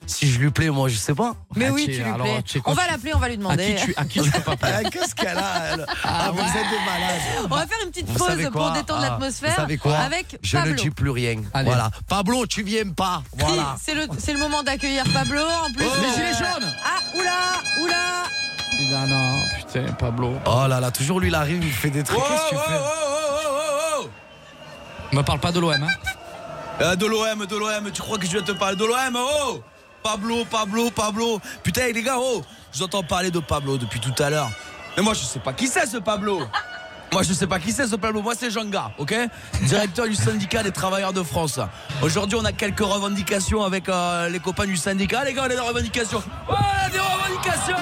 S6: si je lui plais, moi, je sais pas.
S8: Mais
S4: Ah,
S8: oui,
S4: tu-
S8: tu lui
S4: alors,
S8: plais.
S4: tu sais quoi,
S8: On va
S4: tu-
S8: l'appeler, on va lui
S4: À qui
S8: demander.
S4: tu, à qui tu peux pas plaire
S6: Ah, Qu'est-ce qu'elle a, elle Ah, vous êtes des malades.
S8: On va faire une petite
S6: Vous
S8: pause
S6: savez
S8: pour
S6: quoi
S8: détendre
S6: Ah,
S8: l'atmosphère
S6: vous savez quoi
S8: avec
S6: Je
S8: Pablo.
S6: ne dis plus rien.
S4: Allez.
S6: Voilà. Pablo, tu viens pas. Voilà.
S8: C'est le, c'est le moment d'accueillir Pablo en plus.
S6: Oh, les gilets
S4: jaunes
S8: Ah, oula, oula
S6: Eh ben
S4: Non, non, putain, Pablo.
S6: Oh là là, toujours lui, il arrive, il fait des trucs. Qu'est-ce que tu fais
S4: Me parle pas de l'OM. Hein.
S14: Euh, de l'OM, de l'OM, tu crois que je vais te parler de l'OM Oh
S19: Pablo, Pablo, Pablo. Putain, les gars, oh, je vous entends parler de Pablo depuis tout à l'heure. Mais moi, je sais pas qui c'est ce Pablo. Moi, je sais pas qui c'est ce Pablo. Moi, c'est Jean-Ga, ok Directeur du syndicat des travailleurs de France. Aujourd'hui, on a quelques revendications avec euh, les copains du syndicat. Les gars, on a des revendications. Ouais, des revendications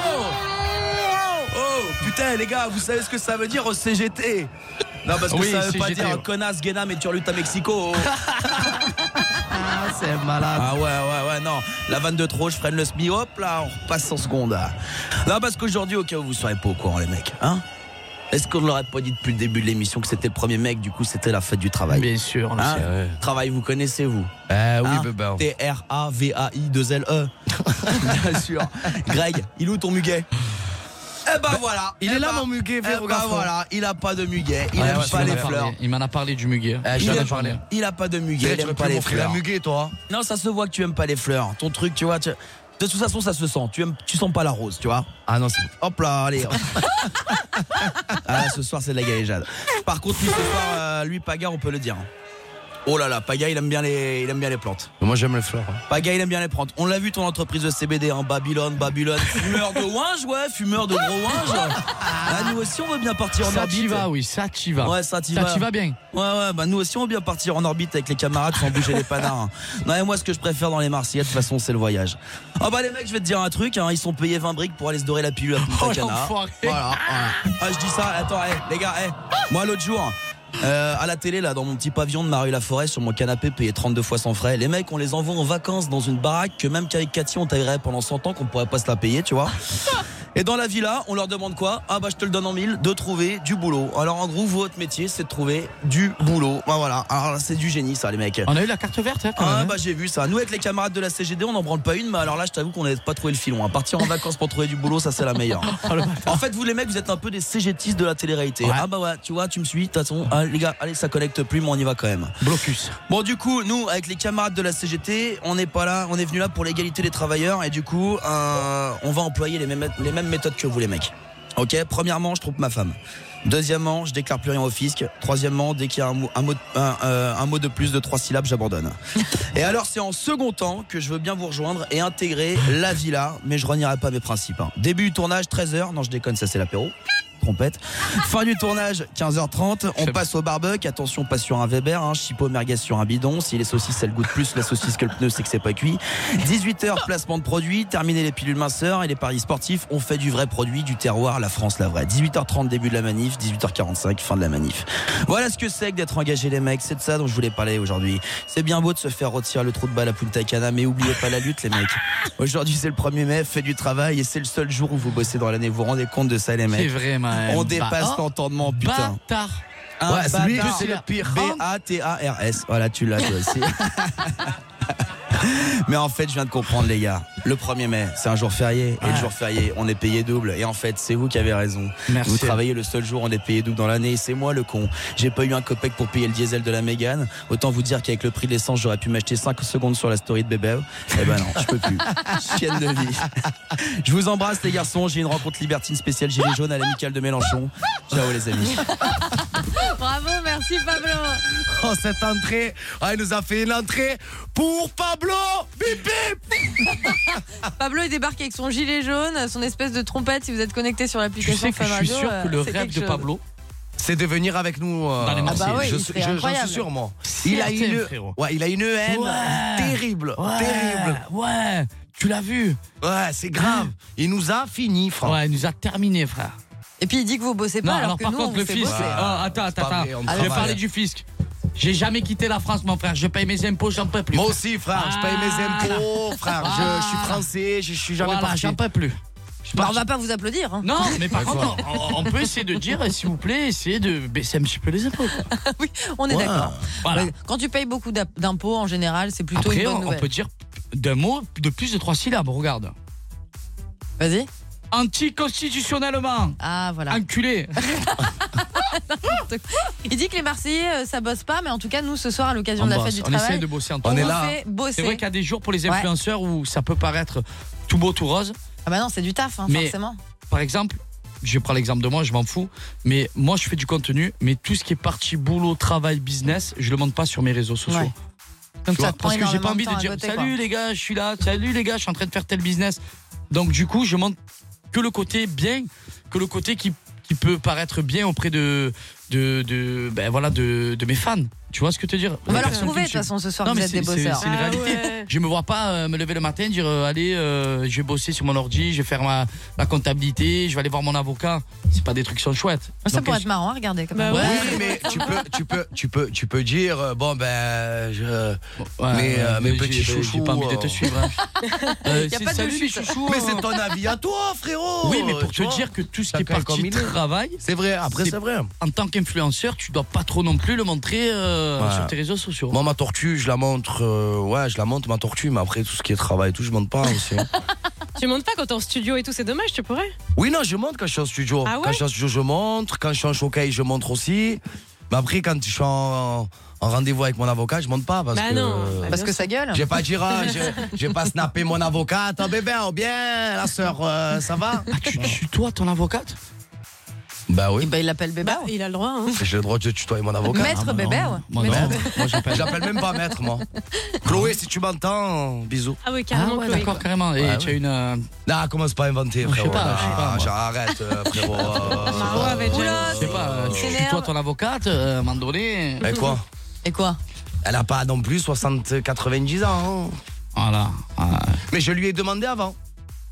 S19: Oh putain les gars, vous savez ce que ça veut dire au CGT Non parce que
S6: Oui,
S19: ça veut pas
S6: CGT,
S19: dire
S6: ouais.
S19: connasse, guéna, mais turluta Mexico.
S6: Ah, c'est malade.
S19: Ah ouais ouais ouais non, la vanne de trop, je freine le smi, hop là, on repasse en seconde. Non parce qu'aujourd'hui, au cas où vous serez pas au courant les mecs, hein est-ce qu'on ne l'aurait pas dit depuis le début de l'émission que c'était le premier mec, du coup c'était la fête du travail
S4: Bien sûr,
S19: on
S4: on
S19: le
S4: le
S19: hein
S4: sait, ouais.
S19: Travail, vous connaissez vous
S4: oui,
S19: Hein
S4: ben, ben.
S19: T-R-A-V-A-I-2-L-E. E. Bien sûr. Greg, il est où ton muguet Eh ben voilà
S4: Bah, il est là, mon
S19: muguet,
S4: Véro
S19: Eh ben
S4: Gaffron.
S19: voilà, il a pas de muguet, il
S4: Ah, Ouais,
S19: aime
S4: ouais,
S19: pas
S4: il m'en
S19: les
S4: a parlé.
S19: fleurs.
S4: Il m'en a parlé du muguet.
S19: Il
S6: Eh,
S4: J'en ai
S19: aime-
S4: parlé.
S19: Il a pas de
S4: Tu
S19: muguet,
S4: aurais
S19: il aime
S4: pu
S19: pas les
S4: m'offrir
S19: fleurs.
S4: un
S19: muguet, toi hein. Non, ça se voit que tu aimes pas les fleurs. Ton truc, tu vois, tu- de toute façon, ça se sent. Tu, aimes, tu sens pas la rose, tu vois. Ah non, c'est. Hop là, allez. ah, ce soir, c'est de la galéjade. Par contre, lui, ce soir, euh, lui, Paga, on peut le dire. Oh là là, Paga, il aime bien les, il aime bien les plantes.
S6: Moi, j'aime les fleurs. hein.
S19: Paga, il aime bien les plantes. On l'a vu, ton entreprise de CBD, hein, Babylone, Babylone. Fumeur de ouinge, ouais, fumeur de gros ouinge. Ah, nous aussi, on veut bien partir en
S4: Ça
S19: orbite.
S4: t'y va, oui, ça t'y va.
S19: Ouais, ça t'y
S4: Ça
S19: va.
S4: t'y va bien.
S19: Ouais, ouais, bah nous aussi, on veut bien partir en orbite avec les camarades sans bouger les panards. hein. Non, mais moi, ce que je préfère dans les Marseillais, de toute façon, c'est le voyage. Ah bah, les mecs, je vais te dire un truc, hein, ils sont payés 20 briques pour aller se dorer la pilule à Punta
S6: Oh,
S19: Cana.
S6: l'enfoiré.
S19: Voilà, voilà. Ah, je dis ça, attends, eh, les gars, eh, moi, l'autre jour. euh, à la télé là dans mon petit pavillon de Marie Laforêt sur mon canapé payé 32 fois sans frais les mecs on les envoie en vacances dans une baraque que même qu'avec Cathy on taillerait pendant 100 ans qu'on pourrait pas se la payer tu vois et dans la villa, on leur demande quoi Ah bah je te le donne en mille, de trouver du boulot. Alors en gros, votre métier, c'est de trouver du boulot. Bah voilà, alors là, c'est du génie ça les mecs.
S4: On a eu la carte verte, hein, quand
S19: Ah
S4: même.
S19: bah j'ai vu ça. Nous avec les camarades de la CGD, on n'en branle pas une, mais alors là, je t'avoue qu'on n'a pas trouvé le filon. hein. Partir en vacances pour trouver du boulot, ça c'est la meilleure. en fait, vous les mecs, vous êtes un peu des CGTistes de la télé-réalité. Ah bah ouais, tu vois, tu me suis, de toute façon, ah, les gars, allez, ça connecte plus, mais on y va quand même.
S4: Blocus.
S19: Bon du coup, nous avec les camarades de la CGT, on n'est pas là, on est venu là pour l'égalité des travailleurs et du coup, euh, on va employer les mêmes, les mêmes méthodes que vous les mecs. Ok, premièrement, je trompe ma femme. Deuxièmement, je déclare plus rien au fisc. Troisièmement, dès qu'il y a un mot, un mot, un, euh, un mot de plus de trois syllabes, j'abandonne. Et alors, c'est en second temps que je veux bien vous rejoindre et intégrer la villa, mais je renierai pas mes principes. hein. Début du tournage, 13h. Non, je déconne, ça c'est l'apéro trompette. Fin du tournage, 15h30. On passe au barbecue. Attention, pas sur un Weber. Hein. Chipot merguez sur un bidon. Si les saucisses, elles goûtent plus la saucisse que le pneu, c'est que c'est pas cuit. 18h, placement de produits. Terminer les pilules minceurs et les paris sportifs. On fait du vrai produit, du terroir, la France, la vraie. 18h30, début de la manif. 18h45, fin de la manif. Voilà ce que c'est que d'être engagé, les mecs. C'est de ça dont je voulais parler aujourd'hui. C'est bien beau de se faire retirer le trou de balle à Punta Cana, mais oubliez pas la lutte, les mecs. Aujourd'hui, c'est le 1er mai. Faites du travail et c'est le seul jour où vous bossez dans l'année. Vous vous rendez compte de ça, les mecs
S4: C'est vrai, man.
S19: on dépasse
S4: Bah-
S8: Oh,
S19: l'entendement, putain.
S4: Bâtard.
S19: Un
S4: Ouais, c'est lui,
S19: bâtard.
S4: c'est le pire.
S19: B-A-T-A-R-S. Voilà, tu l'as toi aussi. Mais en fait, je viens de comprendre, les gars. Le 1er mai, c'est un jour férié. Et le jour férié, on est payé double. Et en fait, c'est vous qui avez raison.
S4: Merci.
S19: Vous travaillez le seul jour, on est payé double dans l'année. C'est moi le con. J'ai pas eu un copec pour payer le diesel de la Mégane. Autant vous dire qu'avec le prix de l'essence, j'aurais pu m'acheter 5 secondes sur la story de bébé. Eh ben non, je peux plus. Chienne de vie. Je vous embrasse, les garçons. J'ai une rencontre libertine spéciale Gilets jaunes à l'amicale de Mélenchon. Ciao, les amis.
S8: Bravo, merci Pablo.
S19: Oh, cette entrée. Ah, il nous a fait une entrée pour Pablo. Bip
S8: Pablo est débarqué avec son gilet jaune, son espèce de trompette. Si vous êtes connecté sur
S4: Tu
S8: l'application
S4: sais que
S8: Fun
S4: je
S8: Radio,
S4: suis sûr que
S8: euh,
S4: le
S8: c'est
S4: rêve
S8: quelque
S4: de
S8: chose.
S4: Pablo.
S19: C'est de venir avec nous. euh,
S4: Dans les
S19: Ah
S4: Marseilles.
S8: bah ouais,
S19: je,
S8: il
S19: je-
S8: serait
S19: j'en
S8: incroyable.
S19: suis sûr, moi.
S4: C'est
S19: Il a,
S4: certain,
S19: une,
S4: frérot.
S19: ouais, il a une haine
S4: Ouais.
S19: terrible,
S4: Ouais.
S19: terrible.
S4: Ouais, tu l'as vu. Hein
S19: Ouais, c'est grave. Il nous a fini, frère.
S4: Ouais, il nous a terminé, frère.
S8: Et puis il dit que vous bossez pas
S4: Non,
S8: alors,
S4: alors
S8: que
S4: par
S8: nous on
S4: contre,
S8: vous
S4: le
S8: fait
S4: fisc.
S8: bosser.
S4: Ah, attends,
S19: C'est
S4: attends,
S19: pas
S4: attends.
S19: vrai, on
S4: Je vais
S19: travaille.
S4: parler du fisc. J'ai jamais quitté la France, mon frère. Je paye mes impôts, j'en peux plus.
S19: Moi aussi, frère, je paye mes
S4: Voilà.
S19: impôts, frère. Je, je suis français, je, je suis jamais
S4: Voilà,
S19: parti.
S4: j'en peux plus.
S8: Bah, on va pas vous applaudir. hein.
S4: Non, mais par contre, on, on peut essayer de dire, s'il vous plaît, essayez de baisser un petit peu les impôts. quoi.
S8: on est
S4: Ouais.
S8: d'accord.
S4: Voilà.
S8: Ouais, Quand tu payes beaucoup d'ap- d'impôts en général, c'est plutôt
S4: Après,
S8: une bonne
S4: on, on
S8: nouvelle.
S4: peut dire d'un mot de plus de trois syllabes, regarde.
S8: Vas-y.
S4: Anticonstitutionnellement.
S8: Ah voilà.
S4: Enculé.
S8: Il dit que les Marseillais euh, ça bosse pas, mais en tout cas nous ce soir à l'occasion
S4: On
S8: de la
S4: bosse,
S8: fête du
S4: on
S8: travail,
S4: essaie de bosser en
S8: on,
S4: tout cas.
S8: vous fait
S4: C'est vrai
S8: bosser.
S4: qu'il y a des jours pour les
S8: Ouais.
S4: influenceurs où ça peut paraître tout beau, tout rose.
S8: Ah bah non, c'est du taf hein,
S4: Mais-
S8: forcément.
S4: Par exemple, je prends l'exemple de moi, je m'en fous, mais moi je fais du contenu, mais tout ce qui est partie boulot, travail, business, je le monte pas sur mes réseaux sociaux. Comme
S8: Tu
S4: ça,
S8: vois,
S4: parce que
S8: prends
S4: j'ai pas envie de
S8: énormément de
S4: dire
S8: temps à voter,
S4: salut
S8: quoi.
S4: les gars, je suis là, salut les gars, je suis en train de faire tel business. Donc du coup, je montre que le côté bien, que le côté qui, qui peut paraître bien auprès de de, de ben voilà de, de mes fans. Tu vois ce que je veux dire
S8: On va
S4: La
S8: leur
S4: personne qui
S8: prouver,
S4: me
S8: de
S4: suit.
S8: toute façon, ce soir,
S4: Non,
S8: vous
S4: mais
S8: êtes
S4: c'est-
S8: des
S4: c'est-
S8: bosseurs.
S4: C'est une
S8: Ah
S4: réalité. Je me vois pas euh, me lever le matin et dire euh, allez, euh, je vais bosser sur mon ordi, je vais faire ma la comptabilité, je vais aller voir mon avocat. C'est pas des trucs qui sont chouettes.
S8: Ah, Ça
S4: Donc,
S8: pourrait être marrant à regarder quand même.
S4: Bah
S6: Oui, mais tu peux, tu peux, tu peux, tu peux dire euh, bon ben, je,
S4: ouais,
S6: mes, euh, mes
S4: j'ai-
S6: petits
S4: j'ai-
S6: chouchous.
S4: j'ai pas envie de te suivre, hein. Euh,
S6: Y a
S4: c'est
S6: pas de
S4: salut,
S6: chute.
S4: les chouchous,
S6: Mais
S4: hein.
S6: c'est ton avis à toi, frérot.
S4: Oui, mais pour
S6: Tu
S4: te
S6: vois,
S4: dire que tout ce qui est
S6: chacun comme
S4: parti
S6: il est.
S4: travail.
S6: C'est vrai, après, c'est vrai.
S4: En tant qu'influenceur, tu dois pas trop non plus le montrer euh,
S6: Ouais.
S4: sur tes réseaux sociaux.
S6: Moi, ma tortue, je la montre. euh, ouais, je la montre, ma tortue, mais après, tout ce qui est travail et tout, je monte pas aussi. hein.
S7: Tu montes pas quand t'es en studio et tout, c'est dommage, tu pourrais.
S6: oui, non, je monte quand je suis en studio.
S7: Ah ouais
S6: quand je suis en studio, je montre. Quand je suis en showcase, je montre aussi. Mais après, quand je suis en, en rendez-vous avec mon avocat, je monte pas. Parce
S8: Bah
S6: que,
S8: non, bah Parce bien que sûr. ça gueule.
S6: J'ai pas dire, ah, j'ai- j'ai pas snappé mon avocate. Oh, bébé, oh, bien, la sœur, euh, ça va
S4: Ah, tu, toi, ton avocate
S6: Bah oui.
S8: Eh ben, il l'appelle bébé.
S7: il a le droit. Hein.
S6: J'ai le droit de tutoyer mon avocat.
S8: Maître
S6: Ah, bah non.
S8: bébé, ouais.
S6: Moi,
S8: Maître
S6: non.
S8: bébé.
S6: Moi, j'appelle- je l'appelle même pas maître, moi. Chloé, si tu m'entends, bisous.
S7: Ah oui,
S4: carrément, Ah ouais, Chloé, d'accord, quoi. carrément. Et tu as une. euh,
S6: Non, commence pas à inventer,
S4: Je sais
S6: frérot.
S4: pas, je sais
S6: Non,
S4: pas, moi.
S6: genre, arrête, euh, frérot.
S4: Maro
S8: avait déjà- Oula,
S4: Je sais pas, euh, tu
S8: s'énerve.
S4: suis toi ton avocate, euh, à un moment donné.
S6: Et quoi
S8: Et quoi
S6: Elle a pas non plus 60-90 ans. hein.
S4: Voilà. Ah.
S6: Mais je lui ai demandé avant.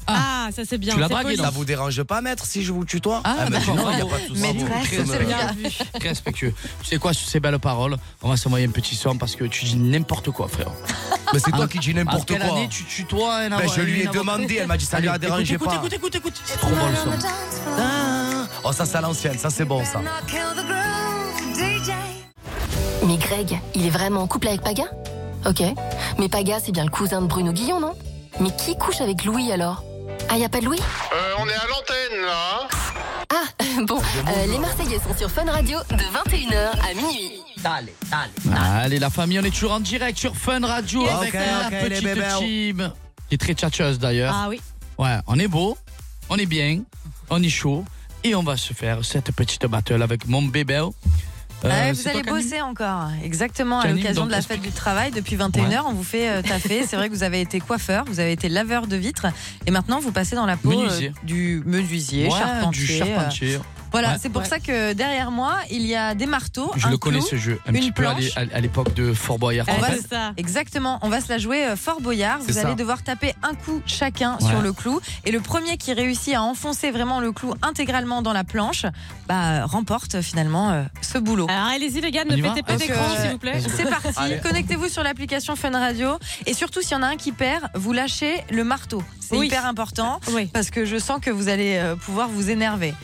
S7: Ah, ça c'est bien.
S6: tu l'as
S7: c'est
S6: dragué,
S7: poli.
S6: ça vous dérange pas, maître, si je vous tutoie
S7: Ah,
S6: Elle m'a dit
S7: d'accord.
S6: non, il a pas de souci. euh,
S7: Maître,
S6: Très
S7: c'est
S6: bien.
S7: bien.
S4: Très respectueux. Tu sais quoi, sur ces belles paroles, on va s'envoyer un petit son parce que tu dis n'importe quoi, frère.
S6: Mais c'est toi qui dis n'importe
S4: En quelle
S6: quoi.
S4: année tu tutoies un
S6: Ben,
S4: avo-
S6: je lui ai
S4: un avocat
S6: demandé, elle m'a dit, ça lui a
S4: Allez,
S6: dérangé
S4: écoute,
S6: pas.
S4: Écoute, écoute, écoute, c'est trop bon le son.
S6: Oh, ça, c'est à l'ancienne, ça, c'est bon, ça.
S3: Mais Greg, il est vraiment en couple avec Paga Ok, mais Paga, c'est bien le cousin de Bruno Guillon, non Mais qui couche avec Louis alors Ah, y a pas de Louis
S5: Euh, on est à l'antenne là. hein.
S3: Ah, bon, euh, les Marseillais sont sur Fun Radio de 21h à minuit.
S4: Allez, Allez, la famille, on est toujours en direct sur Fun Radio
S3: Yes,
S4: avec
S3: sir.
S4: la
S3: Ok, les
S4: petite
S6: oh.
S3: bébés.
S4: team qui est très tchatcheuse d'ailleurs.
S7: Ah oui.
S4: Ouais, on est beau, on est bien, on est chaud et on va se faire cette petite battle avec mon bébé. Euh,
S8: Ouais, Eh,
S4: c'est
S8: vous
S4: toi,
S8: allez
S4: Camille
S8: bosser encore, exactement, à
S4: Camille,
S8: l'occasion
S4: donc,
S8: de la fête du travail. Depuis 21h,
S4: Ouais.
S8: on vous fait euh, taffer. C'est vrai que vous avez été coiffeur, vous avez été laveur de vitres, et maintenant vous passez dans la peau euh,
S4: Menuisier.
S8: du menuisier,
S4: Ouais,
S8: charpentier.
S4: du charpentier.
S8: euh. Voilà,
S4: Ouais.
S8: c'est pour
S4: Ouais.
S8: ça que derrière moi, il y a des marteaux.
S4: Je
S8: un
S4: le connais
S8: clou,
S4: ce jeu, un
S8: une
S4: petit peu à l'é-
S8: planche. Eh,
S4: à l'époque de Fort Boyard.
S8: On
S4: en
S8: va
S4: fait.
S8: se- Exactement, on va se la jouer euh, fort boyard.
S4: C'est
S8: Vous
S4: ça.
S8: allez devoir taper un coup chacun
S4: Ouais.
S8: sur le clou. Et le premier qui réussit à enfoncer vraiment le clou intégralement dans la planche, bah, euh, remporte euh, finalement euh, ce boulot.
S7: Alors allez-y les gars, ne
S8: On y
S7: pétez
S8: va
S7: pas
S8: Donc,
S7: d'écran
S8: euh,
S7: s'il vous plaît.
S8: C'est parti,
S7: Allez.
S8: connectez-vous sur l'application Fun Radio. Et surtout, s'il y en a un qui perd, vous lâchez le marteau. C'est
S7: Oui.
S8: hyper important parce que je sens que vous allez euh, pouvoir vous énerver.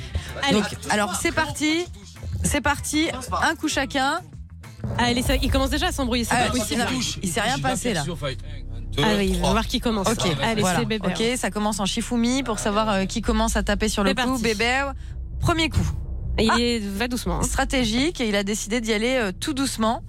S7: Allez.
S8: Donc, alors c'est parti, c'est parti, un coup chacun.
S7: Ah, il, est- il commence déjà à s'embrouiller, c'est
S8: Ah,
S7: pas
S8: il
S7: possible.
S8: s'est- il s'est rien passé là.
S7: Ah oui, on va voir qui commence.
S8: Ok,
S7: allez,
S8: voilà.
S7: c'est bébé.
S8: Ok, ça commence en chifoumi pour savoir euh, qui commence à taper sur le
S7: C'est
S8: clou.
S7: parti.
S8: Bébé, premier coup. Ah.
S7: Il est- va doucement. hein.
S8: Stratégique et il a décidé d'y aller euh, tout doucement.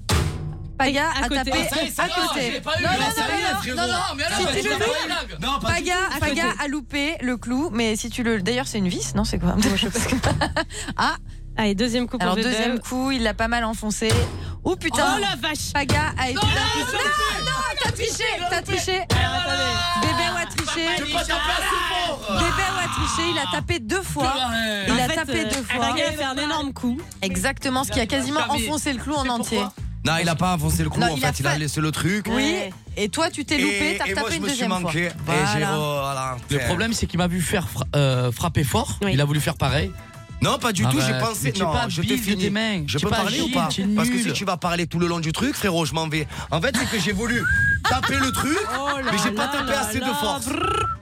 S8: Paga
S7: À
S8: a
S7: côté.
S8: tapé
S7: Ah, ça y est, c'est
S8: à
S7: bon, je
S8: côté.
S7: l'ai pas eu,
S8: Non,
S7: là,
S8: non,
S7: ça y est,
S8: non,
S7: frérot.
S8: non, non,
S7: Non, mais alors,
S8: si
S7: bah,
S8: tu
S7: c'est
S8: le
S7: pas
S8: loupes,
S7: valable. Non, pas du
S8: Paga,
S7: tout. À
S8: Paga
S7: côté.
S8: a loupé le clou, mais si tu le. D'ailleurs, c'est une vis, non C'est quoi Ah
S7: Allez, deuxième coup pour
S8: Alors,
S7: bébé.
S8: deuxième coup, il l'a pas mal enfoncé. Oh putain
S7: Oh la vache
S8: Paga a été.
S7: Non, non,
S8: non, non, t'as triché T'as triché
S7: Ah,
S8: Bébé ou a triché Bébé ou a triché, il a tapé deux fois. Il a
S7: En fait,
S8: tapé
S7: euh,
S8: deux fois.
S7: Paga a fait un énorme coup.
S8: Exactement, ce qui a quasiment enfoncé le clou en entier.
S6: Non, il a pas avancé le coup,
S8: Non,
S6: en
S8: il
S6: fait,
S8: a
S6: il a
S8: fait-
S6: laissé le truc.
S8: Oui, et toi tu t'es loupé,
S6: Et-
S8: t'as
S6: et moi,
S8: tapé
S6: je
S8: une
S6: me suis
S8: deuxième fois.
S6: manqué. Et j'ai- oh, voilà.
S4: Le problème, c'est qu'il m'a vu faire fra- euh, frapper fort. Il a voulu faire pareil.
S6: Non, pas du
S4: Ah
S6: tout,
S4: bah,
S6: j'ai pensé.
S4: mais t'es
S6: Non,
S4: pas
S6: je te
S4: habile de
S6: finis.
S4: tes mains.
S6: Je
S4: T'es
S6: peux
S4: pas
S6: parler ou
S4: agile,
S6: pas
S4: t'es
S6: Parce que si
S4: nul.
S6: tu vas parler tout le long du truc, frérot, je m'en vais. En fait, c'est que j'ai voulu taper le truc,
S7: Oh
S6: mais j'ai pas tapé assez de force.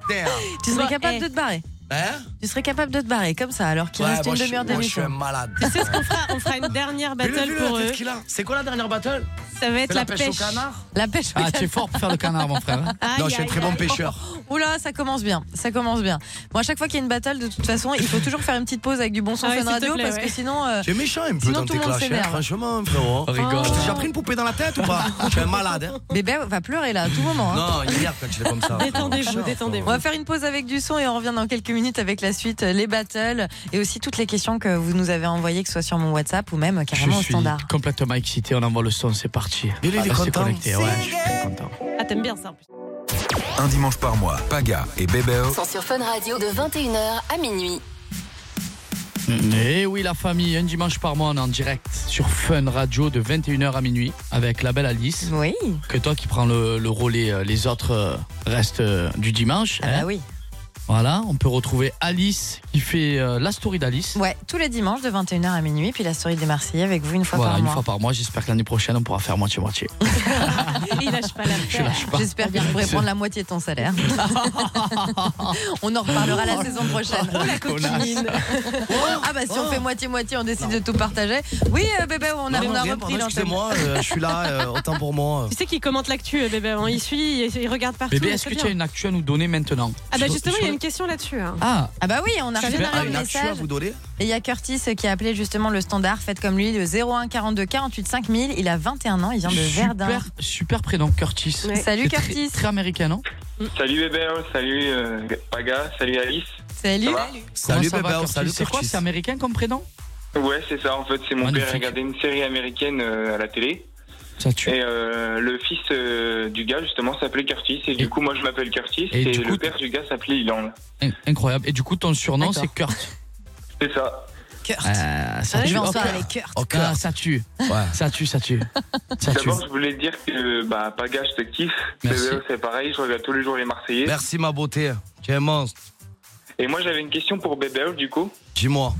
S6: Merde.
S8: Tu serais
S7: eh.
S8: capable de te barrer.
S6: Hein
S8: Tu serais capable de te barrer comme ça alors qu'il
S6: Ouais,
S8: reste
S6: moi,
S8: une
S6: je suis-
S8: demi-heure
S6: moi, je suis
S8: d'émission.
S6: un malade.
S7: Tu sais ce qu'on fera On fera une dernière battle
S6: Fais-le,
S7: pour
S6: la tête
S7: eux.
S6: qu'il a. C'est quoi la dernière battle
S7: Ça va être
S6: C'est
S7: la,
S6: la pêche au canard
S8: La pêche au
S4: Ah, tu es fort pour faire le canard, mon frère. hein.
S8: Aïe,
S6: Non, je suis un
S8: aïe,
S6: très bon
S8: aïe.
S6: pêcheur.
S8: Oula, ça commence bien, ça commence bien. Bon, à chaque fois qu'il y a une battle, de toute façon, il faut toujours faire une petite pause avec du bon son
S7: Ah ouais,
S8: Fun
S7: s'il te
S8: radio
S7: plaît,
S8: parce
S7: ouais.
S8: que sinon. euh,
S6: Tu es méchant un peu
S8: sinon,
S6: dans
S8: tout le
S6: tes
S8: monde
S6: clashs, hein,
S8: s'énerve.
S6: franchement, frérot.
S4: On rigole.
S6: Je t'ai déjà pris une poupée dans la tête ou pas Tu es un malade. hein.
S8: Bébé va pleurer là à tout moment. hein.
S6: Non, hier, quand tu es comme ça. frérot.
S7: Détendez-vous,
S8: On
S7: détendez-vous.
S8: va faire une pause avec du son et on revient dans quelques minutes avec la suite, euh, les battles et aussi toutes les questions que vous nous avez envoyées, que ce soit sur mon WhatsApp ou même euh,
S4: Je
S8: carrément au
S4: suis
S8: standard.
S4: complètement excité. On envoie le son, c'est parti. parti.
S19: Il est
S4: Ah,
S19: content.
S4: c'est connecté, ouais, je suis très content.
S7: Ah, t'aimes bien ça en plus.
S1: Un dimanche par mois, Paga et Bébéo
S11: Sont sur Fun Radio de 21h à minuit.
S4: Et Eh oui, la famille, un dimanche par mois, on est en direct sur Fun Radio de 21h à minuit avec la belle Alice.
S8: Oui.
S4: Que toi qui prends le, le relais, euh, les autres euh, restent euh, du dimanche.
S8: Ah, bah oui.
S4: Voilà, on peut retrouver Alice qui fait euh, la story d'Alice.
S8: Ouais, tous les dimanches de 21h à minuit, puis la story des Marseillais avec vous une fois
S4: voilà,
S8: par
S4: une
S8: mois.
S4: fois par mois. J'espère que l'année prochaine, on pourra faire moitié-moitié.
S8: Il lâche pas la
S4: pas.
S8: J'espère bien que vous pourrez prendre la moitié de ton salaire. on en reparlera la saison prochaine.
S7: Oh, la coquine.
S8: ah bah si on fait moitié-moitié, on décide de tout partager. Oui, euh, bébé, on a,
S6: Non,
S8: on a
S6: rien,
S8: repris l'antenne.
S6: pardon, Excusez-moi, euh, je suis là, euh, autant pour moi.
S7: Tu sais qu'il commente l'actu, euh, bébé. hein. Il suit, il, il regarde partout.
S4: Bébé,
S7: mais
S4: est-ce
S7: c'est
S4: que tu as
S7: bien.
S4: une actu à nous donner maintenant
S7: Ah bah
S4: Sur-
S7: justement,
S4: sur
S7: il y a
S4: le-
S7: une question là-dessus. hein.
S4: Ah
S8: Ah bah oui, on a
S4: Je
S8: reçu
S4: vais-
S8: un
S4: une actu à
S8: message.
S4: vous
S6: donner
S8: Et il y a Curtis qui a appelé justement le standard. Faites comme lui, le 01 42 48 5000. Il a 21 ans, il vient de Verdun.
S4: Super, super prénom, Curtis.
S8: Ouais. Salut,
S4: C'est très-
S8: Curtis.
S4: Très américain, non
S5: Salut bébé, salut euh, Paga, salut Alice.
S8: Salut.
S4: Comment ça va, Curtis C'est quoi, c'est américain comme prénom
S5: Ouais, c'est ça, en fait, c'est mon
S4: Magnifique.
S5: père regardait une série américaine euh, à la télé.
S4: Ça tue.
S5: Et euh, le fils euh, du gars, justement, s'appelait Curtis. Et, du coup, moi, je m'appelle Curtis.
S4: et
S5: Et,
S4: du
S5: le
S4: coup,
S5: père du gars s'appelait Ilan.
S4: In- Incroyable. Et du coup, ton surnom, c'est Kurt.
S5: C'est ça.
S8: Kurt.
S4: Ah, ça
S5: Ouais,
S4: tue.
S5: je vais en
S4: Oh,
S5: soirée
S4: Kurt.
S5: avec Kurt.
S4: Oh, Kurt. Ah, ça tue. Ça tue, ça tue. Ça tue.
S5: D'abord, je voulais te dire que bah, Paga, je te kiffe.
S6: Merci.
S5: Bébé, c'est pareil, je regarde tous les jours les Marseillais.
S6: Merci, ma beauté. Tu es un monstre.
S5: Et moi, j'avais une question pour Bébé, du coup.
S6: Dis-moi.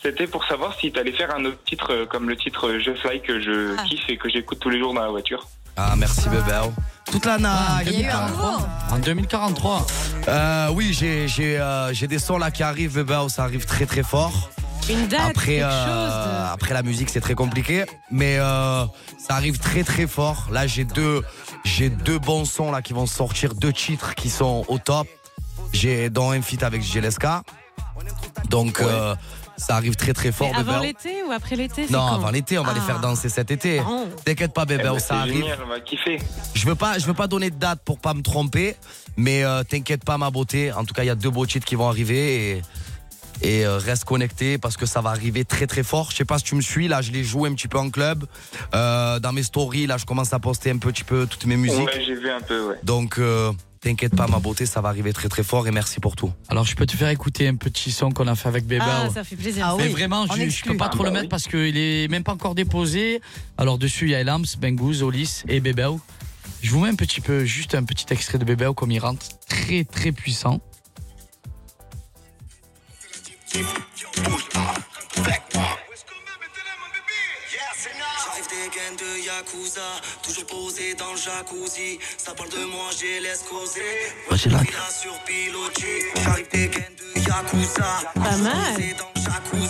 S5: C'était pour savoir si t'allais faire un autre titre euh, comme le titre euh, Je Fly que je
S7: Ah.
S5: kiffe et que j'écoute tous les jours dans la voiture.
S6: Ah, merci, bébé. Toute la night.
S8: Il y a eu un gros.
S4: En 2043.
S6: Euh, oui, j'ai j'ai, euh, j'ai des sons là qui arrivent, bébé. Ça arrive très, très fort.
S7: Une date,
S6: Après,
S7: quelque
S6: euh,
S7: chose.
S6: après la musique, c'est très compliqué, mais euh, ça arrive très très fort. Là, j'ai deux, j'ai deux bons sons là qui vont sortir, deux titres qui sont au top. J'ai dans un feat avec Jeleska, donc euh, ça arrive très très
S7: Mais
S6: fort.
S7: avant
S6: bébé.
S7: l'été ou après l'été c'est
S6: Non,
S7: quand Ah.
S6: avant l'été, on va les faire danser cet été.
S7: Bon.
S6: T'inquiète pas,
S5: Eh
S6: bébé,
S5: ben,
S6: ça
S5: c'est
S6: arrive.
S5: génial, on va kiffer.
S6: Je veux pas, je veux pas donner de date pour pas me tromper, mais euh, t'inquiète pas, ma beauté. En tout cas, il y a deux beaux titres qui vont arriver et, et, euh, reste connecté parce que ça va arriver très très fort. Je sais pas si tu me suis là, je les joue un petit peu en club, Euh, dans mes stories là, je commence à poster un petit peu toutes mes musiques.
S5: Ouais, j'ai vu un peu, ouais.
S6: Donc euh, t'inquiète pas, ma beauté, ça va arriver très très fort et merci pour tout.
S4: Alors, je peux te faire écouter un petit son qu'on a fait avec Bébé.
S7: Ah, ça fait plaisir.
S4: Mais vraiment, je, je peux pas trop le mettre parce qu'il est même pas encore déposé. Alors dessus, il y a Elams, Bengouz, Olis et Bébéo. Je vous mets un petit peu, juste un petit extrait de Bébéo comme il rentre. Très, très puissant.
S20: J'arrive des gaines de Yakuza, toujours posé dans le jacuzzi. Ça parle de moi, j'ai laisse causer.
S19: Vas-y, là.
S20: Villa sur pilotis. J'arrive des gaines de Yakuza.
S7: Pas mal.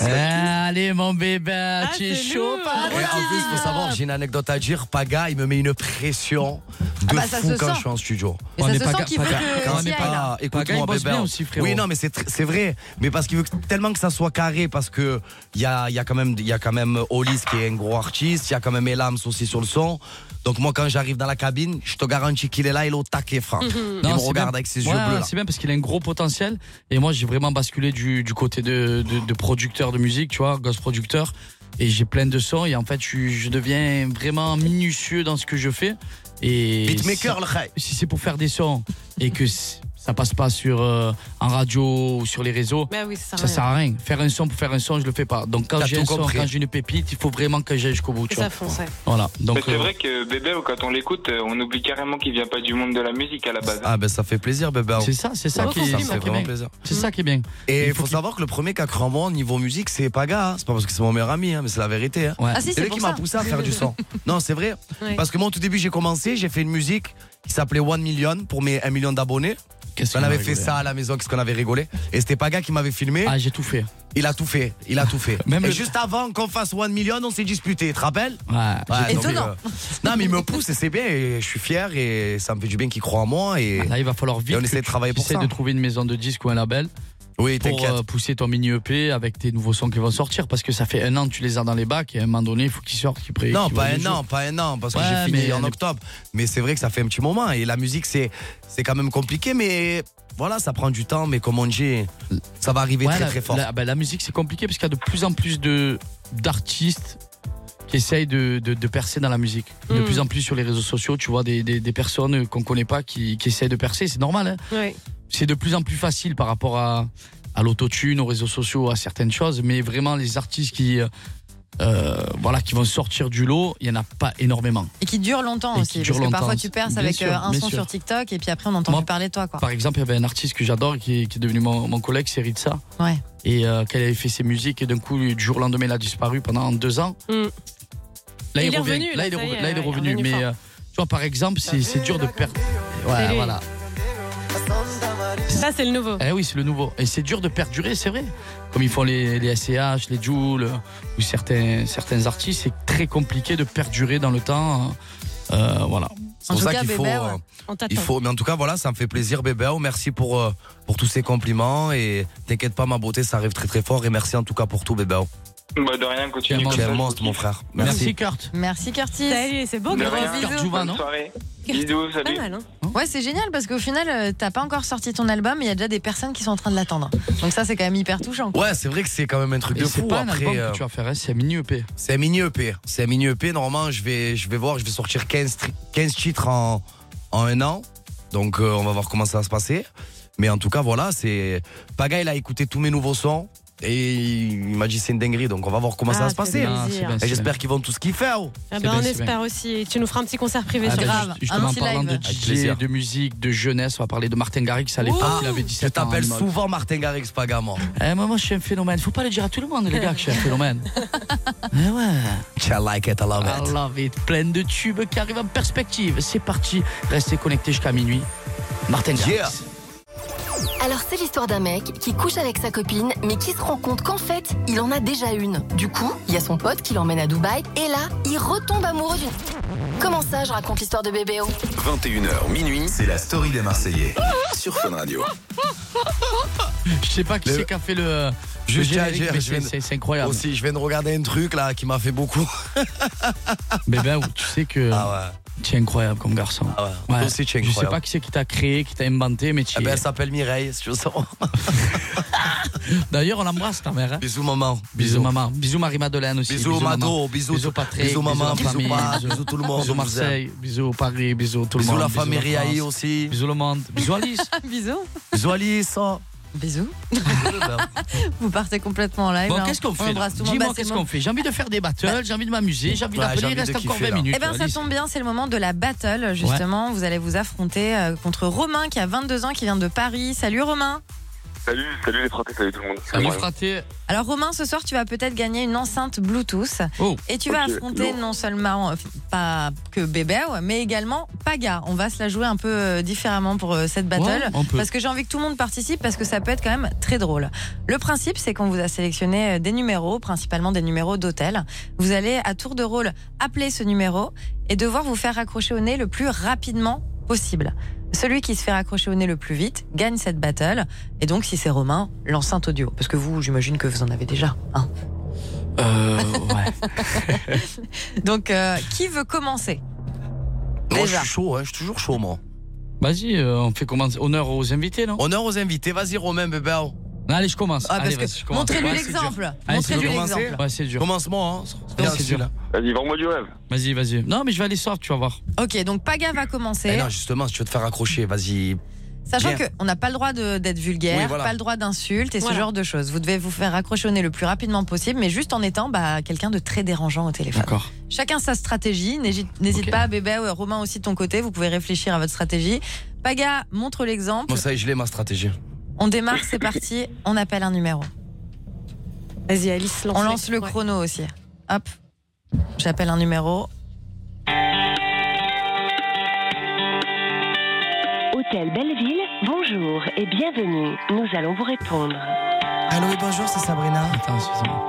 S4: Ah, allez, mon bébé, tu es chaud, pas
S6: Et en plus, faut savoir, j'ai une anecdote à dire. Paga, il me met une pression de
S4: Ah bah, ça
S6: fou
S4: se
S6: quand
S4: sent.
S6: je suis en studio.
S4: Mais ça se sent qu'il veut que
S6: quand
S4: t'y
S6: on est
S4: ailles,
S6: pas-
S4: là. Paga, il
S6: Écoute-moi,
S4: bosse
S6: bébé.
S4: bien aussi, frérot.
S6: oui, non, mais c'est tr- c'est vrai. Mais parce qu'il veut que- tellement que ça soit carré, parce que il y a, il y a quand même, il y a quand même Olis qui est un gros artiste, il y a quand même Elams aussi sur le son. Donc moi, quand j'arrive dans la cabine, je te garantis qu'il est là, il est au taquet, Franck. il me
S4: Mhm. c'est
S6: regarde
S4: bien.
S6: avec ses
S4: Ouais,
S6: yeux bleus.
S4: ouais,
S6: là.
S4: C'est bien parce qu'il a un gros potentiel. Et moi, j'ai vraiment basculé du, du côté de, de, de producteur de musique, tu vois, gosse producteur. Et j'ai plein de sons. Et en fait, je, suis- je deviens vraiment minutieux dans ce que je fais. Et
S6: Beatmaker,
S4: si-
S6: le rêve.
S4: Si c'est pour faire des sons et que c- ça passe pas sur euh, en radio ou sur les réseaux,
S7: Bah oui, ça sert à rien.
S4: ça sert à rien. Faire un son pour faire un son, je le fais pas. Donc quand
S6: T'as
S4: j'ai
S6: tout
S4: un son,
S6: compris.
S4: quand j'ai une pépite, il faut vraiment que j'aille jusqu'au bout.
S7: Que
S4: Tu
S7: ça
S4: vois.
S7: fonce, ouais.
S4: Voilà. Donc
S5: Mais c'est
S4: euh,
S5: vrai que Bébé, quand on l'écoute, euh, on oublie carrément qu'il vient pas du monde de la musique à la base. hein.
S6: Ah ben ça fait plaisir bébé.
S4: C'est ça, c'est ça qui est-
S6: ça me fait
S4: ça qui est
S6: vraiment
S4: bien.
S6: plaisir.
S4: c'est ça qui est bien.
S6: Et il faut, savoir que le premier qui a cru en moi niveau musique, c'est Paga. hein. C'est pas parce que c'est mon meilleur ami, hein, mais c'est la vérité. hein.
S4: Ouais. Ah si,
S6: c'est
S4: c'est
S6: lui
S4: pour
S6: qui
S4: ça.
S6: m'a poussé à faire du son. Non, c'est vrai.
S4: Ouais.
S6: Parce que moi, au tout début, j'ai commencé, j'ai fait une musique qui s'appelait One Million pour mes 1 million d'abonnés.
S4: Qu'est-ce
S6: on
S4: qu'on a
S6: avait
S4: rigolé, hein.
S6: fait ça à la maison, qu'est-ce qu'on avait rigolé. Et c'était Paga qui m'avait filmé.
S4: Ah, j'ai tout fait.
S6: Il a tout fait, il a tout fait.
S4: Même
S6: et
S4: le-
S6: juste avant qu'on fasse One Million, on s'est disputé, tu te rappelles
S4: Ouais.
S6: Ouais, donc,
S4: Étonnant.
S6: euh, non, mais il me pousse et c'est bien. Et je suis fier et ça me fait du bien qu'il croit en moi. Et
S4: Ah, Là, il va falloir vite.
S6: Et on
S4: que
S6: essaie de
S4: tu
S6: travailler pour
S4: essaies
S6: ça.
S4: de trouver une maison de disques ou un label.
S6: Oui,
S4: pour
S6: t'inquiète.
S4: euh, pousser ton mini EP avec tes nouveaux sons qui vont sortir parce que ça fait un an que tu les as dans les bacs et à un moment donné il faut qu'ils sortent qu'ils pré-
S6: Non,
S4: qu'ils
S6: pas
S4: voient le
S6: un
S4: jour.
S6: an, pas un an, parce que
S4: Ouais,
S6: j'ai fini
S4: mais-
S6: en octobre. Mais c'est vrai que ça fait un petit moment. Et la musique, c'est c'est quand même compliqué, mais voilà, ça prend du temps. Mais comme on dit, ça va arriver
S4: Ouais,
S6: très
S4: la,
S6: très fort.
S4: La, bah, la musique c'est compliqué parce qu'il y a de plus en plus de d'artistes qui essayent de, de- de percer dans la musique. De
S7: Mm.
S4: plus en plus sur les réseaux sociaux, tu vois des, des- des personnes qu'on connaît pas qui, qui essayent de percer, c'est normal. hein.
S7: Ouais.
S4: C'est de plus en plus facile par rapport à, à l'autotune, aux réseaux sociaux, à certaines choses, mais vraiment les artistes qui, euh, euh, voilà, qui vont sortir du lot, il y en a pas énormément.
S8: Et qui dure longtemps
S4: Et
S8: aussi.
S4: qui dure
S8: parce que parfois
S4: longtemps.
S8: tu perces
S4: Bien
S8: avec
S4: sûr,
S8: euh, un
S4: bien
S8: son
S4: sûr.
S8: sur TikTok et puis après on entend
S4: Moi,
S8: plus parler de toi. Quoi.
S4: Par exemple, il y avait un artiste que j'adore qui, qui est devenu mon, mon collègue, c'est Ritza.
S8: Ouais.
S4: Et euh, qu'elle avait fait ses musiques et d'un coup, du jour au lendemain, il a disparu pendant deux ans. Là,
S7: Et
S4: il,
S7: Hmm. il est
S4: revient.
S7: revenu,
S4: là,
S7: là,
S4: il est,
S7: ça y
S4: revenu-
S7: est,
S4: là, il est
S7: ouais, il est
S4: revenu.
S7: revenu
S4: mais
S7: fort.
S4: euh, tu vois, par exemple, c'est c'est dur de perdre.
S7: C'est
S4: Ouais,
S7: lui.
S4: voilà.
S7: Ça, c'est le nouveau.
S4: Eh oui, c'est le nouveau. Et c'est dur de perdurer, c'est vrai. Comme ils font les, les SCH, les Joule ou certains, certains artistes, c'est très compliqué de perdurer dans le temps. Euh, voilà.
S6: C'est pour ça qu'il faut, euh, il faut. Mais en tout cas, voilà, ça me fait plaisir, bébé. Merci pour, euh, pour tous ces compliments. Et t'inquiète pas, ma beauté, ça arrive très très fort. Et merci en tout cas pour tout, bébé.
S5: Bah, de rien, continue.
S6: Tu
S5: comme
S6: es
S5: ça.
S6: monstre, mon frère.
S4: Merci,
S6: Merci.
S4: Kurt.
S8: Merci Curtis.
S7: Salut, c'est beau,
S5: De rien. Bonne
S8: non
S5: soirée. Bisous,
S8: Pas
S5: salut.
S8: mal, hein Ouais, c'est génial parce qu'au final, euh, t'as pas encore sorti ton album et il y a déjà des personnes qui sont en train de l'attendre. Donc ça, c'est quand même hyper touchant. quoi.
S6: Ouais, c'est vrai que c'est quand même un truc
S4: Et
S6: de
S4: c'est
S6: fou.
S4: pas un
S6: Après, euh,
S4: album que tu vas faire, hein, c'est un mini E EP.
S6: C'est un mini EP. C'est un mini EP. Normalement, je vais, je vais voir, je vais sortir 15, tri- 15 titres en, en un an. Donc, euh, on va voir comment ça va se passer. Mais en tout cas, voilà, c'est. Paga, il a écouté tous mes nouveaux sons. Et il m'a dit c'est une dinguerie, donc on va voir comment
S7: Ah,
S6: ça va se
S7: c'est
S6: passer.
S7: bien, Ah, c'est bien, c'est
S6: Et j'espère qu'ils vont tous kiffer. oh.
S7: Ah ben, on espère aussi. Et tu nous feras un petit concert privé
S4: Ah,
S7: sur
S4: ben,
S7: grave.
S4: juste-
S7: un
S4: Justement, en
S7: petit
S4: parlant
S7: live.
S4: de DJ, de musique, de jeunesse, on va parler de Martin Garrix à l'époque,
S6: Ouh.
S4: il avait 17 ans.
S6: Je t'appelle
S4: il m'a-
S6: souvent Martin Garrix, Paga, moi.
S4: Eh, moi, moi, je suis un phénomène. Faut pas le dire à tout le monde, les gars, que je suis un phénomène. Eh ouais. Ah
S6: I like it, I love
S4: I
S6: it.
S4: love it. Pleine de tubes qui arrivent en perspective. C'est parti. Restez connectés jusqu'à minuit. Martin Garrix.
S6: Yeah.
S11: Alors c'est l'histoire d'un mec qui couche avec sa copine mais qui se rend compte qu'en fait il en a déjà une. Du coup, il y a son pote qui l'emmène à Dubaï et là, il retombe amoureux d'une... Comment ça, je raconte l'histoire de oh Bébéo
S1: 21h minuit, c'est la story des Marseillais sur Fun Radio.
S4: Je sais pas qui c'est qui a fait le. le
S6: Juste à
S4: générique,
S6: dire,
S4: mais
S6: je viens
S4: c'est-
S6: de-
S4: c'est c'est incroyable.
S6: Aussi, je viens de regarder un truc là qui m'a fait beaucoup.
S4: Mais ben, tu sais que.
S6: Ah
S4: Tu es incroyable comme garçon.
S6: Toi aussi, tu es
S4: Je sais
S6: incroyable.
S4: pas qui c'est qui t'a créé, qui t'a inventé, mais tu.
S6: Eh ben, elle s'appelle Mireille, si tu veux savoir.
S4: D'ailleurs, on embrasse ta mère. hein.
S6: Bisous, maman.
S4: Bisous, maman. Bisous, Marie-Madeleine aussi.
S6: Bisous, Mado.
S4: maman.
S6: Bisous,
S4: Bisous, Patrick.
S6: bisous, maman.
S4: la
S6: Bisous,
S4: famille.
S6: Pa. Bisous, tout le monde.
S4: Bisous,
S6: On vous
S4: Marseille. Bisous, Paris. Bisous, tout
S6: Bisous,
S4: le
S6: la
S4: monde.
S6: famille Riahi
S4: France.
S6: aussi.
S4: Bisous, le monde. Bisous, Alice.
S8: Bisous.
S6: Bisous, Alice. oh.
S8: Bisous. Vous partez complètement en live.
S4: bah. Bon,
S8: là.
S4: qu'est-ce qu'on
S8: On
S4: fait là
S8: embrasse tout le monde.
S4: Dis-moi,
S8: Bah, c'est
S4: qu'est-ce
S8: le moment-
S4: qu'on fait J'ai envie de faire des battles, j'ai envie de m'amuser, j'ai envie
S6: Bah, Ouais, j'ai
S4: d'appeler.
S6: envie
S4: Il
S6: de
S4: reste encore
S6: kiffer,
S4: 20
S6: là.
S4: minutes.
S8: Eh bien, ça
S4: Alice.
S8: tombe bien, c'est le moment de la battle, justement. Vous allez vous affronter euh, contre Romain, qui a 22 ans, qui vient de Paris. Salut Romain.
S21: Salut, salut les fratés, salut tout le monde.
S4: Salut,
S21: Moi,
S4: fraté.
S8: Alors Romain, ce soir, tu vas peut-être gagner une enceinte Bluetooth.
S4: Oh.
S8: Et tu vas
S21: Ok,
S8: affronter
S21: lourd.
S8: non seulement euh, pas que Bébé, mais également Paga. On va se la jouer un peu euh, différemment pour euh, cette battle.
S21: Ouais, on peut.
S8: parce que j'ai envie que tout le monde participe, parce que ça peut être quand même très drôle. Le principe, c'est qu'on vous a sélectionné euh, des numéros, principalement des numéros d'hôtel. Vous allez, à tour de rôle, appeler ce numéro et devoir vous faire raccrocher au nez le plus rapidement possible. Celui qui se fait raccrocher au nez le plus vite gagne cette battle. Et donc, si c'est Romain, l'enceinte audio. Parce que vous, j'imagine que vous en avez déjà. hein.
S4: Euh, ouais.
S8: Donc, euh, qui veut commencer
S6: Moi, je suis chaud, hein, je suis toujours chaud, moi.
S4: Vas-y, euh, on fait commencer. Honneur aux invités, non
S6: Honneur aux invités. Vas-y, Romain, bébé. oh.
S4: Allez, je commence.
S6: Ah, parce
S4: Allez,
S6: que-
S4: vas-y, je commence.
S6: montrez-lui
S4: Ouais, c'est dur.
S6: l'exemple.
S4: Allez, c'est
S6: Montrez-lui
S4: dur.
S6: l'exemple.
S4: Ouais, c'est dur.
S6: Commence-moi, hein.
S4: Non,
S6: Bien
S4: c'est
S6: sûr.
S4: dur.
S21: Vas-y, vends-moi du rêve.
S4: Vas-y, vas-y. Non, mais je vais aller soft, tu vas voir.
S8: Ok, donc Paga va
S6: Eh
S8: commencer.
S6: non, justement, si tu veux te faire accrocher, vas-y.
S8: Sachant
S6: Viens.
S8: qu'on n'a pas le droit de- d'être vulgaire,
S6: Oui, voilà.
S8: pas le droit d'insultes et
S6: Voilà.
S8: ce genre de choses. Vous devez vous faire raccrocher au nez le plus rapidement possible, mais juste en étant bah, quelqu'un de très dérangeant au téléphone.
S4: D'accord.
S8: Chacun sa stratégie. N'hésite n'hésite pas, bébé, ou Romain aussi de ton côté. Vous pouvez réfléchir à votre stratégie. Paga, montre l'exemple.
S6: Bon, ça y est, je l'ai, ma stratégie.
S8: On démarre, c'est parti. On appelle un numéro. Vas-y, Alice, lance. On lance le chrono aussi. Hop. J'appelle un numéro.
S22: Hôtel Belleville, bonjour et bienvenue. Nous allons vous répondre.
S23: Allô et bonjour, c'est Sabrina.
S4: Attends, excuse-moi.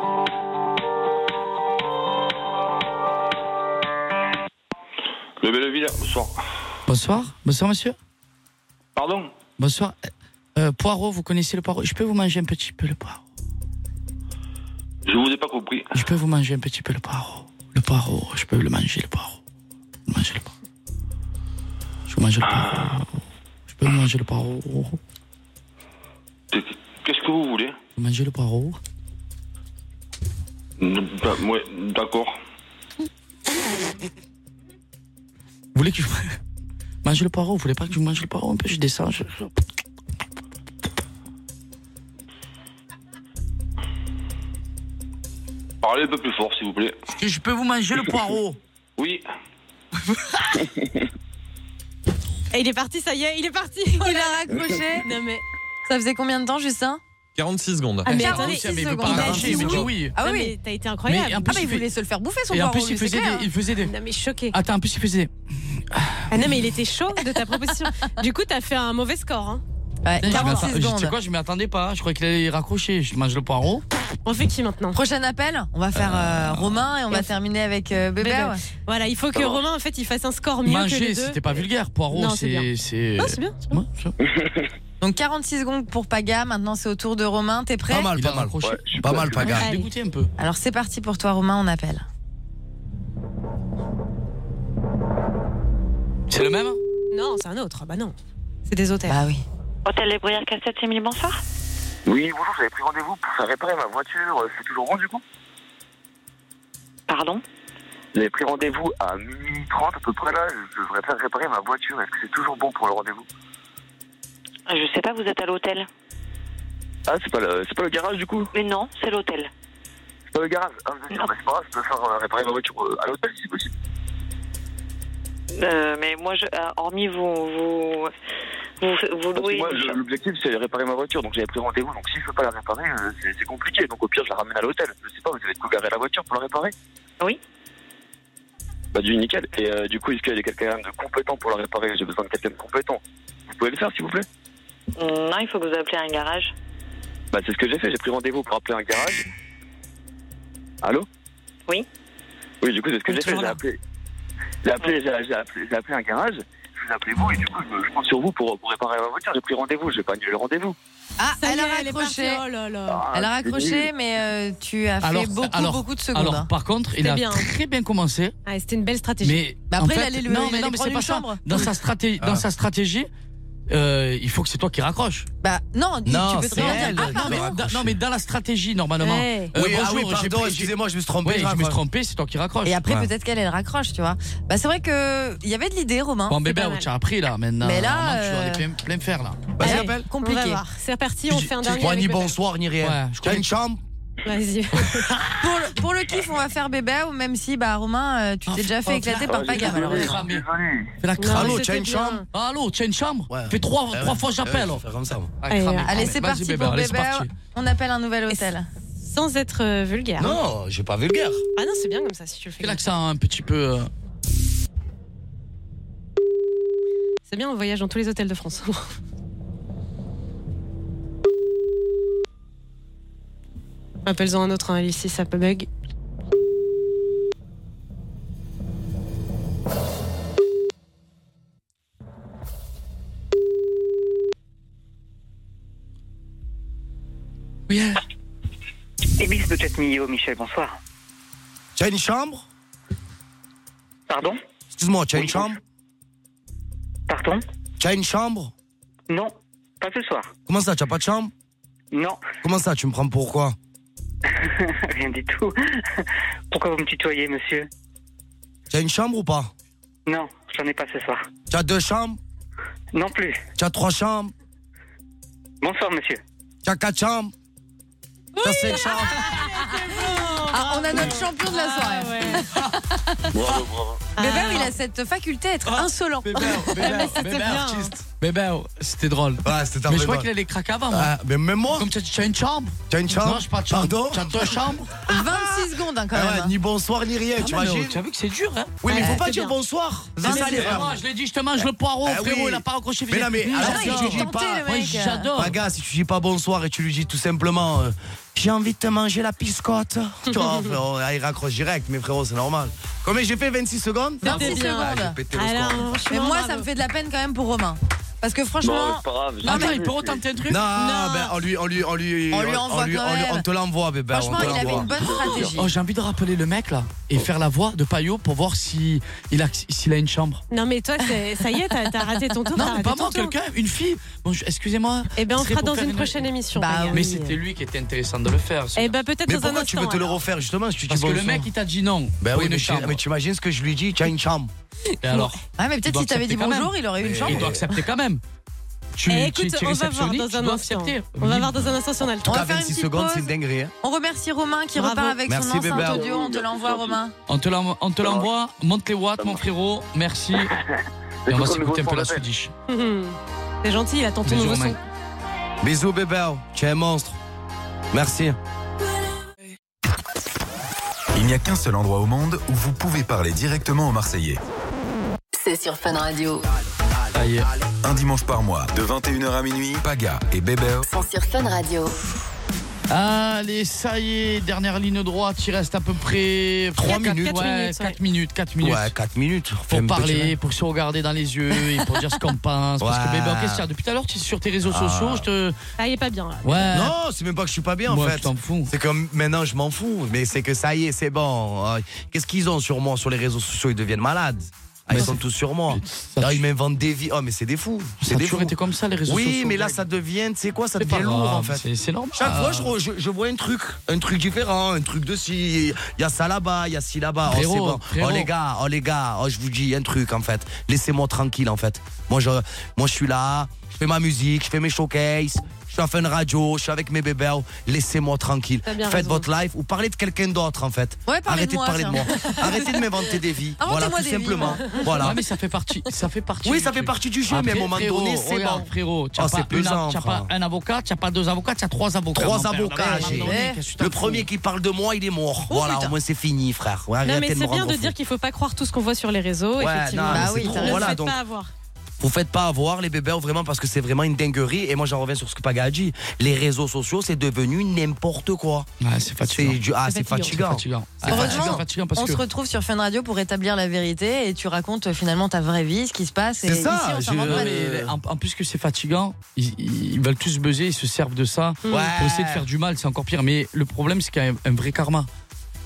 S5: Le Belleville, bonsoir.
S4: Bonsoir. Bonsoir, monsieur.
S5: Pardon
S4: Bonsoir. Euh, poireau, vous connaissez le poireau Je peux vous manger un petit peu le poireau
S5: Je vous ai pas compris.
S4: Je peux vous manger un petit peu le poireau Le poireau, je peux le manger, le poireau. Le Manger le poireau. Je peux manger le poireau. Je peux manger le poireau.
S5: Qu'est-ce que vous voulez
S4: Manger le poireau.
S5: Bah, ouais, d'accord.
S4: Vous voulez que je mange le poireau Vous voulez pas que je mange le poireau un peu Je descends. je- je-
S21: Parlez un peu plus fort, s'il vous plaît.
S4: Est-ce que je peux vous manger le poireau
S21: Oui.
S7: Et il est parti, ça y est, il est parti.
S6: Oh
S8: Il a raccroché.
S7: Non mais.
S8: Ça faisait combien de temps, Justin
S18: 46 secondes.
S8: Ah, mais attendez, six
S4: Eh, mais il veut
S8: secondes.
S4: pas lâcher, mais dis oui.
S8: Ah
S7: Non,
S8: oui.
S7: mais T'as été incroyable.
S4: Mais en plus,
S8: Ah, mais il
S4: il fait-
S8: voulait se le faire bouffer son
S4: Et en
S8: poireau.
S4: plus, il
S8: c'est
S4: faisait,
S8: clair. hein.
S4: des, il faisait des.
S7: Non mais choqué.
S4: Attends, en plus, il faisait.
S7: Ah non mais il était chaud de ta proposition. du coup t'as fait un mauvais score. Hein.
S8: Ouais,
S4: Je m'attends-
S8: 46
S4: je- Tu sais
S8: secondes. Ah,
S4: quoi, je m'y attendais pas. Je croyais qu'il allait raccrocher. Je mange le poireau.
S7: On fait qui maintenant
S8: Prochain appel, on va faire euh, Romain et on va terminer avec euh, Bébé.
S7: Bébé.
S8: ouais.
S7: Voilà, il faut que
S8: Ça va.
S7: Romain en fait il fasse un score mieux que les
S4: Manger,
S7: deux.
S4: c'était pas vulgaire. Poireau,
S7: Non, c'est bien.
S4: c'est. c'est-
S7: Non, c'est bien.
S4: Ouais, ça-
S8: Donc 46 secondes pour Paga, maintenant c'est au tour de Romain, t'es prêt
S6: Pas mal, pas mal. Pas mal, Paga.
S8: Allez.
S4: Dégoûté un peu.
S8: Alors c'est parti pour toi Romain, on appelle.
S4: C'est le même
S7: Non, c'est un autre. Bah non. C'est des hôtels.
S8: Bah oui.
S17: Hôtel Les Bruyères Castettes, c'est Émilie, bonsoir.
S21: Oui, bonjour, j'avais pris rendez-vous pour faire réparer ma voiture. C'est toujours bon, du coup
S17: Pardon
S21: J'avais pris rendez-vous à minuit 30 à peu près là. Je devrais faire réparer ma voiture. Est-ce que c'est toujours bon pour le rendez-vous
S17: Je sais pas, vous êtes à l'hôtel
S21: Ah, c'est pas, le... c'est pas le garage, du coup
S17: Mais non, c'est l'hôtel.
S21: C'est pas le garage. Ah, vous êtes sûr, bah, c'est pas grave, je peux faire euh, réparer ma voiture euh, à l'hôtel, si c'est possible.
S17: Euh, mais moi, je, ah, hormis vous, vous, vous, vous
S21: Parce que
S17: louez.
S21: moi, le- l'objectif, c'est de réparer ma voiture. Donc, j'avais pris rendez-vous. Donc, si je peux pas la réparer, euh, c'est c'est compliqué. Donc, au pire, je la ramène à l'hôtel. Je sais pas, vous avez de quoi garer la voiture pour la réparer
S17: Oui.
S21: Bah, du nickel. Et euh, du coup, est-ce qu'il y a quelqu'un de compétent pour la réparer J'ai besoin de quelqu'un de compétent. Vous pouvez le faire, s'il vous plaît
S17: Non, il faut que vous appeliez un garage.
S21: Bah, c'est ce que j'ai fait. J'ai pris rendez-vous pour appeler un garage. Allô
S17: Oui.
S21: Oui, du coup, c'est ce que j'ai fait.
S17: toujours
S21: J'ai
S17: là.
S21: appelé. J'ai appelé, j'ai- j'ai appelé, j'ai appelé un garage. Je vous appelez vous et du coup, je, me- je compte sur vous pour, pour réparer ma voiture. J'ai pris rendez-vous. J'ai pas annulé le rendez-vous.
S8: Ah,
S7: Ça y
S8: elle a
S7: est, elle est partie.
S8: raccroché.
S7: Oh là là.
S8: Elle a
S21: Ah, c'est
S8: raccroché,
S21: nul.
S8: mais euh, tu as fait beaucoup, beaucoup de secondes. hein.
S4: Alors, par contre, il
S7: hein. C'était
S4: a
S7: bien.
S4: très bien commencé.
S7: Ah, c'était une belle stratégie.
S4: Mais
S8: Bah
S4: en
S8: après, il
S4: fait,
S8: allait lui-
S4: non,
S8: il
S4: mais
S8: allait
S4: non, mais
S8: prendre
S4: c'est
S8: une
S4: pas ça.
S8: chambre.
S4: Dans sa
S6: Ah.
S4: stratégie, dans sa stratégie, euh, il faut que c'est toi qui raccroches.
S8: Bah non, tu- tu
S6: Non,
S8: peux
S6: c'est
S8: très bien
S6: elle,
S8: dire. Ah
S6: elle
S8: pardon. Eh.
S6: doit
S4: Non, non, mais dans la stratégie, normalement. Euh,
S8: Ouais.
S6: Oui, ah oui,
S4: j'ai
S6: pardon,
S4: pris-
S6: excusez-moi, je me suis trompé,
S4: Ouais,
S6: je
S4: je me suis
S6: raccroche.
S4: trompé, c'est toi qui raccroches.
S8: Et après
S4: Ouais.
S8: peut-être qu'elle elle raccroche, tu vois. Bah c'est vrai que il y avait de l'idée Romain.
S4: Bon,
S8: C'est
S4: bébé,
S8: pas mal.
S4: tu as appris là, maintenant.
S8: Mais là,
S4: Normalement, tu dois
S8: euh,
S4: aller plein, plein fer là.
S8: Allez,
S7: On va
S8: Compliqué.
S7: voir. C'est reparti, on fait un dernier.
S6: Moi,
S7: avec
S6: ni
S7: Bébé.
S6: bonsoir, ni rien.
S4: Ouais,
S6: T'as une chambre
S7: Vas-y.
S8: Pour le, pour le kiff, on va faire bébé ou même si bah Romain, euh,
S6: Ah,
S8: tu t'es déjà fait
S6: oh,
S8: éclater par Paga malheureusement.
S4: Cramé. Fais la
S7: Non,
S4: cramée.
S6: Allô, t'as
S7: c'était
S6: une
S7: bien.
S6: chambre
S4: Allô, tu as une chambre
S6: Ouais.
S4: Fais trois,
S6: Ah
S4: trois
S6: ouais.
S4: fois j'appelle.
S6: Ah ouais, Faire comme ça. moi.
S4: Ah,
S7: Allez,
S4: cramé,
S8: Allez,
S4: cramé.
S8: c'est
S4: Vas-y,
S8: parti
S4: bébé,
S8: pour
S4: allez,
S8: bébé.
S4: c'est parti.
S8: On appelle un nouvel hôtel.
S7: Sans être euh, vulgaire.
S6: Non, j'ai pas vulgaire.
S7: Ah non, c'est bien comme ça si tu le fais.
S4: Fais l'accent un petit peu. euh,
S7: C'est bien, on voyage dans tous les hôtels de France. Appelle-en un autre, hein, Alice, si ça peut bug.
S4: Oui, hein.
S13: Émilie de Châtillon, Michel, bonsoir.
S6: T'as une chambre
S13: Pardon
S6: Excuse-moi, t'as une chambre
S13: Pardon
S6: T'as une chambre
S13: Non, pas ce soir.
S6: Comment ça, t'as pas de chambre
S13: Non,
S6: Comment ça, tu me prends pour quoi
S13: rien du tout. Pourquoi vous me tutoyez, monsieur
S6: T'as une chambre ou pas
S13: Non, j'en ai pas ce soir.
S6: T'as deux chambres
S13: Non plus.
S6: T'as trois chambres
S13: Bonsoir, monsieur.
S6: T'as quatre chambres T'as cinq chambres
S8: Ah, on a notre champion de la soirée.
S21: Bravo, bravo.
S8: Bébé, il a cette faculté à être
S6: Ah,
S8: insolent.
S7: C'était bien. hein.
S4: Bébé, oh, c'était drôle.
S6: Ouais, c'était un vrai
S4: Mais je crois
S6: bon.
S4: qu'il allait craquer avant. moi.
S6: Ah, Mais même moi
S4: Comme tu as dit, tu as une chambre
S6: T'as une chambre
S4: Non, j'ai pas de chambre.
S6: Pardon
S4: Tu as deux chambres
S8: 26 secondes hein, quand
S6: Ah ouais,
S8: même. hein.
S6: Ni bonsoir, ni rien, tu
S4: Ah, mais non,
S6: imagines
S4: Tu as vu que c'est dur, hein
S6: Oui, mais
S8: Ouais,
S6: faut pas
S7: c'est
S6: dire
S7: bien.
S6: bonsoir.
S4: Non,
S6: C'est
S4: mais
S6: ça
S4: c'est moi,
S6: l'erreur.
S4: je l'ai dit, je te mange le poireau,
S6: Eh
S4: frérot,
S6: oui.
S4: il a pas raccroché.
S6: Mais non, mais
S4: Mmh,
S6: alors,
S8: il
S6: si
S8: est
S6: tu dis
S8: tenté,
S6: pas.
S8: le
S4: Moi,
S8: mec.
S4: euh, j'adore.
S6: Ah, gars, si tu dis pas bonsoir et tu lui dis tout simplement euh, J'ai envie de te manger la piscotte. tu vois, frérot, là, il raccroche direct, mais frérot, c'est normal. Combien j'ai fait 26 secondes
S8: C'était 26 bien.
S6: Ah, j'ai pété le
S7: Alors,
S6: score.
S7: franchement,
S8: Mais moi,
S7: bravo.
S8: ça me fait de la peine quand même pour Romain. Parce que franchement.
S21: Bon, c'est pas grave, j'ai
S8: Non,
S21: pas
S8: mais-
S21: vu.
S4: retenter un
S6: Non, ben, on lui, on lui, on lui,
S8: On lui envoie
S6: lui-
S8: quand
S6: on lui-
S8: même.
S6: on te l'envoie, bébé. Bah, on Oh. te l'envoie.
S4: Oh, j'ai envie de rappeler le mec là et faire la voix de Payot pour voir si il a s'il a une chambre.
S7: Non, mais toi, c'est- ça y est, t'as t'as raté ton tour. t'as
S4: Non, mais
S7: raté
S4: pas
S7: ton
S4: moi,
S7: tour.
S4: quelqu'un, une fille. Bon, je- excusez-moi.
S7: Eh ben, on
S4: Ce serait
S7: fera
S4: pour
S7: dans
S4: faire Bah,
S7: une prochaine émission. Maria.
S4: Mais c'était lui qui était intéressant de le faire. ce
S7: Eh ben,
S4: gars.
S7: peut-être dans un instant. alors.
S6: refaire justement je te dis
S4: Parce que le
S6: bonsoir.
S4: mec il t'a dit non.
S6: Ben
S4: pour
S6: oui,
S4: une
S6: mais tu-
S4: chambre.
S6: mais tu imagines ce que je lui dis Tu as une chambre.
S4: Et alors
S8: Ouais, mais peut-être
S4: Il doit
S8: si t'avais dit
S4: accepter quand
S8: bonjour,
S4: même.
S8: il aurait eu une
S4: Mais
S8: chambre.
S6: Eh.
S4: Il doit accepter quand même. Tu,
S7: Eh,
S4: tu-
S7: écoute,
S4: tu
S7: on va voir
S4: réceptionnes,
S7: dans
S4: tu
S7: un
S4: dois
S7: instant.
S4: accepter.
S7: On va voir dans un instant si on a le temps.
S8: On va faire une petite pause.
S6: dinguerie. hein.
S8: On remercie Romain qui
S4: Bravo.
S8: repart avec
S4: Merci,
S8: son enceinte
S4: bébé.
S8: audio. On te l'envoie, Romain.
S4: On te l'en- on te l'envoie, monte les watts, mon frérot, merci. Et on va s'écouter un peu la soudiche.
S7: C'est gentil, il attend ton nouveau son.
S6: Bisous, bébé. oh. Tu es un monstre. Merci.
S1: Il n'y a qu'un seul endroit au monde où vous pouvez parler directement aux Marseillais.
S11: C'est sur Fun Radio.
S1: Un dimanche par mois, de 21h à minuit, Paga et Bébert
S11: Sont sur Fun Radio.
S4: Allez, ça y est, dernière ligne droite, il reste à peu près
S6: Trois
S4: quatre-
S6: minutes.
S4: ouais,
S6: Quatre minutes,
S4: quatre minutes, quatre minutes.
S6: Ouais, 4 minutes. Fais
S4: pour
S6: un petit
S4: parler,
S6: rêve.
S4: pour se regarder dans les yeux et pour dire ce qu'on pense. Parce que ben,
S6: Ouais.
S4: bébé, ok, c'est depuis tout à l'heure, tu es sur tes réseaux
S6: Ah.
S4: sociaux, je te.
S7: Ah, il est pas bien. là.
S4: Ouais.
S6: Non, c'est même pas que je suis pas bien
S4: Moi,
S6: en fait.
S4: je t'en fous.
S6: C'est comme maintenant je m'en fous, mais c'est que ça y est, c'est bon. Euh, Qu'est-ce qu'ils ont sur moi sur les réseaux sociaux Ils deviennent malades. Ah, ils sont tous sur moi. Là, ils m'inventent des vies. Oh, mais c'est des fous.
S4: Ça
S6: C'est
S4: a
S6: des
S4: toujours
S6: fous.
S4: été comme ça, les réseaux
S6: oui,
S4: sociaux,
S6: mais là,
S4: Greg.
S6: ça devient, tu sais quoi, ça
S4: C'est pas
S6: devient lourd
S4: grave,
S6: en fait.
S4: c'est- c'est normal.
S6: Chaque fois, je, re- je, je vois un truc, un truc différent, un truc de ci. Il y a ça là-bas, il y a ci là-bas. Oh, c'est
S4: Frérot,
S6: bon.
S4: frérot.
S6: Oh, les gars, oh, les gars, oh, je vous dis un truc en fait. Laissez-moi tranquille en fait. Moi, je, moi, je suis là, je fais ma musique, je fais mes showcases. Je suis à Fun Radio, je suis avec mes bébés. Laissez-moi tranquille.
S8: T'as
S6: Faites
S8: bien raison.
S6: votre live ou parlez de quelqu'un d'autre en fait.
S8: Ouais, parlez
S6: Arrêtez
S8: de
S6: de,
S8: moi,
S6: parler de
S8: tiens.
S6: moi. Arrêtez de m'inventer des vies. Voilà,
S8: Inventez-moi
S6: tout
S8: des vies,
S6: simplement.
S8: moi.
S6: Voilà.
S4: Ouais, mais ça fait partie, ça fait partie.
S6: Oui,
S4: du
S6: ça fait
S4: truc.
S6: partie du jeu, mais à un
S4: Après,
S6: moment
S4: frérot,
S6: donné, c'est
S4: regarde,
S6: bon.
S4: Frérot, tu
S6: Ah,
S4: n'as
S6: c'est
S4: pas, une-
S6: pesant,
S4: t'as pas
S6: frère.
S4: un avocat, tu n'as pas deux avocats, tu as trois avocats.
S6: Trois
S4: mon père.
S6: avocats.
S4: Non, mais,
S6: j'ai-
S4: non, mais, qu'est-ce que tu t'en
S6: Le
S4: fous
S6: premier qui parle de moi, il est mort.
S8: Oh,
S6: voilà,
S4: putain.
S6: au moins c'est fini, frère. Ouais,
S7: Non,
S6: arrêtez
S7: mais c'est
S6: de me
S7: bien
S6: rendre
S7: de
S6: fou.
S7: dire qu'il faut pas croire tout ce qu'on voit sur les réseaux.
S6: Ouais,
S7: effectivement.
S6: non, mais Bah c'est oui, trop, t'as raison.
S7: Ne
S6: voilà,
S7: faites
S6: donc-
S7: pas avoir.
S6: Vous faites pas avoir les bébés vraiment parce que c'est vraiment une dinguerie. Et moi j'en reviens sur ce que Paga a dit. Les réseaux sociaux c'est devenu n'importe quoi.
S4: c'est fatigant.
S6: du- ah,
S4: C'est
S6: c'est fatigant.
S4: fatigant. C'est fatigant.
S6: C'est
S8: Heureusement,
S4: fatigant parce
S8: on
S4: que-
S8: se retrouve sur Fun Radio pour établir la vérité et tu racontes euh, finalement ta vraie vie, ce qui se passe. et
S4: C'est ça,
S8: ici, on
S4: je-
S8: s'invente
S4: non,
S8: pas de-
S4: mais en, en plus que c'est fatigant, ils, ils veulent tous buzzer, ils se servent de ça
S6: Hmm.
S4: pour essayer de faire du mal, c'est encore pire. Mais le problème, c'est qu'il y a un, un vrai karma.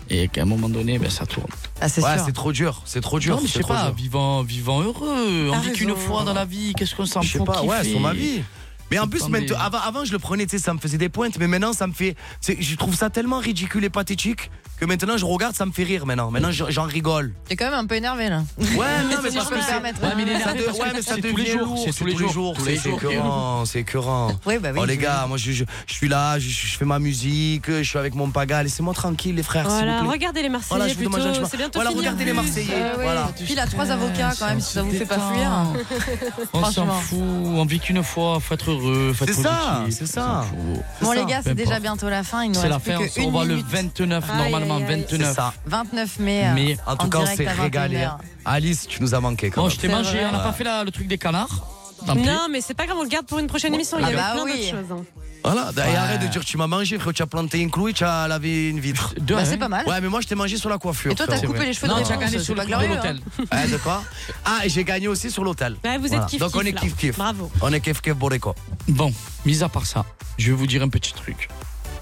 S4: Et qu'à un moment donné, ben, ça tourne.
S8: Ah, c'est
S6: Ouais,
S8: sûr.
S6: c'est trop dur. C'est trop dur.
S4: Non, mais je
S6: c'est
S4: sais
S6: trop
S4: pas,
S6: dur.
S4: vivant, vivant heureux. On
S6: T'as
S4: vit qu'une
S6: raison.
S4: fois dans la vie, qu'est-ce qu'on s'en fout
S6: Je sais pas, ouais,
S4: kiffer.
S6: sur ma vie. Mais en
S4: C'est
S6: plus,
S4: pas
S6: maintenant,
S4: des-
S6: avant, avant, je le prenais, tu sais, ça me faisait des pointes, mais maintenant, ça me fait. c'est- Je trouve ça tellement ridicule et pathétique que maintenant, je regarde, ça me fait rire maintenant. Maintenant, j'en j'en rigole.
S8: T'es quand même un peu énervé là.
S6: Ouais, non, mais
S8: Si
S6: parce
S8: je peux
S6: que
S8: me
S6: c'est.
S8: permettre.
S6: Ouais, mais les nerfs,
S8: Ça de-
S6: parce que
S8: ouais, mais ça
S6: c'est tous les
S8: devient
S6: jours.
S8: lourd,
S6: Oh, C'est tous les jours.
S4: tous les
S6: C'est c'est
S4: jours.
S6: écœurant. C'est écœurant.
S8: Oui, bah oui,
S6: oh, les
S8: je-
S6: gars, moi, je, je, je suis là, je, je fais ma musique, je suis avec mon paga. Laissez-moi tranquille, les frères, s'il
S7: Voilà,
S6: vous plaît.
S7: regardez les Marseillais
S6: Voilà, je vous
S7: plutôt.
S6: demande gentiment.
S7: C'est Euh, bientôt
S6: Voilà,
S7: fini.
S6: regardez les Marseillais.
S8: Ah ouais.
S6: Voilà.
S8: Puis il a trois avocats quand même, si ça vous fait pas fuir.
S4: On s'en
S8: Franchement.
S4: fout, on vit qu'une fois, faut être heureux, faut être
S6: C'est ça,
S4: positif,
S6: c'est
S4: on
S6: ça.
S4: s'en fout.
S8: Bon les gars, c'est
S4: Peu
S8: déjà
S4: importe.
S8: bientôt la fin. Il nous
S4: C'est la
S8: reste plus
S4: fin, on se
S8: que une
S4: revoit le
S8: minute.
S4: 29,
S8: Aïe,
S4: normalement,
S8: aïe, aïe.
S4: 29.
S6: C'est ça.
S8: 29 mai. euh,
S4: Mais,
S6: En tout cas, on
S8: direct
S6: s'est
S8: à 21
S6: régalé.
S8: heures.
S6: Alice, tu nous as manqué quand
S4: Bon,
S6: même.
S4: Oh, je t'ai mangé, hein, on n'a pas fait la- le truc des canards. Tant pis.
S7: Non, mais c'est pas grave, on le garde pour une prochaine émission. Il y
S8: Ah
S7: avait
S8: bah
S7: plein d'autres
S8: oui.
S7: choses. hein.
S6: Voilà, et arrête de dire tu m'as mangé, frérot, tu as planté un clou et tu as lavé une vitre.
S4: Deux,
S8: Bah,
S4: hein.
S8: c'est pas mal.
S6: Ouais, mais moi je t'ai mangé sur la coiffure.
S8: Et toi, t'as
S6: frérot.
S8: coupé les cheveux de
S4: Non,
S8: réponse,
S4: t'as gagné
S8: c'est
S4: sur
S8: pas
S4: le truc de
S8: glorieux. hein.
S4: l'hôtel.
S6: Ouais, de quoi Ah, et j'ai gagné aussi sur l'hôtel.
S7: Bah, vous êtes
S6: Voilà.
S7: kiff-kiff,
S6: Donc on est
S7: là.
S6: kiff-kiff.
S7: Bravo.
S6: On est kiff-kiff Boréco.
S4: Bon, mis à part ça, je vais vous dire un petit truc.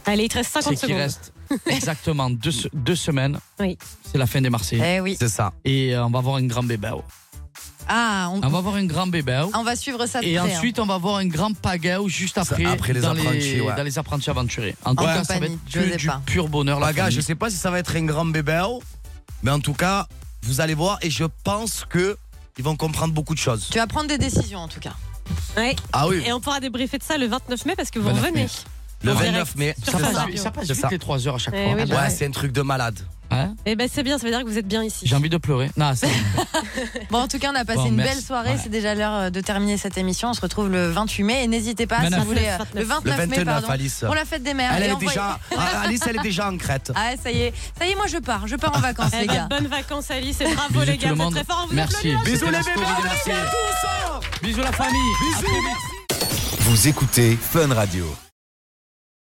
S7: Allez, il te reste
S4: C'est
S7: 50
S4: qu'il
S7: secondes.
S4: reste exactement deux, se- deux semaines,
S7: Oui.
S4: c'est la fin des Marseillais.
S8: Eh oui.
S6: C'est ça.
S4: Et euh, on va avoir un grand bébé.
S8: Ah, on,
S4: On va avoir un grand bébé.
S8: on va suivre ça de
S4: Et
S8: près, hein.
S4: ensuite, on va avoir un grand pagao juste après,
S6: après les
S4: dans,
S6: apprentis, ouais.
S4: dans les apprentis aventuriers. En tout
S8: En
S4: cas, ça va
S8: compagnie
S4: être
S8: de
S4: que du
S8: Josépa.
S4: pur bonheur. la
S6: Bah, gars,
S4: famille.
S6: je sais pas si ça va être un grand bébé, mais en tout cas, vous allez voir et je pense que ils vont comprendre beaucoup de choses.
S8: Tu vas prendre des décisions en tout cas.
S7: Ouais.
S6: Ah oui,
S7: Et on pourra débriefer de ça le 29 mai parce que vous
S4: 29
S7: revenez.
S4: mai.
S6: le
S7: en
S6: 29
S7: direct,
S6: mai,
S7: sur
S6: c'est
S7: Fun
S6: ça.
S7: Radio.
S4: Ça passe
S6: C'est
S4: vite
S6: ça.
S4: les 3 heures à chaque
S7: Eh
S4: fois.
S7: oui, je
S6: Ouais,
S7: Ouais.
S6: c'est un truc de malade.
S4: Hein
S7: Eh ben c'est bien, ça veut dire que vous êtes bien ici.
S4: J'ai envie de pleurer. Non, c'est-
S8: Bon, en tout cas, on a passé
S4: Bon,
S8: une
S4: merci.
S8: belle soirée.
S4: Ouais.
S8: C'est déjà l'heure euh, de terminer cette émission. On se retrouve le 28 mai. Et n'hésitez
S7: Bah,
S8: pas, si
S4: 29.
S8: vous voulez. euh, Le 29,
S6: Le
S8: mai,
S6: 29,
S8: pardon.
S6: Alice.
S8: Pour la fête des mères.
S6: Elle,
S8: Et
S6: elle est
S8: envoyez-
S6: déjà, Ah, Alice, elle est déjà en crête.
S8: Ah, ça y est. Ça y est, moi, je pars. Je pars en vacances,
S7: Eh
S8: les
S7: ben,
S8: gars.
S7: bonnes vacances Alice et bravo
S4: Bisous
S7: les
S4: tout
S7: gars,
S4: le
S7: vous êtes
S4: monde.
S7: très forts, on vous
S4: Merci.
S7: applaudit.
S4: Bisous
S6: Bisous
S4: la
S6: les
S4: story
S6: bébés,
S4: des Marseillais.
S6: Bisous
S4: Bisous la famille.
S6: Bisous
S1: Vous écoutez Fun Radio.